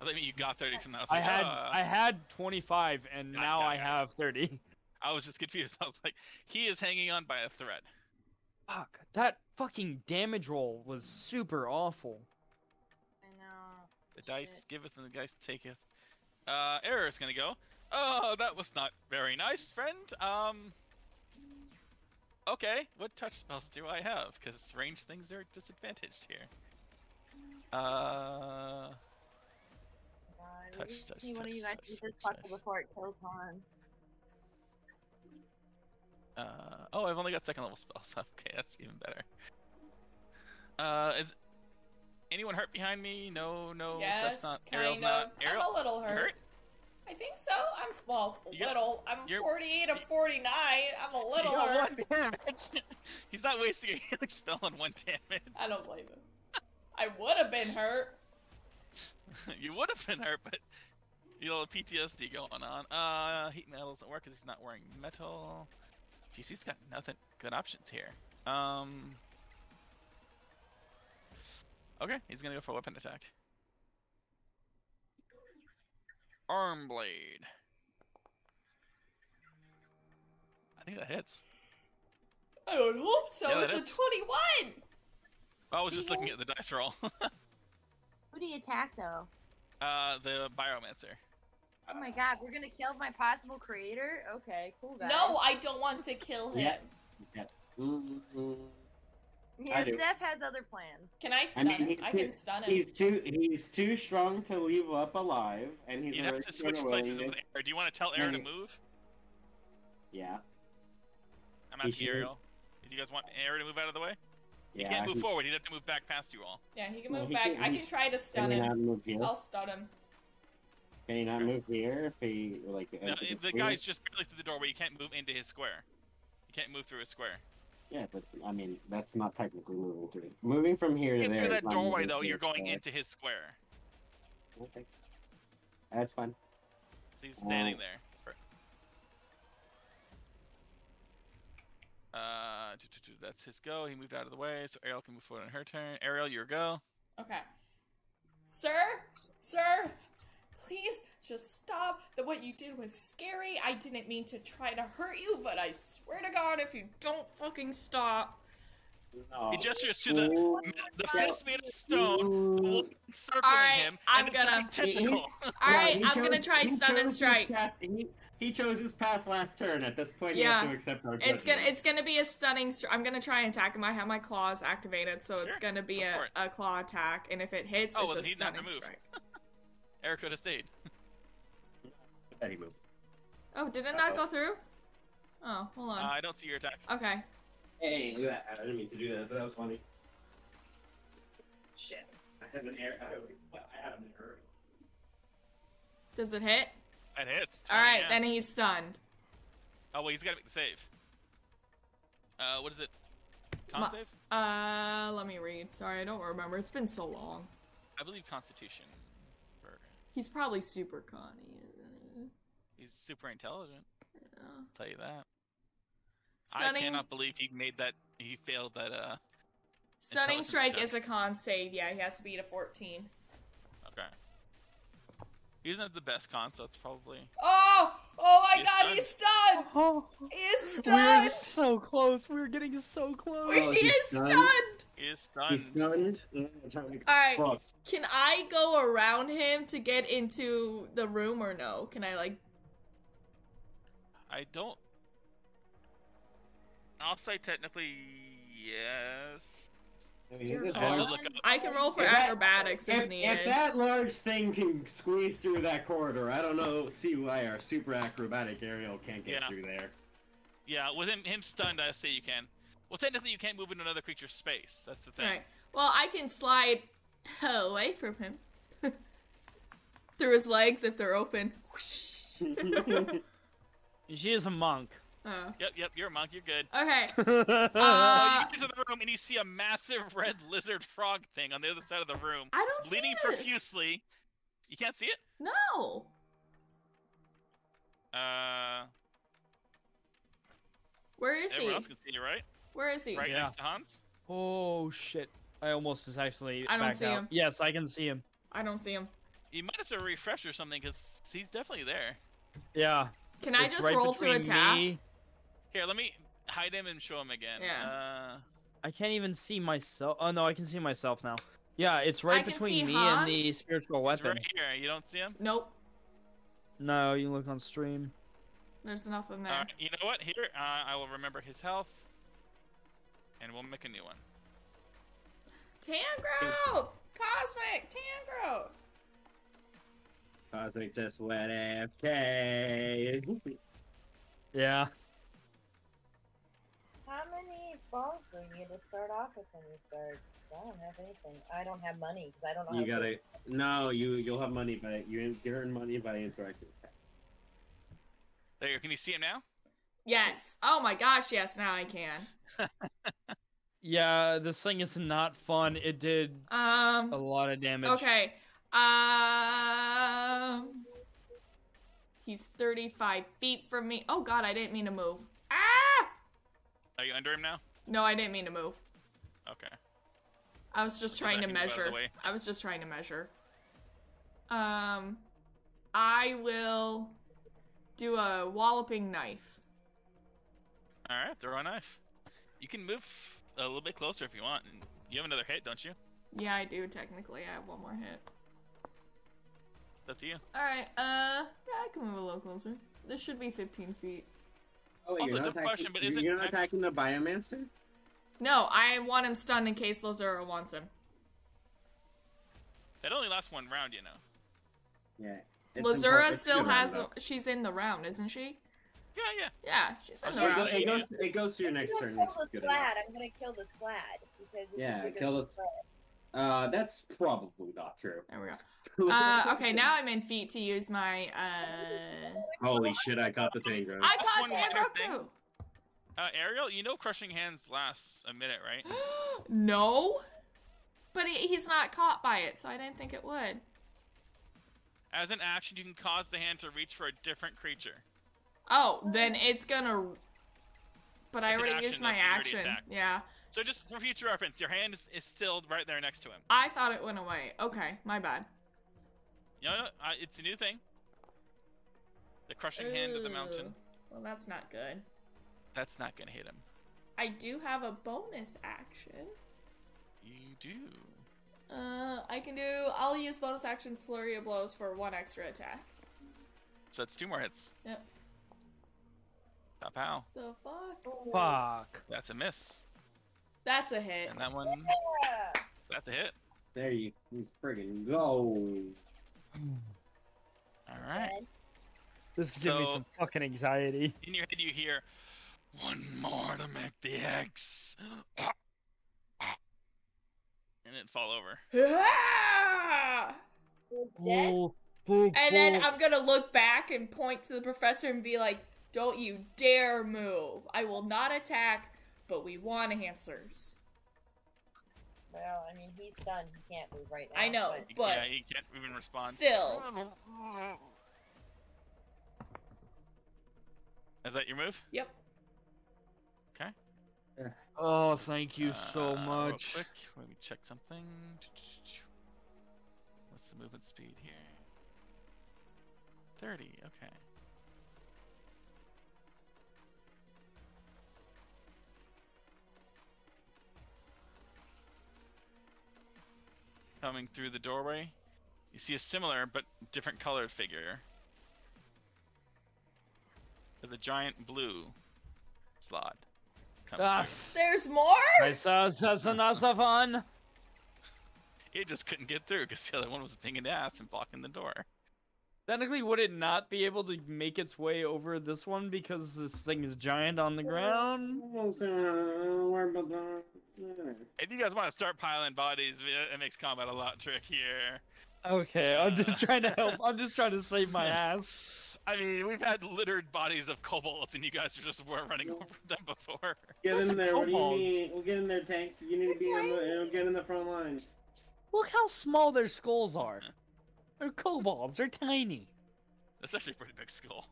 Speaker 1: I thought you got 30 from that. was
Speaker 4: I
Speaker 1: like,
Speaker 4: had
Speaker 1: uh,
Speaker 4: I had 25 and
Speaker 1: Got it,
Speaker 4: now
Speaker 1: got it,
Speaker 4: I
Speaker 1: got it.
Speaker 4: have 30.
Speaker 1: I was just confused. I was like, he is hanging on by a thread.
Speaker 4: Fuck, that fucking damage roll was super awful.
Speaker 5: I know.
Speaker 1: The dice giveth and the dice taketh. Uh, error is gonna go. Oh, that was not very nice, friend. Um. Okay, what touch spells do I have? Because range things are disadvantaged here. Uh,
Speaker 5: God,
Speaker 1: Touch,
Speaker 5: we
Speaker 1: touch,
Speaker 5: see one
Speaker 1: touch,
Speaker 5: of you guys
Speaker 1: touch,
Speaker 5: eat this
Speaker 1: touch,
Speaker 5: fucker
Speaker 1: touch.
Speaker 5: before it kills Hans.
Speaker 1: uh. Oh, I've only got second level spells. Okay, that's even better. Uh, is anyone hurt behind me? No, no.
Speaker 2: Yes,
Speaker 1: Seth's not. Ariel's
Speaker 2: kind of.
Speaker 1: not. Ariel,
Speaker 2: I'm a little
Speaker 1: you
Speaker 2: hurt. I think so. I'm well,
Speaker 1: You got-
Speaker 2: little. I'm
Speaker 1: you're-
Speaker 2: 48 of 49. I'm a
Speaker 1: You
Speaker 2: little
Speaker 1: got
Speaker 2: hurt.
Speaker 1: one damage. He's not wasting a healing spell on one damage.
Speaker 2: I don't blame him. I would have been hurt.
Speaker 1: you would have been hurt, but you know PTSD going on. Uh, heat metal doesn't work because he's not wearing metal. Jeez, he's got nothing good options here. Um. Okay, he's gonna go for a weapon attack. Arm blade. I think that hits.
Speaker 2: I would hope so.
Speaker 1: Yeah,
Speaker 2: it's a
Speaker 1: that's-
Speaker 2: 21.
Speaker 1: Oh, I was just
Speaker 5: Beagle?
Speaker 1: looking at the dice roll.
Speaker 5: Who do you attack though?
Speaker 1: uh, the biomancer.
Speaker 5: Oh my god, we're gonna kill my possible creator? Okay, cool guys.
Speaker 2: No, I don't want to kill him.
Speaker 6: Yeah. Mm,
Speaker 5: yeah,
Speaker 6: I do.
Speaker 5: Zeph has other plans.
Speaker 2: Can I stun
Speaker 6: mean,
Speaker 2: him?
Speaker 6: he's
Speaker 2: I
Speaker 6: too-
Speaker 2: can stun him.
Speaker 6: He's too he's too strong to leave up alive, and he's
Speaker 1: You'd
Speaker 6: already
Speaker 1: have to switch
Speaker 6: gonna
Speaker 1: places
Speaker 6: win
Speaker 1: with
Speaker 6: this.
Speaker 1: Air. Do you want to tell Air to
Speaker 6: Mhm.
Speaker 1: move?
Speaker 6: Yeah,
Speaker 1: I'm
Speaker 6: He
Speaker 1: at
Speaker 6: should.
Speaker 1: Ariel. Do you guys want Air to move out of the way? He
Speaker 6: yeah.
Speaker 1: can't move
Speaker 6: he-
Speaker 1: forward. He'd have to move back past you all.
Speaker 2: Yeah, he can
Speaker 6: Well,
Speaker 2: move
Speaker 6: he
Speaker 2: back.
Speaker 6: can-
Speaker 2: I can
Speaker 6: he's
Speaker 2: try to
Speaker 6: Can
Speaker 2: stun
Speaker 6: he
Speaker 2: him.
Speaker 6: not move here?
Speaker 2: I'll stun him.
Speaker 6: Can he not move here if he like?
Speaker 1: No,
Speaker 6: enter
Speaker 1: the
Speaker 6: field?
Speaker 1: guy's just barely through the doorway. You can't move into his square. You can't move through his square.
Speaker 6: Yeah, but I mean that's not technically moving through. Moving from here to
Speaker 1: In
Speaker 6: there.
Speaker 1: through
Speaker 6: is
Speaker 1: that
Speaker 6: not
Speaker 1: doorway,
Speaker 6: moving
Speaker 1: though,
Speaker 6: through,
Speaker 1: you're going
Speaker 6: so-
Speaker 1: into his square.
Speaker 6: Okay. That's fine.
Speaker 1: So he's standing
Speaker 6: Oh.
Speaker 1: there. for- Uh, do, do, do, that's his go. He moved out of the way, so Ariel can move forward on her turn. Ariel, your go.
Speaker 2: Okay. Sir? Sir? please just stop. That what you did was scary. I didn't mean to try to hurt you, but I swear to God, if you don't fucking stop,
Speaker 6: No.
Speaker 1: He gestures to the
Speaker 6: Ooh,
Speaker 1: the fist made of stone, the
Speaker 6: ooh.
Speaker 1: wolf encircling
Speaker 2: Alright,
Speaker 1: him,
Speaker 2: I'm
Speaker 1: and the
Speaker 2: gonna-
Speaker 1: giant tentacle.
Speaker 2: all
Speaker 6: Yeah,
Speaker 2: right,
Speaker 6: he
Speaker 2: I'm
Speaker 6: chose-
Speaker 2: gonna try
Speaker 6: he
Speaker 2: stun and
Speaker 6: chose his
Speaker 2: strike.
Speaker 6: path- He, he chose his path last turn. At this point, you
Speaker 2: Yeah.
Speaker 6: have to accept our
Speaker 2: It's gonna
Speaker 6: judgment.
Speaker 2: it's gonna be a stunning. Str- I'm gonna try and attack him. I have my claws activated, so it's
Speaker 1: Sure,
Speaker 2: gonna be
Speaker 1: go
Speaker 2: a,
Speaker 1: for it.
Speaker 2: a claw attack. And if it hits,
Speaker 1: Oh,
Speaker 2: it's
Speaker 1: well,
Speaker 2: a
Speaker 1: then he'd not
Speaker 2: stunning
Speaker 1: remove.
Speaker 2: strike.
Speaker 1: Eric could have stayed.
Speaker 6: Anyway.
Speaker 2: Oh, did it not
Speaker 6: Uh-oh.
Speaker 2: go through? Oh, hold
Speaker 1: Uh,
Speaker 2: on.
Speaker 1: I don't see your attack.
Speaker 2: okay.
Speaker 6: Hey, look at that. I didn't mean to do that, but that was funny. Shit. I have an error. I have an error.
Speaker 2: Does it hit?
Speaker 1: That hits.
Speaker 2: All right,
Speaker 1: Uh, Yeah.
Speaker 2: then he's stunned.
Speaker 1: Oh well, he's got to make the save. Uh, what is it? Con
Speaker 2: Ma-
Speaker 1: save?
Speaker 2: Uh, let me read. Sorry, I don't remember. It's been so long.
Speaker 1: I believe Constitution. Or-
Speaker 2: He's probably super conny. isn't
Speaker 1: He's super intelligent.
Speaker 2: he? Yeah.
Speaker 1: I'll tell you that. I
Speaker 2: Stunning,
Speaker 1: cannot believe he made that. He failed that. Uh,
Speaker 2: stunning
Speaker 1: intelligence
Speaker 2: strike
Speaker 1: check.
Speaker 2: is a con save. Yeah, he has to beat a 14.
Speaker 1: okay. He doesn't have the best con, so it's probably.
Speaker 2: Oh, oh my
Speaker 1: He's
Speaker 2: God,
Speaker 1: stunned.
Speaker 2: he's stunned.
Speaker 4: Oh,
Speaker 2: He is
Speaker 4: we were
Speaker 2: stunned.
Speaker 4: so close. We were getting so
Speaker 2: We-
Speaker 4: close.
Speaker 6: Oh,
Speaker 2: he
Speaker 6: he's
Speaker 2: is stunned.
Speaker 6: stunned.
Speaker 1: He is stunned.
Speaker 6: He's stunned. Yeah, that's how we-
Speaker 2: All right.
Speaker 6: Fuck.
Speaker 2: Can I go around him to get into the room or no? Can I like?
Speaker 1: I don't. I'll say technically yes. I had to
Speaker 6: If,
Speaker 1: look up.
Speaker 2: I can roll for
Speaker 6: If that-
Speaker 2: acrobatics if, needed.
Speaker 6: if that large thing can squeeze through that corridor, I don't know. See why our super acrobatic aerial can't get
Speaker 1: Yeah.
Speaker 6: through there.
Speaker 1: Yeah, with him, him stunned, I say you can. Well, technically, you can't move into another creature's space. That's the
Speaker 2: All
Speaker 1: thing.
Speaker 2: right. Well, I can slide away from him through his legs if they're open. Oh. Whoosh.
Speaker 4: She is a monk.
Speaker 2: Oh.
Speaker 1: Yep, yep. You're a monk. You're good.
Speaker 2: Okay.
Speaker 1: So
Speaker 2: Uh,
Speaker 1: you get into the room and you see a massive red lizard frog thing on the other side of the room,
Speaker 2: I don't
Speaker 1: bleeding
Speaker 2: see this.
Speaker 1: profusely. You can't see it.
Speaker 2: No.
Speaker 1: Uh,
Speaker 2: Where is he?
Speaker 1: everyone else can see it, right?
Speaker 2: Where is he?
Speaker 1: Right
Speaker 4: Yeah.
Speaker 1: next to Hans.
Speaker 4: oh shit! I almost is actually.
Speaker 2: I don't
Speaker 4: backed
Speaker 2: see
Speaker 4: out.
Speaker 2: him.
Speaker 4: Yes, I can see him.
Speaker 2: I don't see him.
Speaker 1: You might have to refresh or something because he's definitely there.
Speaker 4: Yeah.
Speaker 2: Can I
Speaker 4: it's
Speaker 2: just
Speaker 4: right
Speaker 2: roll to
Speaker 4: between
Speaker 2: attack?
Speaker 4: me-
Speaker 1: Here, let me hide him and show him again. Uh, Yeah.
Speaker 4: I can't even see myself. Oh no, I can see myself now. Yeah, it's right
Speaker 2: can see
Speaker 4: between me and the
Speaker 2: Hans.
Speaker 4: spiritual
Speaker 1: Uh, he's
Speaker 4: weapon.
Speaker 1: right here. You don't see him.
Speaker 2: Nope.
Speaker 4: No, you look on stream.
Speaker 2: There's nothing there.
Speaker 1: All right, you know what? Here, uh, I will remember his health, and we'll make a new one.
Speaker 2: Tangrowth! Cosmic! Tangrowth!
Speaker 6: Cosmic just went AFK.
Speaker 4: Yeah.
Speaker 5: How many balls do you need to start off with when you start? I don't have anything. I don't have money because I don't know.
Speaker 6: You
Speaker 5: how to-
Speaker 6: gotta. No, you you'll have money, but you you earn money by interacting.
Speaker 1: There, can you see him now?
Speaker 2: Yes. Oh my gosh, yes, now I can.
Speaker 4: Yeah, this thing is not fun. It did a
Speaker 2: Um
Speaker 4: lot of damage.
Speaker 2: Okay. Um He's 35 feet from me. Oh god, I didn't mean to move. Ah!
Speaker 1: Are you under him now?
Speaker 2: No, I didn't mean to move.
Speaker 1: Okay.
Speaker 2: I was just
Speaker 1: Okay,
Speaker 2: trying to
Speaker 1: then I can move out of the
Speaker 2: measure.
Speaker 1: way.
Speaker 2: I was just trying to measure. Um I will do a walloping knife.
Speaker 1: All right, throw a knife. You can move a little bit closer if you want. and You have another hit, don't you?
Speaker 2: Yeah, I do technically. I have one more hit.
Speaker 1: It's up to you.
Speaker 2: All right. Uh, yeah, I can move a little closer. This should be 15 feet.
Speaker 6: Oh,
Speaker 1: Also, tough question, but
Speaker 6: you-
Speaker 1: isn't
Speaker 6: you're
Speaker 1: Max-
Speaker 6: not attacking the biomancer?
Speaker 2: No, I want him stunned in case Lazura wants him.
Speaker 1: That only lasts one round, you know.
Speaker 6: Yeah. It's important-
Speaker 2: Lazura
Speaker 6: it's
Speaker 2: still
Speaker 6: good round,
Speaker 2: has.
Speaker 6: though.
Speaker 2: She's in the round, isn't she?
Speaker 1: Yeah, yeah.
Speaker 2: Yeah, she's in
Speaker 1: Oh,
Speaker 2: the
Speaker 1: she
Speaker 6: It,
Speaker 1: round.
Speaker 6: goes,
Speaker 2: round.
Speaker 1: got-
Speaker 6: it, goes, it goes to your next
Speaker 5: I'm
Speaker 6: turn.
Speaker 5: gonna
Speaker 6: which
Speaker 5: kill
Speaker 6: is
Speaker 5: the
Speaker 6: good
Speaker 5: slad.
Speaker 6: enough.
Speaker 5: I'm gonna kill the slad because it's
Speaker 6: Yeah,
Speaker 5: bigger
Speaker 6: kill
Speaker 5: than
Speaker 6: the- Uh, that's probably not true.
Speaker 2: There we go. Uh, okay, now I'm in feet to use my. Uh,
Speaker 6: Holy shit! I got the tango.
Speaker 2: I
Speaker 1: That's
Speaker 2: got
Speaker 1: one minor
Speaker 2: Tangrowth
Speaker 1: thing.
Speaker 2: too.
Speaker 1: Uh, Ariel, you know crushing hands lasts a minute, right?
Speaker 2: no, but he, he's not caught by it, so I didn't think it would.
Speaker 1: As an action, you can cause the hand to reach for a different creature.
Speaker 2: Oh, then it's gonna. But I
Speaker 1: It's an
Speaker 2: already
Speaker 1: action,
Speaker 2: used my
Speaker 1: though, so you already
Speaker 2: action.
Speaker 1: attacked.
Speaker 2: Yeah.
Speaker 1: So just for future reference, your hand is, is still right there next to him.
Speaker 2: I thought it went away. Okay, my bad.
Speaker 1: No, no, I, Uh, it's a new thing. The crushing hand of the mountain.
Speaker 2: Ooh. Well, that's not good.
Speaker 1: That's not gonna hit him.
Speaker 2: I do have a bonus action.
Speaker 1: You do.
Speaker 2: Uh, I can do. I'll use bonus action flurry of blows for one extra attack.
Speaker 1: So that's two more hits.
Speaker 2: Yep.
Speaker 1: Pow pow.
Speaker 2: The fuck?
Speaker 5: Oh,
Speaker 4: Fuck.
Speaker 1: That's a miss.
Speaker 2: That's a hit.
Speaker 1: And that one,
Speaker 5: Yeah.
Speaker 1: that's a hit.
Speaker 6: There you friggin' go.
Speaker 1: All right.
Speaker 4: This is giving me
Speaker 1: So-
Speaker 4: some fucking anxiety.
Speaker 1: In your head, you hear one more to make the X, and it fall over.
Speaker 2: Ah!
Speaker 5: You're dead.
Speaker 4: Boo, boo,
Speaker 2: And then
Speaker 4: boo.
Speaker 2: I'm gonna look back and point to the professor and be like, "Don't you dare move! I will not attack, but we want answers."
Speaker 5: Well, I mean, he's stunned. He can't move right now.
Speaker 2: I know,
Speaker 5: but-
Speaker 2: but
Speaker 1: yeah, you can't even respond.
Speaker 2: still,
Speaker 1: Is that your move?
Speaker 2: yep.
Speaker 4: Oh, thank you
Speaker 1: Uh,
Speaker 4: so
Speaker 1: real
Speaker 4: much.
Speaker 1: Quick, let me check something. What's the movement speed here? 30, okay. Coming through the doorway, you see a similar but different colored figure. With a giant blue slot. Comes
Speaker 4: Ah,
Speaker 1: through.
Speaker 2: There's more.
Speaker 4: I saw that's another one.
Speaker 1: It just couldn't get through because the other one was pinging the ass and blocking the door.
Speaker 4: Technically, would it not be able to make its way over this one because this thing is giant on the ground?
Speaker 1: If you guys want to start piling bodies, it it makes combat a lot trickier.
Speaker 4: Okay, I'm just
Speaker 1: Uh.
Speaker 4: trying to help. I'm just trying to save my ass.
Speaker 1: I mean, we've had littered bodies of kobolds, and you guys just weren't running over them before.
Speaker 6: Get in there. What do you
Speaker 4: Kobold.
Speaker 6: need? We'll get in there, tank. You need to be in the. We'll get in the front lines.
Speaker 4: Look how small their skulls are. They're kobolds. They're tiny.
Speaker 1: That's actually a pretty big skull.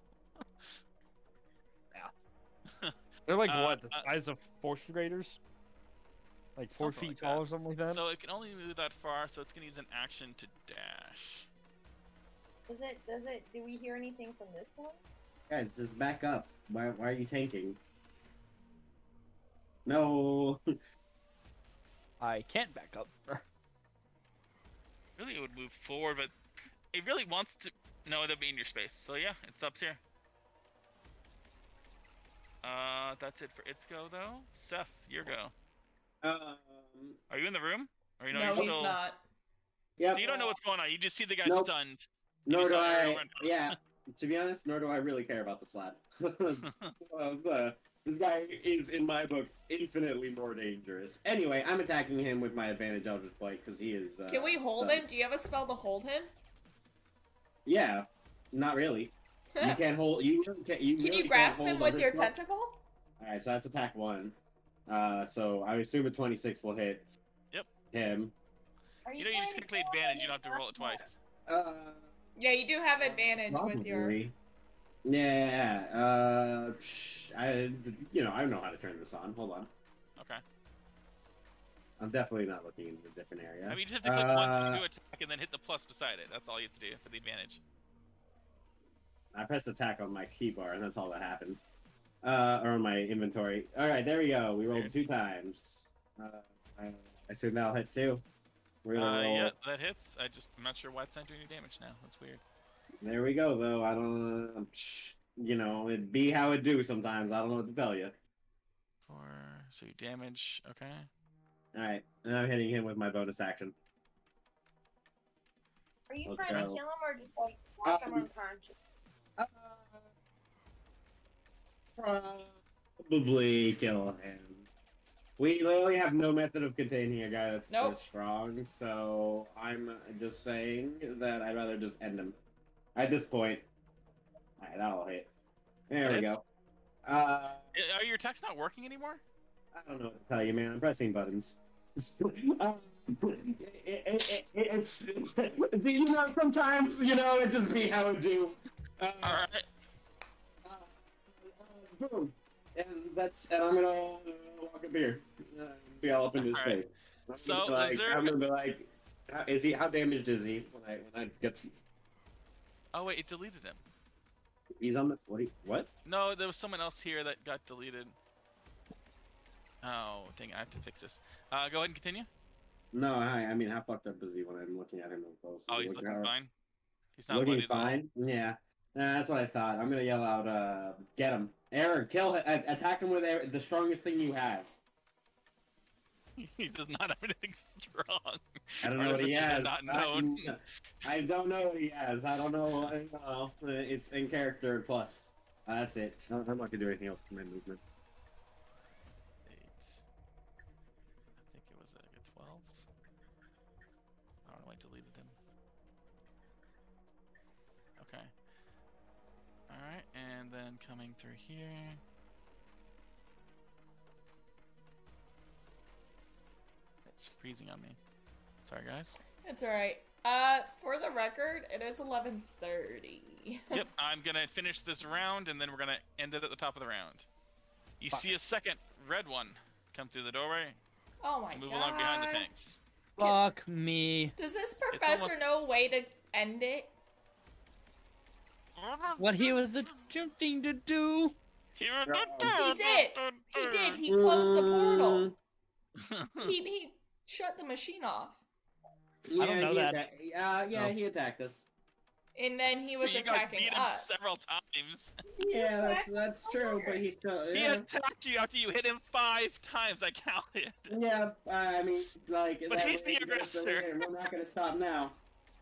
Speaker 4: They're like
Speaker 1: Uh,
Speaker 4: what? The
Speaker 1: uh,
Speaker 4: size of fourth graders. Like four
Speaker 1: Something like
Speaker 4: feet
Speaker 1: that.
Speaker 4: tall or something
Speaker 2: Um,
Speaker 4: like that.
Speaker 1: So it can only move that far, so it's going to use an action to dash.
Speaker 5: Does it? Does it? Do we hear anything from this one?
Speaker 6: Guys, just back up. Why, why are you tanking? No.
Speaker 4: I can't back up.
Speaker 1: Really, it would move forward, but it really wants to. No, it'll be in your space. So yeah, it stops here. Uh, that's it for its go though. Seth, your go.
Speaker 6: Um,
Speaker 1: Are you in the room? Or you know,
Speaker 2: no,
Speaker 1: you're
Speaker 2: he's
Speaker 1: still...
Speaker 2: not.
Speaker 6: yeah.
Speaker 1: So you don't know what's going on. You just see the guy
Speaker 6: Nope.
Speaker 1: stunned.
Speaker 6: Nor
Speaker 1: you
Speaker 6: do
Speaker 1: saw it
Speaker 6: I.
Speaker 1: over and over.
Speaker 6: Yeah. To be honest, nor do I really care about the slap. Uh, this guy is, in my book, infinitely more dangerous. Anyway, I'm attacking him with my advantage Eldritch Blight because he is. Uh,
Speaker 2: Can we hold
Speaker 6: stunned.
Speaker 2: him? Do you have a spell to hold him?
Speaker 6: Yeah, not really. You can't hold. You really can't. You
Speaker 2: Can
Speaker 6: really
Speaker 2: you
Speaker 6: can't
Speaker 2: grasp
Speaker 6: hold
Speaker 2: him with
Speaker 6: other
Speaker 2: your
Speaker 6: spell-
Speaker 2: tentacle?
Speaker 6: All right, so that's attack one. Uh, so I assume a twenty-six will hit.
Speaker 1: Yip.
Speaker 6: Him.
Speaker 5: Are
Speaker 1: You know, you just
Speaker 5: trying
Speaker 1: can
Speaker 5: to
Speaker 1: play
Speaker 5: kill him?
Speaker 1: advantage. You don't have to roll it twice.
Speaker 6: Uh,
Speaker 2: Yeah, you do have advantage with your.
Speaker 6: probably. Yeah. Uh, psh, I, you know, I know how to turn this on. Hold on.
Speaker 1: Okay.
Speaker 6: I'm definitely not looking in a different area.
Speaker 1: I mean, you have to click once
Speaker 6: Uh,
Speaker 1: to do attack and then hit the plus beside it. That's all you have to do for the advantage.
Speaker 6: I pressed attack on my key bar, and that's all that happened. Uh, or on my inventory. All right, there we go. We rolled two times. Uh, I, I assume that'll hit two. We're gonna
Speaker 1: Uh,
Speaker 6: roll.
Speaker 1: yeah, that hits. I just, I'm not sure why it's not doing any damage now. That's weird.
Speaker 6: There we go, though. I don't. Uh, psh, you know, it be how it do sometimes. I don't know what to tell you.
Speaker 1: Four. So you damage. Okay.
Speaker 6: All right, and I'm hitting him with my bonus action.
Speaker 5: Are you
Speaker 6: Okay.
Speaker 5: trying to kill him or just like knock him
Speaker 6: Um,
Speaker 5: unconscious?
Speaker 6: Uh, Probably kill him. We literally have no method of containing a guy that's
Speaker 2: Nope.
Speaker 6: this strong, so I'm just saying that I'd rather just end him. At this point, alright, that'll hit. There we
Speaker 1: Hits.
Speaker 6: go. Uh,
Speaker 1: I- Are your attacks not working anymore?
Speaker 6: I don't know what to tell you, man. I'm pressing buttons. Um, it, it, it, it's you know sometimes you know it just be how it do. Uh,
Speaker 1: All right.
Speaker 6: uh, uh, boom. And that's and I'm gonna uh, walk up here. Uh, be all up in his
Speaker 1: Alright.
Speaker 6: face. I'm
Speaker 1: So,
Speaker 6: gonna be
Speaker 1: is
Speaker 6: like,
Speaker 1: there-
Speaker 6: I'm gonna be like, how, is he? How damaged is he? When I when I get
Speaker 1: Oh wait, it deleted him.
Speaker 6: He's on the what? do you- What?
Speaker 1: No, there was someone else here that got deleted. Oh, dang it, I have to fix this. Uh, go ahead and continue.
Speaker 6: No, I, I mean, how fucked up is he when I'm looking at him up close? uh,
Speaker 1: Oh, he's looking
Speaker 6: how-
Speaker 1: fine. He's not
Speaker 6: looking
Speaker 1: bloodied at all.
Speaker 6: fine. Yeah, Nah, that's what I thought. I'm gonna yell out, uh, "Get him, Aaron! Kill him! a- Attack him with air- the strongest thing you have."
Speaker 1: He does not have anything strong.
Speaker 6: I don't
Speaker 1: Our
Speaker 6: know what he
Speaker 1: sisters are
Speaker 6: has.
Speaker 1: not
Speaker 6: I-
Speaker 1: known.
Speaker 6: I don't know what he has. I don't know. I don't know. It's in character plus. Uh, that's it. I- I'm not gonna do anything else for my movement.
Speaker 1: Eight. I think it was like a twelve. I don't know. why I deleted him. Okay. All right, and then coming through here. It's freezing on me. Sorry, guys.
Speaker 2: It's alright. Uh, for the record, it is 11.30.
Speaker 1: yep, I'm gonna finish this round and then we're gonna end it at the top of the round. You
Speaker 4: Fuck.
Speaker 1: see a second red one come through the doorway,
Speaker 2: oh my
Speaker 1: move
Speaker 2: god.
Speaker 1: along behind the tanks.
Speaker 4: Fuck me.
Speaker 2: Does this professor
Speaker 1: almost-
Speaker 2: know a way to end it?
Speaker 4: What he was attempting to do.
Speaker 1: He
Speaker 2: He did. He did.
Speaker 6: Mm.
Speaker 2: He closed the portal.
Speaker 1: did.
Speaker 2: He, he shut the machine off.
Speaker 4: I don't know
Speaker 6: he
Speaker 4: that.
Speaker 6: atta- uh, yeah,
Speaker 4: Oh.
Speaker 6: he attacked us.
Speaker 2: And then he was
Speaker 1: you guys
Speaker 2: attacking
Speaker 1: beat him
Speaker 2: us.
Speaker 1: several times.
Speaker 6: Yeah, that's that's true. But he's still.
Speaker 1: He
Speaker 6: Yeah,
Speaker 1: attacked you after you hit him five times. I counted.
Speaker 6: yeah. I mean, it's like.
Speaker 1: But
Speaker 6: that
Speaker 1: he's the
Speaker 6: way it goes, so
Speaker 1: aggressor.
Speaker 6: We're we're not gonna stop now.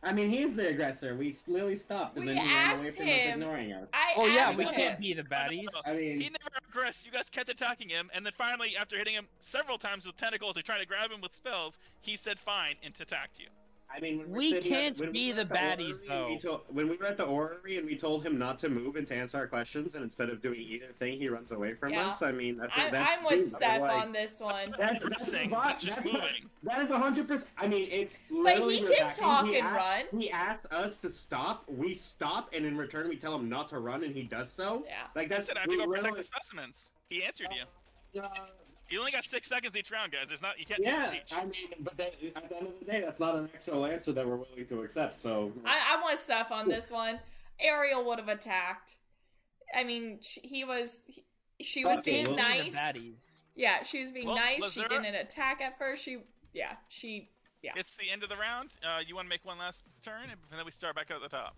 Speaker 6: I mean, he's the aggressor. We literally stopped, and
Speaker 2: We
Speaker 6: then he ran away
Speaker 2: asked
Speaker 6: from us,
Speaker 2: him.
Speaker 6: ignoring us.
Speaker 2: I
Speaker 4: Oh yeah,
Speaker 2: asked
Speaker 4: we
Speaker 2: him.
Speaker 4: can't be the baddies.
Speaker 6: I mean,
Speaker 1: He never aggressed. You guys kept attacking him, and then finally, after hitting him several times with tentacles and trying to grab him with spells, he said fine and attacked you.
Speaker 6: I mean, when we're
Speaker 4: We
Speaker 6: sitting at-
Speaker 4: can't
Speaker 6: when
Speaker 4: be
Speaker 6: we were at
Speaker 4: the baddies,
Speaker 6: orrery and we
Speaker 4: though.
Speaker 6: told- when we were at the orrery and we told him not to move and to answer our questions, and instead of doing either thing, he runs away from
Speaker 2: Yeah.
Speaker 6: us. I mean, that's,
Speaker 2: I,
Speaker 6: that's
Speaker 2: I'm with
Speaker 6: rude,
Speaker 2: Steph
Speaker 6: like,
Speaker 2: on this one.
Speaker 6: That's- that's
Speaker 1: Aggressing,
Speaker 6: the
Speaker 1: that's
Speaker 6: vibe,
Speaker 1: just
Speaker 6: that's the-
Speaker 1: moving.
Speaker 6: That is hundred percent. I mean, it.
Speaker 2: But
Speaker 6: literally
Speaker 2: he
Speaker 6: was
Speaker 2: can
Speaker 6: that-
Speaker 2: talk
Speaker 6: he
Speaker 2: and
Speaker 6: asked-
Speaker 2: run.
Speaker 6: He asked us to stop. We stop, and in return, we tell him not to run, and he does so.
Speaker 2: Yeah.
Speaker 6: Like
Speaker 1: He
Speaker 6: that's
Speaker 1: said I have to
Speaker 6: we
Speaker 1: go protect the
Speaker 6: literally-
Speaker 1: specimens. He answered you.
Speaker 6: Uh,
Speaker 1: You only got six seconds each round, guys. There's not you can't
Speaker 6: yeah,
Speaker 1: teach.
Speaker 6: I mean, but that, at the end of the day, that's not an actual answer that we're willing to accept. So
Speaker 2: I, I'm with Steph on this one. Ariel would have attacked. I mean, she, he was. He, she was
Speaker 6: Okay,
Speaker 2: being
Speaker 6: well-
Speaker 4: Being
Speaker 2: nice.
Speaker 4: the baddies.
Speaker 2: Yeah, she was being
Speaker 1: Well,
Speaker 2: nice.
Speaker 1: was
Speaker 2: she
Speaker 1: there-
Speaker 2: didn't attack at first. She, yeah, she.
Speaker 1: It's the end of the round. Uh, you want to make one last turn, and then we start back out at the top.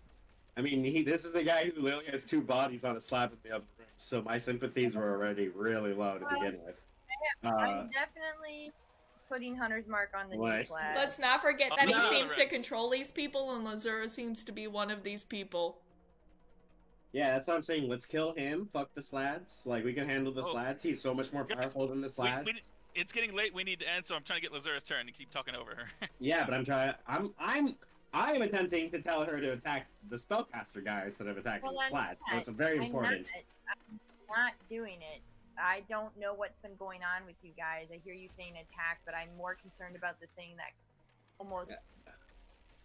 Speaker 6: I mean, he, this is the guy who literally has two bodies on a slab in the other room, so my sympathies were already really low to begin with. Uh,
Speaker 5: I'm definitely putting Hunter's mark on the
Speaker 6: Why?
Speaker 5: new slab.
Speaker 2: Let's not forget that
Speaker 1: No.
Speaker 2: he seems to control these people, and Lazura seems to be one of these people.
Speaker 6: yeah, that's what I'm saying. Let's kill him. Fuck the slats. Like, we can handle the
Speaker 1: Oh.
Speaker 6: slats. He's so much more
Speaker 1: Guys,
Speaker 6: powerful than the
Speaker 1: we-
Speaker 6: slats.
Speaker 1: we- It's getting late. We need to end, so I'm trying to get Lazura's turn to keep talking over her.
Speaker 6: Yeah, but I'm trying. I'm. I'm. I am attempting to tell her to attack the spellcaster guy instead of attacking
Speaker 5: Well,
Speaker 6: the
Speaker 5: I'm
Speaker 6: slats. So
Speaker 5: not.
Speaker 6: it's very
Speaker 5: I'm not,
Speaker 6: important.
Speaker 5: I'm not doing it. I don't know what's been going on with you guys. I hear you saying attack, but I'm more concerned about the thing that almost
Speaker 6: Yeah.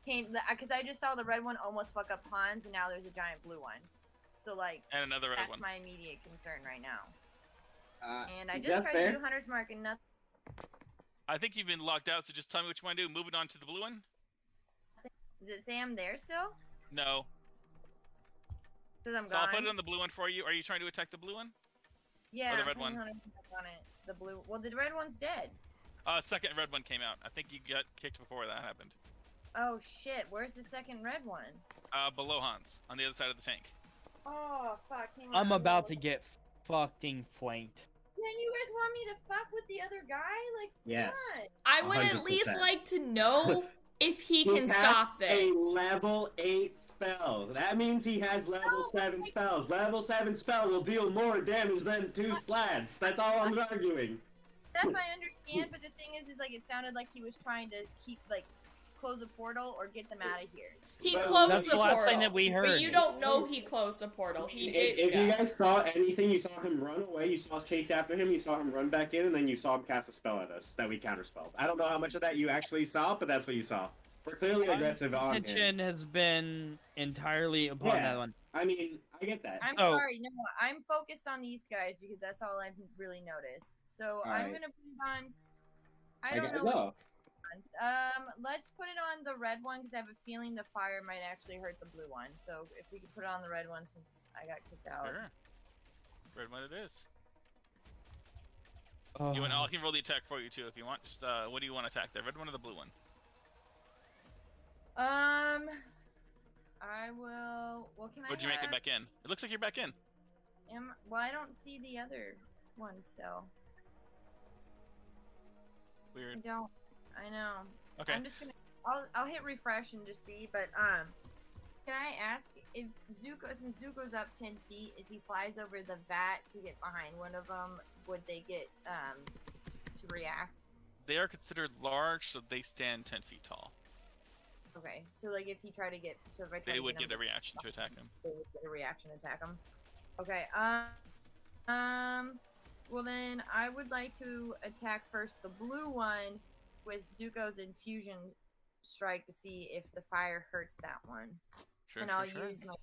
Speaker 5: came because I just saw the red one almost fuck up Hans, and now there's a giant blue one. So like
Speaker 1: and another red
Speaker 5: that's
Speaker 1: one.
Speaker 5: my immediate concern right now.
Speaker 6: Uh,
Speaker 5: And I just
Speaker 6: that's
Speaker 5: tried
Speaker 6: fair.
Speaker 5: to do Hunter's Mark and nothing.
Speaker 1: I think you've been locked out, so just tell me what you want to do. Moving on to the blue one?
Speaker 5: Is it Sam there still?
Speaker 1: No.
Speaker 5: Because I'm
Speaker 1: So I'll
Speaker 5: gone.
Speaker 1: put it on the blue one for you. Are you trying to attack the blue one?
Speaker 5: yeah,
Speaker 1: Oh, the red
Speaker 5: I'm putting
Speaker 1: one.
Speaker 5: Hunter's Mark on it. The blue. Well, the red one's dead.
Speaker 1: Uh, second red one came out. I think you got kicked before that happened.
Speaker 5: Oh shit! Where's the second red one?
Speaker 1: Uh, below Hans, on the other side of the tank.
Speaker 5: Oh fuck! hang on,
Speaker 4: I'm
Speaker 5: let me
Speaker 4: about
Speaker 5: look.
Speaker 4: to get fucking flanked.
Speaker 5: Then you guys want me to fuck with the other guy? Like,
Speaker 6: Yes.
Speaker 5: come on.
Speaker 2: I would at least
Speaker 6: 100%.
Speaker 2: like to know if he, can
Speaker 6: has
Speaker 2: stop
Speaker 6: A
Speaker 2: this.
Speaker 6: level eight spell. That means he has level
Speaker 2: Oh
Speaker 5: No,
Speaker 6: seven
Speaker 5: I-
Speaker 6: spells. Level seven spell will deal more damage than two slabs. That's all I'm arguing.
Speaker 5: That I understand, but the thing is, is like it sounded like he was trying to keep like s- close a portal or get them out of here.
Speaker 2: He
Speaker 6: That's
Speaker 2: closed
Speaker 6: the
Speaker 2: the
Speaker 4: last
Speaker 2: portal.
Speaker 4: thing that we
Speaker 2: But
Speaker 4: heard.
Speaker 2: you don't know he closed the portal. Oh, He
Speaker 6: If-
Speaker 2: did.
Speaker 6: if
Speaker 2: yeah.
Speaker 6: you guys saw anything, you saw him run away, you saw us chase after him, you saw him run back in, and then you saw him cast a spell at us that we counterspelled. I don't know how much of that you actually saw, but that's what you saw. We're clearly aggressive on him.
Speaker 4: Attention has been entirely upon
Speaker 6: Yeah.
Speaker 4: that one.
Speaker 6: I mean, I get that.
Speaker 5: I'm
Speaker 4: Oh.
Speaker 5: sorry, no, I'm focused on these guys because that's all I've really noticed. So I'm
Speaker 6: Alright.
Speaker 5: gonna move on. I
Speaker 6: I
Speaker 5: don't
Speaker 6: get-
Speaker 5: know.
Speaker 6: no.
Speaker 5: one. Um, let's put it on the red one because I have a feeling the fire might actually hurt the blue one. So if we could put it on the red one since I got kicked out.
Speaker 1: Sure. Red one it is. You want? I can roll the attack for you too if you want. Just, uh, what do you want to attack? The red one or the blue one?
Speaker 5: Um, I will. What can I?
Speaker 1: What'd you make it
Speaker 5: have?
Speaker 1: back in? It looks like you're back in.
Speaker 5: Am, well, I don't see the other one still. I
Speaker 1: Weird.
Speaker 5: don't. I know.
Speaker 1: Okay.
Speaker 5: I'm just gonna. I'll, I'll hit refresh and just see. But um, can I ask if Zuko, since Zuko's up ten feet, if he flies over the vat to get behind one of them, would they get um to react?
Speaker 1: They are considered large, so they stand ten feet tall.
Speaker 5: Okay, so like if he tried to get, so if I tried
Speaker 1: They
Speaker 5: to
Speaker 1: would
Speaker 5: him
Speaker 1: get a reaction to attack him.
Speaker 5: they would get a reaction attack him. Okay. Um. Um. Well then, I would like to attack first the blue one with Zuko's infusion strike to see if the fire hurts that one,
Speaker 1: Sure,
Speaker 5: and I'll
Speaker 1: sure, sure.
Speaker 5: use my,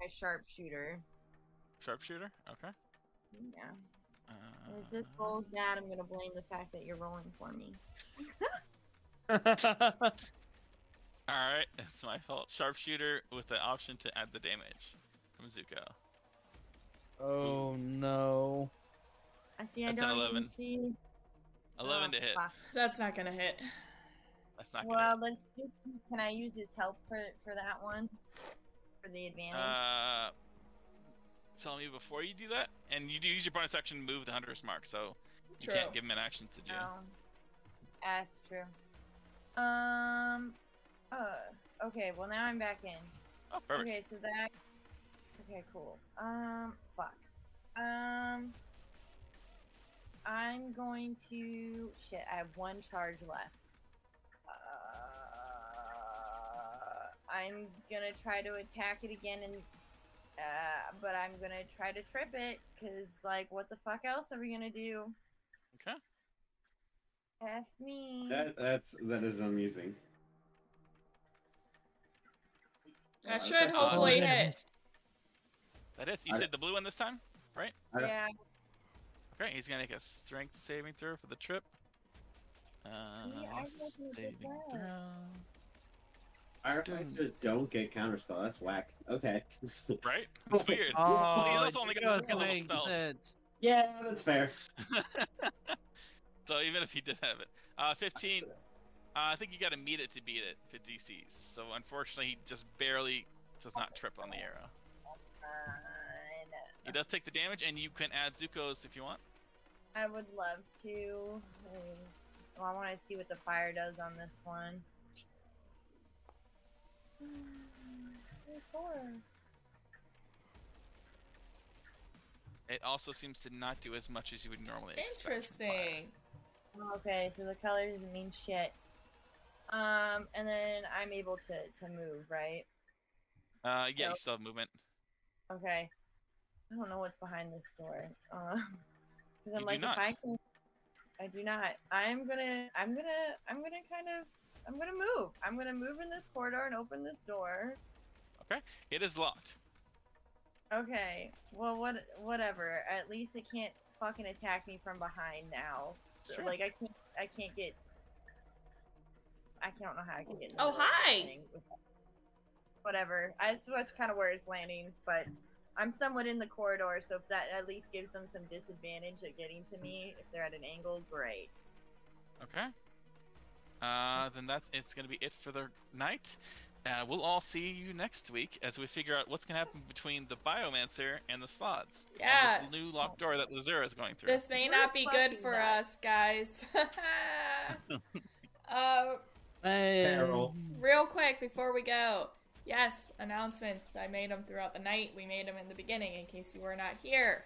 Speaker 5: my sharpshooter.
Speaker 1: Sharpshooter. Okay.
Speaker 5: Yeah.
Speaker 1: Uh,
Speaker 5: And if this rolls bad, I'm gonna blame the fact that you're rolling for me.
Speaker 1: All right, it's my fault. Sharpshooter with the option to add the damage from Zuko.
Speaker 4: oh no.
Speaker 5: I see. I
Speaker 1: That's an
Speaker 5: don't
Speaker 1: 11.
Speaker 5: even see.
Speaker 1: Eleven
Speaker 5: Oh,
Speaker 1: to hit.
Speaker 5: fuck.
Speaker 2: That's not gonna hit.
Speaker 1: That's not
Speaker 5: Well,
Speaker 1: gonna.
Speaker 5: let's. Do, can I use his help for for that one? For the
Speaker 1: hit.
Speaker 5: advantage.
Speaker 1: Uh, tell me before you do that, and you do use your bonus action to move the hunter's mark, so
Speaker 2: True.
Speaker 1: you can't give him an action to do.
Speaker 5: Oh. That's true. Um. Uh. Okay. Well, now I'm back in.
Speaker 1: Oh, perfect.
Speaker 5: Okay. So that. Okay. Cool. Um. Fuck. Um. I'm going to. Shit. I have one charge left. Uh, I'm gonna try to attack it again and. Uh, but I'm gonna try to trip it, cause like, what the fuck else are we gonna do?
Speaker 1: Okay.
Speaker 5: F me.
Speaker 6: That that's that is amusing.
Speaker 2: That
Speaker 6: Uh,
Speaker 2: should
Speaker 6: that's
Speaker 1: all
Speaker 2: hopefully
Speaker 4: I have.
Speaker 2: hit.
Speaker 1: That is. You
Speaker 6: I-
Speaker 1: said the blue one this time, right?
Speaker 6: I don't-
Speaker 5: yeah.
Speaker 1: Okay, he's gonna make a strength saving throw for the trip. Uh,
Speaker 5: I wasn't a good
Speaker 1: saving
Speaker 5: guy.
Speaker 1: throw.
Speaker 6: Firefighters don't get counterspell. That's whack. Okay.
Speaker 1: Right? It's weird.
Speaker 4: Oh,
Speaker 1: He's also only got
Speaker 4: just
Speaker 1: a little
Speaker 4: makes
Speaker 1: spells.
Speaker 4: it.
Speaker 6: yeah, that's fair.
Speaker 1: so even if he did have it, uh, 15. Uh, I think you got to meet it to beat it if it DCs. So unfortunately, he just barely does not trip on the arrow.
Speaker 5: Fine.
Speaker 1: He does take the damage, and you can add Zuko's if you want.
Speaker 5: I would love to. please. Well, I want to see what the fire does on this one. Four.
Speaker 1: It also seems to not do as much as you would normally expect. from fire.
Speaker 2: Interesting.
Speaker 5: Okay, so the color doesn't mean shit. Um, and then I'm able to to move, right?
Speaker 1: Uh, yeah,
Speaker 5: So-
Speaker 1: you still have movement.
Speaker 5: Okay. I don't know what's behind this door.
Speaker 1: You
Speaker 5: Because
Speaker 1: do
Speaker 5: I'm like, if I
Speaker 1: not.
Speaker 5: can, I do not. I'm gonna, I'm gonna, I'm gonna kind of, I'm gonna move. I'm gonna move in this corridor and open this door.
Speaker 1: It is locked.
Speaker 5: Okay. Well, what, whatever. At least it can't fucking attack me from behind now. So,
Speaker 1: Sure.
Speaker 5: Like I can't, I can't get. I don't know how I can get. in the
Speaker 2: Oh,
Speaker 5: middle of
Speaker 2: hi!
Speaker 5: this thing with- Whatever. I this was kind of where it's landing, but I'm somewhat in the corridor, so if that at least gives them some disadvantage at getting to me if they're at an angle, great.
Speaker 1: Okay. Uh, then that's it's gonna be it for the night. Uh, we'll all see you next week as we figure out what's gonna happen between the biomancer and the slots.
Speaker 2: Yeah.
Speaker 1: And this new locked door that Lazura is going through.
Speaker 2: This may
Speaker 5: We're
Speaker 2: not be good
Speaker 5: fucking
Speaker 2: for
Speaker 5: nuts.
Speaker 2: us, guys. uh,
Speaker 4: Hey.
Speaker 6: Feral.
Speaker 2: real quick before we go. Yes, announcements. I made them throughout the night. We made them in the beginning in case you were not here.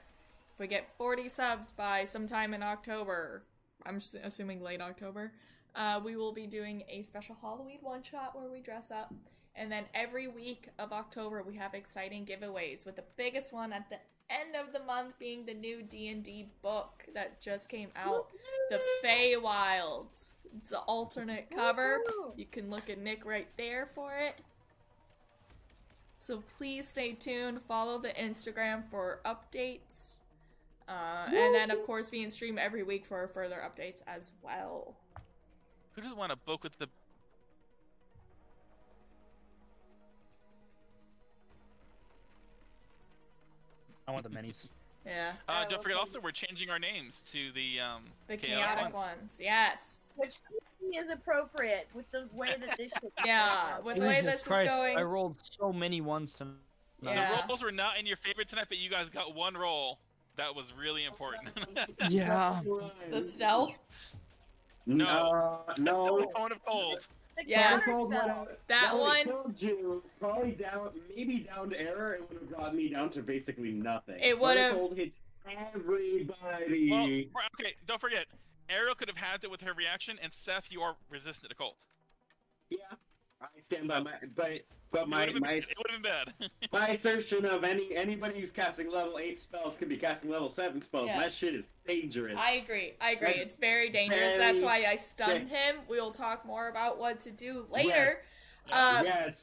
Speaker 2: If we get 40 subs by sometime in October, I'm s- assuming late October, uh, we will be doing a special Halloween one shot where we dress up. And then every week of October, we have exciting giveaways with the biggest one at the end of the month being the new D&D book that just came out, The Feywilds. It's an alternate cover.
Speaker 5: Woohoo!
Speaker 2: You can look at Nick right there for it. So please stay tuned. Follow the Instagram for updates. Uh, and then, of course, be in stream every week for further updates as well.
Speaker 1: Who doesn't want a book with the
Speaker 4: I want the minis.
Speaker 2: Yeah.
Speaker 1: Uh,
Speaker 5: I
Speaker 1: don't
Speaker 5: will
Speaker 1: forget
Speaker 5: say-
Speaker 1: also we're changing our names to the um
Speaker 2: The chaotic ones. Yes.
Speaker 5: Which is appropriate with the way that this shit.
Speaker 2: Yeah. With the way
Speaker 4: Jesus
Speaker 2: this
Speaker 4: Christ,
Speaker 2: is going.
Speaker 4: I rolled so many ones tonight.
Speaker 2: Yeah.
Speaker 1: The rolls were not in your favor tonight, but you guys got one roll. That was really important.
Speaker 4: Yeah.
Speaker 2: The stealth.
Speaker 1: No.
Speaker 6: Uh, no.
Speaker 1: Cone of cold.
Speaker 5: The
Speaker 2: Yes.
Speaker 5: counter
Speaker 6: Cold went
Speaker 5: spell.
Speaker 6: out-
Speaker 2: That
Speaker 6: probably
Speaker 2: one.
Speaker 6: killed you, probably down, maybe down to error. It would have brought me down to basically nothing.
Speaker 2: It would've-
Speaker 6: Cold hits everybody.
Speaker 1: Well, right, okay, don't forget. Ariel could have had it with her reaction, and Seth, you are resistant to cold.
Speaker 6: yeah, I stand by my, but but
Speaker 1: It
Speaker 6: my
Speaker 1: would've been-
Speaker 6: my
Speaker 1: it would have been bad.
Speaker 6: my assertion of any anybody who's casting level eight spells could be casting level seven spells. That
Speaker 2: Yes.
Speaker 6: shit is dangerous.
Speaker 2: I agree. I agree.
Speaker 6: That's
Speaker 2: It's very dangerous. That's
Speaker 6: very
Speaker 2: why I stunned him. We'll talk more about what to do later.
Speaker 6: Yes.
Speaker 2: Uh,
Speaker 6: yes.